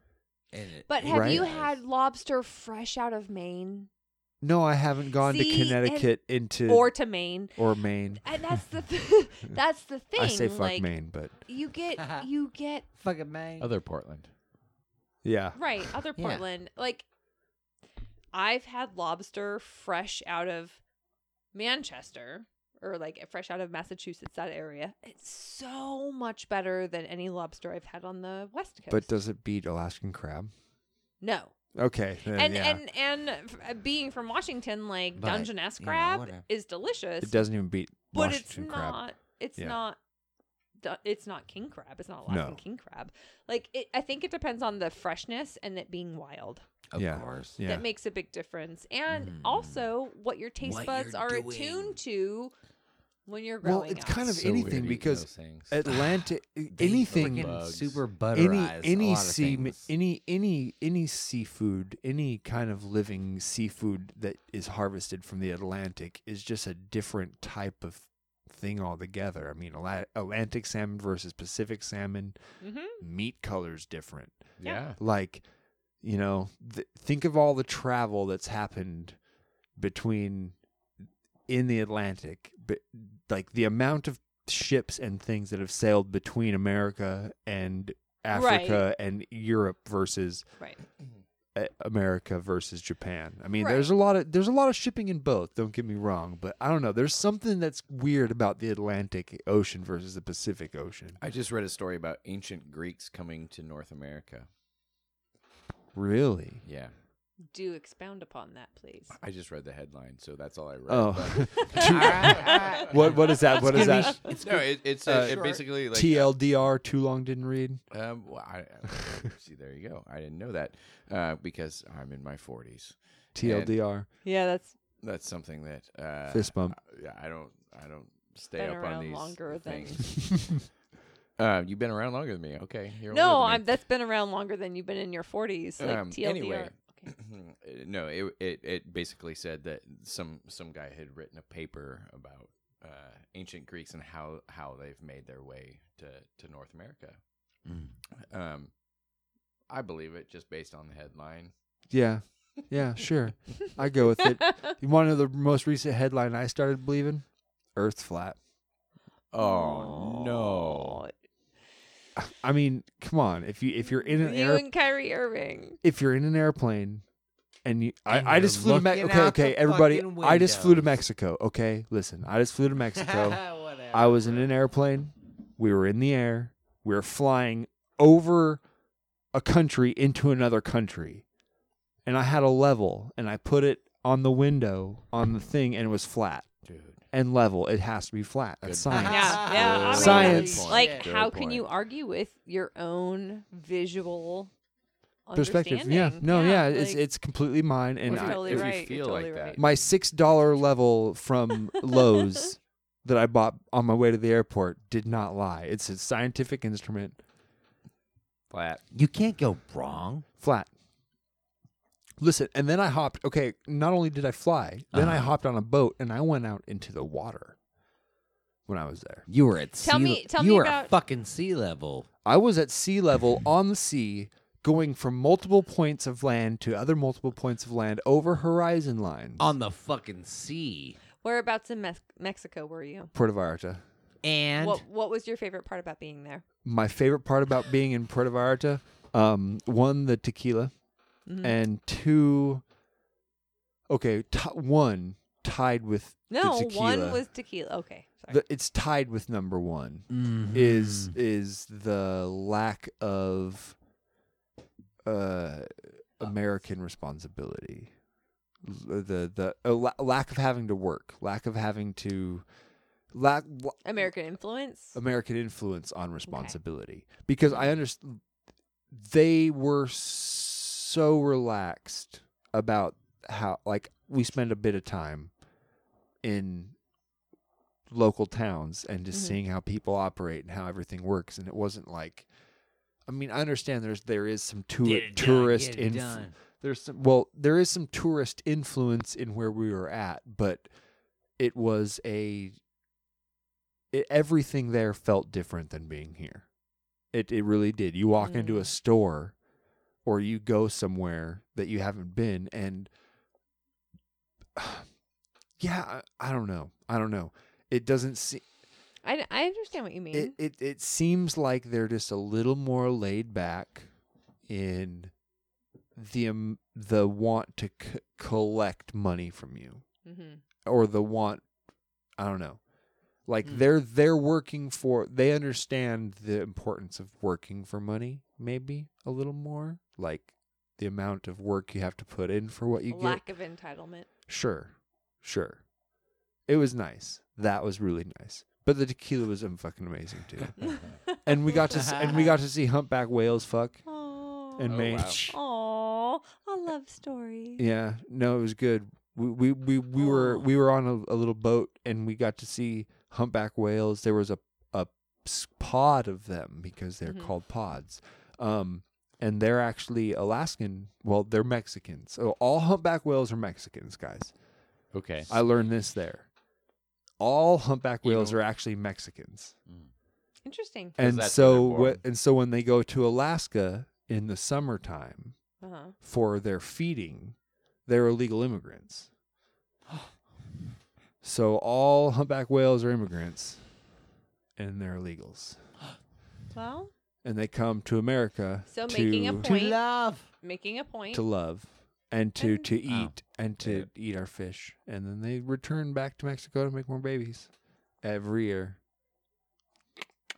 Speaker 1: And it-
Speaker 3: But
Speaker 1: it
Speaker 3: have
Speaker 2: Right.
Speaker 3: you
Speaker 1: is.
Speaker 3: had lobster fresh out of Maine
Speaker 2: No, I haven't gone to
Speaker 3: See, and-
Speaker 2: Connecticut into
Speaker 3: or to Maine?
Speaker 2: or Maine.
Speaker 3: And that's the th- that's the thing.
Speaker 2: I say fuck
Speaker 3: like,
Speaker 2: Maine, but
Speaker 3: You get you get
Speaker 1: fucking man?
Speaker 8: other portland
Speaker 2: yeah,
Speaker 3: right other
Speaker 1: Yeah.
Speaker 3: Portland. Like I've had lobster fresh out of Manchester or like fresh out of Massachusetts that area. It's so much better than any lobster I've had on the West Coast.
Speaker 2: but does it beat Alaskan crab?
Speaker 3: no.
Speaker 2: Okay, then,
Speaker 3: and
Speaker 2: yeah.
Speaker 3: and and f- uh, being from Washington, like
Speaker 1: But,
Speaker 3: Dungeness
Speaker 1: you know,
Speaker 3: crab
Speaker 1: whatever.
Speaker 3: is delicious,
Speaker 2: it doesn't even beat
Speaker 3: but
Speaker 2: Washington
Speaker 3: it's
Speaker 2: crab.
Speaker 3: not. It's
Speaker 2: Yeah.
Speaker 3: not. du- It's not king crab. It's not Alaskan
Speaker 2: No.
Speaker 3: king crab. Like it, I think it depends on the freshness and it being wild.
Speaker 1: Of
Speaker 2: yeah.
Speaker 1: course.
Speaker 2: Yeah.
Speaker 3: That makes a big difference, and also what your taste
Speaker 1: What
Speaker 3: buds
Speaker 1: you're
Speaker 3: are
Speaker 1: doing.
Speaker 3: attuned to when you're growing
Speaker 2: well, it's
Speaker 3: up.
Speaker 2: kind of
Speaker 8: So weird
Speaker 2: anything
Speaker 8: eating
Speaker 2: because
Speaker 8: those things.
Speaker 2: Atlantic,
Speaker 1: They
Speaker 2: anything,
Speaker 1: freaking
Speaker 8: Bugs.
Speaker 1: super
Speaker 2: any
Speaker 1: butterized a
Speaker 2: any
Speaker 1: lot of
Speaker 2: sea,
Speaker 1: things.
Speaker 2: any any any seafood, any kind of living seafood that is harvested from the Atlantic is just a different type of thing altogether. I mean, Ala- Atlantic salmon versus Pacific salmon,
Speaker 3: Mhm.
Speaker 2: meat colors different.
Speaker 8: yeah
Speaker 2: like you know th- think of all the travel that's happened between in the atlantic but like the amount of ships and things that have sailed between america and africa and europe versus
Speaker 3: right.
Speaker 2: uh, america versus japan i mean
Speaker 3: Right.
Speaker 2: there's a lot of there's a lot of shipping in both don't get me wrong but i don't know there's something that's weird about the atlantic ocean versus the pacific ocean
Speaker 8: i just read a story about ancient greeks coming to north america
Speaker 2: really
Speaker 8: yeah
Speaker 3: Do expound upon that, please.
Speaker 8: i just read the headline so that's all i read
Speaker 2: oh
Speaker 8: but-
Speaker 2: what what is that what is that
Speaker 8: no it, it's uh, it basically like
Speaker 2: TLDR, too long didn't read.
Speaker 8: Um, well, I, I- see, there you go. I didn't know that uh, because I'm in my 40s.
Speaker 2: TLDR,
Speaker 3: Yeah, that's
Speaker 8: That's something that uh,
Speaker 2: fist bump.
Speaker 8: yeah, I don't, I don't stay
Speaker 3: been
Speaker 8: up on
Speaker 3: around
Speaker 8: these
Speaker 3: longer than
Speaker 8: things. uh, you've been around longer than me. Okay, you're older
Speaker 3: no.
Speaker 8: than me.
Speaker 3: I'm that's been around longer than you've been in your 40s. Like
Speaker 8: Um,
Speaker 3: TLDR.
Speaker 8: anyway.
Speaker 3: Okay.
Speaker 8: no, it, it it basically said that some some guy had written a paper about uh, ancient Greeks and how how they've made their way to to North America.
Speaker 2: Mm.
Speaker 8: Um, I believe it just based on the headline.
Speaker 2: Yeah, yeah, sure. I go with it. You want to know the most recent headline I started Oh, believing? Earth's flat.
Speaker 8: Oh no!
Speaker 2: I mean, come on. If you if you're in an
Speaker 3: you
Speaker 2: air,
Speaker 3: and Kyrie Irving.
Speaker 2: if you're in an airplane and you
Speaker 1: And
Speaker 2: I, I
Speaker 1: you're
Speaker 2: just flew to Mexico.
Speaker 1: looking
Speaker 2: Okay,
Speaker 1: out
Speaker 2: okay,
Speaker 1: the
Speaker 2: everybody.
Speaker 1: fucking
Speaker 2: I just flew to
Speaker 1: windows.
Speaker 2: Mexico. Okay, listen, I just flew to Mexico. I was in an airplane. We were in the air. We were flying over a country into another country. And I had a level and I put it on the window on the thing and it was flat. Dude. And level. It has to be flat. That's science.
Speaker 3: Yeah, yeah. I mean,
Speaker 2: Science.
Speaker 1: point.
Speaker 3: Like,
Speaker 8: Good
Speaker 3: how can
Speaker 8: point.
Speaker 3: you argue with your own visual
Speaker 2: Perspective. Yeah.
Speaker 3: understanding?
Speaker 2: No, yeah. it's
Speaker 3: like,
Speaker 2: it's completely mine and
Speaker 3: you're
Speaker 2: I,
Speaker 3: totally
Speaker 8: if you
Speaker 3: right.
Speaker 8: feel
Speaker 3: you're
Speaker 8: like
Speaker 3: totally
Speaker 8: that.
Speaker 3: right.
Speaker 2: my six dollar level from Lowe's that I bought on my way to the airport did not lie. It's a scientific instrument,
Speaker 8: Flat.
Speaker 1: You can't go wrong.
Speaker 2: flat. Listen, and then I hopped. Okay, not only did I fly, then
Speaker 3: Uh-huh.
Speaker 2: I hopped on a boat and I went out into the water. When I was there,
Speaker 1: You were at
Speaker 3: Tell
Speaker 1: sea
Speaker 3: me- tell
Speaker 1: you
Speaker 3: me
Speaker 1: were
Speaker 3: about-
Speaker 1: at fucking sea level.
Speaker 2: I was at sea level on the sea, going from multiple points of land to other multiple points of land over horizon lines
Speaker 1: On the fucking sea.
Speaker 3: Whereabouts in Mex- Mexico were you?
Speaker 2: Puerto Vallarta.
Speaker 1: And
Speaker 3: What What was your favorite part about being there?
Speaker 2: my favorite part about being in Puerto Vallarta, um, one the tequila,
Speaker 3: Mm-hmm.
Speaker 2: and two, okay, t- one tied with
Speaker 3: No,
Speaker 2: the tequila.
Speaker 3: one was tequila. Okay, sorry.
Speaker 2: The- it's tied with number one is is the lack of uh, American responsibility, L- the the uh, la- lack of having to work, lack of having to lack
Speaker 3: American influence.
Speaker 2: American influence on responsibility because I understand they were so relaxed about how like we spend a bit of time in local towns and just seeing how people operate and how everything works and it wasn't like I mean I understand there's there is some tou-
Speaker 1: Get it done,
Speaker 2: tourist
Speaker 1: get it
Speaker 2: influence
Speaker 1: done.
Speaker 2: there's some well there is some tourist influence in where we were at but it was a it, e, everything there felt different than being here it it really did you walk into a store or you go somewhere that you haven't been and yeah I, I don't know i don't know it doesn't see
Speaker 3: I, I understand what you mean.
Speaker 2: it, it it seems like they're just a little more laid back in the um, the want to c- collect money from you
Speaker 3: mm-hmm.
Speaker 2: or the want I don't know. Like
Speaker 3: Mm.
Speaker 2: they're they're working for they understand the importance of working for money maybe a little more like the amount of work you have to put in for what you get.
Speaker 3: Lack of entitlement.
Speaker 2: Sure. Sure. It was nice. That was really nice. But the tequila was um, fucking amazing too. and we got to s- and we got to see humpback whales fuck
Speaker 3: Oh,
Speaker 2: and
Speaker 8: Oh,
Speaker 2: man.
Speaker 8: wow.
Speaker 3: Aw, a love story.
Speaker 2: Yeah, no, it was good. We we we, we were we were on a, a little boat and we got to see humpback whales. There was a a s- pod of them because they're called pods. Um, and they're actually Alaskan. Well, they're Mexican. So all humpback whales are Mexicans, guys.
Speaker 8: Okay.
Speaker 2: I learned this there. All humpback whales are actually Mexicans.
Speaker 3: Interesting.
Speaker 2: And
Speaker 8: that's where they're
Speaker 2: so what?
Speaker 8: born.
Speaker 2: And so when they go to Alaska in the summertime
Speaker 3: Uh-huh.
Speaker 2: for their feeding, they're illegal immigrants. So all humpback whales are immigrants, and they're illegals,
Speaker 3: Well,
Speaker 2: and they come to America
Speaker 3: So
Speaker 2: to,
Speaker 3: making a
Speaker 2: to
Speaker 3: point-
Speaker 1: love.
Speaker 3: making a point.
Speaker 2: to love and to
Speaker 3: Mm-hmm.
Speaker 2: to eat
Speaker 1: Oh.
Speaker 2: and to eat our fish, and then they return back to Mexico to make more babies every year.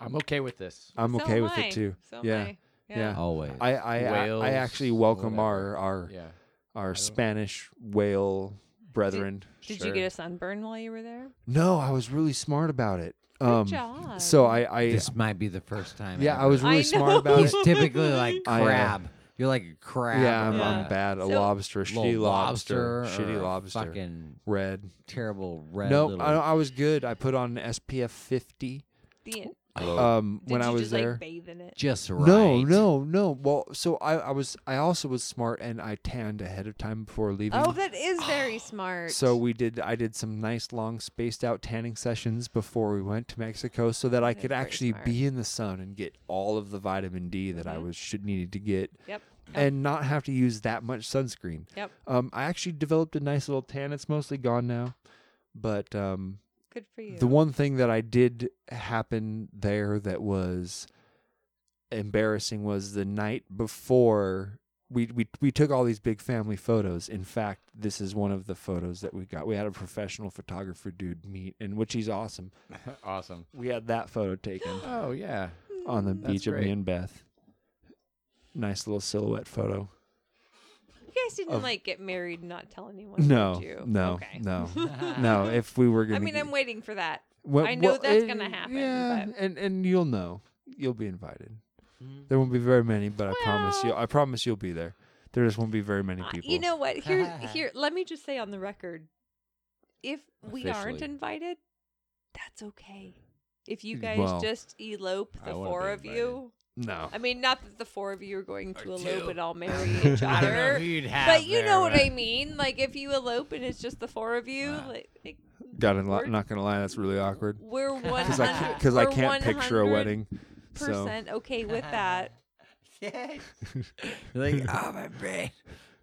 Speaker 8: I'm okay with this.
Speaker 2: I'm
Speaker 3: So
Speaker 2: okay
Speaker 3: am
Speaker 2: with
Speaker 3: I.
Speaker 2: it too.
Speaker 3: So am
Speaker 2: yeah.
Speaker 3: I.
Speaker 2: yeah,
Speaker 1: Always.
Speaker 2: I I, I, I
Speaker 8: Whales,
Speaker 2: actually welcome our
Speaker 8: whatever.
Speaker 2: our
Speaker 8: Yeah.
Speaker 2: our Spanish whale brethren.
Speaker 3: Did you get a sunburn while you were there?
Speaker 2: No, I was really smart about it. um,
Speaker 3: job.
Speaker 2: So I, I
Speaker 1: This might be the first time.
Speaker 2: yeah,
Speaker 1: ever.
Speaker 2: I was really
Speaker 3: I
Speaker 2: smart
Speaker 3: know.
Speaker 2: about
Speaker 1: He's
Speaker 2: it.
Speaker 1: typically like
Speaker 2: I, uh,
Speaker 1: crab. You're like a crab.
Speaker 2: Yeah, I'm,
Speaker 1: or
Speaker 2: I'm
Speaker 1: a
Speaker 2: bad. A
Speaker 3: So-
Speaker 2: lobster, a
Speaker 1: little
Speaker 2: shitty lobster,
Speaker 1: lobster or
Speaker 2: shitty
Speaker 1: a
Speaker 2: lobster,
Speaker 1: Fucking
Speaker 2: red.
Speaker 1: terrible red.
Speaker 2: No,
Speaker 1: little-
Speaker 2: I, I was good. I put on an SPF 50
Speaker 3: The, did
Speaker 2: um, when
Speaker 3: you
Speaker 2: I was
Speaker 3: just
Speaker 2: there.
Speaker 3: like bathe in it?
Speaker 1: just right.
Speaker 2: No, no, no. Well, so I, I was I also was smart and I tanned ahead of time before leaving.
Speaker 3: Oh, that is very smart.
Speaker 2: So we did. I did some nice long spaced out tanning sessions before we went to Mexico, so that I
Speaker 3: is
Speaker 2: could
Speaker 3: very
Speaker 2: actually
Speaker 3: smart. Mm-hmm.
Speaker 2: be in the sun and get all of the vitamin D that I was should needed to get,
Speaker 3: Yep.
Speaker 2: and not have to use that much sunscreen.
Speaker 3: Yep.
Speaker 2: Um, I actually developed a nice little tan. It's mostly gone now, but um,
Speaker 3: Good for you.
Speaker 2: the one thing that I did happen there that was embarrassing was the night before we, we we took all these big family photos. In fact, this is one of the photos that we got. We had a professional photographer dude meet, and which he's awesome.
Speaker 8: awesome.
Speaker 2: We had that photo taken
Speaker 8: Oh yeah.
Speaker 2: on the
Speaker 8: That's
Speaker 2: beach of me
Speaker 8: great.
Speaker 2: and Beth. Nice little silhouette photo.
Speaker 3: You guys didn't
Speaker 2: Of-
Speaker 3: like get married and not tell anyone.
Speaker 2: No,
Speaker 3: did you?
Speaker 2: no,
Speaker 3: Okay.
Speaker 2: no, no. If we were gonna,
Speaker 3: I mean,
Speaker 2: get-
Speaker 3: I'm waiting for that.
Speaker 2: Well-
Speaker 3: I know
Speaker 2: well,
Speaker 3: that's
Speaker 2: eh,
Speaker 3: gonna happen.
Speaker 2: Yeah,
Speaker 3: but-
Speaker 2: and and you'll know, you'll be invited. There won't be very many, but I promise you, I promise you'll be there. There just won't be very many
Speaker 3: Uh,
Speaker 2: people.
Speaker 3: You know what? Here, here. Let me just say on the record, if we aren't
Speaker 8: Officially.
Speaker 3: invited, that's okay. If you guys
Speaker 2: Well,
Speaker 3: just elope,
Speaker 8: I
Speaker 3: the
Speaker 8: wanna
Speaker 3: four
Speaker 8: be
Speaker 3: of you.
Speaker 2: no,
Speaker 3: I mean, not that the four of you are going to
Speaker 4: Or
Speaker 3: elope
Speaker 4: two.
Speaker 3: and all marry each other, but you know what I mean. Like, if you elope and it's just the four of you, like, it-
Speaker 2: God, I'm
Speaker 3: we're-
Speaker 2: not gonna lie, that's really awkward
Speaker 3: we're one
Speaker 2: because I
Speaker 3: hundred
Speaker 2: because I can't picture a wedding. So
Speaker 3: Percent okay with that.
Speaker 4: like, oh
Speaker 1: "Ah,
Speaker 4: my brain.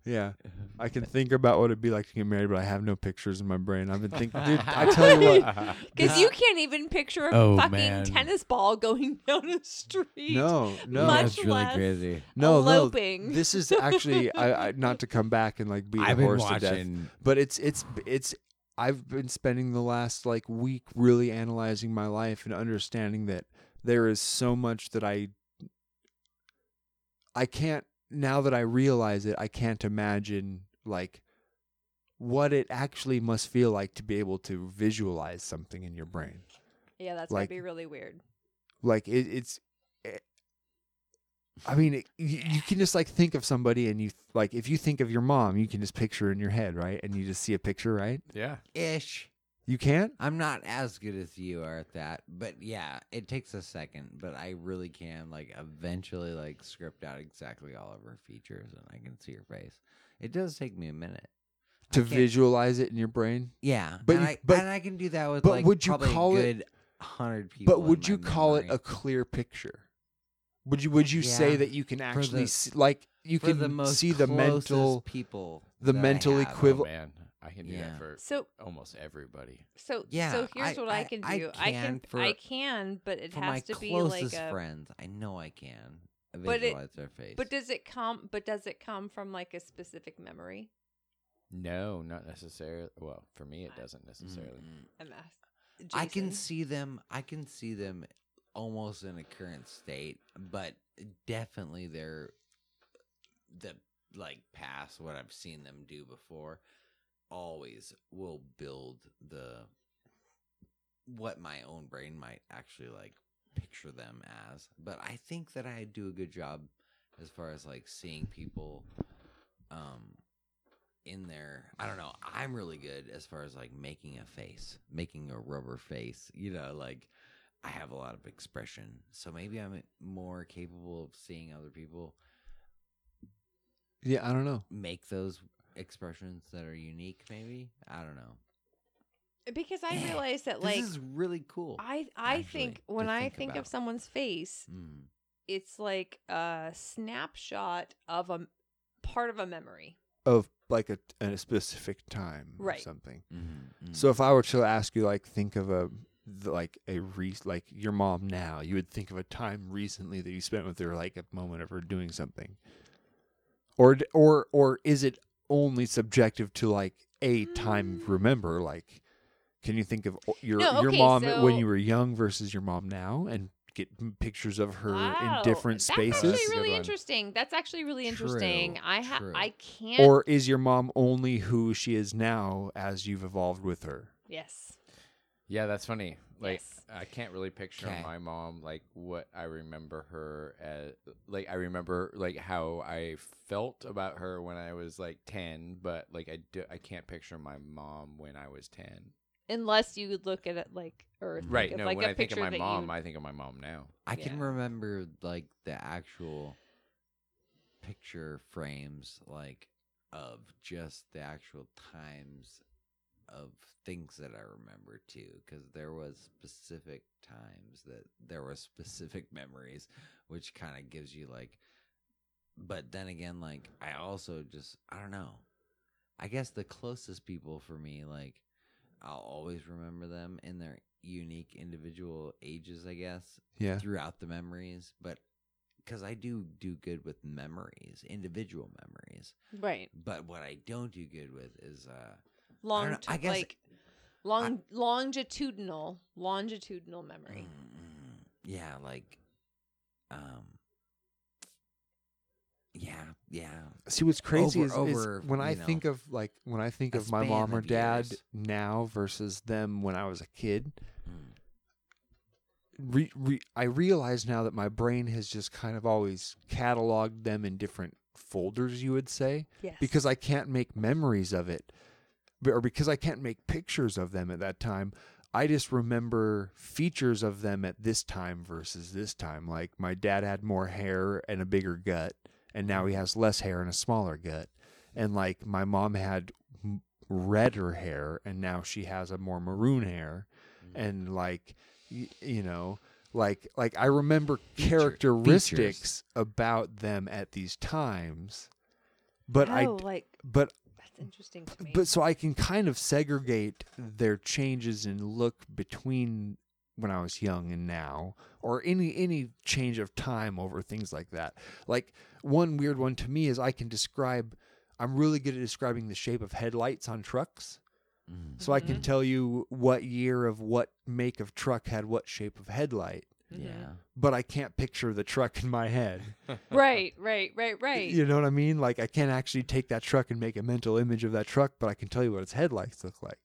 Speaker 2: yeah, I can think about what it'd be like to get married, but I have no pictures in my brain. I've been thinking, dude. I tell you what,
Speaker 3: Because you can't even picture a
Speaker 4: Oh,
Speaker 3: fucking
Speaker 4: man.
Speaker 3: tennis ball going down a street.
Speaker 2: no, no,
Speaker 3: Much
Speaker 4: That's really
Speaker 3: less.
Speaker 4: crazy.
Speaker 2: no,
Speaker 3: eloping.
Speaker 2: no. This is actually I, I not to come back and like beat a
Speaker 4: I've been
Speaker 2: horse to death,
Speaker 4: watching-
Speaker 2: but it's it's it's I've been spending the last like week really analyzing my life and understanding that there is so much that I I can't now that I realize it, I can't imagine like what it actually must feel like to be able to visualize something in your brain
Speaker 3: Yeah, that's
Speaker 2: Like-
Speaker 3: gonna be really weird.
Speaker 2: like it, it's it- i mean it, you, you can just like think of somebody and you like if you think of your mom you can just picture in your head right and you just see a picture right
Speaker 8: Yeah.
Speaker 4: Ish.
Speaker 2: you can't
Speaker 4: I'm not as good as you are at that, but yeah, it takes a second. But I really can like eventually like script out exactly all of her features, and I can see her face. It does take me a minute I
Speaker 2: to
Speaker 4: can't-
Speaker 2: visualize it in your brain
Speaker 4: Yeah,
Speaker 2: But
Speaker 4: but and,
Speaker 2: you-
Speaker 4: I,
Speaker 2: but-
Speaker 4: and I can do that with
Speaker 2: but
Speaker 4: like
Speaker 2: would you
Speaker 4: probably a
Speaker 2: call it-
Speaker 4: good hundred people.
Speaker 2: but would you call it a clear picture would you would you say
Speaker 4: Yeah,
Speaker 2: that you can actually
Speaker 4: the-
Speaker 2: see, like you
Speaker 4: for
Speaker 2: can
Speaker 4: the most
Speaker 2: see the
Speaker 4: closest
Speaker 2: mental
Speaker 4: people
Speaker 2: the
Speaker 4: that I
Speaker 2: mental
Speaker 4: have.
Speaker 8: Oh,
Speaker 2: equivalent
Speaker 8: man, I can do
Speaker 4: Yeah.
Speaker 8: that for
Speaker 3: So,
Speaker 8: almost everybody.
Speaker 3: so,
Speaker 4: Yeah,
Speaker 3: so here's
Speaker 4: I-
Speaker 3: what I,
Speaker 4: I-
Speaker 3: can
Speaker 4: I
Speaker 3: do. I
Speaker 4: can
Speaker 3: can,
Speaker 4: for-
Speaker 3: I can, but it
Speaker 4: for my
Speaker 3: has to be like a.
Speaker 4: closest friends. I know I can
Speaker 3: But it-
Speaker 4: visualize their face.
Speaker 3: But does it come? But does it come from like a specific memory?
Speaker 8: No, not necessarily. Well, for me, it doesn't necessarily.
Speaker 1: Mm.
Speaker 4: Mm-mm.
Speaker 3: I'm asking.
Speaker 4: I can
Speaker 3: Jason.
Speaker 4: see them. I can see them almost in a current state, but definitely their the like past what I've seen them do before always will build the what my own brain might actually like picture them as. But I think that I do a good job as far as like seeing people um in there. I don't know. I'm really good as far as like making a face, making a rubber face. You know, like I have a lot of expression. So maybe I'm more capable of seeing other people
Speaker 2: yeah i don't know
Speaker 4: make those expressions that are unique maybe. I don't know.
Speaker 3: because I
Speaker 4: Yeah.
Speaker 3: realize that like
Speaker 4: this is really cool.
Speaker 3: I I
Speaker 4: actually,
Speaker 3: think
Speaker 4: to
Speaker 3: when I
Speaker 4: think
Speaker 3: think of
Speaker 4: about.
Speaker 3: someone's face,
Speaker 4: Mm.
Speaker 3: it's like a snapshot of a m- part of a memory.
Speaker 2: of like a, a specific time or
Speaker 3: Right.
Speaker 2: something
Speaker 4: Mhm, mhm.
Speaker 2: So if I were to ask you, like, think of a th- like a re- like your mom now, you would think of a time recently that you spent with her, like a moment of her doing something, or d- or or is it only subjective to like a time you remember? Like, can you think of o- your
Speaker 3: Mm. No,
Speaker 2: your
Speaker 3: okay,
Speaker 2: mom at- when
Speaker 3: so-
Speaker 2: you were young versus your mom now, and get m- pictures of her
Speaker 3: Wow,
Speaker 2: in different
Speaker 3: That's
Speaker 2: spaces?
Speaker 8: That's a
Speaker 3: actually
Speaker 8: good
Speaker 3: really
Speaker 8: one.
Speaker 3: interesting. That's actually really interesting.
Speaker 4: True,
Speaker 3: I ha-
Speaker 4: true.
Speaker 3: I can't.
Speaker 2: Or is your mom only who she is now as you've evolved with her?
Speaker 3: yes,
Speaker 8: Yeah, that's funny. Like
Speaker 3: Yes.
Speaker 8: I can't really picture
Speaker 4: 'Kay.
Speaker 8: my mom like what I remember her as like I remember like how I felt about her when I was like 10, but like I do, I can't picture my mom when I was 10.
Speaker 3: unless you look at it like or think
Speaker 8: Right.
Speaker 3: of,
Speaker 8: No,
Speaker 3: like
Speaker 8: when
Speaker 3: a
Speaker 8: I think of
Speaker 3: picture
Speaker 8: my
Speaker 3: that
Speaker 8: mom,
Speaker 3: you-
Speaker 8: I think of my mom now.
Speaker 4: I can
Speaker 3: Yeah.
Speaker 4: remember like the actual picture frames, like of just the actual times of things that I remember too, because there was specific times that there were specific memories, which kind of gives you like. But then again, like I also just I don't know. I guess the closest people for me, like I'll always remember them in their unique individual ages. I guess
Speaker 2: Yeah.
Speaker 4: throughout the memories, but
Speaker 1: because I do do good with memories, individual memories.
Speaker 3: Right.
Speaker 1: But what I don't do good with is uh, I
Speaker 3: Long,
Speaker 1: don't know, I
Speaker 3: I
Speaker 1: guess-
Speaker 3: like long, longitudinal, longitudinal memory.
Speaker 1: mm, yeah, like, um, yeah, yeah.
Speaker 2: See what's crazy
Speaker 1: Over-
Speaker 2: is, is
Speaker 1: over,
Speaker 2: when I
Speaker 1: you know,
Speaker 2: think of like when I think
Speaker 1: a
Speaker 2: of my
Speaker 1: span
Speaker 2: mom or
Speaker 1: of
Speaker 2: dad
Speaker 1: years.
Speaker 2: now versus them when I was a kid.
Speaker 1: Mm.
Speaker 2: Re, re, I realize now that my brain has just kind of always cataloged them in different folders. You would say
Speaker 3: Yes.
Speaker 2: because I can't make memories of it, b- or because I can't make pictures of them at that time. I just remember features of them at this time versus this time. Like my dad had more hair and a bigger gut, and now
Speaker 3: Mm-hmm.
Speaker 2: he has less hair and a smaller gut. And like my mom had m- redder hair, and now she has a more maroon hair.
Speaker 3: Mm-hmm.
Speaker 2: And like, y- you know, like like I remember characteristics about them at these times, but I
Speaker 3: Oh, like
Speaker 2: but
Speaker 3: that's interesting to me.
Speaker 2: but so I can kind of segregate their changes in look between when I was young and now, or any any change of time over things like that. Like one weird one to me is I can describe. I'm really good at describing the shape of headlights on trucks. So I can tell you what year of what make of truck had what shape of headlight,
Speaker 1: Yeah.
Speaker 2: but I can't picture the truck in my head.
Speaker 3: right, right, right, right.
Speaker 2: You know what I mean? Like I can't actually take that truck and make a mental image of that truck, but I can tell you what its headlights look like.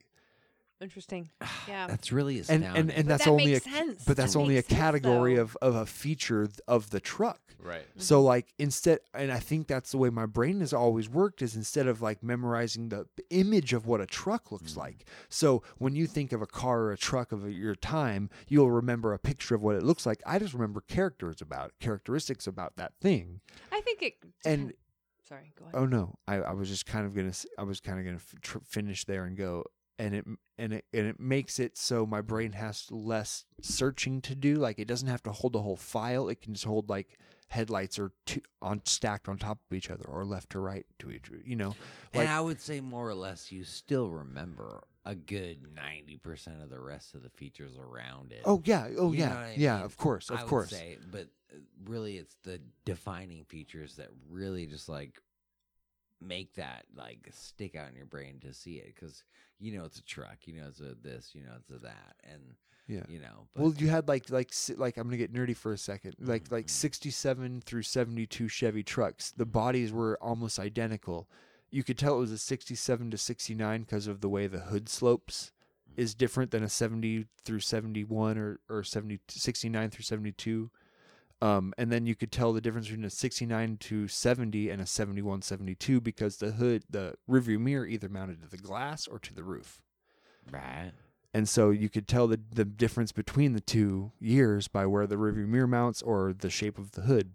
Speaker 3: Interesting. Yeah.
Speaker 1: That's really
Speaker 2: And
Speaker 1: astounding.
Speaker 2: and, and that's
Speaker 3: that
Speaker 2: only
Speaker 3: makes
Speaker 2: a
Speaker 3: sense.
Speaker 2: but that's
Speaker 3: That
Speaker 2: only a
Speaker 3: makes sense,
Speaker 2: category
Speaker 3: though. Mm-hmm.
Speaker 2: of of a feature th- of the truck.
Speaker 8: Right.
Speaker 2: So like instead and I think that's the way my brain has always worked is instead of like memorizing the image of what a truck looks
Speaker 3: Mm.
Speaker 2: like. So when you think of a car or a truck of your time, you'll remember a picture of what it looks like. I just remember characters about characteristics about that thing.
Speaker 3: I think it.
Speaker 2: And
Speaker 3: Sorry, go ahead.
Speaker 2: Oh no, I, I was just kind of gonna s- I was kind of gonna f- tr- finish there and go and it and it and it makes it so my brain has less searching to do. Like it doesn't have to hold a whole file. It can just hold like headlights or two on stacked on top of each other or left to right to each. You know, like
Speaker 1: and I would say more or less you still remember a good ninety percent of the rest of the features around it.
Speaker 2: oh yeah, oh
Speaker 1: You know
Speaker 2: yeah,
Speaker 1: what I
Speaker 2: yeah.
Speaker 1: mean?
Speaker 2: Of course, of
Speaker 1: I would
Speaker 2: course.
Speaker 1: say, but uh, really, it's the defining features that really just like make that like stick out in your brain to see it because you know it's a truck, you know it's a this, you know it's a that, and
Speaker 2: Yeah.
Speaker 1: you know. But Mm-hmm.
Speaker 2: Well, you had like like si- like I'm gonna get nerdy for a second. Like like 67 through 72 Chevy trucks. The bodies were almost identical. You could tell it was a 67 to 69 because of the way the hood slopes
Speaker 1: Mm-hmm.
Speaker 2: is different than a 70 through 71 or or 70 69 through 72. Um, and then you could tell the difference between a 69 to 70 and a 71 72 because the hood, the rearview mirror, either mounted to the glass or to the roof
Speaker 1: right,
Speaker 2: and so you could tell the, the difference between the two years by where the rearview mirror mounts or the shape of the hood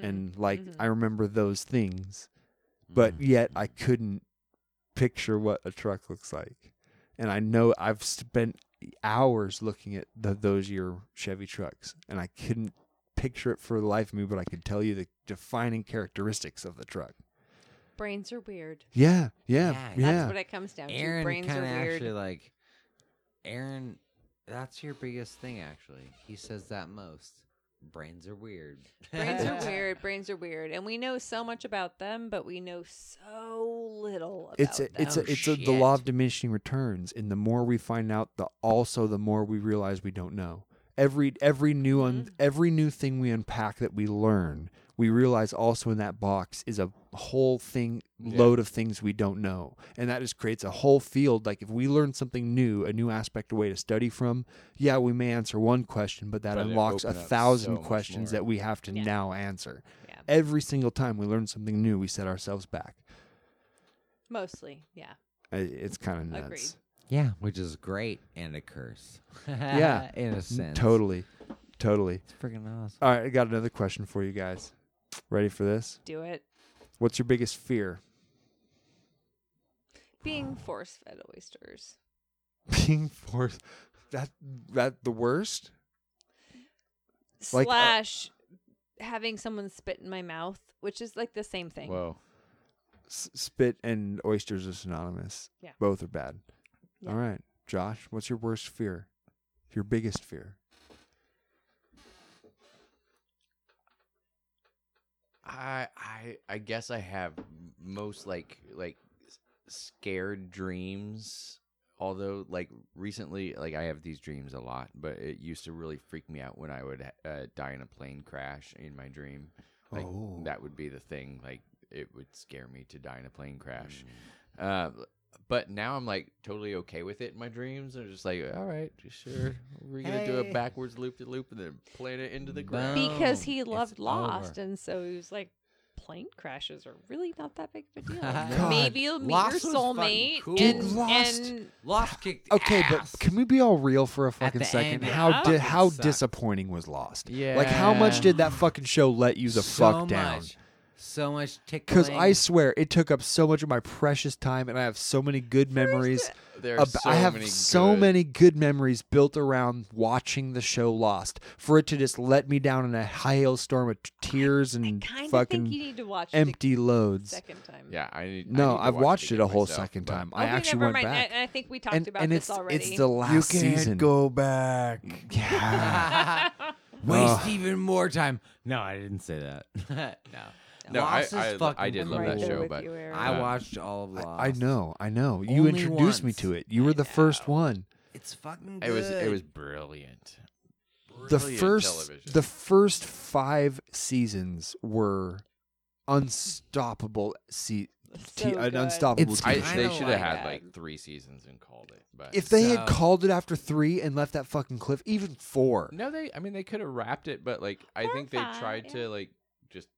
Speaker 2: and like i remember those things but yet i couldn't picture what a truck looks like and i know i've spent hours looking at the, those year chevy trucks and i couldn't picture it for the life of me but i could tell you the defining characteristics of the truck
Speaker 3: Brains are weird.
Speaker 2: yeah
Speaker 1: Yeah,
Speaker 2: yeah yeah,
Speaker 1: that's
Speaker 3: That's what it comes down to.
Speaker 1: Aaron
Speaker 3: Brains are
Speaker 1: kind of
Speaker 3: weird.
Speaker 1: actually like Aaron. That's your biggest thing, actually. He says that most. Brains are weird.
Speaker 3: Brains are weird. Brains are weird, and we know so much about them, but we know so little about
Speaker 2: it's a,
Speaker 3: them.
Speaker 2: it's a,
Speaker 1: Oh,
Speaker 2: it's a, the law of diminishing returns and the more we find out the also the more we realize we don't know every every new un,
Speaker 3: Mm-hmm.
Speaker 2: every new thing we unpack that we learn we realize also in that box is a whole thing load of things we don't know and that just creates a whole field like if we learn something new a new aspect a way to study from yeah we may answer one question but that
Speaker 8: But it
Speaker 2: unlocks a
Speaker 8: opened up
Speaker 2: thousand
Speaker 8: so much
Speaker 2: questions
Speaker 8: more.
Speaker 2: that we have to
Speaker 3: Yeah.
Speaker 2: now answer
Speaker 3: Yeah.
Speaker 2: every single time we learn something new we set ourselves back
Speaker 3: mostly, yeah.
Speaker 2: I- it's kind of nuts
Speaker 3: Agreed.
Speaker 1: Yeah, which is great and a curse.
Speaker 2: Yeah.
Speaker 1: in a
Speaker 2: N-
Speaker 1: sense,
Speaker 2: Totally. Totally.
Speaker 1: It's freaking awesome.
Speaker 2: All right, I got another question for you guys. Ready for this?
Speaker 3: Do it.
Speaker 2: What's your biggest fear?
Speaker 3: Being force fed oysters.
Speaker 2: Being forced that that the worst? Like, uh,
Speaker 3: slash having someone spit in my mouth, which is like the same thing.
Speaker 8: Whoa.
Speaker 2: S- spit and oysters are synonymous.
Speaker 3: Yeah.
Speaker 2: Both are bad.
Speaker 3: Yeah.
Speaker 2: All right. Josh, what's your worst fear? Your biggest fear?
Speaker 8: I I I guess I have most like like s- scared dreams. Although like recently, like I have these dreams a lot, but it used to really freak me out when I would uh, die in a plane crash in my dream. Like
Speaker 2: Oh.
Speaker 8: that would be the thing. Like it would scare me to die in a plane crash. Uh, but now I'm like totally okay with it in my dreams. I'm just like, all right, sure. We're gonna do
Speaker 4: Hey.
Speaker 8: a backwards loop to loop and then plant it into the ground
Speaker 3: because
Speaker 4: Boom.
Speaker 3: he
Speaker 4: It's
Speaker 3: loved Lost,
Speaker 4: over.
Speaker 3: and so he was like, plane crashes are really not that big of a deal.
Speaker 4: God,
Speaker 3: Maybe you'll meet
Speaker 4: Lost
Speaker 3: your
Speaker 4: was fucking
Speaker 3: soulmate.
Speaker 4: cool.
Speaker 3: And,
Speaker 2: Dude, Lost-
Speaker 3: and
Speaker 4: Lost kicked
Speaker 2: Okay,
Speaker 4: ass.
Speaker 2: but can we be all real for a fucking
Speaker 4: the
Speaker 2: second?
Speaker 4: end, it
Speaker 2: how
Speaker 3: fucking
Speaker 2: di- how
Speaker 4: sucked.
Speaker 2: disappointing was Lost? Like how much
Speaker 8: Yeah.
Speaker 2: did that fucking show let you the
Speaker 4: so
Speaker 2: fuck down?
Speaker 4: Much, so much tickling.
Speaker 2: Because I swear it took up so much of my precious time, and I have so many good memories.
Speaker 8: There are
Speaker 2: ab- I
Speaker 8: so
Speaker 2: have
Speaker 8: many
Speaker 2: so
Speaker 8: good-
Speaker 2: many good memories built around watching the show Lost. For it to just let me down in a hailstorm of t- tears
Speaker 3: I
Speaker 2: and
Speaker 3: kind of
Speaker 2: fucking
Speaker 3: think you need to watch
Speaker 2: empty
Speaker 3: the
Speaker 2: loads.
Speaker 3: second time.
Speaker 8: Yeah, I need. I
Speaker 2: No,
Speaker 8: need to
Speaker 2: I've
Speaker 8: watch
Speaker 2: watched it
Speaker 8: again
Speaker 2: a whole
Speaker 8: myself,
Speaker 2: second
Speaker 8: but-
Speaker 2: time.
Speaker 3: Oh,
Speaker 2: I
Speaker 3: wait,
Speaker 2: actually
Speaker 3: never
Speaker 2: went
Speaker 3: mind.
Speaker 2: back.
Speaker 3: I, I think we talked
Speaker 2: and
Speaker 3: about
Speaker 2: and
Speaker 3: this
Speaker 2: it's
Speaker 3: already.
Speaker 2: it's the last season.
Speaker 4: go back.
Speaker 2: Yeah.
Speaker 4: Waste
Speaker 2: Ugh.
Speaker 4: even more time. No, I didn't say that. no.
Speaker 8: No, I,
Speaker 4: Lost is
Speaker 8: I, I
Speaker 4: fucking
Speaker 8: did
Speaker 3: I'm
Speaker 8: love
Speaker 3: right
Speaker 8: that
Speaker 3: there
Speaker 8: show,
Speaker 3: with
Speaker 8: but
Speaker 3: you, Aaron.
Speaker 4: I
Speaker 8: Uh,
Speaker 4: watched all of Lost.
Speaker 2: I, I know, I know. You
Speaker 4: Only
Speaker 2: introduced me
Speaker 4: once.
Speaker 2: to it. You were the first one.
Speaker 4: It's fucking
Speaker 8: it
Speaker 4: good.
Speaker 8: was it was brilliant.
Speaker 2: the
Speaker 8: Brilliant
Speaker 2: first
Speaker 8: television.
Speaker 2: the first five seasons were unstoppable se- t-
Speaker 3: So
Speaker 2: an
Speaker 3: good.
Speaker 2: unstoppable
Speaker 4: It's
Speaker 2: TV
Speaker 8: I,
Speaker 4: I
Speaker 8: they
Speaker 4: don't
Speaker 8: should
Speaker 4: like
Speaker 8: have had
Speaker 4: that.
Speaker 8: like three seasons and called it. But
Speaker 2: if they had
Speaker 4: So-
Speaker 2: called it after three and left that fucking cliff even four
Speaker 8: no, they. I mean, they could have wrapped it, but like I
Speaker 3: Or
Speaker 8: think they
Speaker 3: five,
Speaker 8: tried
Speaker 3: yeah.
Speaker 8: to like just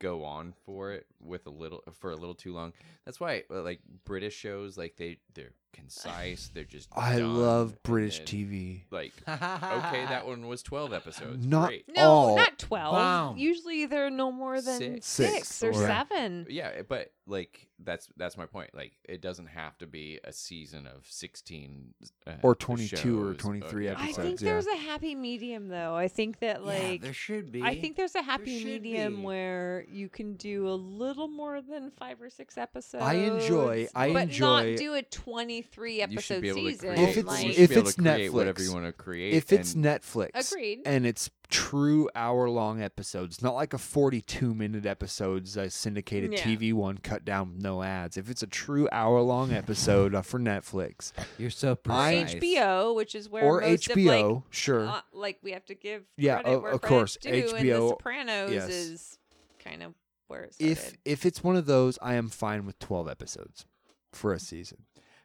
Speaker 8: go on for it with a little for a little too long. That's why uh, like British shows like they they're concise. They're just.
Speaker 2: i
Speaker 8: done,
Speaker 2: love
Speaker 8: and
Speaker 2: british
Speaker 8: then,
Speaker 2: tv
Speaker 8: Like okay, that one was twelve episodes.
Speaker 2: Not-
Speaker 8: Great.
Speaker 3: no,
Speaker 2: all
Speaker 3: not twelve.
Speaker 4: bound.
Speaker 3: Usually they're no more than
Speaker 8: Six.
Speaker 3: six,
Speaker 2: Six,
Speaker 3: or
Speaker 2: yeah.
Speaker 3: seven.
Speaker 8: Yeah, eh, but like that's that's my point. Like it doesn't have to be a season of sixteen uh,
Speaker 2: Or 22 or
Speaker 8: shows,
Speaker 2: 23
Speaker 8: yeah.
Speaker 3: I
Speaker 2: episodes.
Speaker 3: think
Speaker 2: yeah.
Speaker 3: there's a happy medium, though. I think that
Speaker 4: yeah,
Speaker 3: like
Speaker 4: there should be.
Speaker 3: I think there's a happy
Speaker 4: should
Speaker 3: medium
Speaker 4: be.
Speaker 3: where you can do a little more than five or six episodes.
Speaker 2: enjoy- I
Speaker 3: but
Speaker 2: enjoy-
Speaker 3: not do a 23 episode
Speaker 8: You should be able to
Speaker 3: season.
Speaker 8: create,
Speaker 2: If it's-
Speaker 3: like,
Speaker 8: you should
Speaker 2: if
Speaker 8: be able
Speaker 2: it's
Speaker 8: to create whatever
Speaker 2: Netflix-
Speaker 8: you want to create.
Speaker 2: if it's
Speaker 8: and
Speaker 2: netflix
Speaker 3: Agreed.
Speaker 2: and it's true hour long episodes not like a 42 minute episodes a syndicated
Speaker 3: Yeah.
Speaker 2: tv one cut down with no ads if it's a true hour long episode uh, for netflix
Speaker 4: You're so
Speaker 3: or
Speaker 4: precise.
Speaker 3: HBO, which is where
Speaker 2: or
Speaker 3: most
Speaker 2: hbo
Speaker 3: of, like,
Speaker 2: sure
Speaker 3: uh, like we have to give
Speaker 2: Yeah,
Speaker 3: credit
Speaker 2: o-
Speaker 3: where
Speaker 2: of
Speaker 3: credit's
Speaker 2: course,
Speaker 3: due, and The
Speaker 2: HBO
Speaker 3: Sopranos
Speaker 2: yes.
Speaker 3: is kind of where it started.
Speaker 2: if if it's one of those, I am fine with twelve episodes for a season.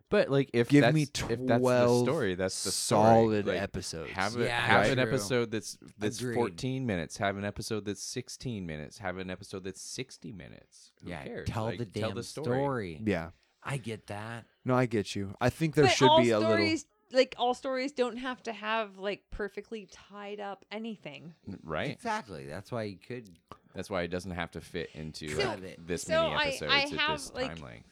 Speaker 8: but like if
Speaker 2: Give
Speaker 8: that's,
Speaker 2: me
Speaker 8: if that's the
Speaker 2: twelve
Speaker 8: story, that's the story.
Speaker 2: solid
Speaker 8: Like,
Speaker 2: episodes.
Speaker 8: Have, a,
Speaker 4: Yeah,
Speaker 8: have
Speaker 4: right.
Speaker 8: an
Speaker 4: True.
Speaker 8: episode that's that's
Speaker 4: Agreed.
Speaker 8: fourteen minutes. Have an episode that's sixteen minutes. Have an episode that's sixty minutes. Who
Speaker 4: Yeah,
Speaker 8: cares?
Speaker 4: tell
Speaker 8: Like,
Speaker 4: the damn
Speaker 8: tell the
Speaker 4: story.
Speaker 2: Yeah,
Speaker 4: I get that.
Speaker 2: no, I get you. I think there
Speaker 3: but
Speaker 2: should
Speaker 3: all
Speaker 2: be a little.
Speaker 3: stories, like all stories, don't have to have like perfectly tied up anything.
Speaker 8: right?
Speaker 4: Exactly. That's why you could.
Speaker 8: That's why it doesn't have to fit into
Speaker 4: So-
Speaker 8: uh, this
Speaker 3: so
Speaker 8: many
Speaker 3: I-
Speaker 8: episodes
Speaker 3: I
Speaker 8: at
Speaker 3: have,
Speaker 8: this
Speaker 3: like,
Speaker 8: time length.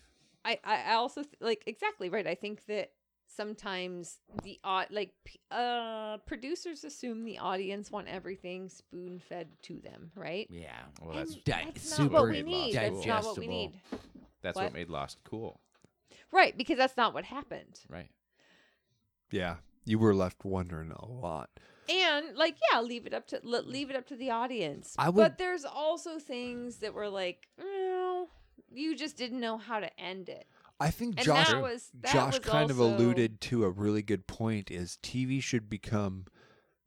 Speaker 3: I, I I also th- like exactly right. I think that sometimes the odd like p- uh producers assume the audience want everything spoon fed to them, right?
Speaker 4: Yeah.
Speaker 8: Well, that's
Speaker 3: And
Speaker 4: di-
Speaker 3: that's not what
Speaker 4: super
Speaker 3: we need. That's not what we
Speaker 4: digestible.
Speaker 3: need.
Speaker 8: that's what?
Speaker 3: what?
Speaker 8: made Lost cool,
Speaker 3: Right, because that's not what happened.
Speaker 8: right?
Speaker 2: Yeah, you were left wondering a lot.
Speaker 3: And like, yeah, leave it up to le- leave it up to the audience.
Speaker 2: I would-
Speaker 3: But there's also things that were like, no, you just didn't know how to end it.
Speaker 2: I think
Speaker 3: And
Speaker 2: Josh
Speaker 3: that was that
Speaker 2: Josh
Speaker 3: was
Speaker 2: kind of
Speaker 3: also-
Speaker 2: alluded to a really good point is TV should become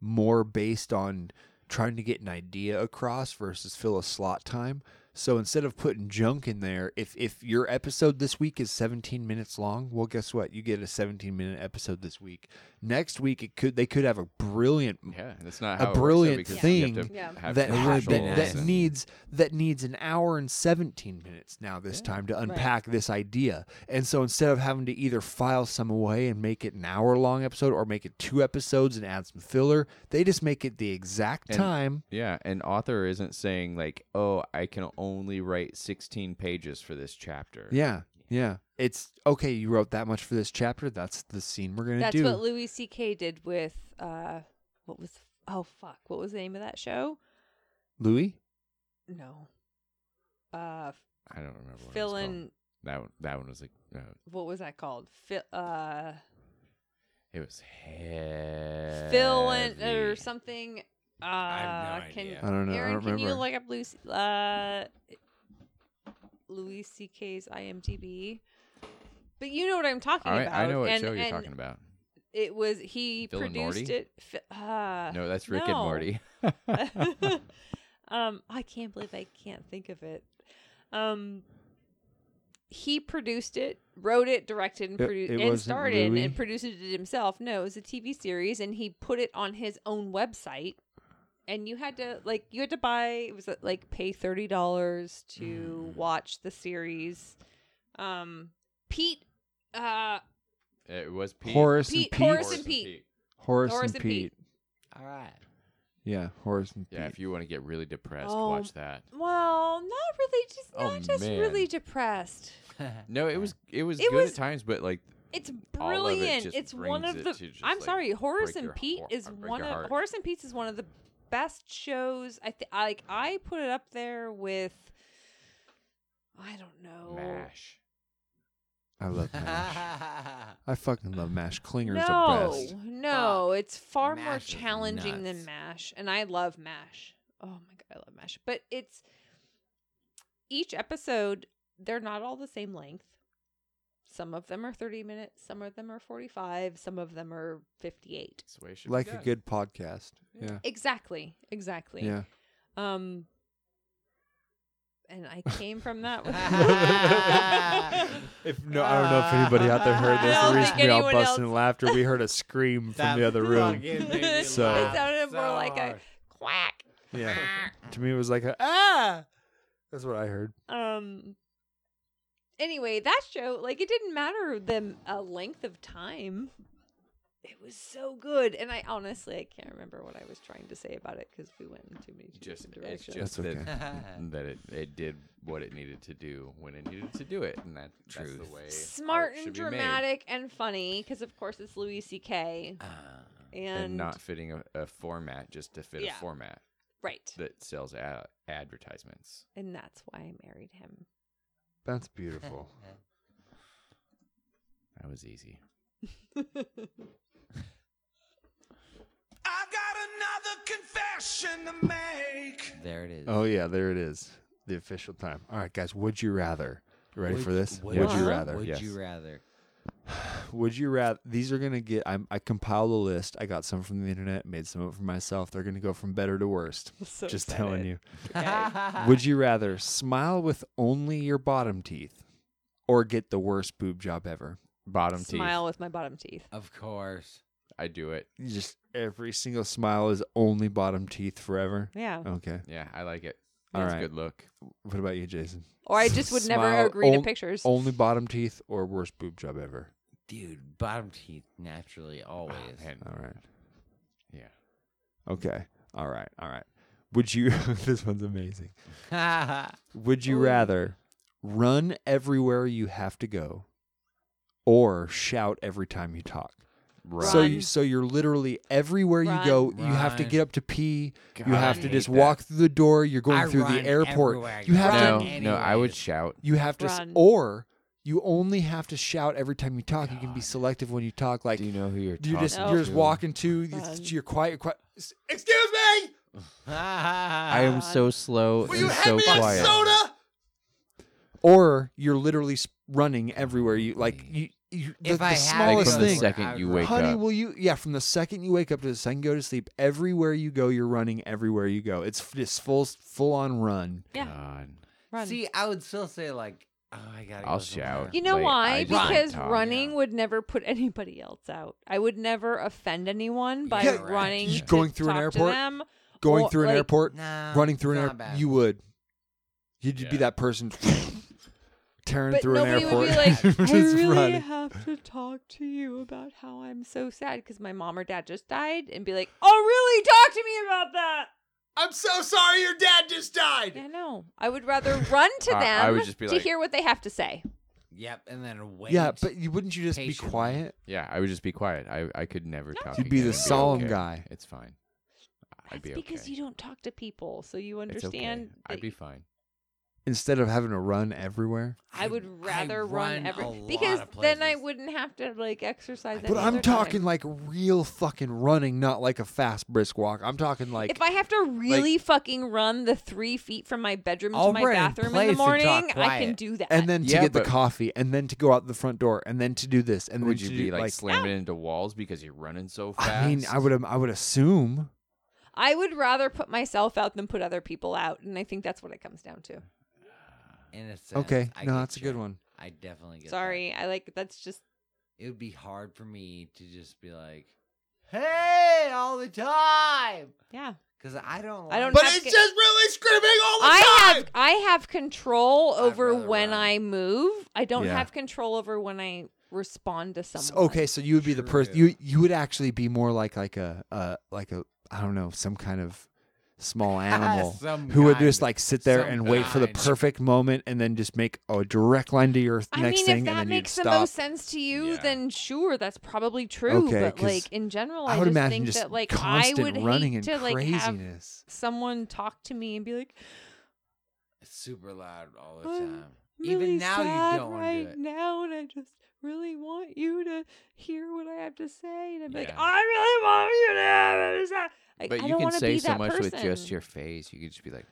Speaker 2: more based on trying to get an idea across versus fill a slot time. So instead of putting junk in there, if if your episode this week is 17 minutes long, well guess what? You get a 17 minute episode this week. Next week it could they could have a brilliant
Speaker 8: Yeah, that's not
Speaker 2: A
Speaker 8: how it works, though,
Speaker 2: brilliant
Speaker 8: because You have
Speaker 2: thing
Speaker 8: to
Speaker 3: Yeah.
Speaker 8: have
Speaker 2: that,
Speaker 4: have
Speaker 2: that,
Speaker 8: commercials
Speaker 2: that
Speaker 4: and-
Speaker 2: needs that needs an hour and 17 minutes now this time to unpack this idea and so instead of having to either file some away and make it an hour long episode or make it two episodes and add some filler they just make it the exact
Speaker 8: And-
Speaker 2: time
Speaker 8: Yeah, an author isn't saying like, "Oh, I can only write 16 pages for this chapter."
Speaker 2: yeah yeah it's okay you wrote that much for this chapter that's the scene we're gonna
Speaker 3: That's
Speaker 2: do
Speaker 3: what Louis C.K. did with uh, what was oh fuck, what was the name of that show?
Speaker 2: louis
Speaker 3: No, uh,
Speaker 8: I don't remember. What
Speaker 3: fill
Speaker 8: it was called.
Speaker 3: in.
Speaker 8: that one, that one was like, no,
Speaker 3: What was that called? Fill uh,
Speaker 8: it was heavy.
Speaker 3: fill in or something. Uh, I
Speaker 8: no
Speaker 3: can,
Speaker 8: idea.
Speaker 2: I don't know. I
Speaker 3: Aaron,
Speaker 2: don't
Speaker 3: can you
Speaker 2: remember.
Speaker 3: look up Lucy, uh, Louis C.K.'s IMDb? But you know what I'm talking
Speaker 8: All right,
Speaker 3: about.
Speaker 8: I know what
Speaker 3: and,
Speaker 8: show you're
Speaker 3: and
Speaker 8: talking about.
Speaker 3: It was he
Speaker 8: Phil and
Speaker 3: produced
Speaker 8: Morty?
Speaker 3: it. Fi- Uh,
Speaker 8: No, that's Rick and
Speaker 3: no.
Speaker 8: Morty.
Speaker 3: um, I can't believe I can't think of it. Um, he produced it, wrote it, directed, and,
Speaker 2: It-
Speaker 3: produ-
Speaker 2: it
Speaker 3: and
Speaker 2: wasn't
Speaker 3: starred in
Speaker 2: Louis?
Speaker 3: and produced it himself. No, it was a TV series, and he put it on his own website. And you had to like you had to buy it was uh, like pay thirty dollars to
Speaker 2: Mm.
Speaker 3: watch the series. Um, Pete, uh,
Speaker 8: It was Pete.
Speaker 2: Horace
Speaker 3: Pete,
Speaker 2: and Pete.
Speaker 3: Horace and Pete.
Speaker 2: Horace,
Speaker 3: Horace
Speaker 2: and,
Speaker 3: and Pete.
Speaker 2: Pete.
Speaker 4: All right.
Speaker 2: Yeah, Horace and
Speaker 8: Yeah, if
Speaker 2: Pete.
Speaker 8: you want to get really depressed,
Speaker 3: Oh.
Speaker 8: watch that.
Speaker 3: Well, not really, just
Speaker 8: Oh,
Speaker 3: not just
Speaker 8: man.
Speaker 3: really depressed.
Speaker 8: No, it was it was
Speaker 3: It
Speaker 8: good
Speaker 3: was-
Speaker 8: at times, but like
Speaker 3: It's
Speaker 8: All of it
Speaker 3: brilliant.
Speaker 8: just
Speaker 3: it's one
Speaker 8: brings
Speaker 3: of
Speaker 8: it
Speaker 3: the.
Speaker 8: to just,
Speaker 3: I'm
Speaker 8: like,
Speaker 3: sorry, Horace
Speaker 8: break
Speaker 3: and
Speaker 8: your
Speaker 3: Pete
Speaker 8: heart-
Speaker 3: is
Speaker 8: break
Speaker 3: one
Speaker 8: your
Speaker 3: of
Speaker 8: heart.
Speaker 3: Horace and Pete's is one of the best shows. I think like I put it up there with. I don't know.
Speaker 8: Mash.
Speaker 2: I love Mash. I fucking love Mash. Klinger's
Speaker 3: No,
Speaker 2: the best.
Speaker 3: no, it's far more
Speaker 4: Mash is
Speaker 3: challenging than
Speaker 4: nuts.
Speaker 3: Mash, and I love Mash. Oh my god, I love Mash, but it's each episode they're not all the same length. Some of them are 30 minutes, some of them are 45, some of them are 58.
Speaker 8: That's the way it should be
Speaker 2: Like a
Speaker 8: done.
Speaker 2: good podcast. Yeah.
Speaker 3: Exactly, exactly.
Speaker 2: Yeah.
Speaker 3: Um, and I came from that. With
Speaker 2: If no, I don't know if anybody out there heard this.
Speaker 3: I don't
Speaker 2: The reason
Speaker 3: think
Speaker 2: we all
Speaker 3: anyone
Speaker 2: busted
Speaker 3: else-
Speaker 2: in laughter, we heard a scream from the other room.
Speaker 3: it
Speaker 2: So-
Speaker 3: sounded more like a quack.
Speaker 2: Yeah. to me, it was like a ah. That's what I heard.
Speaker 3: um anyway that show like it didn't matter the uh, length of time it was so good and i honestly i can't remember what i was trying to say about it because we went in too many
Speaker 8: Just
Speaker 3: different
Speaker 8: it's
Speaker 3: directions
Speaker 8: just
Speaker 2: That's
Speaker 8: that, that it, it did what it needed to do when it needed to do it, and that That's
Speaker 4: Truth.
Speaker 8: the way art
Speaker 3: smart
Speaker 8: should
Speaker 3: and
Speaker 8: be made.
Speaker 3: dramatic and funny because of course it's louis ck and,
Speaker 8: Uh, and, not fitting a, a format just to fit
Speaker 3: Yeah.
Speaker 8: a format
Speaker 3: right
Speaker 8: that sells ad- advertisements.
Speaker 3: and that's why i married him
Speaker 2: That's beautiful.
Speaker 8: That was easy.
Speaker 4: There it is.
Speaker 2: oh yeah, there it is. The official time. All right, guys. Would you rather? You ready for this? Would,
Speaker 8: Yeah.
Speaker 2: you
Speaker 8: Uh-huh.
Speaker 2: rather?
Speaker 4: Would
Speaker 8: Yes.
Speaker 4: you rather?
Speaker 2: Would you rather? These are gonna get. I'm, I compiled a list. I got some from the internet, made some up for myself. They're gonna go from better to worst.
Speaker 3: So
Speaker 2: Just
Speaker 3: excited.
Speaker 2: telling you.
Speaker 3: okay.
Speaker 2: Would you rather smile with only your bottom teeth, or get the worst boob job ever?
Speaker 8: Bottom
Speaker 3: smile with my bottom teeth
Speaker 2: Uh,
Speaker 4: Of course.
Speaker 8: teeth. I do it.
Speaker 2: You Just every single smile is only bottom teeth forever.
Speaker 3: yeah
Speaker 2: Okay.
Speaker 8: Yeah, I like it.
Speaker 2: All
Speaker 8: It's
Speaker 2: right.
Speaker 8: a good look.
Speaker 2: What about you, Jason?
Speaker 3: or i just would never
Speaker 2: Smile
Speaker 3: agree to
Speaker 2: on-
Speaker 3: pictures
Speaker 2: Only bottom teeth or worst boob job ever.
Speaker 4: Dude, bottom teeth naturally always.
Speaker 8: And
Speaker 2: All right.
Speaker 8: yeah.
Speaker 2: Okay. All right. All right. Would you? this one's amazing. Would you rather run everywhere you have to go, or shout every time you talk? So,
Speaker 3: Run.
Speaker 2: you, so you're literally everywhere you go. You have to
Speaker 4: Run.
Speaker 2: get up to pee.
Speaker 8: God,
Speaker 2: you have
Speaker 8: I
Speaker 2: to
Speaker 8: hate
Speaker 2: just
Speaker 8: that.
Speaker 2: walk through the door. You're going
Speaker 4: I
Speaker 2: through
Speaker 4: run
Speaker 2: the airport.
Speaker 4: everywhere I
Speaker 2: You
Speaker 4: go.
Speaker 2: have
Speaker 8: No,
Speaker 2: to.
Speaker 8: no, I would
Speaker 4: Anyways.
Speaker 8: shout.
Speaker 2: You have to, s-
Speaker 3: Run.
Speaker 2: or you only have to shout every time you talk. You can be selective when you talk. Like
Speaker 8: Do you know who you're
Speaker 2: you just
Speaker 3: Nope.
Speaker 2: you're just
Speaker 8: to?
Speaker 2: walking to. you-
Speaker 3: Run.
Speaker 2: You're quiet. You're quiet. S- Excuse me.
Speaker 8: I am so slow and so quiet.
Speaker 2: Or you're literally s- running everywhere. You like you. you the,
Speaker 4: If
Speaker 2: the
Speaker 4: I had
Speaker 8: Like
Speaker 2: smallest
Speaker 8: from the
Speaker 2: thing.
Speaker 8: second you wake
Speaker 2: Honey,
Speaker 8: up.
Speaker 2: will you? Yeah, from the second you wake up to the second you go to sleep, everywhere you go, you're running. Everywhere you go, it's f- just full full on run.
Speaker 3: yeah
Speaker 8: God.
Speaker 3: run.
Speaker 4: See, I would still say like, oh, I gotta.
Speaker 8: I'll
Speaker 4: go somewhere.
Speaker 8: shout.
Speaker 3: You know
Speaker 8: Like,
Speaker 3: why?
Speaker 8: I just don't
Speaker 3: because
Speaker 8: talk.
Speaker 3: running would never put anybody else out. I would never offend anyone by
Speaker 4: Yeah, right.
Speaker 3: running
Speaker 4: Yeah.
Speaker 3: to
Speaker 2: Going through an
Speaker 3: talk to
Speaker 2: airport,
Speaker 3: them.
Speaker 2: Going
Speaker 3: Or,
Speaker 2: through an
Speaker 3: like,
Speaker 2: airport,
Speaker 4: Nah,
Speaker 2: running through an
Speaker 4: it's not
Speaker 2: airport,
Speaker 4: bad.
Speaker 2: you would. You'd be
Speaker 8: Yeah.
Speaker 2: that person tearing
Speaker 3: But
Speaker 2: through an
Speaker 3: nobody
Speaker 2: airport.
Speaker 3: would be like, I
Speaker 2: just
Speaker 3: really
Speaker 2: running.
Speaker 3: have to talk to you about how I'm so sad because my mom or dad just died, and be like, "Oh, really? Talk to me about that."
Speaker 2: I'm so sorry, your dad just died.
Speaker 3: Yeah, no, I would rather run to them
Speaker 8: I- I would just be
Speaker 3: to
Speaker 8: like-
Speaker 3: hear what they have to say.
Speaker 4: Yep, and then wait.
Speaker 2: Yeah, but you, wouldn't you just
Speaker 4: Patiently.
Speaker 2: be quiet?
Speaker 8: Yeah, I would just be quiet. I, I could never talk.
Speaker 2: You'd be
Speaker 8: again
Speaker 2: the
Speaker 8: and
Speaker 2: solemn
Speaker 8: okay.
Speaker 2: guy.
Speaker 8: It's fine. I'd
Speaker 3: That's
Speaker 8: be
Speaker 3: because
Speaker 8: okay.
Speaker 3: you don't talk to people, so you
Speaker 8: It's okay.
Speaker 3: understand. that
Speaker 8: I'd be fine.
Speaker 2: instead of having to run everywhere.
Speaker 3: I would rather run,
Speaker 1: run
Speaker 3: every
Speaker 1: a lot
Speaker 3: because
Speaker 1: of
Speaker 3: then I
Speaker 1: places.
Speaker 3: wouldn't have to like exercise.
Speaker 2: But
Speaker 3: any
Speaker 2: I'm
Speaker 3: other time.
Speaker 2: talking like real fucking running, not like a fast brisk walk. I'm talking like
Speaker 3: if I have to really fucking run the three feet from my bedroom to
Speaker 1: I'll
Speaker 3: my
Speaker 1: run in
Speaker 3: bathroom in
Speaker 1: place
Speaker 3: the
Speaker 1: and talk
Speaker 3: morning, I can
Speaker 1: quiet.
Speaker 3: do that.
Speaker 2: and then to
Speaker 8: Yeah,
Speaker 2: get the
Speaker 8: but-
Speaker 2: coffee, and then to go out the front door, and then to do this, and
Speaker 8: Would
Speaker 2: then
Speaker 8: you
Speaker 2: to
Speaker 8: be
Speaker 2: do,
Speaker 8: like, slamming into walls because you're running so fast?
Speaker 2: I mean, I would am- I would assume.
Speaker 3: I would rather put myself out than put other people out, and I think that's what it comes down to.
Speaker 1: In a sense,
Speaker 2: Okay,
Speaker 1: I
Speaker 2: no,
Speaker 1: get
Speaker 2: that's a
Speaker 1: you.
Speaker 2: good one.
Speaker 1: I definitely get. that.
Speaker 3: Sorry, I like that's just
Speaker 1: it would be hard for me to just be like, "Hey, all the time,"
Speaker 3: yeah.
Speaker 1: because I don't.
Speaker 3: I don't.
Speaker 1: like-
Speaker 3: have to get-
Speaker 15: really screaming all
Speaker 3: I have I have control over
Speaker 1: rather
Speaker 3: when
Speaker 1: run.
Speaker 3: I move. I don't
Speaker 2: Yeah.
Speaker 3: have control over when I respond to someone.
Speaker 2: S- okay, so you would be the person you you would actually be more like like a uh like a I don't know some kind of small animal
Speaker 1: Some
Speaker 2: who would
Speaker 1: kind.
Speaker 2: just like sit there
Speaker 1: Some
Speaker 2: and wait for the
Speaker 1: kind.
Speaker 2: perfect moment and then just make a direct line to your th-
Speaker 3: I
Speaker 2: next
Speaker 3: mean,
Speaker 2: thing
Speaker 3: if
Speaker 2: and
Speaker 3: that
Speaker 2: then
Speaker 3: makes
Speaker 2: you'd
Speaker 3: the
Speaker 2: stop.
Speaker 3: most sense to you,
Speaker 8: Yeah.
Speaker 3: then sure, that's probably true.
Speaker 2: Okay,
Speaker 3: but
Speaker 2: 'cause
Speaker 3: like in general, I,
Speaker 2: I would
Speaker 3: just
Speaker 2: imagine
Speaker 3: think
Speaker 2: just
Speaker 3: that like I
Speaker 2: constant
Speaker 3: would
Speaker 2: running
Speaker 3: hate
Speaker 2: and
Speaker 3: to like have
Speaker 2: craziness.
Speaker 3: someone talk to me and be like,
Speaker 1: It's super loud all the
Speaker 3: I'm
Speaker 1: time.
Speaker 3: really
Speaker 1: Even now,
Speaker 3: sad
Speaker 1: you don't want to
Speaker 3: right
Speaker 1: do it.
Speaker 3: now, and I just really want you to hear what I have to say, and I'm like,
Speaker 8: Yeah.
Speaker 3: I really want you to. Have it. It's not- Like,
Speaker 8: but
Speaker 3: I
Speaker 8: you
Speaker 3: don't
Speaker 8: can
Speaker 3: want to
Speaker 8: say
Speaker 3: be
Speaker 8: so
Speaker 3: that
Speaker 8: much
Speaker 3: person.
Speaker 8: with just your face. You could just be like,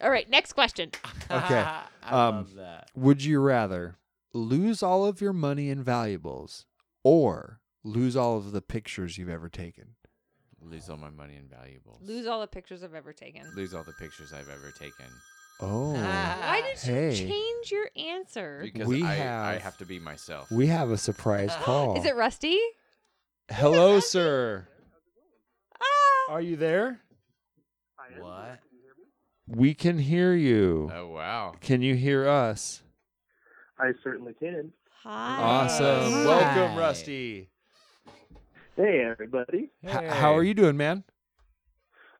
Speaker 3: All right, next question.
Speaker 2: Okay,
Speaker 1: I
Speaker 2: um,
Speaker 1: love that.
Speaker 2: Would you rather lose all of your money and valuables or lose all of the pictures you've ever taken?
Speaker 8: lose all my money and valuables.
Speaker 3: Lose all the pictures I've ever taken.
Speaker 8: Lose all the pictures I've ever taken.
Speaker 3: Ah.
Speaker 2: Oh.
Speaker 3: Why did
Speaker 2: Hey.
Speaker 3: you change your answer?
Speaker 8: Because
Speaker 2: We
Speaker 8: I, I
Speaker 2: have-
Speaker 8: have to be myself.
Speaker 2: We have a surprise call.
Speaker 3: Uh-huh. Is it Rusty?
Speaker 12: Hello, sir.
Speaker 3: Ah!
Speaker 12: Are you there?
Speaker 1: What?
Speaker 2: We can hear you.
Speaker 8: oh wow.
Speaker 2: Can you hear us?
Speaker 9: I certainly can.
Speaker 3: Hi.
Speaker 2: Awesome.
Speaker 1: Hi.
Speaker 2: Welcome, Rusty.
Speaker 9: Hey, everybody.
Speaker 2: H- how are you doing, man?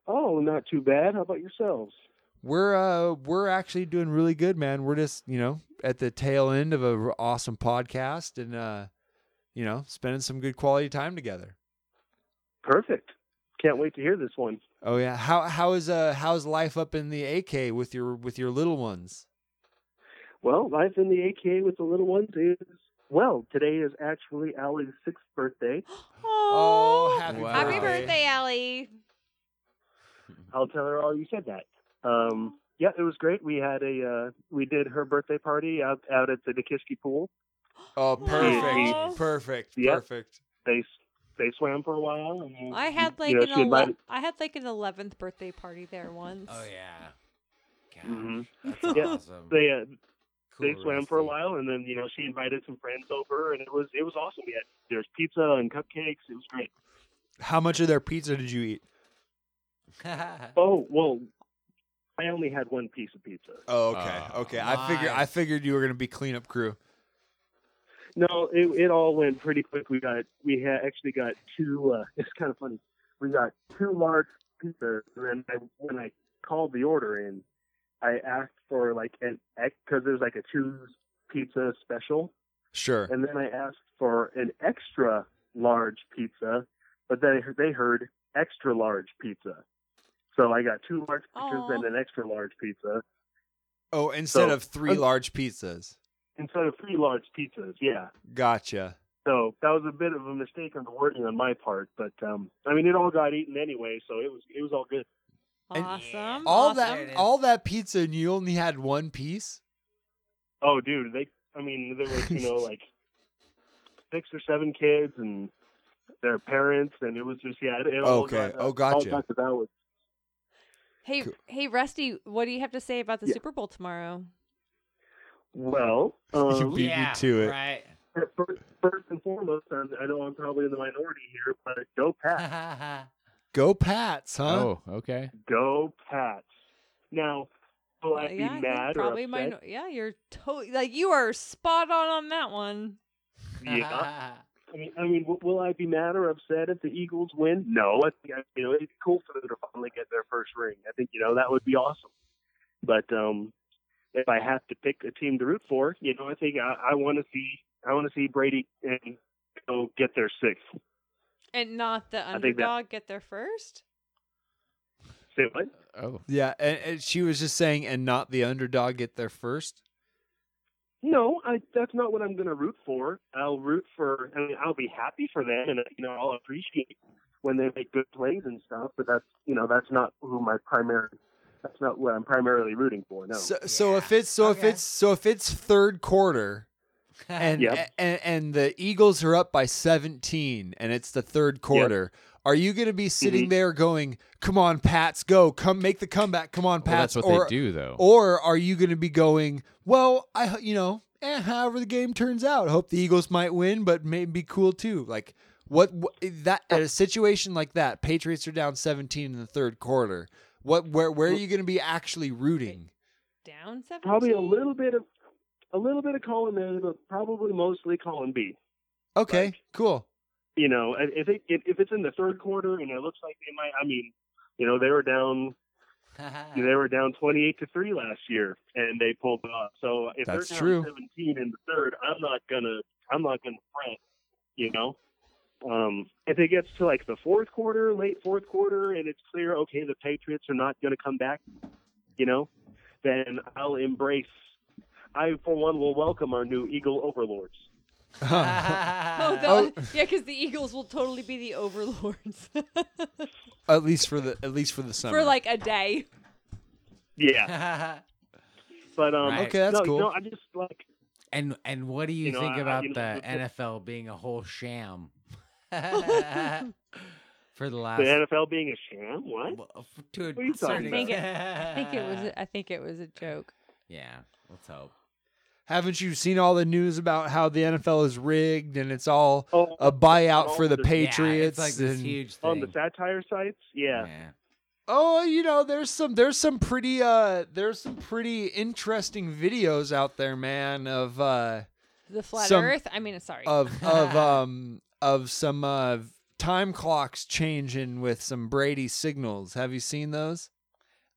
Speaker 9: Oh, not too bad. How about yourselves?
Speaker 2: We're uh we're actually doing really good, man. We're just, you know, at the tail end of a r- awesome podcast and uh you know, spending some good quality time together.
Speaker 9: Perfect. Can't wait to hear this one.
Speaker 2: Oh yeah. How how is uh how's life up in the AK with your with your little ones?
Speaker 9: Well, life in the AKA with the little ones is well. Today is actually Allie's sixth birthday.
Speaker 2: Oh,
Speaker 3: Oh,
Speaker 2: happy,
Speaker 8: Wow.
Speaker 3: happy birthday, Allie.
Speaker 8: Mm-hmm.
Speaker 9: I'll tell her all you said that. Um, yeah, it was great. We had a uh, we did her birthday party out out at the Nikiski pool.
Speaker 2: Oh, perfect.
Speaker 3: Aw.
Speaker 2: Perfect.
Speaker 9: Yep.
Speaker 2: Perfect.
Speaker 9: They they swam for a while. And then,
Speaker 3: I had like
Speaker 9: you know,
Speaker 3: an
Speaker 9: she
Speaker 3: ele-
Speaker 9: invited-
Speaker 3: I had like an eleventh birthday party there once.
Speaker 1: Oh yeah. Gosh,
Speaker 9: Mhm.
Speaker 1: that's
Speaker 9: Yeah,
Speaker 1: awesome.
Speaker 9: they uh, they
Speaker 1: Cool,
Speaker 9: swam for a
Speaker 1: Rusty.
Speaker 9: while, and then you know she invited some friends over, and it was it was awesome. We had there's pizza and cupcakes. It was great.
Speaker 2: How much of their pizza did you eat?
Speaker 9: Oh well, I only had one piece of pizza.
Speaker 2: Oh,
Speaker 8: okay. Uh,
Speaker 2: okay.
Speaker 1: I figure- I nice.
Speaker 2: figured you were gonna be cleanup crew.
Speaker 9: No, it it all went pretty quick. We got we had actually got two. Uh, it's kind of funny. We got two large pizzas, and then I, when I called the order in, I asked for like an because there's like a two pizza special.
Speaker 2: Sure.
Speaker 9: and then I asked for an extra large pizza, but then they heard extra large pizza. So I got two large pizzas
Speaker 3: Aw.
Speaker 9: and an extra large pizza
Speaker 2: Oh, instead
Speaker 9: So-
Speaker 2: of three large pizzas.
Speaker 9: instead of three large pizzas. Yeah.
Speaker 2: Gotcha.
Speaker 9: So that was a bit of a mistake on the wording on my part, but um, I mean it all got eaten anyway, so it was it was all good.
Speaker 2: And-
Speaker 3: Awesome.
Speaker 2: All
Speaker 3: awesome.
Speaker 2: that all that pizza and you only had one piece?
Speaker 9: Oh, dude, they I mean there was you know like six or seven kids and their parents, and it was just yeah. It, it all
Speaker 2: Okay.
Speaker 9: got,
Speaker 2: Oh,
Speaker 9: all
Speaker 2: gotcha.
Speaker 9: got to that was
Speaker 3: Hey, hey, Rusty, what do you have to say about the
Speaker 9: Yeah.
Speaker 3: Super Bowl tomorrow?
Speaker 9: well. Um,
Speaker 2: beat me to it.
Speaker 1: Right.
Speaker 9: Fir- fir- first and foremost, and I know I'm probably in the minority here, but go Pats,
Speaker 2: Go Pats, huh?
Speaker 8: Oh, okay.
Speaker 9: go Pats. Now, will I
Speaker 3: Uh,
Speaker 9: be
Speaker 3: yeah, I think
Speaker 9: mad or
Speaker 3: probably
Speaker 9: upset?
Speaker 3: mino- Yeah, you're totally like you are spot on on that one. Uh-huh.
Speaker 9: Yeah. I mean, I mean, w- will I be mad or upset if the Eagles win? No, I think I, you know it'd be cool for them to finally get their first ring. I think you know that would be awesome. But um, if I have to pick a team to root for, you know, I think I, I want to see I want to see Brady and go get their sixth.
Speaker 3: And not the
Speaker 9: think that-
Speaker 3: underdog get there first.
Speaker 9: Say what?
Speaker 8: Oh.
Speaker 2: Yeah, and, and she was just saying, and not the underdog get there first.
Speaker 9: No, I, that's not what I'm going to root for. I'll root for, I mean, I'll be happy for them, and you know, I'll appreciate when they make good plays and stuff. But that's, you know, that's not who my primary. That's not what I'm primarily rooting for. No.
Speaker 2: So, so if it's so if it's so if it's third quarter, and,
Speaker 9: Yep.
Speaker 2: and and the Eagles are up by 17, and it's the third quarter. Are you going to be sitting
Speaker 9: Mm-hmm.
Speaker 2: there going, "Come on, Pats, go! Come make the comeback! Come on,
Speaker 8: Well, that's
Speaker 2: Pats!"
Speaker 8: what they do, though.
Speaker 2: Or are you going to be going, "Well, I ho- you know, eh, however the game turns out, hope the Eagles might win, but maybe be cool too." Like what, what eh, that at a situation like that, Patriots are down 17 in the third quarter. What where where are you going to be actually rooting?
Speaker 3: Down seven.
Speaker 9: probably a little bit of a little bit of column A, but probably mostly column B.
Speaker 2: Okay, cool.
Speaker 9: You know, and if it if if it's in the third quarter and it looks like they might, I mean, you know, they were down. they were down 28 to 3 last year and they pulled it off. So if
Speaker 2: That's
Speaker 9: they're
Speaker 2: true.
Speaker 9: down 17 in the third, I'm not going to I'm not going to fret, you know. Um, if it gets to like the fourth quarter, late fourth quarter and it's clear okay, the Patriots are not going to come back, you know, then I'll embrace I for one will welcome our new Eagle overlords.
Speaker 2: Uh,
Speaker 3: Oh, the, yeah, because the Eagles will totally be the overlords
Speaker 2: At least for the at least for the summer.
Speaker 3: for like a day.
Speaker 9: Yeah. but um
Speaker 4: Right.
Speaker 2: Okay, that's
Speaker 9: no,
Speaker 2: cool.
Speaker 9: No, I just like
Speaker 4: And and what do you,
Speaker 9: You know,
Speaker 4: think
Speaker 9: I- I-
Speaker 4: about
Speaker 9: you know,
Speaker 4: the
Speaker 9: the- the-
Speaker 4: NFL being a whole sham for the
Speaker 9: the
Speaker 4: last
Speaker 9: NFL being a sham, what?
Speaker 4: uh, to a
Speaker 9: What are you
Speaker 4: certain
Speaker 9: talking
Speaker 3: I think it,
Speaker 4: extent?
Speaker 3: I think it
Speaker 2: Uh.
Speaker 3: was. I think it was a joke.
Speaker 4: Yeah, let's hope.
Speaker 2: Haven't you seen all the news about how the NFL is rigged and it's all a buyout for the
Speaker 9: Yeah, it's like
Speaker 2: Patriots?
Speaker 4: yeah, it's like this
Speaker 2: and-
Speaker 4: huge thing.
Speaker 9: Oh, On the satire sites? Yeah.
Speaker 4: Yeah.
Speaker 2: oh, you know, there's some there's some pretty uh there's some pretty interesting videos out there, man, of uh
Speaker 3: The flat
Speaker 2: Some-
Speaker 3: Earth. I mean, sorry.
Speaker 2: of of um of some uh time clocks changing with some Brady signals. Have you seen those?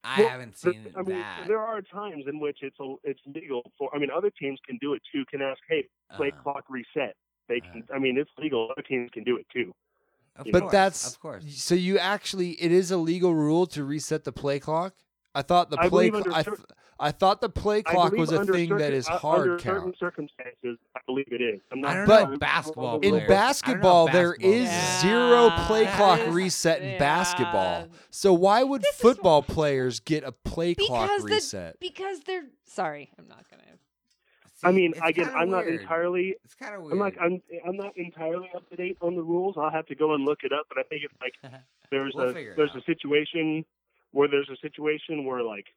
Speaker 4: I
Speaker 9: Well,
Speaker 4: haven't
Speaker 9: there-
Speaker 4: seen
Speaker 9: I mean,
Speaker 4: that.
Speaker 9: there are times in which it's a, it's legal for. I mean, other teams can do it too. Can ask, hey, play
Speaker 4: Uh-huh.
Speaker 9: clock reset. They can. I mean, it's legal. Other teams can do it too.
Speaker 4: Of
Speaker 9: you
Speaker 2: but
Speaker 4: course,
Speaker 2: that's
Speaker 4: of course.
Speaker 2: So you actually, it is a legal rule to reset the play clock. I thought the
Speaker 9: I
Speaker 2: play.
Speaker 9: believe
Speaker 2: cl-
Speaker 9: under
Speaker 2: I,
Speaker 9: cer-
Speaker 2: th- I thought the play
Speaker 9: I
Speaker 2: clock
Speaker 9: believe
Speaker 2: was a
Speaker 9: under
Speaker 2: thing that
Speaker 9: certain-
Speaker 2: is
Speaker 9: uh,
Speaker 2: hard
Speaker 9: under certain
Speaker 2: count.
Speaker 9: circumstances. I believe it is. I'm not.
Speaker 4: I don't
Speaker 2: But-
Speaker 4: know basketball.
Speaker 9: In
Speaker 4: players. I don't know
Speaker 2: basketball, there
Speaker 4: basketball
Speaker 2: is
Speaker 4: players.
Speaker 2: zero play
Speaker 3: Yeah,
Speaker 2: clock
Speaker 3: that is-
Speaker 2: reset in
Speaker 3: yeah.
Speaker 2: basketball. So why would
Speaker 3: This is wh-
Speaker 2: football players get a play clock
Speaker 3: because the
Speaker 2: reset?
Speaker 3: because they're sorry. I'm not gonna.
Speaker 9: I mean,
Speaker 4: It's
Speaker 9: again,
Speaker 4: kinda
Speaker 9: I'm not
Speaker 4: weird.
Speaker 9: entirely.
Speaker 4: It's kind of weird.
Speaker 9: I'm not. I'm. I'm not entirely up to date on the rules. I'll have to go and look it up. But I think if like there's
Speaker 4: We'll
Speaker 9: a
Speaker 4: figure it
Speaker 9: there's
Speaker 4: out.
Speaker 9: a situation where there's a situation where like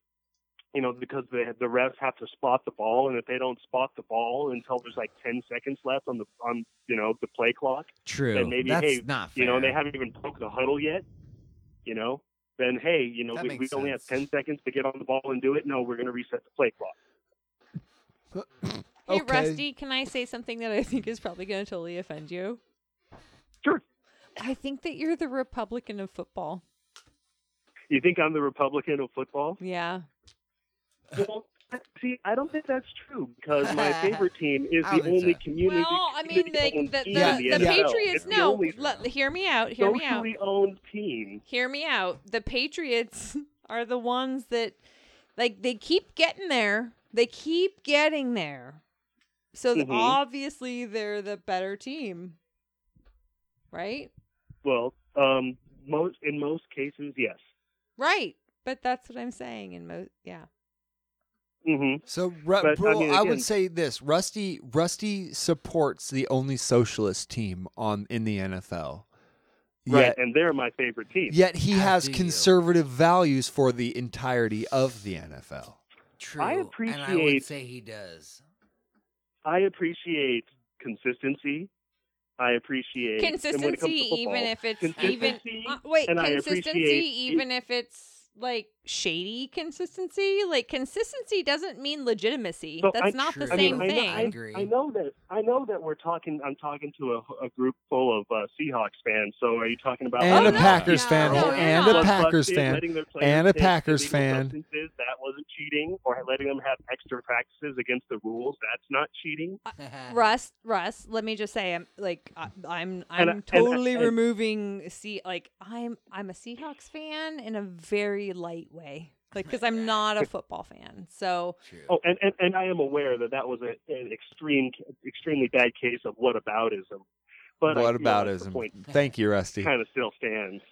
Speaker 9: you know because the the refs have to spot the ball and if they don't spot the ball until there's like 10 seconds left on the on you know the play clock
Speaker 4: True.
Speaker 9: then maybe
Speaker 4: That's
Speaker 9: hey
Speaker 4: not fair.
Speaker 9: you know and they haven't even broke the huddle yet you know then hey you know
Speaker 4: That
Speaker 9: we,
Speaker 4: makes
Speaker 9: we only have
Speaker 4: sense.
Speaker 9: 10 seconds to get on the ball and do it no we're going to reset the play clock
Speaker 3: Hey,
Speaker 2: Okay.
Speaker 3: Rusty, can I say something that I think is probably going to totally offend you?
Speaker 9: Sure.
Speaker 3: I think that you're the Republican of football.
Speaker 9: you think i'm the republican of football
Speaker 3: Yeah.
Speaker 9: well see i don't think that's true because my favorite team is
Speaker 4: I
Speaker 9: the
Speaker 4: don't think
Speaker 9: only
Speaker 4: so.
Speaker 9: community
Speaker 3: Well, I mean, the
Speaker 9: community-owned
Speaker 3: the,
Speaker 9: team
Speaker 3: the,
Speaker 9: in
Speaker 3: the
Speaker 9: NFL.
Speaker 3: Patriots.
Speaker 9: It's the
Speaker 3: No,
Speaker 9: only
Speaker 3: let- hear me out. Hear me out.
Speaker 9: socially owned team.
Speaker 3: Hear me out. The Patriots are the ones that, like, they keep getting there. They keep getting there. So th-
Speaker 9: Mhm.
Speaker 3: obviously they're the better team, right?
Speaker 9: Well, um, most in most cases, yes.
Speaker 3: Right. But that's what I'm saying. In most, yeah.
Speaker 9: hmm
Speaker 2: So, Ru-
Speaker 9: But, I
Speaker 2: Paul, I,
Speaker 9: mean, again-
Speaker 2: would say this: Rusty, Rusty supports the only socialist team on in the NFL.
Speaker 9: Right,
Speaker 2: Yet-
Speaker 9: and they're my favorite team.
Speaker 2: Yet he
Speaker 4: How
Speaker 2: has
Speaker 4: do you?
Speaker 2: conservative values for the entirety of the NFL.
Speaker 4: True. And I would
Speaker 9: appreciate-
Speaker 4: say he does.
Speaker 9: I appreciate consistency. I appreciate and when it comes
Speaker 3: Consistency,
Speaker 9: to football,
Speaker 3: even if it's even
Speaker 9: consistency,
Speaker 3: uh, wait,
Speaker 9: and I
Speaker 3: consistency,
Speaker 9: appreciate-
Speaker 3: even if it's like shady consistency. Like consistency doesn't mean legitimacy.
Speaker 9: So
Speaker 3: that's
Speaker 9: I-
Speaker 3: not the
Speaker 9: I
Speaker 3: same
Speaker 9: mean, I know-
Speaker 3: thing.
Speaker 9: I, I
Speaker 4: Agree.
Speaker 9: know that I know that we're talking. I'm talking to a, a group full of uh, Seahawks fans. So are you talking about
Speaker 2: And
Speaker 3: Oh,
Speaker 2: a
Speaker 3: no,
Speaker 2: Packers
Speaker 3: no,
Speaker 2: fan, Oh,
Speaker 3: no,
Speaker 2: and a
Speaker 3: no.
Speaker 9: Plus, plus
Speaker 2: Packers
Speaker 9: it
Speaker 2: fan,
Speaker 9: letting their players
Speaker 2: and a
Speaker 9: take
Speaker 2: Packers
Speaker 9: illegal
Speaker 2: fan.
Speaker 9: substances, That wasn't cheating or letting them have extra practices against the rules. That's not cheating.
Speaker 3: Uh, Russ, Russ, let me just say, I'm like, I, I'm, I'm
Speaker 9: And I- and I-
Speaker 3: totally
Speaker 9: and-
Speaker 3: removing see, like, I'm, I'm a Seahawks fan in a very light way, like, because I'm not a football fan. So,
Speaker 9: Oh, and, and, and I am aware that that was a, an extreme, extremely bad case of whataboutism. But I feel like the point
Speaker 12: Thank you, Rusty.
Speaker 9: kind of still stands.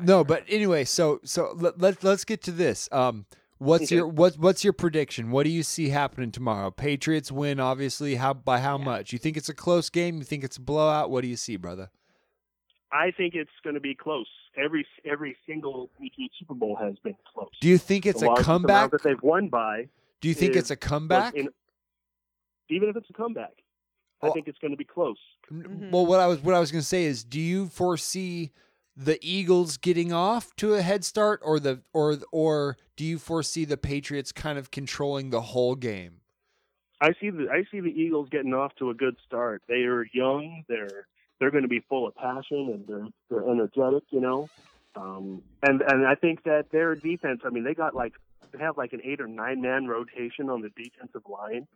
Speaker 2: No, but anyway, so so let, let let's get to this. Um, what's
Speaker 9: Okay.
Speaker 2: your what what's your prediction? What do you see happening tomorrow? Patriots win, obviously. How by how much? You think it's a close game? You think it's a blowout? What do you see, brother?
Speaker 9: I think it's going to be close. Every every single weekly Super Bowl has been close.
Speaker 2: Do you think it's
Speaker 9: The
Speaker 2: a
Speaker 9: largest amount
Speaker 2: comeback?
Speaker 9: that they've won by?
Speaker 2: Do you think
Speaker 9: is-
Speaker 2: it's a comeback?
Speaker 9: was in- even if it's a comeback, I
Speaker 2: Well-
Speaker 9: think it's going to be close. Mm-hmm.
Speaker 2: Well, what I was what I was going to say is, do you foresee the Eagles getting off to a head start, or the or or do you foresee the Patriots kind of controlling the whole game?
Speaker 9: I see the I see the Eagles getting off to a good start. They are young. They're they're going to be full of passion and they're they're energetic. You know, um, and and I think that their defense. I mean, they got like they have like an eight or nine man rotation on the defensive line.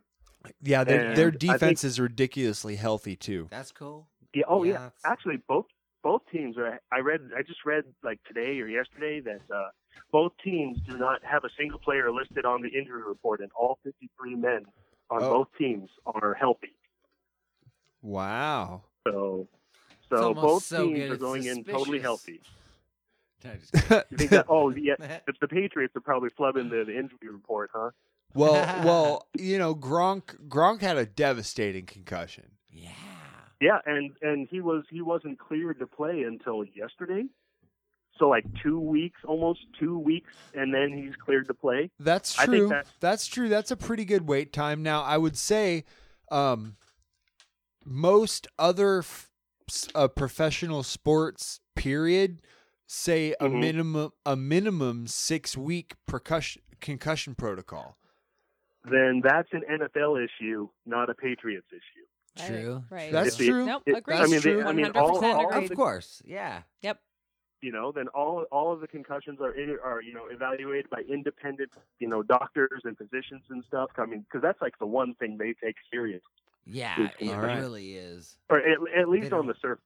Speaker 2: Yeah, their
Speaker 9: And
Speaker 2: their
Speaker 9: I think-
Speaker 2: defense is ridiculously healthy too.
Speaker 1: That's cool.
Speaker 9: Yeah. Oh yeah.
Speaker 1: Yeah, it's-
Speaker 9: Actually, both both teams are. I read. I just read like today or yesterday that uh, both teams do not have a single player listed on the injury report, and all 53 men on
Speaker 2: Oh.
Speaker 9: both teams are healthy.
Speaker 2: Wow.
Speaker 9: So,
Speaker 2: It's
Speaker 9: so
Speaker 2: almost
Speaker 9: both
Speaker 2: so
Speaker 9: teams
Speaker 2: good
Speaker 9: are
Speaker 2: it's
Speaker 9: going in totally
Speaker 2: suspicious.
Speaker 9: healthy. You think that? Oh yeah. It's the Patriots are probably flubbing the, the injury report, huh?
Speaker 2: Well, well, you know, Gronk Gronk had a devastating concussion.
Speaker 9: Yeah, and and he was he wasn't cleared to play until yesterday. So like two weeks, almost two weeks, and then he's cleared to play.
Speaker 2: That's
Speaker 9: I think
Speaker 2: true.
Speaker 9: that's-
Speaker 2: That's, true. That's a pretty good wait time. Now, I would say um, most other f- s- uh, professional sports period say a
Speaker 9: Mm-hmm.
Speaker 2: minimum a minimum 6 week percussion concussion protocol.
Speaker 9: then that's an NFL issue, not a Patriots issue.
Speaker 1: True.
Speaker 3: Right.
Speaker 2: That's
Speaker 9: If the-
Speaker 2: true.
Speaker 3: Nope,
Speaker 9: it-
Speaker 3: agreed.
Speaker 9: I mean,
Speaker 2: That's
Speaker 9: they-
Speaker 2: true.
Speaker 9: I mean, all,
Speaker 3: 100%
Speaker 9: all-
Speaker 3: agreed.
Speaker 1: Of course. Yeah.
Speaker 3: yep.
Speaker 9: you know, then all all of the concussions are in, are you know evaluated by independent you know doctors and physicians and stuff. I mean, because that's like the one thing they take serious,
Speaker 1: Yeah. It
Speaker 2: All right.
Speaker 1: really is.
Speaker 9: or at, at least on the surface.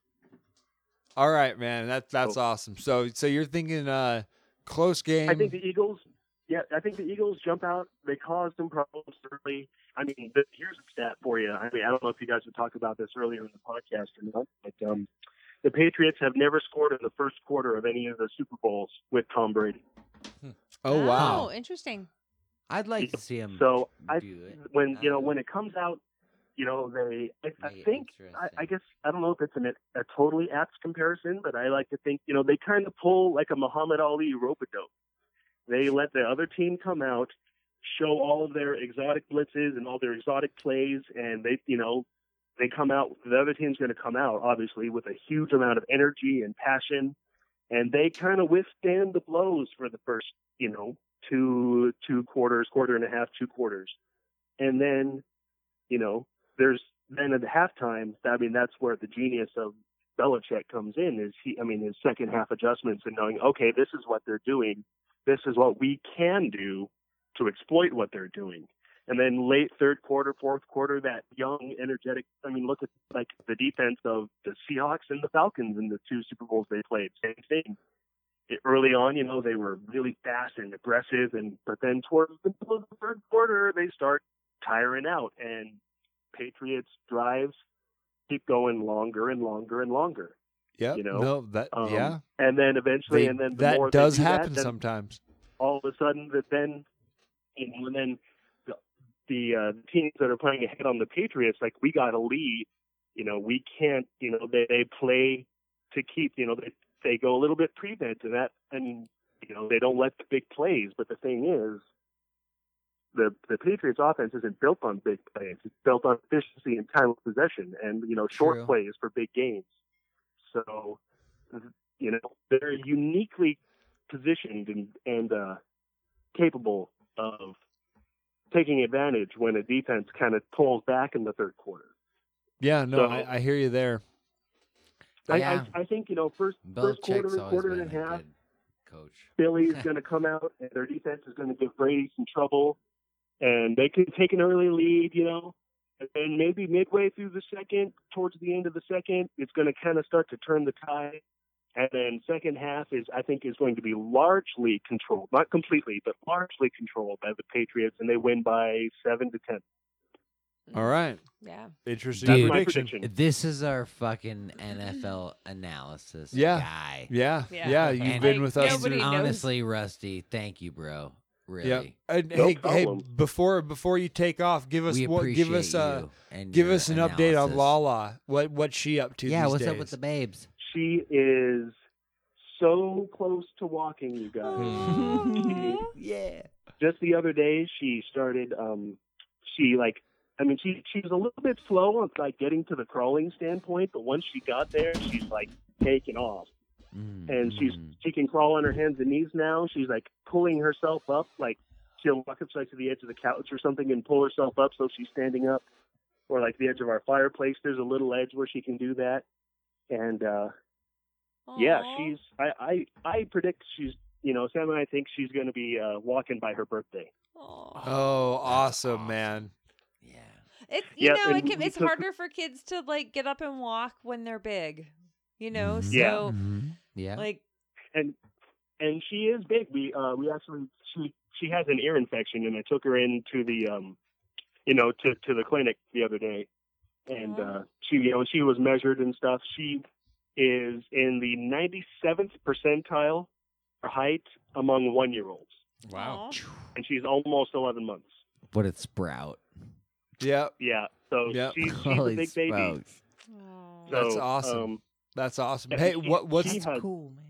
Speaker 2: All right, man. That that's awesome. So so you're thinking uh close game.
Speaker 9: I think the Eagles. Yeah, I think the Eagles jump out. They cause some problems early. I mean, the, here's a stat for you. I mean, I don't know if you guys would talk about this earlier in the podcast or not, but um, the Patriots have never scored in the first quarter of any of the Super Bowls with Tom Brady.
Speaker 2: oh wow.
Speaker 3: Oh, interesting.
Speaker 1: I'd like to see him.
Speaker 9: So I,
Speaker 1: do it.
Speaker 9: when you know when it comes out, you know they. I, I
Speaker 1: Make it
Speaker 9: think I, I
Speaker 1: interesting.
Speaker 9: guess I don't know if it's an, a totally apt comparison, but I like to think you know they kind of pull like a Muhammad Ali rope a dope. They let the other team come out, show all of their exotic blitzes and all their exotic plays, and they you know they come out. The other team's going to come out obviously with a huge amount of energy and passion, and they kind of withstand the blows for the first you know two two quarters, quarter and a half, two quarters, and then you know there's then at the halftime. I mean that's where the genius of Belichick comes in. Is he? I mean his second half adjustments and knowing okay this is what they're doing, this is what we can do to exploit what they're doing. And then late third quarter, fourth quarter, that young, energetic. I mean, look at like the defense of the Seahawks and the Falcons in the two Super Bowls they played. Same thing. It- early on, you know, they were really fast and aggressive, and but then towards the middle of the third quarter, they start tiring out, and Patriots drives keep going longer and longer and longer.
Speaker 2: Yeah.
Speaker 9: you know,
Speaker 2: no, that
Speaker 9: Um,
Speaker 2: yeah.
Speaker 9: and then eventually,
Speaker 2: They-
Speaker 9: and then the
Speaker 2: that
Speaker 9: more they
Speaker 2: does
Speaker 9: do that,
Speaker 2: happen
Speaker 9: then
Speaker 2: sometimes.
Speaker 9: all of a sudden that then you know, and then the, the uh, teams that are playing ahead on the Patriots, like we got a lead, you know, we can't, you know, they, they play to keep, you know, they they go a little bit prevent and that, and you know, they don't let the big plays. But the thing is, the the Patriots offense isn't built on big plays; it's built on efficiency and time of possession, and you know, short
Speaker 1: True.
Speaker 9: plays for big gains. So, you know, they're uniquely positioned and and uh, capable of taking advantage when a defense kind of pulls back in the third quarter.
Speaker 2: Yeah, no,
Speaker 9: So-
Speaker 2: I, I hear you there.
Speaker 9: I,
Speaker 1: Yeah.
Speaker 9: I, I think you know first
Speaker 1: Belichick's
Speaker 9: first quarter,
Speaker 1: always
Speaker 9: quarter
Speaker 1: been
Speaker 9: and a
Speaker 1: a
Speaker 9: half,
Speaker 1: good coach.
Speaker 9: Philly's going to come out and their defense is going to give Brady some trouble, and they could take an early lead, you know. And then maybe midway through the second, towards the end of the second, it's going to kind of start to turn the tide. And then second half is, I think, is going to be largely controlled, not completely, but largely controlled by the Patriots, and they win by seven to ten.
Speaker 2: All right.
Speaker 3: Yeah.
Speaker 2: Interesting
Speaker 9: Dude. My
Speaker 2: prediction.
Speaker 9: prediction.
Speaker 1: This is our fucking NFL analysis
Speaker 2: Yeah.
Speaker 1: guy.
Speaker 2: Yeah. Yeah.
Speaker 3: Yeah.
Speaker 2: You've
Speaker 1: And-
Speaker 2: been with us.
Speaker 3: nobody
Speaker 2: through-
Speaker 3: knows.
Speaker 1: Honestly, Rusty, thank you, bro. Really.
Speaker 2: Yeah. And,
Speaker 9: No
Speaker 2: hey, hey,
Speaker 9: problem.
Speaker 2: before before you take off, give us
Speaker 1: We
Speaker 2: what give us
Speaker 1: appreciate
Speaker 2: uh
Speaker 1: you and
Speaker 2: give
Speaker 1: your
Speaker 2: us an update on
Speaker 1: analysis.
Speaker 2: Lala. What what's she up to?
Speaker 1: Yeah,
Speaker 2: these
Speaker 1: what's
Speaker 2: days?
Speaker 1: up with the babes?
Speaker 9: She is so close to walking, you guys.
Speaker 3: Hmm.
Speaker 1: yeah.
Speaker 9: Just the other day, she started. um She like, I mean, she she was a little bit slow on like getting to the crawling standpoint, but once she got there, she's like taking off,
Speaker 1: Mm,
Speaker 9: and she's she can crawl on her hands and knees now. She's like pulling herself up, like she'll walk up like to the edge of the couch or something and pull herself up so she's standing up, or like the edge of our fireplace. There's a little edge where she can do that, and. uh yeah,
Speaker 3: Aw.
Speaker 9: she's. I, I I predict she's. You know, Sam and I think she's going to be uh, walking by her birthday.
Speaker 3: Aw.
Speaker 2: Oh, awesome, man.
Speaker 1: Yeah.
Speaker 3: It's you
Speaker 9: Yeah,
Speaker 3: know, it
Speaker 9: and
Speaker 3: can, it's
Speaker 9: because-
Speaker 3: harder for kids to like get up and walk when they're big. You know,
Speaker 2: Mm-hmm.
Speaker 3: so
Speaker 9: Yeah.
Speaker 1: Mm-hmm. Yeah.
Speaker 3: Oh. like
Speaker 9: And and she is big. We uh we actually she she has an ear infection, and I took her in to the um, you know, to to the clinic the other day, and uh, she you know she was measured and stuff. She is in the 97th percentile for height among one year olds,
Speaker 8: Wow.
Speaker 3: aw.
Speaker 9: and she's almost 11 months.
Speaker 1: What a sprout.
Speaker 2: Yep.
Speaker 9: Yeah, so
Speaker 2: Yep.
Speaker 9: she, she's
Speaker 1: Holy
Speaker 9: a big baby.
Speaker 1: smokes.
Speaker 3: Aw.
Speaker 9: So,
Speaker 2: That's awesome.
Speaker 9: um,
Speaker 2: That's awesome.
Speaker 9: Yeah,
Speaker 2: Hey,
Speaker 9: she-
Speaker 2: what what's
Speaker 9: she has-
Speaker 1: Cool, man.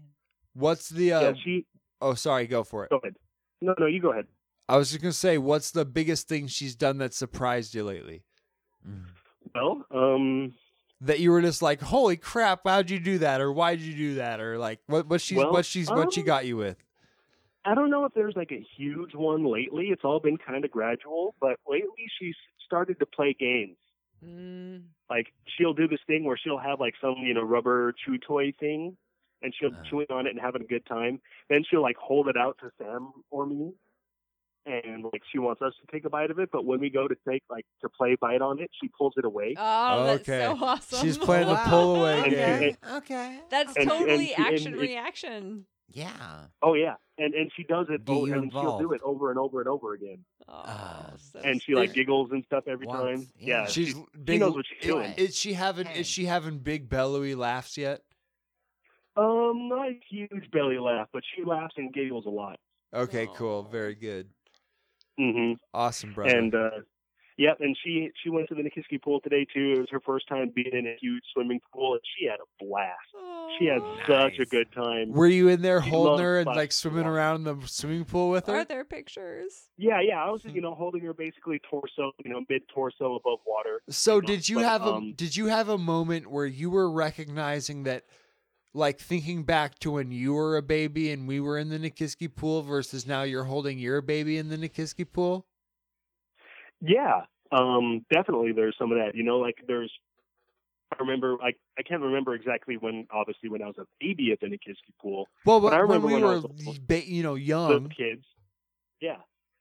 Speaker 2: what's the uh,
Speaker 9: yeah, she
Speaker 2: Oh, sorry, go for it.
Speaker 9: Go ahead. No, no, you go ahead.
Speaker 2: I was just going to say what's the biggest thing she's done that surprised you lately?
Speaker 9: Well, um,
Speaker 2: That you were just like, "Holy crap, how'd you do that?" or "Why'd you do that?" or like what what she's
Speaker 9: Well,
Speaker 2: what she's what she
Speaker 9: um,
Speaker 2: got you with.
Speaker 9: I don't know if there's like a huge one lately. It's all been kind of gradual, but lately she's started to play games.
Speaker 3: Mm.
Speaker 9: Like she'll do this thing where she'll have like some you know rubber chew toy thing, and she'll be chewing on it and having a good time. Then she'll like hold it out to Sam or me, and like she wants us to take a bite of it. But when we go to take like to play bite on it, she pulls it away.
Speaker 3: Oh, that's
Speaker 2: Okay.
Speaker 3: so awesome.
Speaker 2: She's playing the pull away
Speaker 9: And she-
Speaker 2: game.
Speaker 9: and-
Speaker 1: Okay.
Speaker 3: That's
Speaker 9: And- and-
Speaker 3: totally
Speaker 9: and
Speaker 3: action
Speaker 9: it-
Speaker 3: reaction.
Speaker 1: Yeah.
Speaker 9: oh yeah, and and she does it.
Speaker 1: Get
Speaker 9: oh,
Speaker 1: you
Speaker 9: and
Speaker 1: involved.
Speaker 9: she'll do it over and over and over again.
Speaker 3: Oh,
Speaker 1: Ah.
Speaker 3: so
Speaker 9: and she like
Speaker 3: smart.
Speaker 9: giggles and stuff every
Speaker 1: Once,
Speaker 9: time.
Speaker 1: yeah.
Speaker 9: Yeah,
Speaker 2: She's
Speaker 9: Uh, she,
Speaker 2: big,
Speaker 9: knows what she's
Speaker 2: i-
Speaker 9: doing.
Speaker 2: Is she having
Speaker 1: Hey.
Speaker 2: is she having big bellowy laughs yet?
Speaker 9: um not a huge belly laugh, but she laughs and giggles a lot.
Speaker 2: Okay, cool,
Speaker 3: Aw.
Speaker 2: very good,
Speaker 9: hmm
Speaker 2: awesome, brother.
Speaker 9: And uh, yeah, and she she went to the Nikiski pool today too. It was her first time being in a huge swimming pool, and she had a blast. She had
Speaker 3: Aw.
Speaker 9: such a
Speaker 1: Nice.
Speaker 9: good time.
Speaker 2: Oh, Were you in there
Speaker 9: She
Speaker 2: holding
Speaker 9: loves
Speaker 2: her and
Speaker 9: fun.
Speaker 2: like swimming around in the swimming pool with
Speaker 3: Are
Speaker 2: her?
Speaker 3: there pictures?
Speaker 9: Yeah, yeah. I was
Speaker 2: Hmm.
Speaker 9: you know holding her basically torso, you know mid torso above water.
Speaker 2: So
Speaker 9: know,
Speaker 2: did you
Speaker 9: but,
Speaker 2: have a
Speaker 9: um,
Speaker 2: did you have a moment where you were recognizing that like thinking back to when you were a baby and we were in the Nikiski pool versus now you're holding your baby in the Nikiski pool?
Speaker 9: Yeah, um, definitely. There's some of that. You know, like there's. I remember, like I can't remember exactly when. Obviously, when I was a baby at the Nikiski pool,
Speaker 2: Well,
Speaker 9: But I
Speaker 2: when
Speaker 9: remember
Speaker 2: we
Speaker 9: when I
Speaker 2: were
Speaker 9: was-
Speaker 2: ba- you know
Speaker 9: the
Speaker 2: young.
Speaker 9: kids. Yeah,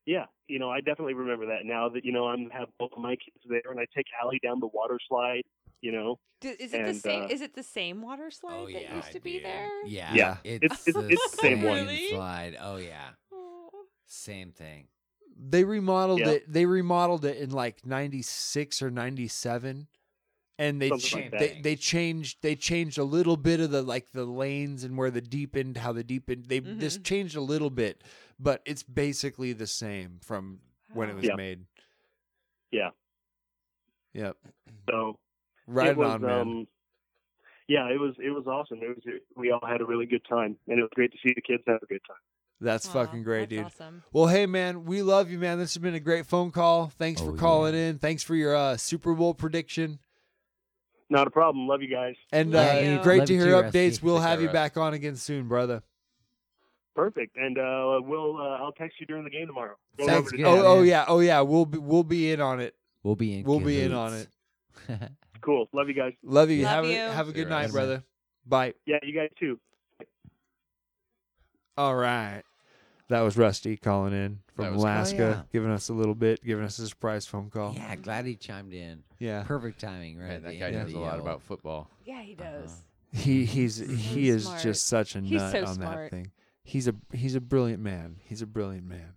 Speaker 9: yeah. You know, I definitely remember that now that you know I'm have both of my kids there, and I take Allie down the water slide. You know,
Speaker 3: Do, is it
Speaker 9: And,
Speaker 3: the same?
Speaker 9: uh,
Speaker 3: is it the same water slide
Speaker 1: Oh,
Speaker 3: that
Speaker 1: yeah,
Speaker 3: used to be
Speaker 1: dude.
Speaker 3: there?
Speaker 1: Yeah.
Speaker 9: Yeah.
Speaker 1: It's,
Speaker 9: It's-
Speaker 1: the
Speaker 9: it's the same one.
Speaker 3: Really?
Speaker 1: slide. Oh, yeah.
Speaker 3: Oh.
Speaker 1: Same thing.
Speaker 2: They remodeled
Speaker 9: Yeah.
Speaker 2: it. They remodeled it in like 96 or 97 and they
Speaker 9: Something
Speaker 2: cha-
Speaker 9: like that.
Speaker 2: they they changed they changed a little bit of the like the lanes and where the deep end how the deep end they
Speaker 3: Mm-hmm.
Speaker 2: just changed a little bit, but it's basically the same from when it was
Speaker 9: Yeah.
Speaker 2: made.
Speaker 9: Yeah.
Speaker 2: Yep.
Speaker 9: so
Speaker 2: Right
Speaker 9: it was,
Speaker 2: on, man.
Speaker 9: Um, yeah, it was it was awesome. It was we all had a really good time, and it was great to see the kids have a good time.
Speaker 2: That's
Speaker 3: Aw,
Speaker 2: fucking great,
Speaker 3: that's
Speaker 2: dude.
Speaker 3: Awesome.
Speaker 2: Well, hey, man, we love you, man. This has been a great phone call. Thanks for
Speaker 1: Oh,
Speaker 2: calling in. Thanks for your uh, Super Bowl prediction.
Speaker 9: Not a problem. Love you guys.
Speaker 2: And
Speaker 3: Love
Speaker 2: uh,
Speaker 3: you.
Speaker 2: great
Speaker 1: Love
Speaker 2: to
Speaker 1: you
Speaker 2: hear
Speaker 1: too,
Speaker 2: updates.
Speaker 1: Rusty.
Speaker 2: We'll
Speaker 8: Take
Speaker 2: have
Speaker 8: care,
Speaker 2: you
Speaker 8: Rusty.
Speaker 2: back on again soon, brother.
Speaker 9: Perfect. And uh, we'll uh, I'll text you during the game tomorrow. Going
Speaker 1: Sounds
Speaker 9: over to
Speaker 1: good.
Speaker 2: oh,
Speaker 9: town.
Speaker 2: oh
Speaker 1: man.
Speaker 2: yeah, oh yeah. We'll be, we'll be in on it.
Speaker 1: We'll be in.
Speaker 2: We'll be in on
Speaker 1: cahoots.
Speaker 2: oh.
Speaker 9: Cool. Love you guys.
Speaker 2: Love you.
Speaker 3: Love
Speaker 2: have
Speaker 3: you.
Speaker 2: a have a
Speaker 8: See you
Speaker 2: good
Speaker 8: around.
Speaker 2: night, brother. Bye.
Speaker 9: Yeah, you guys too.
Speaker 2: All right. That was Rusty calling in
Speaker 1: That
Speaker 2: from
Speaker 1: was- oh,
Speaker 2: Alaska,
Speaker 1: yeah.
Speaker 2: giving us a little bit, giving us a surprise phone call.
Speaker 1: Yeah, glad he chimed in.
Speaker 2: Yeah.
Speaker 1: Perfect timing, right?
Speaker 8: Man,
Speaker 1: at
Speaker 8: that
Speaker 1: the
Speaker 8: guy
Speaker 1: end of
Speaker 8: knows a
Speaker 1: the
Speaker 8: lot
Speaker 1: yell.
Speaker 8: about football.
Speaker 3: Yeah, he
Speaker 1: Uh-huh.
Speaker 3: does.
Speaker 2: He he's he is
Speaker 3: Mm-hmm. smart.
Speaker 2: just such a
Speaker 3: He's
Speaker 2: nut
Speaker 3: so
Speaker 2: on that
Speaker 3: smart.
Speaker 2: thing. He's a he's a brilliant man. He's a brilliant man.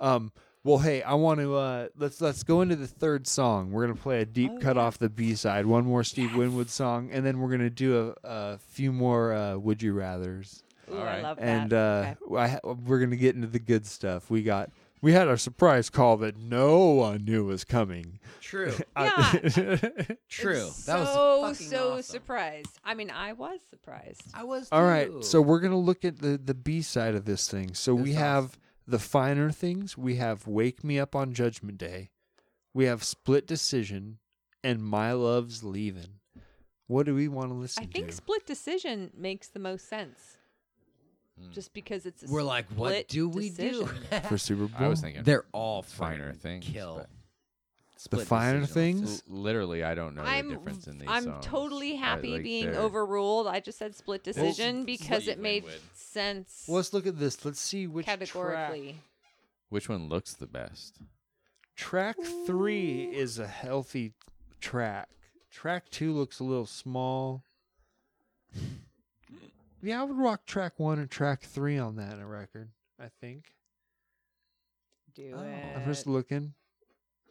Speaker 2: Um well hey, I want to uh let's let's go into the third song. We're going to play a deep
Speaker 3: Oh,
Speaker 2: cut off the B-side, one more Steve Winwood song and then we're going to do a, a few more uh would you rathers.
Speaker 3: Ooh, I love that.
Speaker 2: And uh I ha- we're going to get into the good stuff. We got we had a surprise call that no one knew was coming.
Speaker 1: True.
Speaker 2: I-
Speaker 1: True. That uh, was
Speaker 3: so
Speaker 1: fucking
Speaker 3: so
Speaker 1: awesome.
Speaker 3: surprised. I mean, I was surprised.
Speaker 1: I was.
Speaker 2: All right,
Speaker 1: too.
Speaker 2: so we're gonna look at the the B side of this thing. So we have the finer things. We have "Wake Me Up on Judgment Day." We have "Split Decision," and "My Love's Leaving." What do we want to listen
Speaker 3: I think
Speaker 2: to?
Speaker 3: split decision makes the most sense. Just because it's a
Speaker 1: Hmm. We're like, what
Speaker 3: split
Speaker 1: do we do?
Speaker 3: decision.
Speaker 2: For Super Bowl,
Speaker 8: I was thinking
Speaker 1: They're all
Speaker 8: finer things.
Speaker 1: kill.
Speaker 2: the finer things.
Speaker 8: L- literally, I don't know
Speaker 3: I'm
Speaker 8: the difference in these.
Speaker 3: I'm
Speaker 8: songs.
Speaker 3: totally
Speaker 8: I-
Speaker 3: happy
Speaker 8: like,
Speaker 3: being
Speaker 8: they're-
Speaker 3: overruled. I just said split decision because it
Speaker 8: Steve
Speaker 3: made
Speaker 8: Winwood.
Speaker 3: sense
Speaker 2: Well, let's look at this. Let's see which
Speaker 3: categorically.
Speaker 8: Which one looks the best?
Speaker 2: track. Track three is a healthy track. Track two looks a little small. Yeah, I would rock track one and track three on that in a record. I think.
Speaker 3: Do
Speaker 2: I'm just
Speaker 1: Uh,
Speaker 3: it.
Speaker 2: looking.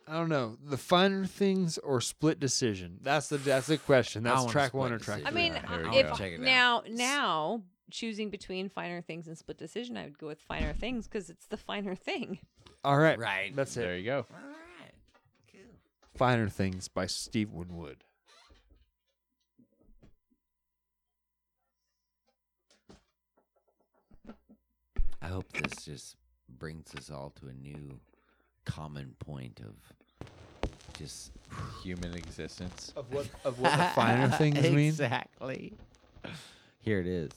Speaker 2: I don't know the finer things or split decision. That's the that's the question.
Speaker 1: I
Speaker 2: That's
Speaker 1: want a
Speaker 2: track one or
Speaker 1: split
Speaker 2: track.
Speaker 3: I
Speaker 1: decision.
Speaker 2: three.
Speaker 3: mean,
Speaker 8: There we go.
Speaker 3: if
Speaker 1: Check it out.
Speaker 3: now now choosing between finer things and split decision, I would go with finer things because it's the finer thing.
Speaker 2: all right,
Speaker 1: Right.
Speaker 2: That's it.
Speaker 8: There you go.
Speaker 1: All right. Cool.
Speaker 2: Finer things by Steve Winwood.
Speaker 1: I hope this just brings us all to a new common point of just
Speaker 8: Human existence.
Speaker 2: Of what of what the finer things mean?
Speaker 1: Exactly. Here it is.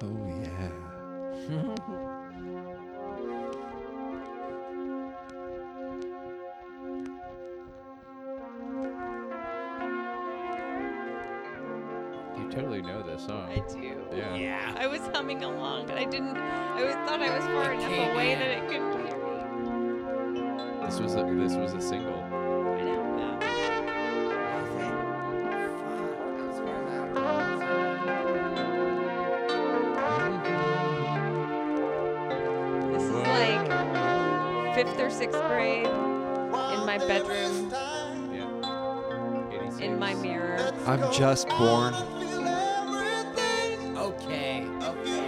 Speaker 2: Oh yeah.
Speaker 8: You totally know this song.
Speaker 3: I do.
Speaker 8: Yeah.
Speaker 3: I was humming along, but I didn't. I was, thought I was far enough away that it couldn't hear me.
Speaker 8: This was a, this was a single.
Speaker 3: I know. yeah. This is like fifth or sixth grade in my bedroom,
Speaker 8: Yeah.
Speaker 3: in my mirror.
Speaker 2: I'm just born.
Speaker 1: Okay. Okay.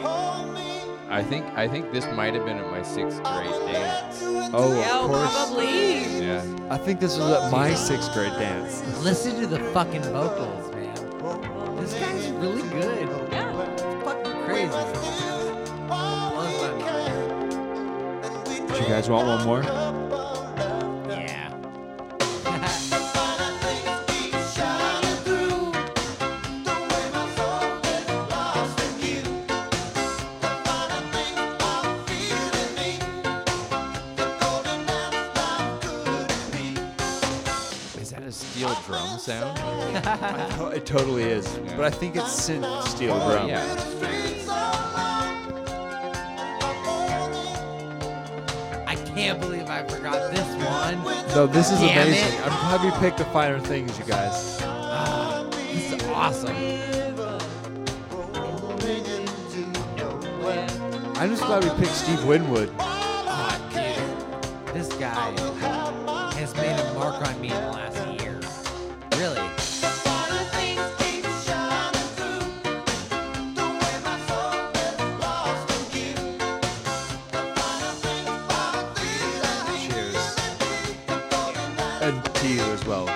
Speaker 8: I think I think this might have been at my sixth grade dance.
Speaker 2: Oh,
Speaker 3: Yeah,
Speaker 2: of course.
Speaker 3: probably.
Speaker 8: Yeah.
Speaker 2: I think this was at my sixth grade dance.
Speaker 1: Listen to the fucking vocals, man. This guy's really good.
Speaker 3: Yeah.
Speaker 1: It's fucking crazy. Blows my mind.
Speaker 2: Do you guys want one more?
Speaker 1: Yeah.
Speaker 8: Is that a steel drum sound?
Speaker 2: Oh, it totally is,
Speaker 8: Yeah.
Speaker 2: but I think it's synth steel drum.
Speaker 8: Yeah.
Speaker 1: I can't believe I forgot this one.
Speaker 2: No, this is
Speaker 1: Damn
Speaker 2: amazing.
Speaker 1: it.
Speaker 2: I'm happy you picked the finer things, you guys.
Speaker 1: This is awesome.
Speaker 2: I'm just glad we picked Steve Winwood.
Speaker 1: Oh, dude. This guy has made a mark on me in the last year. Really.
Speaker 2: Cheers. And to you as well.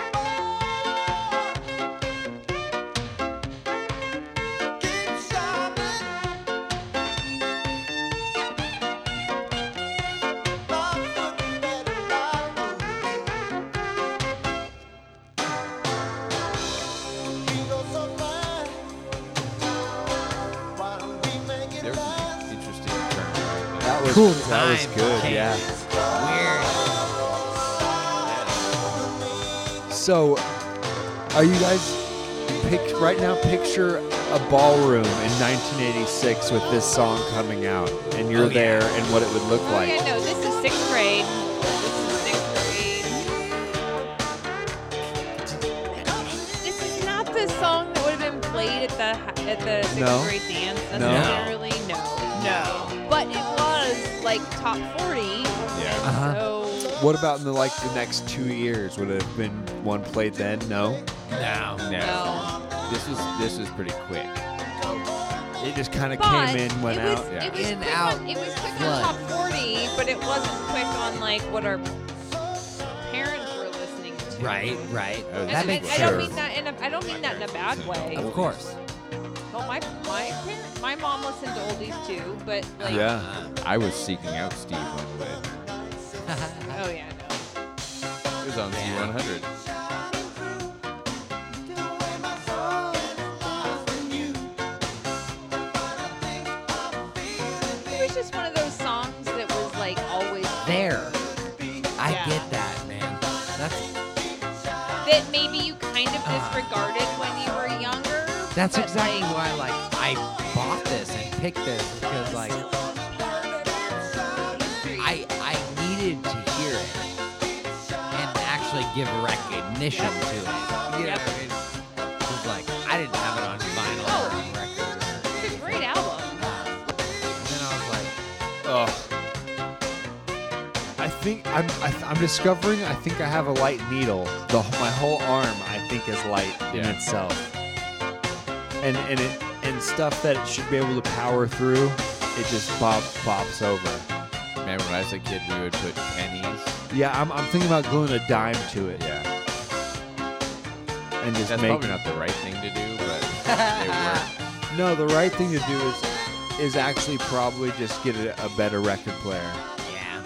Speaker 8: There was an interesting turn right there.
Speaker 2: That was
Speaker 1: Cool
Speaker 2: that was
Speaker 1: time
Speaker 2: good.
Speaker 1: change.
Speaker 2: Yeah.
Speaker 1: Weird.
Speaker 2: So, are you guys pic- right now? Picture a ballroom in 1986 with this song coming out, and you're
Speaker 3: Oh, yeah.
Speaker 2: there, and what it would look
Speaker 3: Oh
Speaker 2: like.
Speaker 3: yeah, no, this is sixth grade. This is sixth grade. This is not the song that would have been played at the hi- at the sixth
Speaker 2: No.
Speaker 3: grade dance
Speaker 2: No.
Speaker 3: necessarily. No. no, But it was like top forty. Yeah.
Speaker 2: Uh-huh.
Speaker 3: So
Speaker 2: What about in the like the next two years? Would it have been one played then? No.
Speaker 8: No, no.
Speaker 3: No.
Speaker 8: This was this was pretty quick.
Speaker 2: It just kind of
Speaker 3: But
Speaker 2: came in, went
Speaker 3: it was,
Speaker 2: out.
Speaker 3: It was quick On, it was quick on
Speaker 2: flood.
Speaker 3: top forty, but it wasn't quick on like what our parents were listening to.
Speaker 1: Right, right.
Speaker 3: And
Speaker 1: that
Speaker 3: I,
Speaker 1: makes
Speaker 3: I
Speaker 1: sure.
Speaker 3: don't mean that in a, I don't mean that in a bad way.
Speaker 8: Oh.
Speaker 1: Of course.
Speaker 3: Well, my my parent, my mom listened to oldies too, but like
Speaker 8: Yeah. I was seeking out Steve one way.
Speaker 3: oh yeah,
Speaker 8: It was on Z100.
Speaker 3: no. It was just one of those songs that was like always
Speaker 1: There. I
Speaker 3: Yeah.
Speaker 1: get that, man. That's
Speaker 3: that maybe you kind of
Speaker 8: Ah.
Speaker 3: disregarded when you were younger.
Speaker 1: that's
Speaker 3: but,
Speaker 1: exactly
Speaker 3: like,
Speaker 1: why like I bought this and picked this because like I I needed to hear it and actually give recognition to it. You know what I mean? 'Cause, like I didn't have it on vinyl or on record.
Speaker 3: It's a great album.
Speaker 1: And then I was like,
Speaker 2: I think I'm. I th- I'm discovering. I think I have a light needle. The wh- my whole arm, I think, is light in itself. And and it and stuff that it should be able to power through, it just bop bops over.
Speaker 8: Man, when I was a kid, we would put pennies.
Speaker 2: Yeah, I'm. I'm thinking about gluing a dime to it.
Speaker 8: Yeah.
Speaker 2: And just
Speaker 8: That's
Speaker 2: make
Speaker 8: probably not the right thing to do, but it worked.
Speaker 2: No, the right thing to do is is actually probably just get a, a better record player.
Speaker 1: yeah,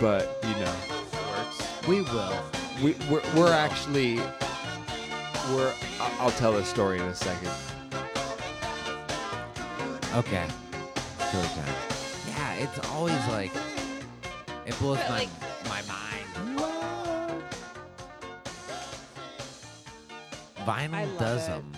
Speaker 2: But you know,
Speaker 1: we will.
Speaker 2: we we're, we're actually we're. I- I'll tell the story in a second.
Speaker 1: Okay. Story time. Yeah, it's always like it blows
Speaker 3: But,
Speaker 1: my
Speaker 3: like-
Speaker 1: my mind.
Speaker 3: I
Speaker 1: Vinyl
Speaker 3: love
Speaker 1: does
Speaker 3: it.
Speaker 1: them.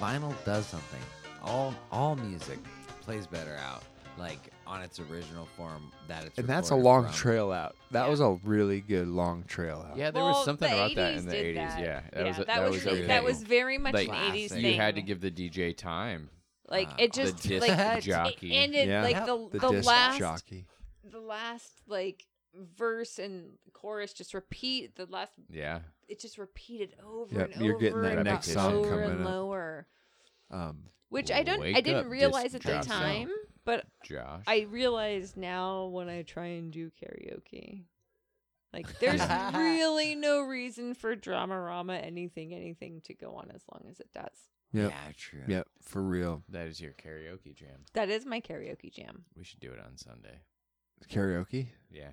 Speaker 1: Vinyl does something. All all music plays better out like on its original form that it's
Speaker 2: And that's a
Speaker 1: recorded
Speaker 2: long
Speaker 1: from.
Speaker 2: trail out. That was a really good long trail out.
Speaker 8: Yeah, there was
Speaker 3: Well,
Speaker 8: something
Speaker 3: the
Speaker 8: about that
Speaker 3: 80s
Speaker 8: in the
Speaker 3: did
Speaker 8: 80s.
Speaker 3: that.
Speaker 8: Yeah, that
Speaker 3: Yeah,
Speaker 8: was a,
Speaker 3: that was
Speaker 8: was
Speaker 3: the-
Speaker 8: a
Speaker 3: that
Speaker 8: big-
Speaker 3: was very much
Speaker 8: like, ah,
Speaker 3: an 80s
Speaker 8: You had to
Speaker 3: thing.
Speaker 8: give the DJ time.
Speaker 3: Like
Speaker 1: Wow.
Speaker 3: it
Speaker 8: The
Speaker 3: just
Speaker 8: disc
Speaker 3: like
Speaker 8: jockey.
Speaker 3: and it
Speaker 2: Yeah.
Speaker 3: like the
Speaker 2: The,
Speaker 3: the
Speaker 2: disc
Speaker 3: last
Speaker 2: jockey.
Speaker 3: the last like verse and chorus just repeat the last
Speaker 8: Yeah.
Speaker 3: it just repeated over
Speaker 2: Yep,
Speaker 3: and
Speaker 2: you're
Speaker 3: over
Speaker 2: getting that
Speaker 3: and
Speaker 2: next
Speaker 3: up,
Speaker 2: song
Speaker 3: lower
Speaker 2: coming
Speaker 3: and
Speaker 2: up.
Speaker 3: lower
Speaker 2: Um,
Speaker 3: which i don't i
Speaker 8: Wake up,
Speaker 3: didn't
Speaker 8: disc
Speaker 3: realize at the
Speaker 8: jockey.
Speaker 3: time but
Speaker 8: Josh.
Speaker 3: i realize now when i try and do karaoke like there's really no reason for dramarama anything anything to go on as long as it does
Speaker 2: yep.
Speaker 1: Yeah, true.
Speaker 2: Yep. For real.
Speaker 8: that is your karaoke jam.
Speaker 3: that is my karaoke jam
Speaker 8: We should do it on Sunday.
Speaker 2: Karaoke.
Speaker 8: Yeah.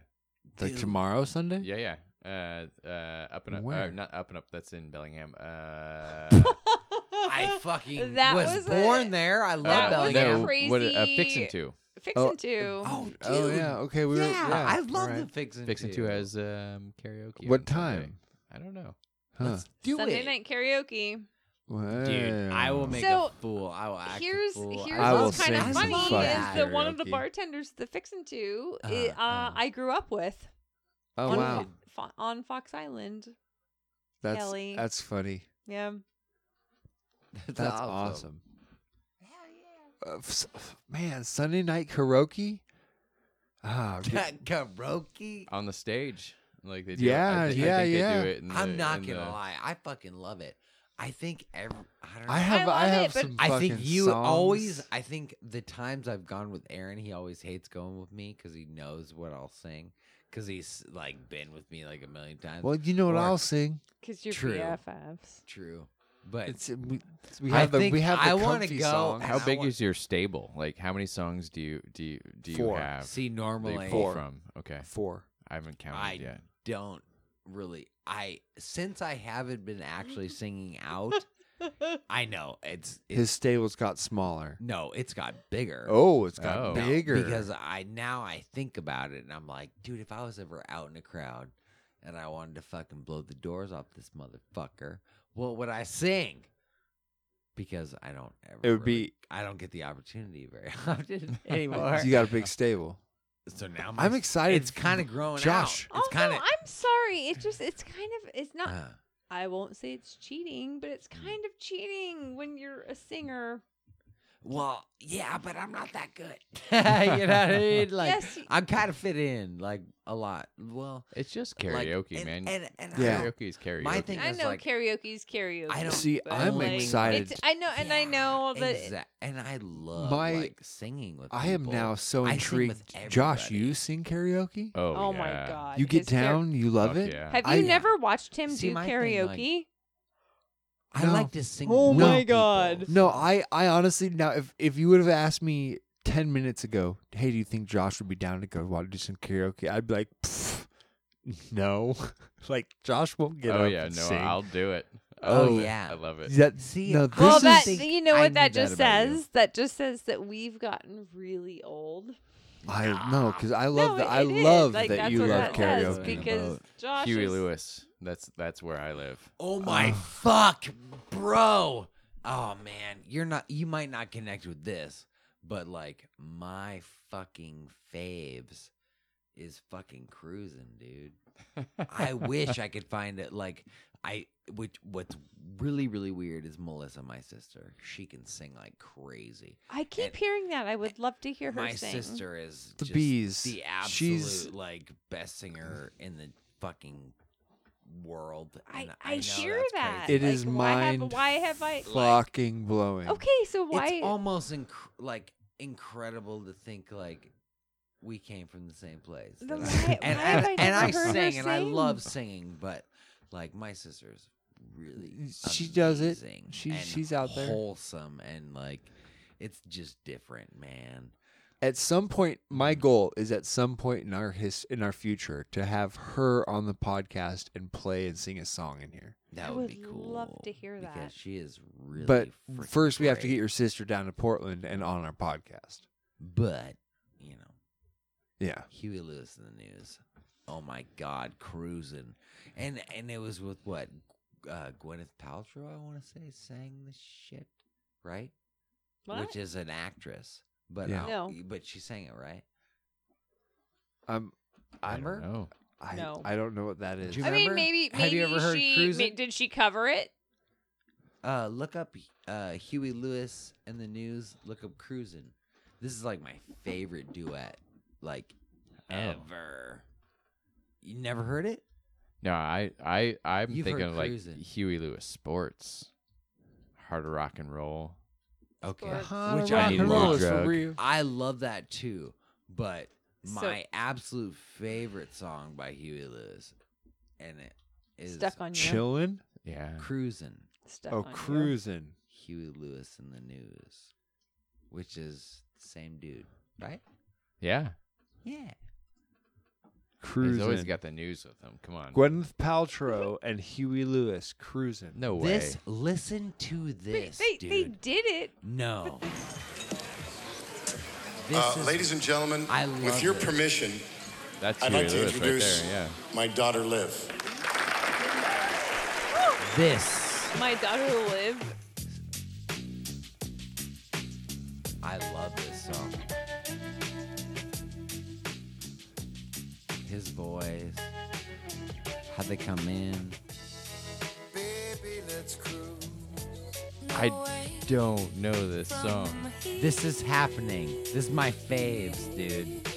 Speaker 2: Like tomorrow, Sunday.
Speaker 8: Yeah, yeah. Uh, uh, up and up. Uh,
Speaker 2: Where?
Speaker 8: not up and up. That's in Bellingham. Uh,
Speaker 1: I fucking
Speaker 3: That
Speaker 1: was,
Speaker 3: was a-
Speaker 1: born there. I love
Speaker 3: that
Speaker 8: uh,
Speaker 3: was
Speaker 1: Bellingham.
Speaker 8: no, What, uh,
Speaker 3: crazy-
Speaker 8: fixin' two.
Speaker 3: fixin'
Speaker 2: Oh,
Speaker 3: to
Speaker 1: Oh, dude.
Speaker 2: Oh yeah. Okay. We
Speaker 1: yeah,
Speaker 2: were. Yeah.
Speaker 1: I love
Speaker 2: right.
Speaker 1: the fixin'
Speaker 8: Fixin' two has um, karaoke.
Speaker 2: What
Speaker 8: on Sunday.
Speaker 2: time?
Speaker 8: I don't know.
Speaker 2: Huh.
Speaker 1: Do
Speaker 3: sunday
Speaker 1: it.
Speaker 3: night karaoke
Speaker 1: Dude, I
Speaker 2: Wow.
Speaker 1: will make
Speaker 3: So,
Speaker 1: a fool. I will act
Speaker 3: here's
Speaker 1: a fool.
Speaker 3: here's
Speaker 2: I will
Speaker 3: what's
Speaker 2: sing
Speaker 3: kind of
Speaker 2: some
Speaker 3: funny
Speaker 2: fucking
Speaker 3: is that one of the
Speaker 2: karaoke.
Speaker 3: bartenders the fixin' to i-
Speaker 1: Uh,
Speaker 3: uh,
Speaker 1: uh.
Speaker 3: I grew up with
Speaker 2: Oh
Speaker 3: on,
Speaker 2: wow.
Speaker 3: Fo- on Fox Island.
Speaker 2: That's
Speaker 3: Kelly.
Speaker 2: that's funny.
Speaker 3: Yeah,
Speaker 2: That's, awesome. Uh, s- f- man, Sunday night karaoke. Ah, g-
Speaker 1: Karaoke.
Speaker 8: On the stage. Like they do.
Speaker 2: Yeah,
Speaker 8: I thi-
Speaker 2: yeah,
Speaker 8: I think
Speaker 2: yeah.
Speaker 8: They do it in the,
Speaker 1: I'm not
Speaker 8: in
Speaker 1: gonna
Speaker 2: uh,
Speaker 8: the-
Speaker 1: lie. I fucking love it. I think every. I don't know.
Speaker 2: I have I,
Speaker 3: love
Speaker 2: have
Speaker 3: it, but-
Speaker 2: some.
Speaker 1: I think
Speaker 2: fucking
Speaker 1: you
Speaker 2: songs.
Speaker 1: always. I think the times I've gone with Aaron, he always hates going with me because he knows what I'll sing. Because he's like been with me like a million times.
Speaker 2: Well, you know what
Speaker 1: or-
Speaker 2: I'll sing.
Speaker 3: because you're
Speaker 1: True.
Speaker 3: BFFs.
Speaker 1: True, but
Speaker 2: It's we, we
Speaker 1: I
Speaker 2: have the
Speaker 1: think
Speaker 2: we have the
Speaker 1: I wanna
Speaker 2: comfy
Speaker 1: go-
Speaker 2: song.
Speaker 8: How
Speaker 1: I
Speaker 8: big
Speaker 1: want-
Speaker 8: is your stable? Like, how many songs do you do you, do you
Speaker 2: Four.
Speaker 8: have?
Speaker 1: see
Speaker 8: that you
Speaker 1: normally
Speaker 8: pull from. Okay,
Speaker 2: Four.
Speaker 8: I haven't counted
Speaker 1: I
Speaker 8: yet.
Speaker 1: don't really. I since I haven't been actually singing out. I know it's, it's
Speaker 2: His stable's got smaller.
Speaker 1: no, it's got bigger.
Speaker 2: Oh, it's got
Speaker 8: Oh.
Speaker 1: No,
Speaker 2: bigger.
Speaker 1: because I now I think about it and I'm like, dude, if I was ever out in a crowd and I wanted to fucking blow the doors off this motherfucker, what would I sing? Because I don't ever.
Speaker 2: It would
Speaker 1: really- I don't get the opportunity very often anymore.
Speaker 2: you got a big stable.
Speaker 1: So now my
Speaker 2: I'm excited.
Speaker 1: It's kind of growing
Speaker 2: Josh.
Speaker 1: out. It's
Speaker 3: oh
Speaker 1: kind
Speaker 3: no,
Speaker 1: of
Speaker 3: I'm sorry. It just it's kind of it's not.
Speaker 1: Uh.
Speaker 3: I won't say it's cheating, but it's kind of cheating when you're a singer.
Speaker 1: well, yeah, but I'm not that good. you know what I mean? Like
Speaker 3: Yes, y-
Speaker 1: I kind of fit in like a lot. Well,
Speaker 8: It's just
Speaker 1: like,
Speaker 8: karaoke,
Speaker 1: and-
Speaker 8: man.
Speaker 1: and- and I
Speaker 2: Yeah.
Speaker 8: Karaoke is karaoke.
Speaker 1: My thing
Speaker 3: I
Speaker 1: is
Speaker 3: know
Speaker 1: like
Speaker 3: karaoke's karaoke.
Speaker 1: I don't
Speaker 2: See,
Speaker 3: but,
Speaker 2: I'm
Speaker 3: like,
Speaker 2: excited.
Speaker 3: it's- I know, and I know that
Speaker 1: Exact- Ah, and I love
Speaker 2: My-
Speaker 1: like singing with.
Speaker 2: I am
Speaker 1: people.
Speaker 2: now so
Speaker 1: I sing with
Speaker 2: intrigued. Josh,
Speaker 1: everybody.
Speaker 2: you sing karaoke?
Speaker 8: Oh,
Speaker 3: Oh
Speaker 8: yeah.
Speaker 3: my god!
Speaker 2: you get
Speaker 3: his char-
Speaker 2: down, you love
Speaker 8: Fuck
Speaker 2: it.
Speaker 8: yeah.
Speaker 3: Have you
Speaker 2: I-
Speaker 3: never watched him
Speaker 1: See,
Speaker 3: do
Speaker 1: my thing, like-
Speaker 3: karaoke?
Speaker 1: I
Speaker 2: No.
Speaker 1: like to sing.
Speaker 3: Oh
Speaker 1: with
Speaker 2: my
Speaker 1: people.
Speaker 3: God.
Speaker 2: No, I, I honestly now if if you would have asked me ten minutes ago, hey, do you think Josh would be down to go want to do some karaoke? I'd be like, "Pff, no, like Josh won't get
Speaker 8: oh
Speaker 2: up
Speaker 8: yeah, no,
Speaker 2: and sing.
Speaker 8: I'll do it. I
Speaker 2: Oh,
Speaker 8: love it.
Speaker 1: yeah.
Speaker 8: I love it.
Speaker 2: That-
Speaker 1: See,
Speaker 2: no,
Speaker 1: I
Speaker 2: this
Speaker 3: Well,
Speaker 2: is
Speaker 3: that
Speaker 1: think
Speaker 3: you know
Speaker 1: I
Speaker 3: what
Speaker 1: knew that
Speaker 3: that just
Speaker 1: about you.
Speaker 3: says. That just says that we've gotten really old.
Speaker 2: I no, because I love
Speaker 3: no,
Speaker 2: that. I
Speaker 3: it is.
Speaker 2: love
Speaker 3: Like,
Speaker 2: that
Speaker 3: that's
Speaker 2: you
Speaker 3: what
Speaker 2: love
Speaker 3: that says,
Speaker 2: karaoke.
Speaker 3: because Josh
Speaker 8: Huey
Speaker 3: is-
Speaker 8: Lewis. That's that's where I live.
Speaker 1: Oh my fuck, bro. Oh man, you're not you might not connect with this, but like my fucking faves is fucking cruising, dude. I wish I could find it like I which what's really really weird is Melissa, my sister. She can sing like crazy.
Speaker 3: I keep
Speaker 1: And-
Speaker 3: hearing that. I would love to hear her
Speaker 1: My
Speaker 3: sing.
Speaker 1: sister is
Speaker 2: The
Speaker 1: just
Speaker 2: Bees.
Speaker 1: the absolute
Speaker 2: She's-
Speaker 1: like best singer in the fucking world.
Speaker 3: I,
Speaker 1: and
Speaker 3: I,
Speaker 1: know
Speaker 3: hear
Speaker 1: that's
Speaker 3: that.
Speaker 1: crazy.
Speaker 2: It is
Speaker 3: why have-
Speaker 2: mind
Speaker 3: Why have I?
Speaker 2: Fucking blowing.
Speaker 3: Okay, so why?
Speaker 1: it's almost inc- like incredible to think like we came from the same place.
Speaker 3: Then
Speaker 1: that
Speaker 3: why-
Speaker 1: and
Speaker 3: why
Speaker 1: and,
Speaker 3: have I
Speaker 1: and
Speaker 3: never heard her
Speaker 1: sing and I
Speaker 3: sing?
Speaker 1: love singing, but like my sister's really
Speaker 2: She does it.
Speaker 1: amazing
Speaker 2: She-
Speaker 1: and
Speaker 2: she's out there.
Speaker 1: wholesome and like it's just different, man.
Speaker 2: At some point, my goal is at some point in our his in our future to have her on the podcast and play and sing a song in here.
Speaker 1: That
Speaker 3: I
Speaker 1: would,
Speaker 3: would
Speaker 1: be cool.
Speaker 3: love to hear
Speaker 1: because
Speaker 3: that.
Speaker 1: she is really.
Speaker 2: but
Speaker 1: freaking
Speaker 2: first, we have to
Speaker 1: great.
Speaker 2: get your sister down to Portland and on our podcast.
Speaker 1: But you know,
Speaker 2: Yeah.
Speaker 1: Huey Lewis in the news. Oh my God, cruising, and and it was with what uh, Gwyneth Paltrow, I want to say, sang the shit, right?
Speaker 3: What?
Speaker 1: Which is an actress, but
Speaker 2: Yeah.
Speaker 1: I-
Speaker 3: No.
Speaker 1: but she sang it right.
Speaker 2: Um,
Speaker 8: I
Speaker 2: I'm.
Speaker 8: don't know.
Speaker 2: I,
Speaker 3: No.
Speaker 2: I don't know what that is.
Speaker 1: Do you
Speaker 3: I mean,
Speaker 1: remember?
Speaker 3: maybe maybe
Speaker 1: Have you ever heard
Speaker 3: she
Speaker 1: Cruisin'?
Speaker 3: ma- did she cover it?
Speaker 1: Uh, look up uh, Huey Lewis in the news. Look up cruising. This is like my favorite duet, like
Speaker 8: Oh.
Speaker 1: ever. You never heard it?
Speaker 8: No, I I I'm
Speaker 1: You've heard
Speaker 8: thinking of like
Speaker 1: cruising.
Speaker 8: Huey Lewis sports, harder rock and roll.
Speaker 1: Okay,
Speaker 3: Sports.
Speaker 1: which
Speaker 8: rock
Speaker 1: I
Speaker 8: and roll
Speaker 1: love.
Speaker 8: is for
Speaker 1: I love that too, but
Speaker 3: So-
Speaker 1: my absolute favorite song by Huey Lewis, and it is
Speaker 3: Stuck on you.
Speaker 2: Chillin'?
Speaker 8: Yeah.
Speaker 1: Cruisin',
Speaker 3: Stuck
Speaker 2: Oh,
Speaker 3: on you.
Speaker 2: cruising.
Speaker 1: Huey Lewis in the news, which is the same dude, right?
Speaker 8: Yeah.
Speaker 1: Yeah.
Speaker 8: He's always
Speaker 2: Cruising.
Speaker 8: got the news with him. Come on.
Speaker 2: Gwyneth Paltrow and Huey Lewis cruising.
Speaker 8: No way.
Speaker 1: This listen to
Speaker 3: They,
Speaker 1: this,
Speaker 3: they,
Speaker 1: dude.
Speaker 3: they did it.
Speaker 1: No. This
Speaker 16: Uh,
Speaker 1: is-
Speaker 16: ladies and gentlemen,
Speaker 1: I
Speaker 16: with
Speaker 1: love
Speaker 16: your
Speaker 1: this.
Speaker 16: permission,
Speaker 8: That's
Speaker 16: I'd
Speaker 8: Huey
Speaker 16: like to
Speaker 8: Lewis right
Speaker 16: introduce
Speaker 8: there. Yeah.
Speaker 16: my daughter Liv.
Speaker 1: this,
Speaker 3: My daughter will live.
Speaker 1: I love this song. His voice, how they come in.
Speaker 8: I don't know this song.
Speaker 1: This is happening. This is my faves, dude.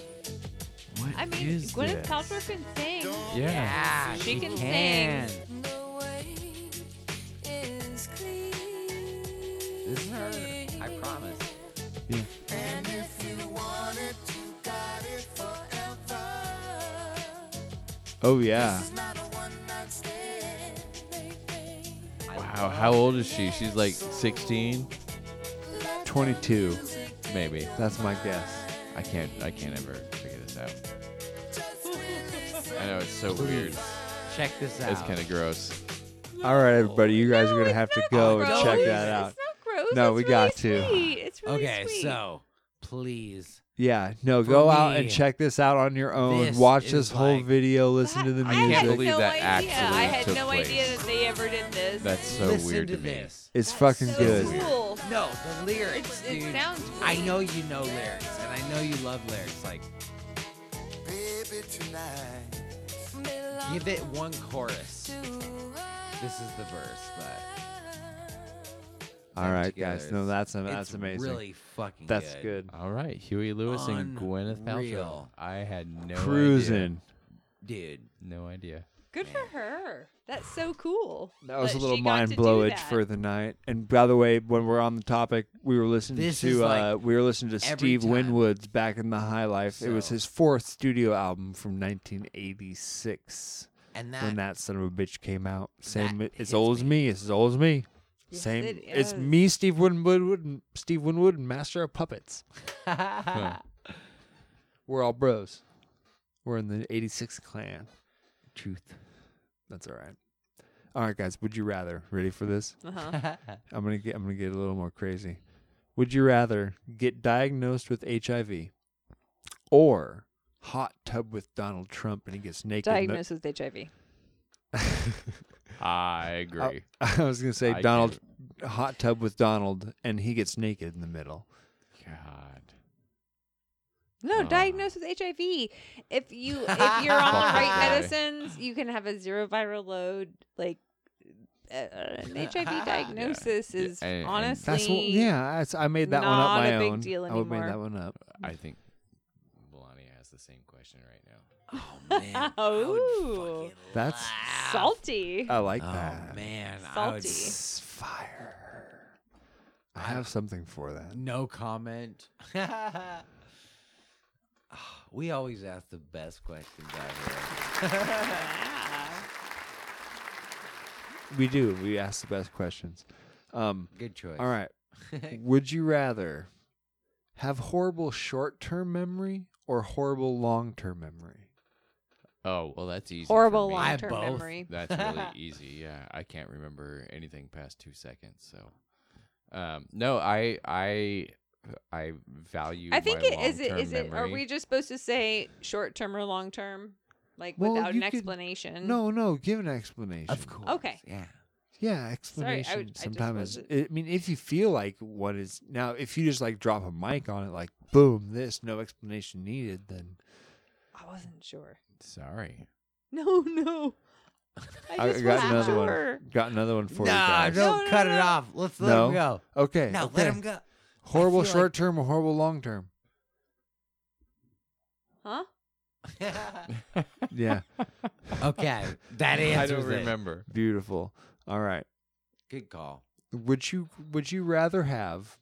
Speaker 1: What
Speaker 3: I mean,
Speaker 1: is
Speaker 3: Gwyneth
Speaker 1: this?
Speaker 3: Paltrow can sing.
Speaker 8: Yeah.
Speaker 1: Yeah,
Speaker 3: She can sing.
Speaker 1: sing. This is her. I promise.
Speaker 2: Oh, yeah.
Speaker 1: I
Speaker 8: Wow.
Speaker 1: love-
Speaker 8: How old is she? She's like 16,
Speaker 2: 22.
Speaker 8: maybe.
Speaker 2: That's my guess.
Speaker 8: I can't. I can't ever figure this out. I know it's so weird.
Speaker 1: Check this out.
Speaker 8: It's kind of gross.
Speaker 2: All right, everybody. You guys
Speaker 3: No,
Speaker 2: are going to have
Speaker 3: it's
Speaker 2: to
Speaker 3: not
Speaker 2: go and
Speaker 3: gross.
Speaker 2: check that out.
Speaker 3: It's not gross.
Speaker 2: No,
Speaker 3: it's
Speaker 2: we
Speaker 3: really
Speaker 2: got to.
Speaker 3: sweet. It's really
Speaker 1: okay,
Speaker 3: sweet.
Speaker 1: so please
Speaker 2: Yeah, no, go out
Speaker 17: me.
Speaker 2: and check this out on your own.
Speaker 17: This
Speaker 2: Watch
Speaker 17: is
Speaker 2: this whole video, listen to the
Speaker 3: I
Speaker 2: music.
Speaker 3: had no idea. I had no idea that they ever did this.
Speaker 1: Listen to this.
Speaker 2: It's fucking good.
Speaker 3: Cool.
Speaker 1: No, the lyrics,
Speaker 3: It- it
Speaker 1: dude.
Speaker 3: sounds
Speaker 1: I
Speaker 3: weird.
Speaker 1: know you know lyrics, and I know you love lyrics. Like, give it one chorus. This is the verse, but
Speaker 2: All right, guys.
Speaker 1: together.
Speaker 2: No, that's am-
Speaker 1: It's
Speaker 2: that's amazing.
Speaker 1: really fucking
Speaker 2: That's
Speaker 1: good.
Speaker 2: good.
Speaker 8: All right, Huey Lewis and Gwyneth Paltrow.
Speaker 1: Unreal.
Speaker 8: I had no idea.
Speaker 2: Cruising.
Speaker 1: dude,
Speaker 8: No idea.
Speaker 3: Good for her. That's so cool.
Speaker 2: That was a little
Speaker 3: she got
Speaker 2: mind
Speaker 3: to do
Speaker 2: blowage
Speaker 3: that.
Speaker 2: for the night. And by the way, when we're on the topic, we were listening
Speaker 1: This is
Speaker 2: to uh,
Speaker 1: like
Speaker 2: we were listening to
Speaker 1: every
Speaker 2: Steve
Speaker 1: time.
Speaker 2: Winwood's "Back in the High Life." it was
Speaker 1: So-
Speaker 2: his fourth studio album from 1986.
Speaker 1: And
Speaker 2: when
Speaker 1: that-
Speaker 2: that son of a bitch came out, same it's old as me. It's as old as me.
Speaker 3: Yes,
Speaker 2: same.
Speaker 3: it
Speaker 2: it's
Speaker 3: is.
Speaker 2: me, Steve Winwood, and Steve Winwood, and Master of Puppets. We're all bros. We're in the 86 clan. Truth. That's all right. All right, guys. Would you rather? Ready for this?
Speaker 3: Uh-huh.
Speaker 2: I'm gonna get. I'm gonna get a little more crazy. Would you rather get diagnosed with HIV or hot tub with Donald Trump and he gets naked? in the-
Speaker 3: Diagnosed with HIV.
Speaker 8: I agree.
Speaker 2: I, I was gonna say
Speaker 8: I
Speaker 2: Donald hot tub with Donald and he gets naked in the middle.
Speaker 8: God.
Speaker 3: No, diagnosed with HIV. If you if you're on the right medicines, you can have a zero viral load. Like uh, an HIV diagnosis is
Speaker 8: and- and
Speaker 3: honestly
Speaker 2: That's what, yeah. I, I made that one up
Speaker 3: not
Speaker 2: my
Speaker 3: a big
Speaker 2: own.
Speaker 3: deal
Speaker 2: I would made
Speaker 3: anymore.
Speaker 2: that one up.
Speaker 8: I think Melania has the same question right now.
Speaker 3: oh,
Speaker 2: That's
Speaker 3: salty.
Speaker 2: I like
Speaker 1: Oh,
Speaker 2: that.
Speaker 1: man, I would
Speaker 3: salty.
Speaker 2: It's fire. I have something for that.
Speaker 1: no comment. Ah, we always ask the best questions out here.
Speaker 2: We do. We ask the best questions. Um,
Speaker 1: Good choice.
Speaker 2: All right. Would you rather have horrible short term memory or horrible long term memory?
Speaker 8: Oh, well, that's easy. for
Speaker 3: Horrible
Speaker 8: me.
Speaker 3: long-term I have both. memory.
Speaker 8: That's really easy. Yeah, I can't remember anything past two seconds. So, um, no, I, I, I value.
Speaker 3: I think
Speaker 8: my
Speaker 3: it is it
Speaker 8: long-term
Speaker 3: is it are
Speaker 8: memory.
Speaker 3: we just supposed to say short term or long term? Like
Speaker 2: Well,
Speaker 3: without
Speaker 2: you
Speaker 3: an
Speaker 2: could-
Speaker 3: explanation.
Speaker 2: No, no. Give an explanation. Of course.
Speaker 3: Okay.
Speaker 1: Yeah.
Speaker 2: Yeah,
Speaker 3: Sorry, I
Speaker 2: explanation.
Speaker 3: would- I just
Speaker 2: sometimes,
Speaker 3: wasn't-
Speaker 2: I, I mean, if you feel like what is now, if you just like drop a mic on it, like boom, this, no explanation needed, then
Speaker 3: I wasn't sure.
Speaker 8: Sorry.
Speaker 3: No, no. I just
Speaker 2: got
Speaker 3: wasn't
Speaker 2: another
Speaker 3: sure.
Speaker 2: one. Got another one for
Speaker 1: Nah,
Speaker 2: you guys.
Speaker 1: don't cut it off. Let's let
Speaker 2: no?
Speaker 1: him go.
Speaker 2: Okay.
Speaker 1: No,
Speaker 2: okay.
Speaker 1: let him go.
Speaker 2: Horrible
Speaker 1: I feel like-
Speaker 2: short term or horrible long term?
Speaker 3: Huh?
Speaker 2: Yeah.
Speaker 1: okay, that
Speaker 8: I
Speaker 1: answers
Speaker 8: don't
Speaker 1: it.
Speaker 8: remember.
Speaker 2: Beautiful. All right.
Speaker 1: Good call.
Speaker 2: Would you would you rather have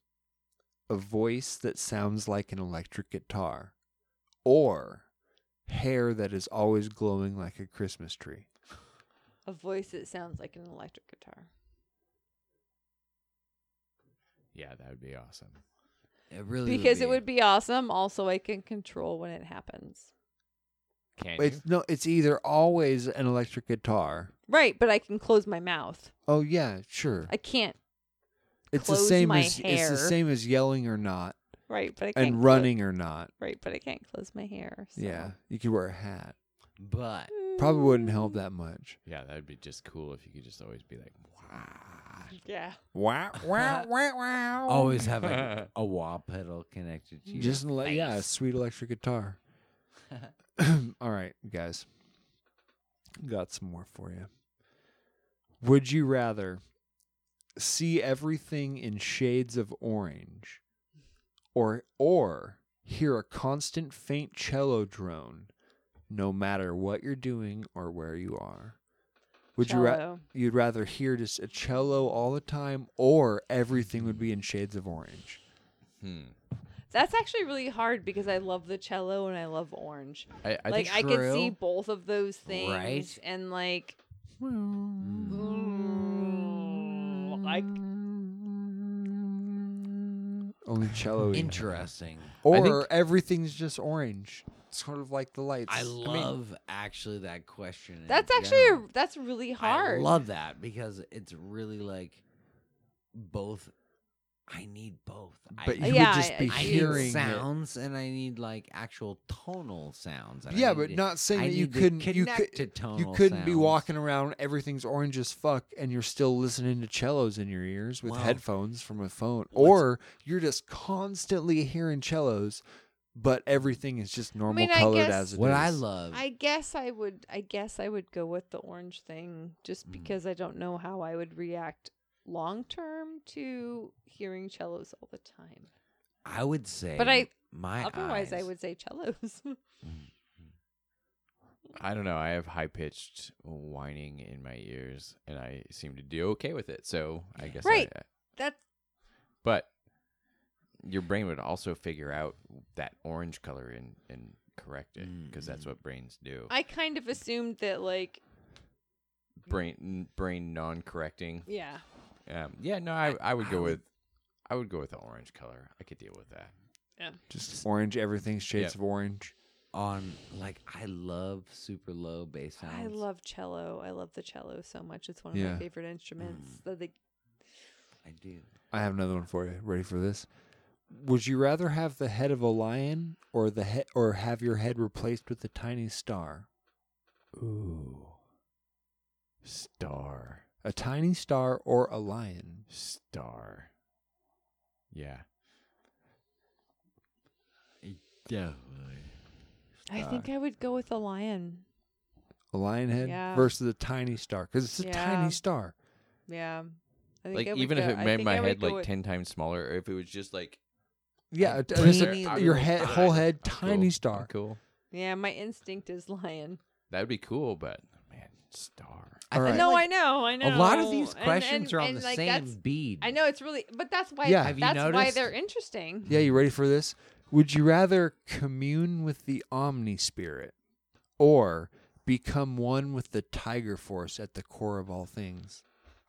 Speaker 2: a voice that sounds like an electric guitar or hair that is always glowing like a Christmas tree?
Speaker 3: A voice that sounds like an electric guitar.
Speaker 8: Yeah, that would be awesome.
Speaker 1: It really
Speaker 3: Because it would be awesome. Also, I can control when it happens.
Speaker 8: Can you?
Speaker 2: It's no, it's either always an electric guitar.
Speaker 3: Right, but I can close my mouth.
Speaker 2: Oh yeah, sure.
Speaker 3: I can't.
Speaker 2: It's the
Speaker 3: close
Speaker 2: same
Speaker 3: my
Speaker 2: as it's the
Speaker 3: hair.
Speaker 2: same as yelling or not
Speaker 3: Right, but I can't.
Speaker 2: and
Speaker 3: clo-
Speaker 2: running or not.
Speaker 3: right, but I can't close my hair. so-
Speaker 2: Yeah, you could wear a hat.
Speaker 1: But
Speaker 2: Probably wouldn't
Speaker 3: Mm.
Speaker 2: help that much.
Speaker 8: Yeah, that would be just cool if you could just always be like, wow.
Speaker 3: Yeah.
Speaker 2: Wow, wow, wow, wow.
Speaker 3: Oh,
Speaker 1: always have a, a wah pedal connected to you.
Speaker 2: Just an ele- yeah, a sweet electric guitar. All right, guys. Got some more for you. Would you rather see everything in shades of orange or or hear a constant faint cello drone no matter what you're doing or where you are? Would you ra-
Speaker 3: Cello.
Speaker 2: you'd rather hear just a cello all the time or everything would be in shades of orange?
Speaker 3: That's actually really hard because I love the cello and I love orange.
Speaker 8: I, I
Speaker 3: like
Speaker 8: think
Speaker 3: I could see
Speaker 1: True.
Speaker 3: both of those things,
Speaker 1: Right.
Speaker 3: and like, mm, like
Speaker 2: Only cello. in it.
Speaker 1: interesting.
Speaker 2: Or
Speaker 8: I think-
Speaker 2: everything's just orange, sort of like the lights.
Speaker 1: I
Speaker 2: mean,
Speaker 1: love actually that question. in
Speaker 3: that's actually a,
Speaker 1: general.
Speaker 3: that's really
Speaker 1: I
Speaker 3: hard.
Speaker 1: love that because it's really like both I need both.
Speaker 2: But
Speaker 1: I,
Speaker 2: you
Speaker 3: Yeah,
Speaker 2: would just be
Speaker 3: I- I need
Speaker 2: hearing
Speaker 1: need
Speaker 2: it.
Speaker 1: sounds and I need like actual tonal sounds. and I
Speaker 2: Yeah,
Speaker 1: need
Speaker 2: but
Speaker 1: to-
Speaker 2: not saying
Speaker 1: I
Speaker 2: that you
Speaker 1: need to
Speaker 2: couldn't you
Speaker 1: connect
Speaker 2: could
Speaker 1: to tonal
Speaker 2: you couldn't be
Speaker 1: sounds.
Speaker 2: walking around everything's orange as fuck and you're still listening to cellos in your ears with
Speaker 1: Well,
Speaker 2: headphones from a phone or you're just constantly hearing cellos but everything is just normal
Speaker 3: mean, I
Speaker 2: colored
Speaker 3: guess-
Speaker 2: as it is.
Speaker 1: What I love
Speaker 3: I guess I would. I guess I would go with the orange thing,
Speaker 1: Mm.
Speaker 3: just because I don't know how I would react long term to hearing cellos all the time.
Speaker 1: I would say
Speaker 3: But I-
Speaker 1: my
Speaker 3: Otherwise, I
Speaker 1: eyes-
Speaker 3: would say cellos.
Speaker 8: I don't know. I have high pitched whining in my ears, and I seem to do okay with it. So I guess I-
Speaker 3: Right.
Speaker 8: I,
Speaker 3: That's
Speaker 8: but your brain would also figure out that orange color and and correct it because
Speaker 2: Mm.
Speaker 8: that's what brains do.
Speaker 3: I kind of assumed that, like,
Speaker 8: brain brain non correcting.
Speaker 3: yeah,
Speaker 8: Um, yeah. No, I I would go with I would go with the orange color. I could deal with that.
Speaker 2: just orange everything's shades
Speaker 8: Yep.
Speaker 2: of orange.
Speaker 1: on like I love super low bass sounds.
Speaker 3: I love cello. I love the cello so much. It's one of
Speaker 2: Yeah.
Speaker 3: my favorite instruments.
Speaker 1: Mm.
Speaker 3: So they-
Speaker 1: I do.
Speaker 2: I have another one for you. Ready for this? Would you rather have the head of a lion or the he- or have your head replaced with a tiny star?
Speaker 8: Ooh. Star.
Speaker 2: A tiny star or a lion?
Speaker 8: Star. Yeah.
Speaker 1: Definitely.
Speaker 3: I think I would go with the lion.
Speaker 2: A lion head
Speaker 3: Yeah.
Speaker 2: versus a tiny star because it's a
Speaker 3: Yeah.
Speaker 2: tiny star.
Speaker 3: Yeah, I think
Speaker 8: Like
Speaker 3: I would
Speaker 8: even
Speaker 3: go-
Speaker 8: if
Speaker 3: I
Speaker 8: it made
Speaker 3: think
Speaker 8: my
Speaker 3: I would
Speaker 8: head
Speaker 3: go
Speaker 8: like
Speaker 3: with-
Speaker 8: ten times smaller, or if it was just like
Speaker 2: Yeah, a,
Speaker 1: Like
Speaker 2: just a-
Speaker 1: teeny
Speaker 2: your
Speaker 1: little
Speaker 2: head,
Speaker 1: star.
Speaker 2: whole head,
Speaker 8: I'm cool,
Speaker 2: tiny
Speaker 8: I'm
Speaker 2: star.
Speaker 8: cool.
Speaker 3: Yeah, my instinct is lion.
Speaker 8: That would be cool, but man, star.
Speaker 1: I
Speaker 2: All
Speaker 1: think,
Speaker 2: right.
Speaker 3: No,
Speaker 1: like,
Speaker 3: I know, I
Speaker 1: A
Speaker 3: know.
Speaker 1: lot of these
Speaker 3: And-
Speaker 1: questions
Speaker 3: and-
Speaker 1: are on
Speaker 3: and,
Speaker 1: the
Speaker 3: like, that's-
Speaker 1: same bead.
Speaker 3: I know it's really, but that's why.
Speaker 2: Yeah.
Speaker 1: Have you
Speaker 3: that's why
Speaker 1: noticed?
Speaker 3: they're interesting.
Speaker 2: Yeah, you ready for this? Would you rather commune with the Omni Spirit or become one with the Tiger Force at the core of all things?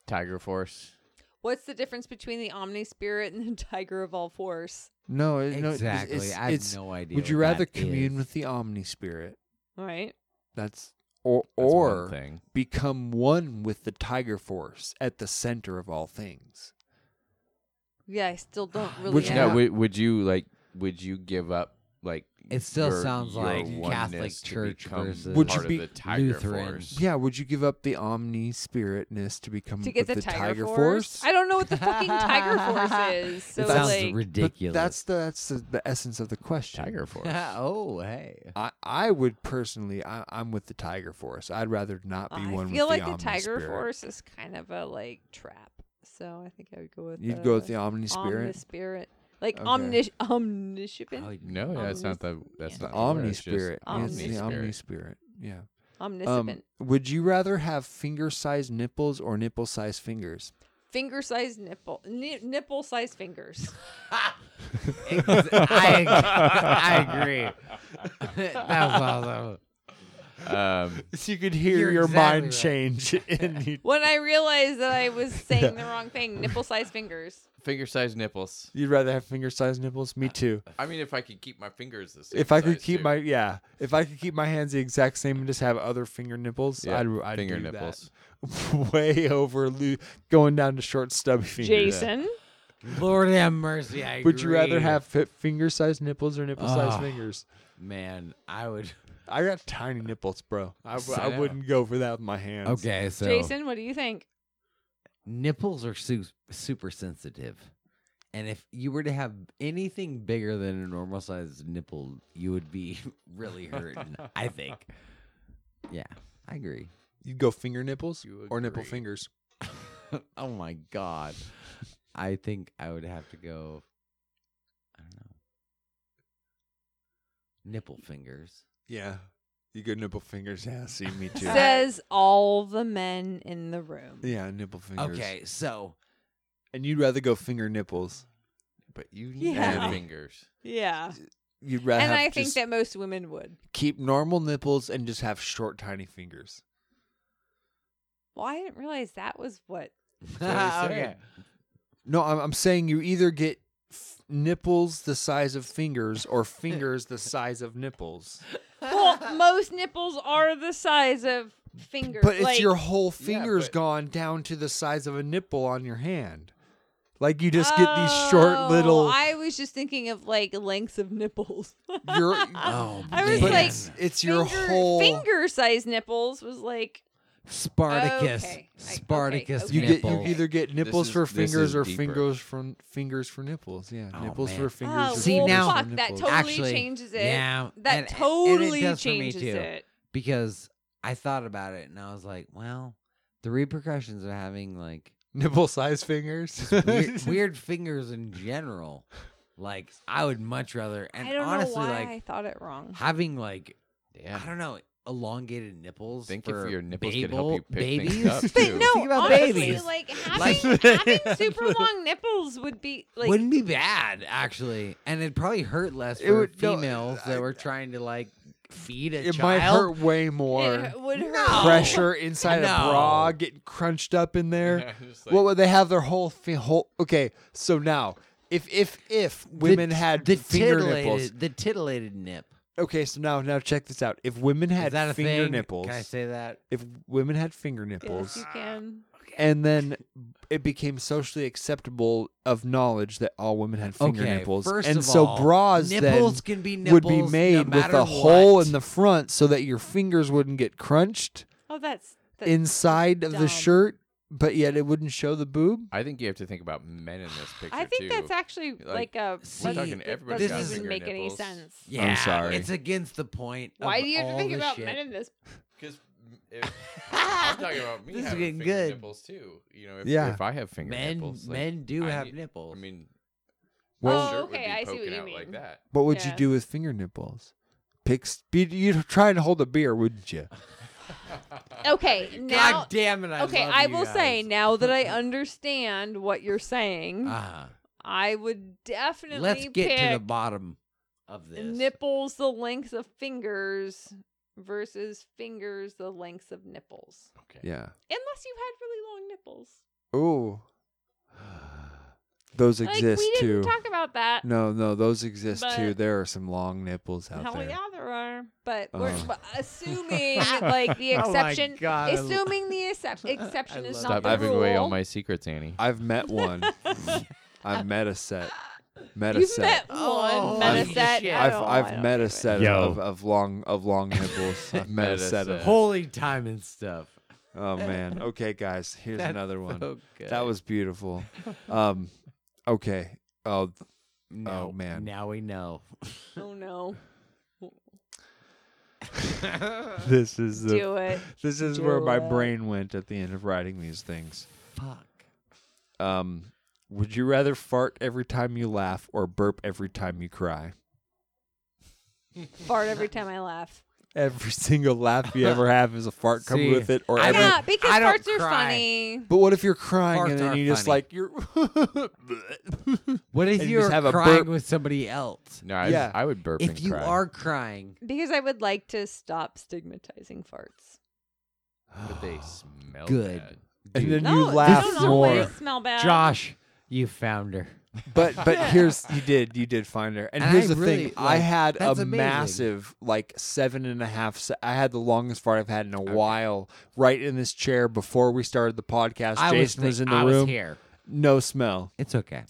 Speaker 8: Tiger Force.
Speaker 3: What's the difference between the Omni Spirit and the Tiger of All Force?
Speaker 2: No, it- no, it's-
Speaker 1: Exactly.
Speaker 2: it's-
Speaker 1: I have
Speaker 2: it's-
Speaker 1: no idea
Speaker 2: Would you
Speaker 1: what that
Speaker 2: rather commune
Speaker 1: is.
Speaker 2: with the Omni Spirit?
Speaker 3: Right?
Speaker 2: That's or
Speaker 8: That's one
Speaker 2: or
Speaker 8: thing.
Speaker 2: become one with the Tiger Force at the center of all things.
Speaker 3: Yeah, I still don't really.
Speaker 2: Which-
Speaker 3: know.
Speaker 8: No, would, would you like? Would you give up like?
Speaker 1: It still
Speaker 8: your-
Speaker 1: sounds
Speaker 8: your
Speaker 1: like
Speaker 8: oneness
Speaker 1: Catholic
Speaker 8: to
Speaker 1: Church
Speaker 8: become
Speaker 1: versus
Speaker 2: Would you
Speaker 8: part
Speaker 2: be
Speaker 8: of the Tiger
Speaker 1: Lutheran?
Speaker 8: Force?
Speaker 2: Yeah, would you give up the Omni Spiritness to become
Speaker 3: to get
Speaker 2: with
Speaker 3: the, tiger, force? I don't know what the fucking Tiger Force is. So
Speaker 1: it sounds
Speaker 3: like,
Speaker 2: But
Speaker 1: ridiculous.
Speaker 2: that's the that's the, the essence of the question.
Speaker 8: Tiger Force.
Speaker 1: oh hey.
Speaker 2: I, I would personally I, I'm with the Tiger Force. I'd rather not be
Speaker 3: I
Speaker 2: one
Speaker 3: feel
Speaker 2: with
Speaker 3: like
Speaker 2: the,
Speaker 3: the,
Speaker 2: Omni
Speaker 3: Tiger
Speaker 2: Spirit.
Speaker 3: Force is kind of a like trap. So I think I would go with.
Speaker 2: You'd go with the Omni
Speaker 3: Omni
Speaker 2: Spirit.
Speaker 3: Spirit, like
Speaker 2: Okay.
Speaker 3: omnis- omniscient,
Speaker 8: No, yeah, that's not the. That's
Speaker 3: Yeah.
Speaker 8: not the word,
Speaker 2: Omni
Speaker 8: it's just
Speaker 2: Spirit. Yeah, It's the Omni
Speaker 8: Omni-Spirit.
Speaker 2: Spirit. Yeah.
Speaker 3: omniscient.
Speaker 2: Um, would you rather have finger-sized nipples or nipple-sized fingers?
Speaker 3: Finger-sized nipple, ni- nipple-sized fingers.
Speaker 1: I, I agree. that was awesome.
Speaker 8: Um,
Speaker 2: You could hear
Speaker 1: You're
Speaker 2: your
Speaker 1: exactly
Speaker 2: mind
Speaker 1: right.
Speaker 2: change. and you,
Speaker 3: when I realized that I was saying the wrong thing, nipple-sized fingers.
Speaker 8: finger sized nipples.
Speaker 2: you'd rather have finger-sized nipples?
Speaker 8: Ah,
Speaker 2: Me too.
Speaker 8: I mean, if I could keep my fingers the same.
Speaker 2: If I could
Speaker 8: size,
Speaker 2: keep
Speaker 8: too.
Speaker 2: my yeah, if I could keep my hands the exact same and just have other finger nipples,
Speaker 8: Yeah,
Speaker 2: I'd, I'd
Speaker 8: finger
Speaker 2: do that.
Speaker 8: nipples.
Speaker 2: Way over lo- going down to short stubby fingers.
Speaker 3: Jason,
Speaker 1: Lord have mercy. I
Speaker 2: Would you rather
Speaker 1: agree.
Speaker 2: have finger sized nipples or nipple sized
Speaker 1: Ah.
Speaker 2: fingers?
Speaker 1: Man, I would.
Speaker 2: I got tiny nipples, bro. I, w-
Speaker 1: I
Speaker 2: I
Speaker 1: know.
Speaker 2: wouldn't go for that with my hands.
Speaker 1: Okay, so
Speaker 3: Jason, what do you think?
Speaker 1: nipples are su- super sensitive. And if you were to have anything bigger than a normal sized nipple, you would be really hurting, I think. Yeah, I agree.
Speaker 2: You'd go finger nipples
Speaker 8: You
Speaker 2: or nipple
Speaker 8: agree.
Speaker 2: fingers.
Speaker 1: oh my god. I think I would have to go I don't know. Nipple fingers.
Speaker 2: Yeah. You go nipple fingers. Yeah, see, me too.
Speaker 3: Says all the men in the room.
Speaker 2: yeah, nipple fingers.
Speaker 1: Okay, so
Speaker 2: And you'd rather go finger nipples.
Speaker 8: But you need
Speaker 3: Yeah.
Speaker 8: your fingers.
Speaker 3: Yeah,
Speaker 2: You'd rather
Speaker 3: and
Speaker 2: have
Speaker 3: I think
Speaker 2: just
Speaker 3: that most women would.
Speaker 2: keep normal nipples and just have short, tiny fingers.
Speaker 3: Well, I didn't realize that was what.
Speaker 1: okay.
Speaker 2: No, I'm, I'm saying you either get f- nipples the size of fingers or fingers the size of nipples.
Speaker 3: Well, most nipples are the size of fingers.
Speaker 2: But it's
Speaker 3: like,
Speaker 2: your whole fingers
Speaker 8: but-
Speaker 2: gone down to the size of a nipple on your hand. Like you just get these short
Speaker 3: Oh,
Speaker 2: little.
Speaker 3: I was just thinking of like lengths of nipples.
Speaker 2: Your oh,
Speaker 3: I was
Speaker 2: but
Speaker 3: like,
Speaker 2: it's, it's your
Speaker 3: finger,
Speaker 2: whole
Speaker 3: finger size nipples was like
Speaker 1: Spartacus.
Speaker 3: oh, Okay. I-
Speaker 1: Spartacus
Speaker 3: okay,
Speaker 2: You
Speaker 1: nipples.
Speaker 2: get you either get nipples
Speaker 1: is-
Speaker 2: for
Speaker 1: this
Speaker 2: fingers
Speaker 1: is
Speaker 2: or
Speaker 1: deeper.
Speaker 2: fingers for fingers for nipples. Yeah,
Speaker 1: Oh,
Speaker 2: nipples
Speaker 1: man.
Speaker 2: for fingers.
Speaker 3: Ah,
Speaker 2: or
Speaker 3: well,
Speaker 1: See,
Speaker 2: fingers
Speaker 1: now-
Speaker 2: for
Speaker 3: fuck, that
Speaker 2: nipples.
Speaker 3: totally
Speaker 1: Actually,
Speaker 3: changes it.
Speaker 1: Yeah,
Speaker 3: That
Speaker 1: and- and-
Speaker 3: totally
Speaker 1: and it does
Speaker 3: changes
Speaker 1: for me too,
Speaker 3: it.
Speaker 1: Because I thought about it and I was like, well, the repercussions of having like
Speaker 2: nipple size fingers.
Speaker 1: weird, weird fingers in general. Like I would much rather, and
Speaker 3: I don't
Speaker 1: honestly,
Speaker 3: know why
Speaker 1: like
Speaker 3: I thought it wrong.
Speaker 1: having like
Speaker 8: Damn.
Speaker 1: I don't know elongated nipples.
Speaker 8: Think if
Speaker 1: for
Speaker 8: your nipples could help
Speaker 1: babel-
Speaker 8: you pick
Speaker 1: babies.
Speaker 8: things up,
Speaker 3: But
Speaker 8: too.
Speaker 3: no,
Speaker 1: Think about
Speaker 3: honestly,
Speaker 1: babies.
Speaker 3: like
Speaker 1: Like-
Speaker 3: having, having super long nipples would be like
Speaker 1: wouldn't be bad actually, and it'd probably hurt less
Speaker 2: It
Speaker 1: for
Speaker 2: would- no,
Speaker 1: females that were trying to like feed a
Speaker 2: It
Speaker 1: child.
Speaker 2: might hurt way more.
Speaker 3: it oh. would hurt.
Speaker 2: Pressure inside a
Speaker 1: No.
Speaker 2: bra getting crunched up in there.
Speaker 8: Just like-
Speaker 2: Well, well, they have their whole fi- whole. Okay, so now if if if women
Speaker 1: The-
Speaker 2: had
Speaker 1: the
Speaker 2: finger
Speaker 1: titillated,
Speaker 2: nipples.
Speaker 1: The titillated nip.
Speaker 2: Okay, so now now check this out. If women
Speaker 1: Is
Speaker 2: had
Speaker 1: that a
Speaker 2: finger
Speaker 1: thing?
Speaker 2: nipples,
Speaker 1: Can I say that?
Speaker 2: if women had finger
Speaker 3: Yes,
Speaker 2: nipples,
Speaker 3: you can.
Speaker 2: and then it became socially acceptable of knowledge that all women had finger
Speaker 1: Okay,
Speaker 2: nipples,
Speaker 1: first
Speaker 2: and
Speaker 1: of
Speaker 2: so
Speaker 1: all,
Speaker 2: bras
Speaker 1: nipples
Speaker 2: then
Speaker 1: can be
Speaker 2: would be
Speaker 1: nipples no
Speaker 2: made with
Speaker 1: matter
Speaker 2: a hole
Speaker 1: what.
Speaker 2: in the front so that your fingers wouldn't get crunched
Speaker 3: Oh, that's, that's
Speaker 2: inside of
Speaker 3: dumb.
Speaker 2: the shirt, but yet it wouldn't show the boob.
Speaker 8: I think you have to think about men in this picture
Speaker 3: I think
Speaker 8: too.
Speaker 3: that's actually like,
Speaker 8: Like,
Speaker 3: a
Speaker 1: See,
Speaker 3: that-
Speaker 1: fucking
Speaker 3: that
Speaker 8: everybody's
Speaker 1: got
Speaker 3: doesn't even
Speaker 8: finger
Speaker 3: make any
Speaker 8: nipples.
Speaker 3: sense.
Speaker 1: Yeah,
Speaker 8: sorry.
Speaker 1: It's against the point.
Speaker 3: Why
Speaker 1: of
Speaker 3: do you have to
Speaker 1: all
Speaker 3: think
Speaker 1: the
Speaker 3: about
Speaker 1: shit.
Speaker 3: men in this?
Speaker 8: because I'm talking about me
Speaker 1: This is
Speaker 8: having
Speaker 1: getting
Speaker 8: finger
Speaker 1: good.
Speaker 8: nipples too. You know, if,
Speaker 2: Yeah.
Speaker 8: if I have finger
Speaker 1: Men,
Speaker 8: nipples, like,
Speaker 1: men do
Speaker 8: I
Speaker 1: have
Speaker 8: need-
Speaker 1: nipples.
Speaker 8: I mean, my
Speaker 2: Well,
Speaker 8: shirt
Speaker 3: Oh,
Speaker 8: would be
Speaker 3: okay, I see what
Speaker 8: poking
Speaker 3: you
Speaker 8: out like
Speaker 3: mean.
Speaker 8: that.
Speaker 2: what would you
Speaker 3: yeah.
Speaker 2: do with finger nipples? Pick speed. You'd try and hold a beer, wouldn't you?
Speaker 3: Okay, now
Speaker 1: God damn it! I
Speaker 3: okay,
Speaker 1: love
Speaker 3: I
Speaker 1: you
Speaker 3: will
Speaker 1: guys.
Speaker 3: say now that I understand what you're saying,
Speaker 1: Ah,
Speaker 3: I would definitely
Speaker 1: let's get
Speaker 3: pick
Speaker 1: to the bottom of this.
Speaker 3: nipples the length of fingers versus fingers the lengths of nipples.
Speaker 8: Okay.
Speaker 2: Yeah.
Speaker 3: Unless you had really long nipples.
Speaker 2: Ooh. Those exist
Speaker 3: like we
Speaker 2: too.
Speaker 3: didn't talk about that.
Speaker 2: No, no, those exist too.
Speaker 3: But-
Speaker 2: There are some long nipples out
Speaker 3: Hell
Speaker 2: there.
Speaker 3: yeah, there are. But we're
Speaker 2: Uh-huh.
Speaker 3: but assuming like the
Speaker 6: Oh my
Speaker 3: exception,
Speaker 6: God, I lo-
Speaker 3: assuming the excep- exception is not
Speaker 8: Stop
Speaker 3: the
Speaker 8: giving
Speaker 3: rule.
Speaker 8: away all my secrets, Annie.
Speaker 2: I've met one. I've met a set. Met a
Speaker 3: You've
Speaker 2: set.
Speaker 3: met
Speaker 1: Oh,
Speaker 3: one, met
Speaker 2: I've-
Speaker 3: a set. I
Speaker 2: I've
Speaker 3: don't- I
Speaker 2: I've
Speaker 3: don't
Speaker 2: met
Speaker 3: do
Speaker 2: a
Speaker 3: it.
Speaker 2: set
Speaker 6: Yo.
Speaker 2: of, of long of long nipples. I've met a
Speaker 8: Met a
Speaker 2: set of.
Speaker 8: set.
Speaker 1: Holy time and stuff.
Speaker 2: Oh man. Okay, guys. Here's
Speaker 1: That's
Speaker 2: another one.
Speaker 1: so good.
Speaker 2: That was beautiful. Um, okay. Oh,
Speaker 1: No,
Speaker 2: oh, man.
Speaker 1: Now we know.
Speaker 3: Oh no,
Speaker 2: this is the
Speaker 3: do it.
Speaker 2: this is
Speaker 3: Do
Speaker 2: where my
Speaker 3: it.
Speaker 2: brain went at the end of writing these things.
Speaker 1: Fuck.
Speaker 2: Um, would you rather fart every time you laugh or burp every time you cry?
Speaker 3: Fart every time I laugh.
Speaker 2: Every single laugh you ever have is a fart coming
Speaker 1: See,
Speaker 2: with it, or
Speaker 1: I
Speaker 2: every.
Speaker 1: don't-
Speaker 3: Yeah, because
Speaker 1: I don't
Speaker 3: farts are
Speaker 1: cry.
Speaker 3: funny.
Speaker 2: But what if you're crying
Speaker 1: Farts
Speaker 2: and then
Speaker 1: are
Speaker 2: you just
Speaker 1: funny.
Speaker 2: like you're?
Speaker 1: What if
Speaker 2: And
Speaker 1: you're
Speaker 2: just have a
Speaker 1: crying
Speaker 2: burp.
Speaker 1: with somebody else?
Speaker 8: No, I,
Speaker 2: Yeah.
Speaker 8: I would burp
Speaker 1: If
Speaker 8: and
Speaker 1: you
Speaker 8: cry.
Speaker 1: are crying,
Speaker 3: Because I would like to stop stigmatizing farts.
Speaker 8: but they smell
Speaker 1: Good.
Speaker 8: bad.
Speaker 2: and then
Speaker 3: no,
Speaker 2: you
Speaker 3: they
Speaker 2: laugh
Speaker 3: don't
Speaker 2: more.
Speaker 3: always smell bad.
Speaker 1: Josh, you found her.
Speaker 2: But but here's you did you did find her, and,
Speaker 1: And
Speaker 2: here's
Speaker 1: I
Speaker 2: the
Speaker 1: really,
Speaker 2: thing: I
Speaker 1: like,
Speaker 2: had a
Speaker 1: that's amazing.
Speaker 2: massive like seven and a half. Se- I had the longest fart I've had in a while, right in this chair before we started the podcast.
Speaker 1: I was,
Speaker 2: Jason was,
Speaker 1: think-
Speaker 2: in the
Speaker 1: I
Speaker 2: room,
Speaker 1: was here.
Speaker 2: no smell,
Speaker 1: It's okay.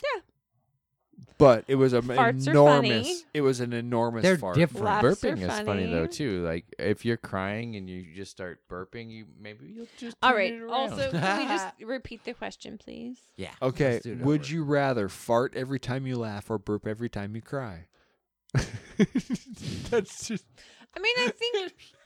Speaker 2: but it was a
Speaker 3: Farts are
Speaker 2: enormous.
Speaker 3: funny.
Speaker 2: It was an enormous
Speaker 1: They're
Speaker 2: fart.
Speaker 1: different.
Speaker 3: Laughs are
Speaker 8: Burping is funny though
Speaker 3: funny.
Speaker 8: too. Like if you're crying and you just start burping, you maybe you'll just
Speaker 3: All
Speaker 8: turn
Speaker 3: right.
Speaker 8: it around.
Speaker 3: Also, can we just repeat the question, please?
Speaker 1: Yeah.
Speaker 2: Okay,
Speaker 1: let's do it
Speaker 2: would
Speaker 1: over.
Speaker 2: you rather fart every time you laugh or burp every time you cry? That's just
Speaker 3: I mean,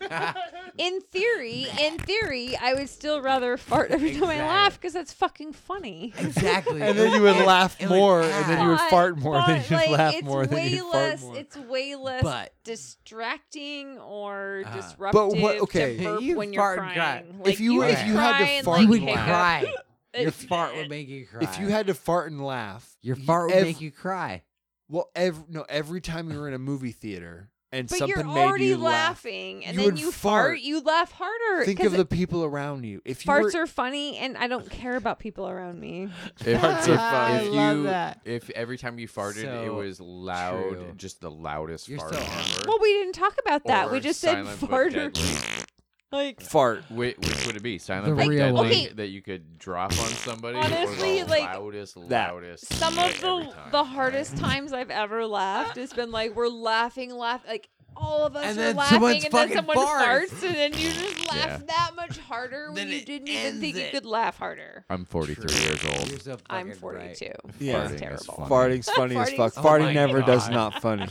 Speaker 3: I think in theory, in theory, I would still rather fart every time I laugh because that's fucking funny.
Speaker 1: Exactly.
Speaker 2: and then you would
Speaker 1: It-
Speaker 2: laugh
Speaker 1: it would
Speaker 2: more, and then you would
Speaker 3: But-
Speaker 2: fart more, and then
Speaker 3: but,
Speaker 2: you would
Speaker 3: like,
Speaker 2: laugh
Speaker 3: it's
Speaker 2: more, and then
Speaker 3: way
Speaker 2: you would fart
Speaker 3: less,
Speaker 2: more.
Speaker 3: It's way less
Speaker 1: But-
Speaker 3: distracting or
Speaker 1: Uh,
Speaker 3: disruptive
Speaker 2: but what- okay.
Speaker 3: to burp
Speaker 1: You
Speaker 3: when you're
Speaker 1: fart and cry.
Speaker 3: crying. Like,
Speaker 2: if you,
Speaker 3: would
Speaker 2: if you had
Speaker 3: cry
Speaker 2: to
Speaker 3: and,
Speaker 2: fart,
Speaker 3: like,
Speaker 1: you would
Speaker 2: and laugh,
Speaker 1: cry. Your
Speaker 3: It-
Speaker 1: fart would make you cry.
Speaker 2: if you had to fart and laugh,
Speaker 1: your fart would
Speaker 2: ev-
Speaker 1: make you cry.
Speaker 2: well, every, no, every time you were in a movie theater and
Speaker 3: But
Speaker 2: something
Speaker 3: you're
Speaker 2: made
Speaker 3: already
Speaker 2: you laugh,
Speaker 3: laughing, and
Speaker 2: you
Speaker 3: then
Speaker 2: would
Speaker 3: you
Speaker 2: fart.
Speaker 3: fart. You laugh harder.
Speaker 2: think
Speaker 3: 'cause
Speaker 2: of the people around you. If you
Speaker 3: farts
Speaker 2: were,
Speaker 3: are funny, and I don't care about people around me.
Speaker 8: If,
Speaker 2: Farts are
Speaker 8: if-
Speaker 2: fun. I
Speaker 8: if you,
Speaker 2: love that.
Speaker 8: If every time you farted, it
Speaker 1: So
Speaker 8: was loud,
Speaker 1: true.
Speaker 8: just the loudest
Speaker 1: You're
Speaker 8: fart
Speaker 1: so
Speaker 8: ever.
Speaker 3: Well, we didn't talk about that.
Speaker 8: or
Speaker 3: we just said
Speaker 8: silent but
Speaker 3: farter.
Speaker 8: deadly.
Speaker 3: Like
Speaker 2: fart.
Speaker 8: Which, which would it be?
Speaker 3: The
Speaker 8: Silent Bob?
Speaker 3: real
Speaker 8: that,
Speaker 3: one.
Speaker 8: thing
Speaker 3: Okay.
Speaker 8: that you could drop on somebody. or
Speaker 3: Honestly,
Speaker 8: the
Speaker 3: like,
Speaker 8: loudest,
Speaker 2: that.
Speaker 8: loudest.
Speaker 3: some
Speaker 8: shit
Speaker 3: of
Speaker 8: every
Speaker 3: the
Speaker 8: time.
Speaker 3: the hardest times I've ever laughed has been like we're laughing, laugh like all of us
Speaker 4: And
Speaker 3: are
Speaker 4: then
Speaker 3: laughing, and
Speaker 4: someone's
Speaker 3: then
Speaker 4: fucking
Speaker 3: someone
Speaker 4: farts.
Speaker 3: farts, and then you just laugh
Speaker 8: Yeah.
Speaker 3: that much harder when
Speaker 4: Then
Speaker 3: you
Speaker 4: it
Speaker 3: didn't even think you
Speaker 4: ends it.
Speaker 3: could laugh harder.
Speaker 8: I'm 43 years old.
Speaker 4: You're so
Speaker 3: I'm
Speaker 4: fucking right.
Speaker 3: 42.
Speaker 2: Yeah.
Speaker 3: It's
Speaker 8: Farting is
Speaker 3: terrible.
Speaker 8: fun.
Speaker 2: Farting's funny as fuck.
Speaker 3: Farting's Oh
Speaker 2: Farting
Speaker 4: my
Speaker 2: never does
Speaker 4: God.
Speaker 2: not funny.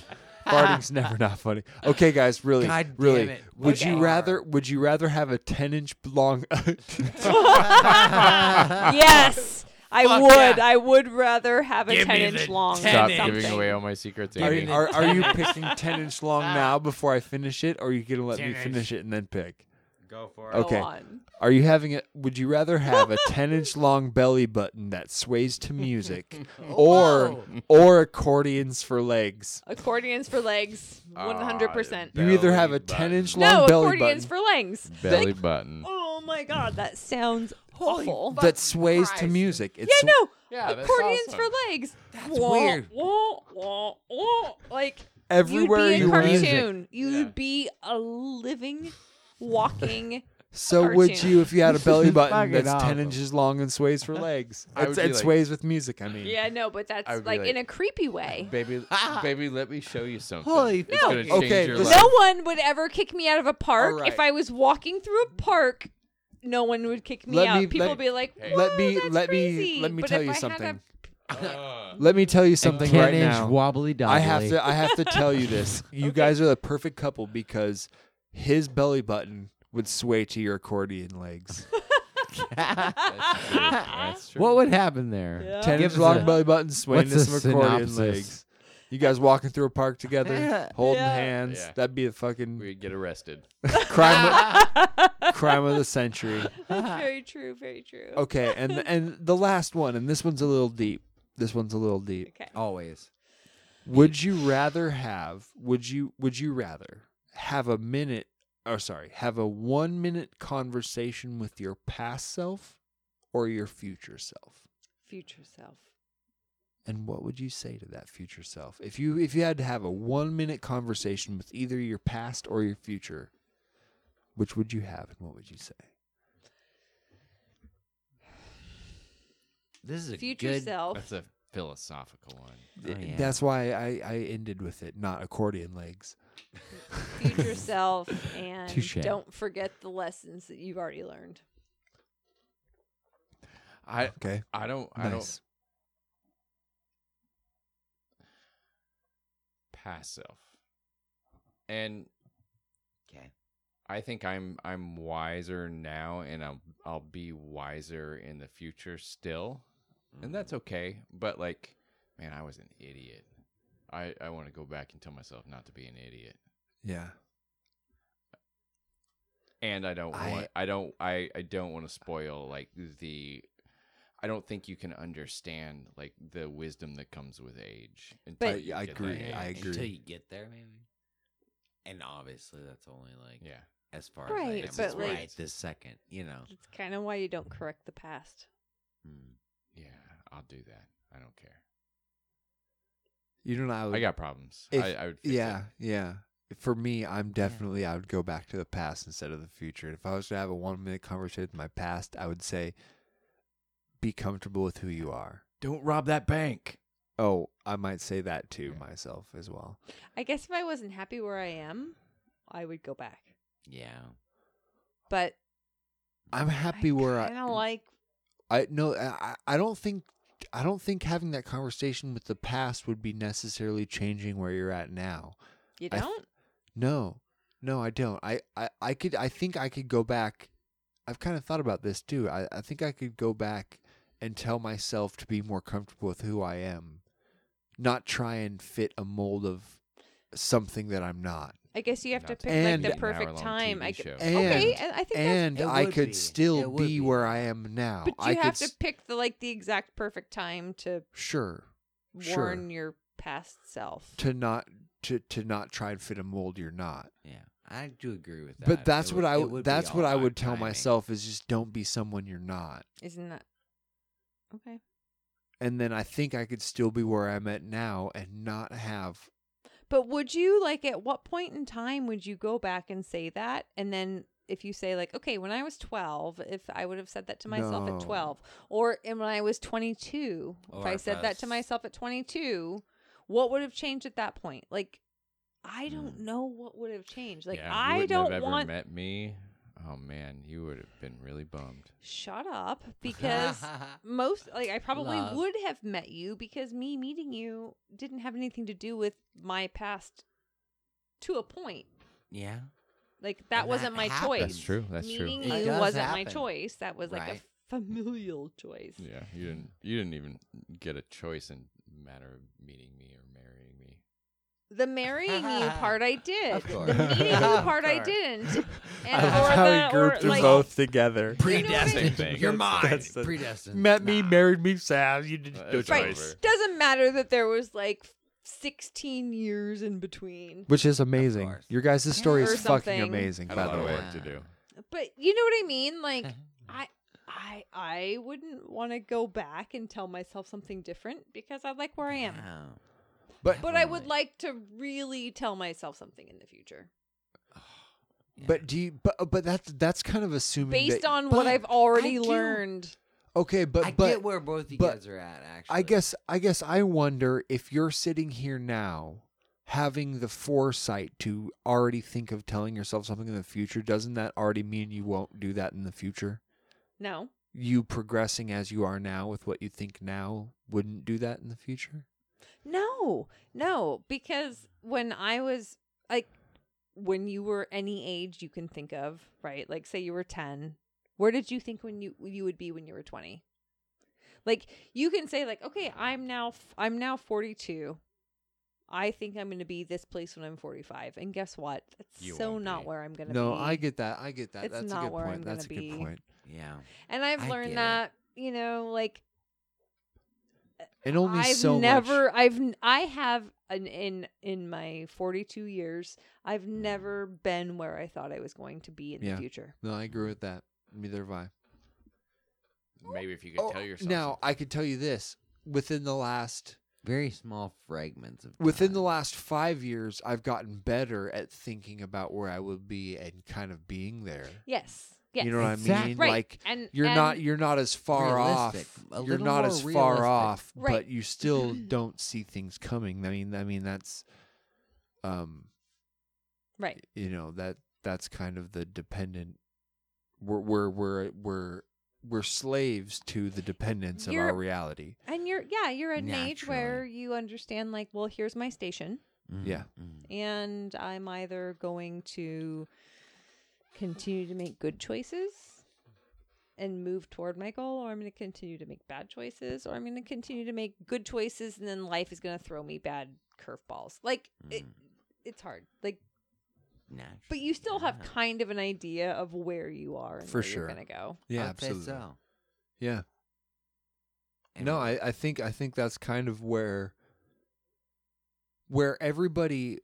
Speaker 2: Farting's never not funny. Okay, guys, really,
Speaker 4: God damn
Speaker 2: really,
Speaker 4: it.
Speaker 2: would
Speaker 4: Okay.
Speaker 2: you rather? Would you rather have a ten-inch long?
Speaker 3: yes, I
Speaker 4: Fuck
Speaker 3: would.
Speaker 4: yeah.
Speaker 3: I would rather have a
Speaker 4: Give me
Speaker 3: 10 inch
Speaker 4: the
Speaker 3: long.
Speaker 4: 10
Speaker 8: Stop
Speaker 4: inch.
Speaker 3: something.
Speaker 8: giving away all my secrets,
Speaker 2: are,
Speaker 8: Amy.
Speaker 2: you, are, are you picking ten-inch long now before I finish it, or are you gonna let me
Speaker 4: 10 -inch.
Speaker 2: finish it and then pick?
Speaker 1: Go for it.
Speaker 3: Go
Speaker 2: Okay.
Speaker 3: on.
Speaker 2: Are you having it? Would you rather have a ten-inch long belly button that sways to music, or or accordions for legs?
Speaker 3: Accordions for legs,
Speaker 4: Ah,
Speaker 3: 100%.
Speaker 2: You either
Speaker 8: Belly
Speaker 2: have a
Speaker 8: button.
Speaker 2: ten-inch long
Speaker 3: no,
Speaker 2: belly
Speaker 3: accordions
Speaker 2: button
Speaker 3: for legs.
Speaker 8: Belly
Speaker 4: Mm.
Speaker 8: button.
Speaker 3: Oh my god, that sounds awful.
Speaker 2: that sways to music. It's
Speaker 3: yeah, no.
Speaker 8: Yeah, that's
Speaker 3: accordions
Speaker 8: awesome.
Speaker 3: for legs. That's
Speaker 4: weird.
Speaker 3: Wah, wah, wah. Like
Speaker 2: Everywhere
Speaker 3: you'd be a
Speaker 2: you were.
Speaker 3: cartoon. You'd be a
Speaker 2: Mm.
Speaker 3: living, walking.
Speaker 2: So would
Speaker 3: cartoon.
Speaker 2: you if you had a belly button
Speaker 6: Fucking
Speaker 2: that's ten
Speaker 6: awesome.
Speaker 2: inches long and sways for legs?
Speaker 8: I
Speaker 2: It's,
Speaker 8: would be
Speaker 2: and
Speaker 8: like-
Speaker 2: sways with music. I mean,
Speaker 3: Yeah, no, but that's
Speaker 8: I would be
Speaker 3: like,
Speaker 8: like-
Speaker 3: in a creepy way.
Speaker 8: Baby, baby, let me show you something.
Speaker 4: Holy
Speaker 8: it's
Speaker 3: No.
Speaker 8: gonna change
Speaker 2: Okay,
Speaker 8: your
Speaker 2: listen-
Speaker 8: life.
Speaker 3: No one would ever kick me out of a park.
Speaker 2: All right.
Speaker 3: If I was walking through a park, no one would kick me
Speaker 2: Let
Speaker 3: out.
Speaker 2: me-
Speaker 3: People
Speaker 2: let-
Speaker 3: would be like,
Speaker 8: Hey.
Speaker 3: Whoa,
Speaker 2: Let me-
Speaker 3: that's
Speaker 2: let me-
Speaker 3: crazy."
Speaker 2: let me
Speaker 3: But
Speaker 2: tell
Speaker 3: if
Speaker 2: you
Speaker 3: I had
Speaker 2: something.
Speaker 8: Ah.
Speaker 2: Let me tell you something right
Speaker 4: inch
Speaker 2: now.
Speaker 4: wobbly dobbly.
Speaker 2: I have to. I have to tell you this. You guys are the perfect couple because his belly button would sway to your accordion legs.
Speaker 8: That's true. That's true.
Speaker 4: What would happen there?
Speaker 3: Yeah.
Speaker 2: Ten
Speaker 4: Give
Speaker 2: inch
Speaker 4: us
Speaker 2: long
Speaker 4: a-
Speaker 2: belly button swaying to
Speaker 4: what's a
Speaker 2: some accordion
Speaker 4: synopsis?
Speaker 2: legs. You guys walking through a park together, holding
Speaker 3: Yeah.
Speaker 2: hands.
Speaker 8: Yeah.
Speaker 2: That'd be a fucking
Speaker 8: We'd get arrested.
Speaker 2: crime. Of, crime of the century.
Speaker 3: That's very true. Very true.
Speaker 2: Okay, and and the last one, and this one's a little deep. This one's a little deep.
Speaker 3: Okay.
Speaker 4: Always.
Speaker 2: Would you rather have? Would you would you rather have a minute? Or sorry, have a one minute conversation with your past self or your future self?
Speaker 3: Future self.
Speaker 2: And what would you say to that future self if you if you had to have a one minute conversation with either your past or your future? Which would you have, and what would you say?
Speaker 4: This is a
Speaker 3: Future
Speaker 4: good.
Speaker 3: self.
Speaker 8: That's a philosophical one.
Speaker 4: Oh, yeah.
Speaker 2: That's why I, I ended with it, not accordion legs.
Speaker 3: Future self. And
Speaker 4: Touche.
Speaker 3: don't forget the lessons that you've already learned.
Speaker 8: I
Speaker 2: Okay,
Speaker 8: I don't I
Speaker 2: Oh, nice.
Speaker 8: don't past self. And
Speaker 1: Okay.
Speaker 8: I think I'm I'm wiser now and I'll I'll be wiser in the future still. And that's okay. But like, man, I was an idiot. I, I want to go back and tell myself not to be an idiot.
Speaker 2: Yeah.
Speaker 8: and I don't
Speaker 2: I-
Speaker 8: want I don't I I don't want to spoil like the I don't think you can understand like the wisdom that comes with age. until
Speaker 3: But-
Speaker 8: you
Speaker 2: I
Speaker 8: get that
Speaker 2: agree,
Speaker 8: age.
Speaker 2: I
Speaker 1: Until
Speaker 2: agree.
Speaker 1: you get there, maybe. And obviously, that's only like
Speaker 8: Yeah.
Speaker 1: as far
Speaker 3: Right,
Speaker 1: as I
Speaker 8: but,
Speaker 1: am
Speaker 8: like-
Speaker 1: right this second. You know.
Speaker 3: That's kind of why you don't correct the past.
Speaker 1: Mm.
Speaker 8: Yeah, I'll do that. I don't care.
Speaker 2: You don't know. I, would,
Speaker 8: I got problems.
Speaker 2: if-
Speaker 8: I, I would fix
Speaker 2: Yeah,
Speaker 8: it.
Speaker 2: yeah. For me, I'm definitely I would go back to the past instead of the future. And if I was to have a one minute conversation with my past, I would say, "Be comfortable with who you are."
Speaker 8: Don't rob that bank.
Speaker 2: Oh, I might say that to
Speaker 8: Yeah.
Speaker 2: myself as well.
Speaker 3: I guess if I wasn't happy where I am, I would go back.
Speaker 1: Yeah.
Speaker 3: But
Speaker 2: I'm happy where I.
Speaker 3: kind of like
Speaker 2: I no, I I don't think I don't think having that conversation with the past would be necessarily changing where you're at now.
Speaker 3: you
Speaker 2: I th-
Speaker 3: don't.
Speaker 2: No, no, I don't. I, I, I could. I think I could go back. I've kind of thought about this too. I, I think I could go back and tell myself to be more comfortable with who I am, not try and fit a mold of something that I'm not.
Speaker 3: I guess you have to
Speaker 8: Not to
Speaker 3: pick
Speaker 2: And-
Speaker 3: like
Speaker 2: An
Speaker 3: the perfect
Speaker 8: hour-long
Speaker 3: time. I
Speaker 8: TV
Speaker 3: gu-
Speaker 8: show.
Speaker 3: okay,
Speaker 2: And-
Speaker 3: and I think that's,
Speaker 2: And
Speaker 4: It
Speaker 2: I
Speaker 4: would
Speaker 2: could
Speaker 4: be.
Speaker 2: still
Speaker 4: It would
Speaker 2: be,
Speaker 4: be.
Speaker 2: where I am now.
Speaker 3: but
Speaker 2: I
Speaker 3: you
Speaker 2: could
Speaker 3: have to
Speaker 2: s-
Speaker 3: pick the like the exact perfect time to
Speaker 2: sure, sure,
Speaker 3: warn your past self.
Speaker 2: to not to to not try and fit a mold you're not.
Speaker 1: Yeah. I do agree with that.
Speaker 2: But
Speaker 1: It
Speaker 2: that's
Speaker 1: would-
Speaker 2: what I
Speaker 1: it
Speaker 2: w-
Speaker 1: would be
Speaker 2: that's
Speaker 1: all
Speaker 2: what I
Speaker 1: about
Speaker 2: would tell
Speaker 1: timing.
Speaker 2: myself is just don't be someone you're not.
Speaker 3: Isn't that okay?
Speaker 2: and then I think I could still be where I'm at now and not have.
Speaker 3: But would you like at what point in time would you go back and say that? And then if you say like, okay, when I was 12, if I would have said that to myself
Speaker 16: No.
Speaker 3: at 12, or and when I was 22, if
Speaker 8: Oh,
Speaker 16: Or
Speaker 3: I
Speaker 16: if
Speaker 3: said
Speaker 16: I
Speaker 3: that to
Speaker 16: was-
Speaker 3: myself at 22, what would have changed at that point? Like, I don't know what would have changed. Like,
Speaker 8: Hmm. Yeah, if you
Speaker 3: I
Speaker 8: wouldn't have
Speaker 3: don't
Speaker 8: ever
Speaker 3: want.
Speaker 8: met me. Oh man, you would have been really bummed.
Speaker 3: Shut up, because most like I probably
Speaker 8: Love.
Speaker 3: would have met you because me meeting you didn't have anything to do with my past to a point.
Speaker 1: Yeah.
Speaker 3: Like that
Speaker 1: And
Speaker 3: wasn't
Speaker 1: that
Speaker 3: my
Speaker 1: happened.
Speaker 3: choice.
Speaker 1: That's true, that's true.
Speaker 3: Meeting
Speaker 1: It
Speaker 3: you
Speaker 1: does
Speaker 3: wasn't my
Speaker 1: happen.
Speaker 3: choice. That was like
Speaker 1: Right.
Speaker 3: a familial choice.
Speaker 8: Yeah, you didn't. You didn't even get a choice in matter of meeting me or marrying me.
Speaker 3: The marrying you part I did.
Speaker 8: Of
Speaker 3: The
Speaker 8: course.
Speaker 3: meeting you
Speaker 8: Of
Speaker 3: part I
Speaker 8: course.
Speaker 3: didn't.
Speaker 2: I
Speaker 3: And
Speaker 2: love
Speaker 3: or
Speaker 2: how
Speaker 3: the,
Speaker 2: he grouped
Speaker 3: or,
Speaker 2: them
Speaker 3: like,
Speaker 2: both together.
Speaker 1: Predestined. You're mine.
Speaker 2: the-
Speaker 1: Predestined.
Speaker 2: Met me, married me, Sam. You did no
Speaker 8: it's
Speaker 2: choice.
Speaker 8: over.
Speaker 3: Doesn't matter that there was like 16 years in between.
Speaker 2: Which is amazing. Your guys' story
Speaker 3: Or
Speaker 2: is fucking
Speaker 3: something.
Speaker 2: amazing,
Speaker 8: Had a
Speaker 2: by
Speaker 8: lot
Speaker 2: the
Speaker 8: of
Speaker 2: way.
Speaker 8: work to do.
Speaker 3: But you know what I mean? Like
Speaker 1: Mm-hmm.
Speaker 3: I I I wouldn't want to go back and tell myself something different because I like where I am.
Speaker 2: But-
Speaker 3: but I would like to really tell myself something in the future
Speaker 2: But do you but but that's that's kind of assuming
Speaker 3: based
Speaker 2: that-
Speaker 3: on what I've already
Speaker 1: do-
Speaker 3: learned.
Speaker 2: Okay, but
Speaker 1: I
Speaker 2: but
Speaker 1: get where both you
Speaker 2: but
Speaker 1: guys are at, actually.
Speaker 2: I guess I guess I wonder if you're sitting here now having the foresight to already think of telling yourself something in the future, doesn't that already mean you won't do that in the future?
Speaker 3: No.
Speaker 2: You progressing as you are now with what you think now wouldn't do that in the future?
Speaker 3: No, no, because when I was like, when you were any age you can think of, right? Like, say you were ten, where did you think when you you would be when you were twenty? Like, you can say like, okay, I'm now f- I'm now forty two. I think I'm going to be this place when I'm 45, and guess what? That's
Speaker 2: You
Speaker 3: so
Speaker 2: won't
Speaker 3: not where I'm going to be.
Speaker 2: No, I get that. I get that.
Speaker 3: It's
Speaker 2: That's a
Speaker 3: not
Speaker 2: good
Speaker 3: where
Speaker 2: point.
Speaker 3: I'm
Speaker 2: That's a
Speaker 3: gonna
Speaker 2: good
Speaker 3: be.
Speaker 2: point.
Speaker 1: Yeah.
Speaker 3: And I've
Speaker 1: I
Speaker 3: learned
Speaker 1: get it.
Speaker 3: that, you know, like
Speaker 2: And only
Speaker 3: I've
Speaker 2: so much.
Speaker 3: never I've n- I have an in in my 42 years, I've never been where I thought I was going to be in
Speaker 2: yeah.
Speaker 3: the future.
Speaker 2: No, I agree with that. Neither have I.
Speaker 8: Maybe if you could tell yourself.
Speaker 2: Oh, Now I could tell you this: within the last
Speaker 1: very small fragments of
Speaker 2: within the last five years, I've gotten better at thinking about where I would be and kind of being there.
Speaker 3: Yes. Yes.
Speaker 2: You know what I mean?
Speaker 3: Right.
Speaker 2: Like
Speaker 3: and
Speaker 2: you're
Speaker 3: and
Speaker 2: not you're not as far
Speaker 1: Realistic. A
Speaker 2: off. You're
Speaker 1: little
Speaker 2: not
Speaker 1: more
Speaker 2: as far
Speaker 1: realistic.
Speaker 2: off,
Speaker 3: Right.
Speaker 2: but you still don't see things coming. I mean, I mean that's, um,
Speaker 3: right.
Speaker 2: you know that that's kind of the dependent. We're we're we're we're we're slaves to the dependence of our
Speaker 3: You're-
Speaker 2: reality.
Speaker 3: And you're yeah, you're at an age where you understand like, well, here's my station
Speaker 2: Yeah.
Speaker 3: and I'm either going to continue to make good choices and move toward my goal or I'm going to continue to make bad choices or I'm going to continue to make good choices and then life is going to throw me bad curveballs. Like it,
Speaker 2: Hmm.
Speaker 3: it's hard. Like
Speaker 1: Natural.
Speaker 3: but you still have kind of an idea of where you are and
Speaker 2: For
Speaker 3: where
Speaker 2: sure.
Speaker 3: you're going to go.
Speaker 2: Yeah,
Speaker 1: I'd say
Speaker 2: absolutely.
Speaker 1: so.
Speaker 2: Yeah. no, I, I think I think that's kind of where where everybody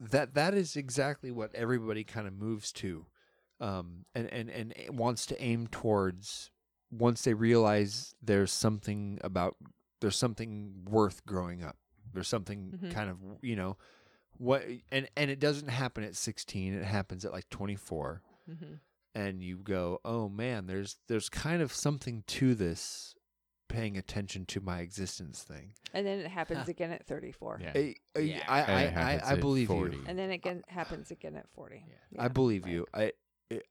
Speaker 2: that that is exactly what everybody kind of moves to um and and and it wants to aim towards once they realize there's something about there's something worth growing up there's something
Speaker 12: Mhm.
Speaker 2: kind of you know what and and it doesn't happen at 16 it happens at like 24
Speaker 12: Mhm.
Speaker 2: and you go oh man there's there's kind of something to this paying attention to my existence thing
Speaker 3: And then it happens again at 34.
Speaker 2: I, I, I,
Speaker 8: And it
Speaker 2: I,
Speaker 8: happens
Speaker 2: I, I
Speaker 8: at
Speaker 2: believe
Speaker 8: 40.
Speaker 2: you.
Speaker 3: And then it again happens again at 40.
Speaker 2: I believe you. I,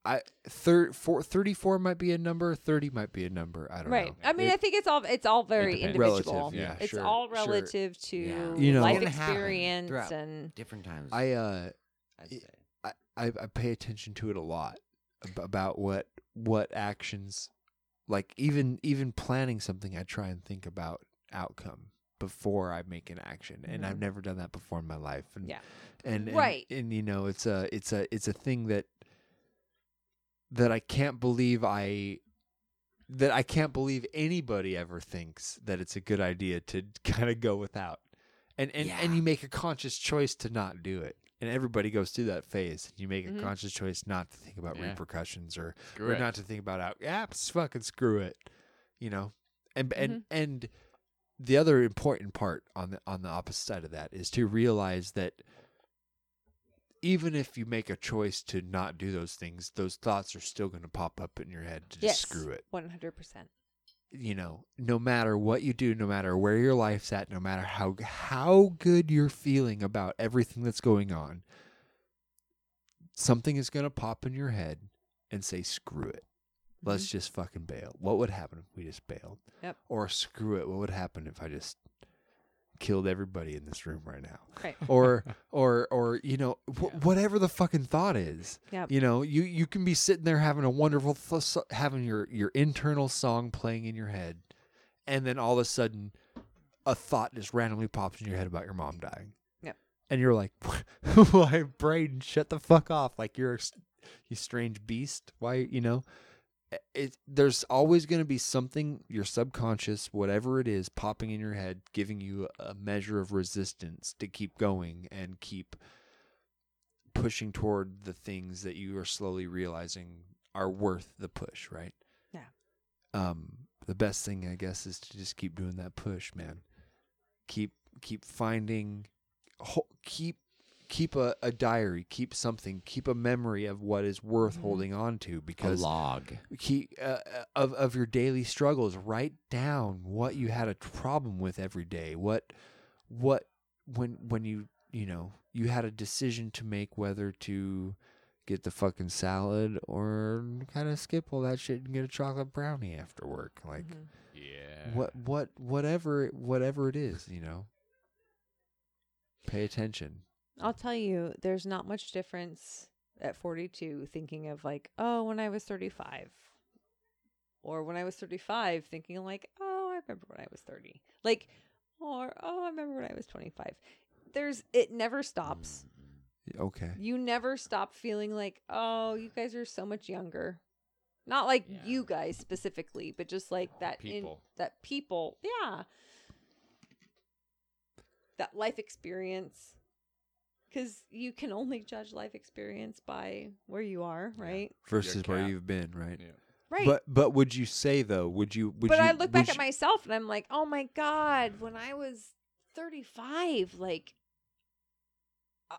Speaker 2: I, thir- four, 34 might be a number. Thirty might be a number. I don't
Speaker 3: right.
Speaker 2: know.
Speaker 3: I mean,
Speaker 2: It-
Speaker 3: I think it's all it's all very
Speaker 2: depends.
Speaker 3: individual.
Speaker 2: Relative, yeah,
Speaker 3: it's
Speaker 2: Uh, sure,
Speaker 3: all
Speaker 2: sure.
Speaker 3: relative to
Speaker 2: Yeah. You know-
Speaker 3: life
Speaker 2: It's gonna
Speaker 1: happen
Speaker 3: experience
Speaker 1: throughout
Speaker 3: and
Speaker 1: different times.
Speaker 2: I, uh, I, I, I pay attention to it a lot ab- about what what actions, like even even planning something. I try and think about outcome before I make an action, and I've
Speaker 12: Mhm.
Speaker 2: never done that before in my life. And,
Speaker 12: Yeah.
Speaker 2: and, and-
Speaker 12: Right.
Speaker 2: and, you know, it's a it's a it's a thing that that I can't believe I that I can't believe anybody ever thinks that it's a good idea to kind of go without. And and, and you make a conscious choice to not do it. And everybody goes through that phase. You make
Speaker 12: Mhm.
Speaker 2: a conscious choice not to think about
Speaker 12: Yeah.
Speaker 2: repercussions or,
Speaker 12: Screw
Speaker 2: or
Speaker 12: it.
Speaker 2: not to think about out apps, fucking screw it. You know? And and and the other important part on the on the opposite side of that is to realize that even if you make a choice to not do those things, those thoughts are still going to pop up in your head to just
Speaker 3: yes,
Speaker 2: screw it.
Speaker 3: One hundred percent.
Speaker 2: You know, no matter what you do, no matter where your life's at, no matter how how good you're feeling about everything that's going on, something is going to pop in your head and say, "Screw it." Let's just fucking bail. What would happen if we just bailed?
Speaker 3: Mm-hmm. Yep.
Speaker 2: Or screw it. What would happen if I just killed everybody in this room right now?
Speaker 3: Right.
Speaker 2: Or or or you know wh- whatever the fucking thought is.
Speaker 3: Yep.
Speaker 2: You know you you can be sitting there having a wonderful th- so- having your your internal song playing in your head, and then all of a sudden, a thought just randomly pops in your head about your mom dying.
Speaker 3: Yep.
Speaker 2: And you're like, why, Braden? Shut the fuck off! Like you're a s- you strange beast. Why you know? it, there's always going to be something your subconscious whatever it is popping in your head giving you a measure of resistance to keep going and keep pushing toward the things that you are slowly realizing are worth the push right
Speaker 3: Yeah.
Speaker 2: um the best thing i guess is to just keep doing that push man keep keep finding ho- keep keep a, a diary keep something keep a memory of what is worth holding on to because
Speaker 1: log.
Speaker 2: keep uh, uh, of of your daily struggles write down what you had a t- problem with every day what what when when you you know you had a decision to make whether to get the fucking salad or kind of skip all that shit and get a chocolate brownie after work like
Speaker 3: Mm-hmm.
Speaker 8: Yeah.
Speaker 2: what what whatever whatever it is you know pay attention
Speaker 3: I'll tell you, there's not much difference at 42 thinking of like, oh, when I was 35. Or when I was 35, thinking like, oh, I remember when I was 30. Like, or, oh, I remember when I was 25. There's, it never stops.
Speaker 2: okay
Speaker 3: You never stop feeling like, oh, you guys are so much younger. Not like you guys specifically, but just like that in-
Speaker 8: People.
Speaker 3: that people, yeah. That life experience. Cuz you can only judge life experience by where you are, right?
Speaker 2: versus where
Speaker 8: cat.
Speaker 2: you've been right
Speaker 3: Right.
Speaker 2: but but would you say though would you would
Speaker 3: but
Speaker 2: you
Speaker 3: I look back
Speaker 2: would
Speaker 3: at
Speaker 2: you-
Speaker 3: myself and I'm like, "Oh my god, when I was 35, like I-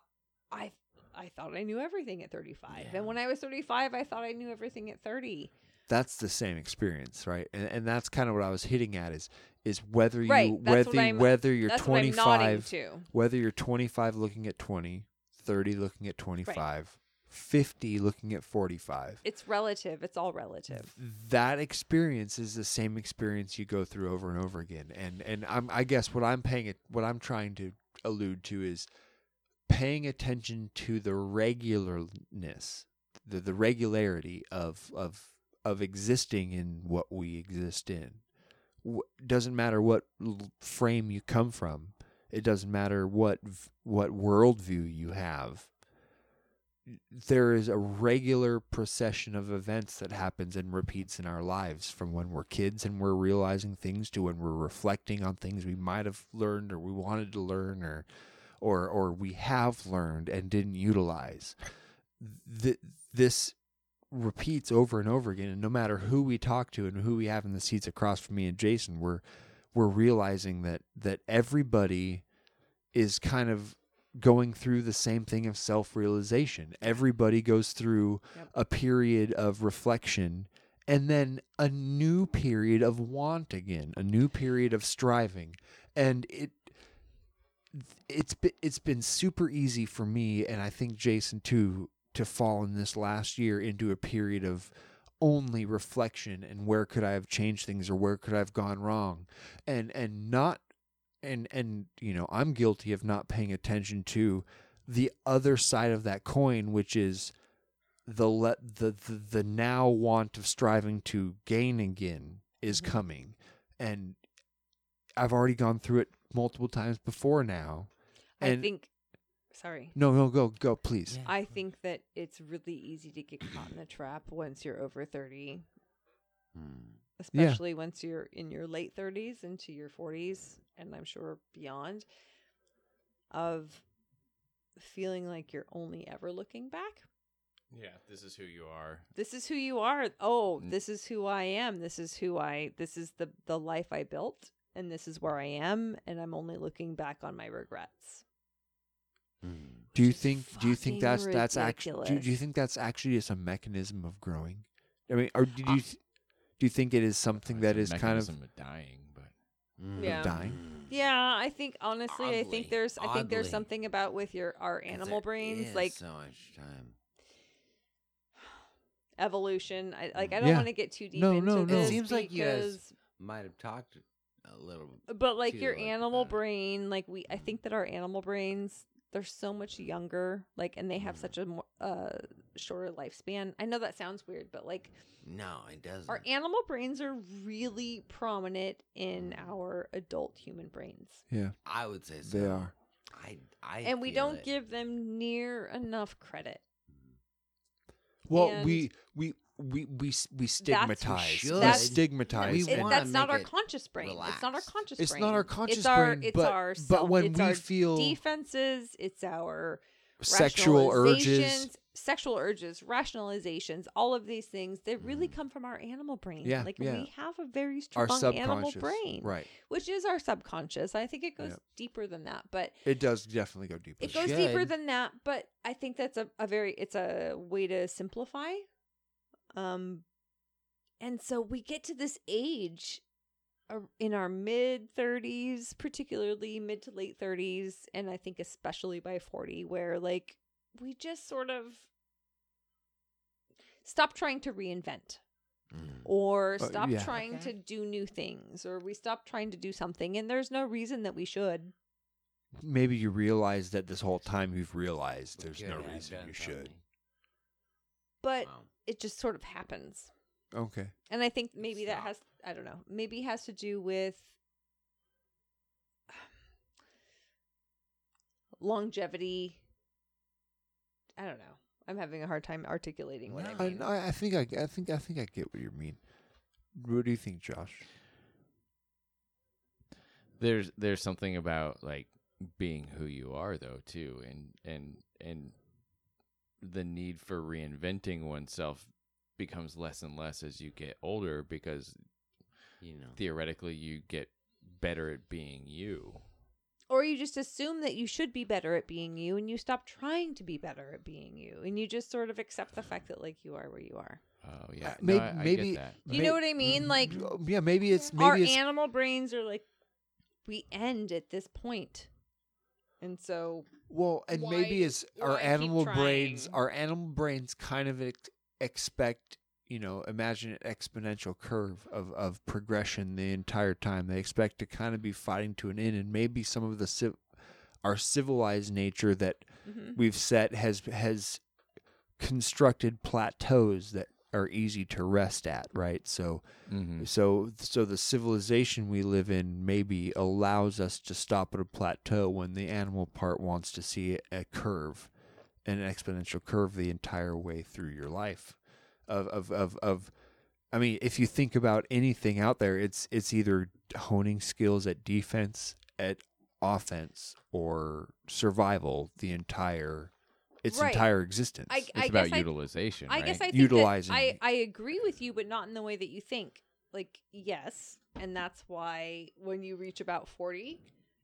Speaker 3: I I thought I knew everything at 35. And when I was 35, I thought I knew everything at 30.
Speaker 2: that's the same experience, right? And, and that's kind of what I was hitting at is is whether you
Speaker 3: Right, that's what
Speaker 2: whether
Speaker 3: I'm-
Speaker 2: whether you're
Speaker 3: that's what I'm
Speaker 2: 25
Speaker 3: nodding to.
Speaker 2: whether you're 25 looking at 20, 30 looking at 25, 50 looking at 45.
Speaker 3: It's relative. It's all relative.
Speaker 2: That experience is the same experience you go through over and over again. And and I'm I guess what I'm paying it what I'm trying to allude to is paying attention to the regularness, the, the regularity of of of existing in what we exist in. W- doesn't matter what l- frame you come from. It doesn't matter what v- what worldview you have. There is a regular procession of events that happens and repeats in our lives from when we're kids and we're realizing things to when we're reflecting on things we might have learned or we wanted to learn or or or we have learned and didn't utilize. Th- this repeats over and over again, and no matter who we talk to and who we have in the seats across from me and Jason, we're we're realizing that that everybody is kind of going through the same thing of self-realization. Everybody goes through a period of reflection and then a new period of want again, a new period of striving. And it it's been it's been super easy for me and I think Jason too to fall in this last year into a period of only reflection and where could I have changed things or where could I have gone wrong and and not and and you know I'm guilty of not paying attention to the other side of that coin which is the let the, the the now want of striving to gain again is
Speaker 3: Mm-hmm.
Speaker 2: coming and I've already gone through it multiple times before now
Speaker 3: I
Speaker 2: and
Speaker 3: think sorry.
Speaker 2: no no go go please
Speaker 3: I think that it's really easy to get caught in the trap once you're over 30.
Speaker 2: Yeah.
Speaker 3: Especially once you're in your late 30s into your 40s and I'm sure beyond of feeling like you're only ever looking back.
Speaker 8: Yeah, this is who you are.
Speaker 3: This is who you are. Oh, this is who I am. This is who I this is the the life I built and this is where I am and I'm only looking back on my regrets.
Speaker 1: Mm.
Speaker 2: Do you think? Do you think that's
Speaker 3: fucking
Speaker 2: that's actually? Do,
Speaker 3: ridiculous.
Speaker 2: do you think that's actually just a mechanism of growing? I mean, or do you th- do you think it is something that is kind of
Speaker 8: Mechanism dying, but
Speaker 2: of
Speaker 3: Yeah.
Speaker 2: Mm-hmm. dying?
Speaker 3: Yeah, I think honestly, I think there's I think there's
Speaker 1: oddly.
Speaker 3: something about with your our animal brains, like
Speaker 1: so much time.
Speaker 3: evolution. I like I don't
Speaker 1: Yeah.
Speaker 3: want to get too deep
Speaker 1: No,
Speaker 3: into
Speaker 1: no, no.
Speaker 3: this
Speaker 1: It seems like you guys-
Speaker 3: because
Speaker 1: Might have talked a little.
Speaker 3: but like
Speaker 1: too
Speaker 3: your
Speaker 1: much
Speaker 3: animal brain like we i think that our animal brains they're so much younger like and they have
Speaker 1: Mm-hmm.
Speaker 3: such a mo- uh, shorter lifespan i know that sounds weird but like
Speaker 1: No, it doesn't.
Speaker 3: our animal brains are really prominent in
Speaker 1: Mm-hmm.
Speaker 3: our adult human brains
Speaker 2: Yeah,
Speaker 1: I would say so.
Speaker 2: they are.
Speaker 1: I, I
Speaker 3: and we
Speaker 1: feel
Speaker 3: don't
Speaker 1: it.
Speaker 3: give them near enough credit
Speaker 2: Well,
Speaker 3: And-
Speaker 2: we we we we s- we stigmatize.
Speaker 1: should.
Speaker 2: We
Speaker 1: That's-
Speaker 2: stigmatize.
Speaker 1: We
Speaker 3: It-
Speaker 2: and-
Speaker 1: wanna
Speaker 3: that's not
Speaker 1: make
Speaker 3: our
Speaker 1: it
Speaker 3: conscious brain it's not our
Speaker 1: relaxed.
Speaker 3: conscious
Speaker 2: It's
Speaker 3: brain
Speaker 2: not our conscious
Speaker 3: it's our,
Speaker 2: brain,
Speaker 3: it's
Speaker 2: but-
Speaker 3: our
Speaker 2: but
Speaker 3: self-
Speaker 2: when
Speaker 3: it's
Speaker 2: we
Speaker 3: our
Speaker 2: feel-
Speaker 3: defenses it's our
Speaker 2: Sexual urges.
Speaker 3: rationalizations, sexual urges, rationalizations, all of these things, they really come from our animal brain.
Speaker 2: Mm. Yeah,
Speaker 3: like
Speaker 2: yeah.
Speaker 3: we have a very
Speaker 2: Our
Speaker 3: strong animal
Speaker 2: subconscious,
Speaker 3: brain,
Speaker 2: right.
Speaker 3: Which is our subconscious. I think it goes
Speaker 2: Yeah.
Speaker 3: deeper than that, but
Speaker 2: it does definitely go deeper.
Speaker 3: it goes deeper
Speaker 1: should.
Speaker 3: than that. But I think that's a, a very it's a way to simplify. Um, and so we get to this age ar- in our mid 30s, particularly mid to late 30s, and I think especially by 40, where like we just sort of stop trying to reinvent
Speaker 1: Mm.
Speaker 3: or
Speaker 1: Oh,
Speaker 2: Uh,
Speaker 3: stop
Speaker 2: yeah.
Speaker 3: trying to do new things or we stop trying to do something and there's no reason that we should
Speaker 2: Maybe you realize that this whole time you've realized there's
Speaker 1: Could
Speaker 2: no
Speaker 1: have
Speaker 2: reason
Speaker 1: done
Speaker 2: you should.
Speaker 1: something.
Speaker 3: but
Speaker 1: Wow.
Speaker 3: it just sort of happens
Speaker 2: Okay.
Speaker 3: and i think maybe that
Speaker 1: Stop.
Speaker 3: has i don't know maybe has to do with longevity i don't know i'm having a hard time articulating what i
Speaker 2: I,
Speaker 3: mean
Speaker 2: I I think I, I think I think I get what you mean. What do you think, Josh?
Speaker 8: there's there's something about like being who you are though too and and and the need for reinventing oneself becomes less and less as you get older because
Speaker 1: You know.
Speaker 8: theoretically you get better at being you
Speaker 3: or you just assume that you should be better at being you and you stop trying to be better at being you and you just sort of accept the fact that like you are where you are
Speaker 8: oh yeah
Speaker 2: Uh,
Speaker 8: no,
Speaker 2: may-
Speaker 8: I, I
Speaker 2: maybe- oh,
Speaker 8: get that.
Speaker 3: you know what i mean like
Speaker 2: Yeah, maybe it's
Speaker 3: our
Speaker 2: maybe it's
Speaker 3: animal brains are like we end at this point and so
Speaker 2: well, and maybe
Speaker 3: why-
Speaker 2: it's our
Speaker 3: why keep
Speaker 2: animal brains.
Speaker 3: trying?
Speaker 2: Our animal brains kind of ex- expect you know imagine an exponential curve of of progression the entire time. They expect to kind of be fighting to an end, and maybe some of the civ- our civilized nature that
Speaker 3: mm-hmm.
Speaker 2: we've set has has constructed plateaus that are easy to rest at, right? So
Speaker 3: Hmm.
Speaker 8: Mhm.
Speaker 2: so so the civilization we live in maybe allows us to stop at a plateau when the animal part wants to see a curve, an exponential curve the entire way through your life. Of of of of I mean, if you think about anything out there, it's it's either honing skills at defense, at offense, or survival the entire its
Speaker 3: Right.
Speaker 2: entire existence.
Speaker 3: i, I
Speaker 8: it's about
Speaker 3: guess I,
Speaker 8: utilization
Speaker 3: I
Speaker 8: right?
Speaker 3: guess i think
Speaker 2: Utilizing.
Speaker 3: that I, I agree with you but not in the way that you think like yes and that's why when you reach about 40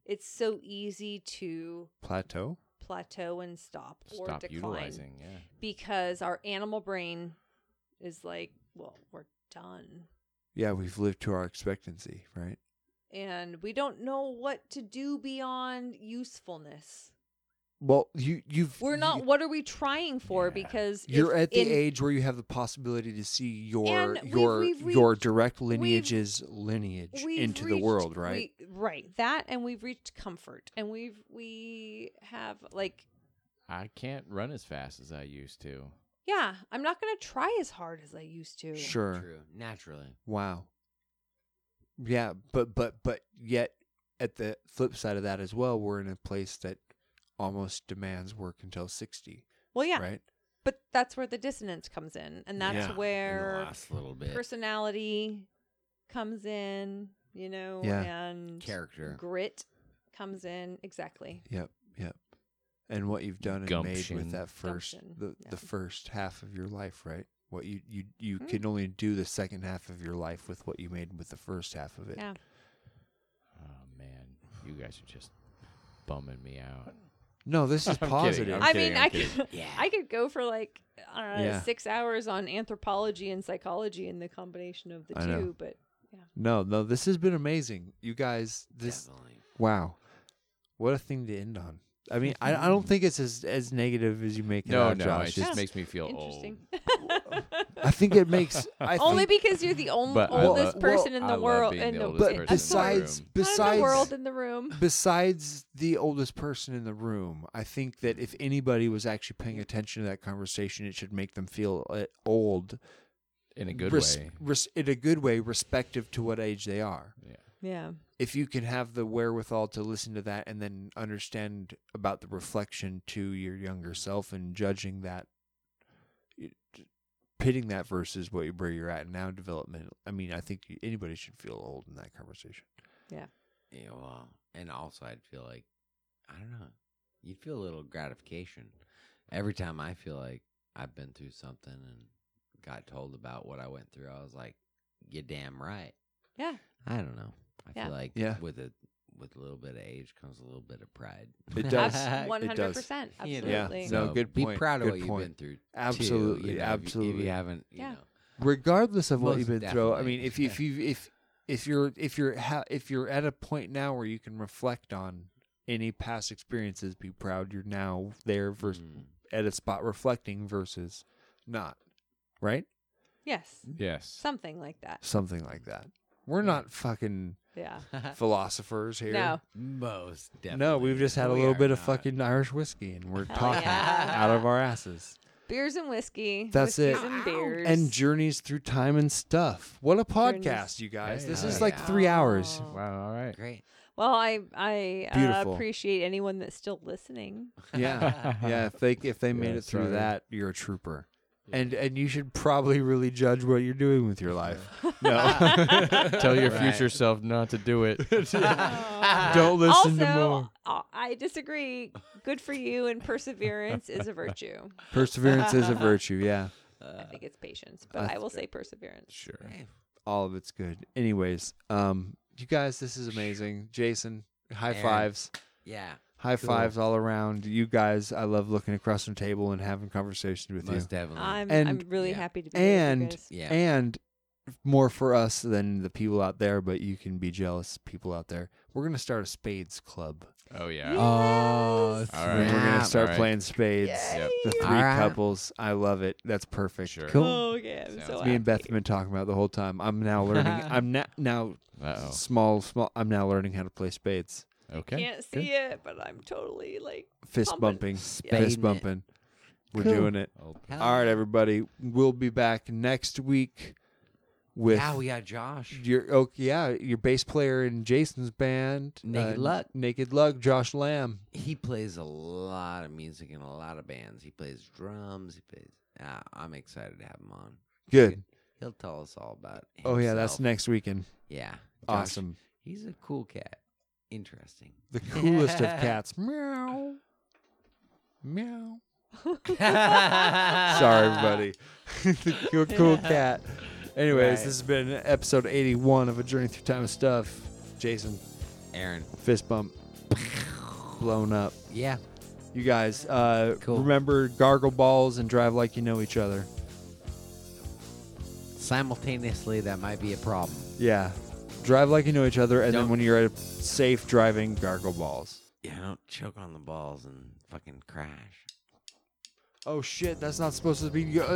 Speaker 3: it's so easy to
Speaker 2: Plateau.
Speaker 3: plateau and stop or
Speaker 8: stop
Speaker 3: decline
Speaker 8: utilizing yeah
Speaker 3: because our animal brain is like well we're done
Speaker 2: Yeah, we've lived to our expectancy, right?
Speaker 3: and we don't know what to do beyond usefulness
Speaker 2: Well, you you've
Speaker 3: we're not
Speaker 2: you,
Speaker 3: what are we trying for because if
Speaker 2: you're at the
Speaker 3: in-
Speaker 2: age where you have the possibility to see your
Speaker 3: And we've-
Speaker 2: your
Speaker 3: we've
Speaker 2: your
Speaker 3: reached-
Speaker 2: direct
Speaker 3: we've-
Speaker 2: lineage's lineage
Speaker 3: we've
Speaker 2: into the
Speaker 3: reached-
Speaker 2: world, right?
Speaker 3: we- right that and we've reached comfort and we've we have like
Speaker 8: i can't run as fast as i used to
Speaker 3: yeah i'm not gonna try as hard as i used to
Speaker 2: sure.
Speaker 1: True. Naturally.
Speaker 2: Wow. Yeah, but but but yet at the flip side of that as well, we're in a place that almost demands work until 60,
Speaker 3: well yeah
Speaker 2: right?
Speaker 3: but that's where the dissonance comes in and that's
Speaker 2: Yeah. In the
Speaker 1: In the
Speaker 3: where
Speaker 1: last little bit.
Speaker 3: personality comes in you know
Speaker 2: Yeah.
Speaker 3: and
Speaker 1: Character.
Speaker 3: grit comes in exactly
Speaker 2: Yep, yep. And what you've done and made
Speaker 8: Gumption.
Speaker 2: with that first
Speaker 3: Gumption,
Speaker 2: the,
Speaker 3: yeah. Hmm.
Speaker 2: the first half of your life, right? What you you you can only do the second half of your life with what you made with the first half of it.
Speaker 3: yeah
Speaker 8: oh man you guys are just bumming me out
Speaker 2: No, this is
Speaker 8: I'm kidding,
Speaker 2: positive.
Speaker 8: I'm
Speaker 3: I
Speaker 8: kidding,
Speaker 3: mean,
Speaker 8: I'm
Speaker 3: I
Speaker 8: kidding.
Speaker 3: could, I could go for like I don't know,
Speaker 2: Yeah.
Speaker 3: six hours on anthropology and psychology and the combination of the
Speaker 2: I
Speaker 3: two,
Speaker 2: know.
Speaker 3: but yeah.
Speaker 2: No, no, this has been amazing. You guys, this wow, what a thing to end on. I mean, I, I don't think it's as as negative as you make it
Speaker 8: No,
Speaker 2: out,
Speaker 8: no,
Speaker 2: Josh.
Speaker 8: it just
Speaker 2: It's-
Speaker 8: makes me feel old.
Speaker 3: Interesting.
Speaker 2: I think it makes I
Speaker 3: Only
Speaker 2: think,
Speaker 3: because you're the only
Speaker 8: But I
Speaker 3: oldest
Speaker 8: love-
Speaker 3: person
Speaker 8: well,
Speaker 3: in
Speaker 8: I
Speaker 3: the
Speaker 8: love
Speaker 3: world.
Speaker 8: being
Speaker 3: in
Speaker 8: the
Speaker 3: the,
Speaker 8: oldest
Speaker 3: in
Speaker 2: but
Speaker 8: person
Speaker 3: the
Speaker 2: besides besides
Speaker 3: world. Not in
Speaker 8: room.
Speaker 3: the world in the room.
Speaker 2: besides the oldest person in the room, I think that if anybody was actually paying attention to that conversation, it should make them feel uh, old
Speaker 8: in a good
Speaker 2: res-
Speaker 8: way.
Speaker 2: res- in a good way, respective to what age they are.
Speaker 8: Yeah.
Speaker 3: Yeah.
Speaker 2: If you can have the wherewithal to listen to that and then understand about the reflection to your younger self and judging that, it- pitting that versus what you- where you're at now in development, I mean, I think anybody should feel old in that conversation.
Speaker 3: Yeah.
Speaker 1: Yeah, well, and also I'd feel like I don't know. You'd feel a little gratification every time I feel like I've been through something and got told about what I went through. I was like, "You damn right."
Speaker 3: Yeah.
Speaker 1: I don't know. I
Speaker 3: Yeah.
Speaker 1: feel like
Speaker 2: Yeah.
Speaker 1: with a with a little bit of age comes a little bit of pride.
Speaker 2: It does.
Speaker 3: Abs-
Speaker 2: It does.
Speaker 3: 100%.
Speaker 1: You know,
Speaker 3: Absolutely.
Speaker 2: Yeah. No, good
Speaker 1: Be
Speaker 2: point,
Speaker 1: proud of
Speaker 2: good
Speaker 1: what
Speaker 2: point.
Speaker 1: you've been through. too,
Speaker 2: Absolutely,
Speaker 1: you know, if you- If you,
Speaker 2: absolutely.
Speaker 1: haven't, you
Speaker 3: Yeah.
Speaker 1: know,
Speaker 2: regardless of what
Speaker 1: Most
Speaker 2: you've been through. I
Speaker 1: definitely.
Speaker 2: mean, if you, if you if if you're if you're ha- if you're at a point now where you can reflect on any past experiences, be proud you're now there versus
Speaker 1: Mm.
Speaker 2: at a spot reflecting versus not, right?
Speaker 3: Yes.
Speaker 8: Yes.
Speaker 3: Something like that.
Speaker 2: Something like that. We're not fucking
Speaker 3: Yeah.
Speaker 2: philosophers here.
Speaker 3: No.
Speaker 1: most definitely.
Speaker 2: No, we've just had a
Speaker 1: We
Speaker 2: little
Speaker 1: are
Speaker 2: bit of
Speaker 1: not.
Speaker 2: fucking Irish whiskey and we're
Speaker 3: Hell
Speaker 2: talking
Speaker 3: yeah.
Speaker 2: out of our asses.
Speaker 3: Beers and whiskey.
Speaker 2: That's it.
Speaker 3: whiskeys And beers.
Speaker 2: And journeys through time and stuff. What a podcast,
Speaker 3: Journeys.
Speaker 2: you guys. This
Speaker 1: Hell
Speaker 2: is like
Speaker 1: yeah.
Speaker 2: three hours.
Speaker 8: Wow. All right.
Speaker 1: Great.
Speaker 3: Well, I I uh,
Speaker 2: Beautiful.
Speaker 3: appreciate anyone that's still listening.
Speaker 2: Yeah, yeah. If they if they made
Speaker 8: Yeah,
Speaker 2: it through
Speaker 8: sorry.
Speaker 2: that, you're a trooper, and and you should probably really judge what you're doing with your life. No,
Speaker 8: Tell your
Speaker 1: Right.
Speaker 8: future self not to do it.
Speaker 2: don't listen to more.
Speaker 3: also, uh, I disagree. Good for you, and perseverance is a virtue.
Speaker 2: Perseverance is a virtue. Yeah,
Speaker 3: I think it's patience, but I will say perseverance.
Speaker 8: sure.
Speaker 2: all of it's good. Anyways, um, you guys, this is amazing. Jason, high
Speaker 1: Aaron.
Speaker 2: fives.
Speaker 1: Yeah.
Speaker 2: High fives all around. You guys, I love looking across the table and having conversations with you.
Speaker 1: Most
Speaker 8: Mm-hmm.
Speaker 1: definitely.
Speaker 3: I'm I'm
Speaker 2: And-
Speaker 3: really
Speaker 1: Yeah.
Speaker 3: happy to be here with you
Speaker 2: and
Speaker 3: guys.
Speaker 1: Yeah.
Speaker 2: and more for us than the people out there, but you can be jealous people out there. We're gonna start a spades club.
Speaker 8: Oh yeah.
Speaker 2: Oh,
Speaker 8: All right.
Speaker 2: we're gonna
Speaker 8: All
Speaker 2: start
Speaker 8: right.
Speaker 2: playing spades.
Speaker 8: Yep.
Speaker 2: The three
Speaker 1: right.
Speaker 2: couples. I love it. That's perfect.
Speaker 8: Sure.
Speaker 2: Cool.
Speaker 3: Oh yeah, I'm
Speaker 8: Sounds
Speaker 3: so
Speaker 8: good.
Speaker 2: Me and
Speaker 3: happy.
Speaker 2: Beth have been talking about it the whole time. I'm now learning. I'm na- now
Speaker 8: Uh
Speaker 2: small, small. I'm now learning how to play spades.
Speaker 8: oh. Okay.
Speaker 3: Can't see it, but I'm totally like
Speaker 2: Fist
Speaker 3: Pumping.
Speaker 2: bumping.
Speaker 1: Spading
Speaker 2: Fist
Speaker 1: it.
Speaker 2: bumping. We're
Speaker 1: Cool.
Speaker 2: doing it.
Speaker 8: I'll-
Speaker 1: Hell
Speaker 2: All right,
Speaker 1: yeah.
Speaker 2: everybody. We'll be back next week with
Speaker 1: Yeah, we got Josh.
Speaker 2: your oh yeah your bass player in Jason's band uh,
Speaker 1: Naked Luck.
Speaker 2: Naked Luck Josh Lamb
Speaker 1: He plays a lot of music in a lot of bands. He plays drums. He plays. Uh, I'm excited to have him on.
Speaker 2: good
Speaker 1: He'll tell us all about.
Speaker 2: oh yeah that's
Speaker 1: himself.
Speaker 2: next weekend
Speaker 1: Yeah. Josh,
Speaker 2: awesome
Speaker 1: He's a cool cat. Interesting.
Speaker 2: the coolest of cats meow meow sorry everybody the cool, cool cat anyways this has been episode 81 of A Journey Through Time and Stuff Jason
Speaker 1: Aaron.
Speaker 2: fist bump blown up
Speaker 1: Yeah.
Speaker 2: you guys uh,
Speaker 1: Cool.
Speaker 2: remember gargle balls and drive like you know each other
Speaker 1: Simultaneously, that might be a problem.
Speaker 2: Yeah. Drive like you know each other, and then
Speaker 1: Don't-
Speaker 2: when you're at a safe driving, gargle balls.
Speaker 1: Yeah. Don't choke on the balls and fucking crash.
Speaker 2: Oh shit, that's not supposed to be.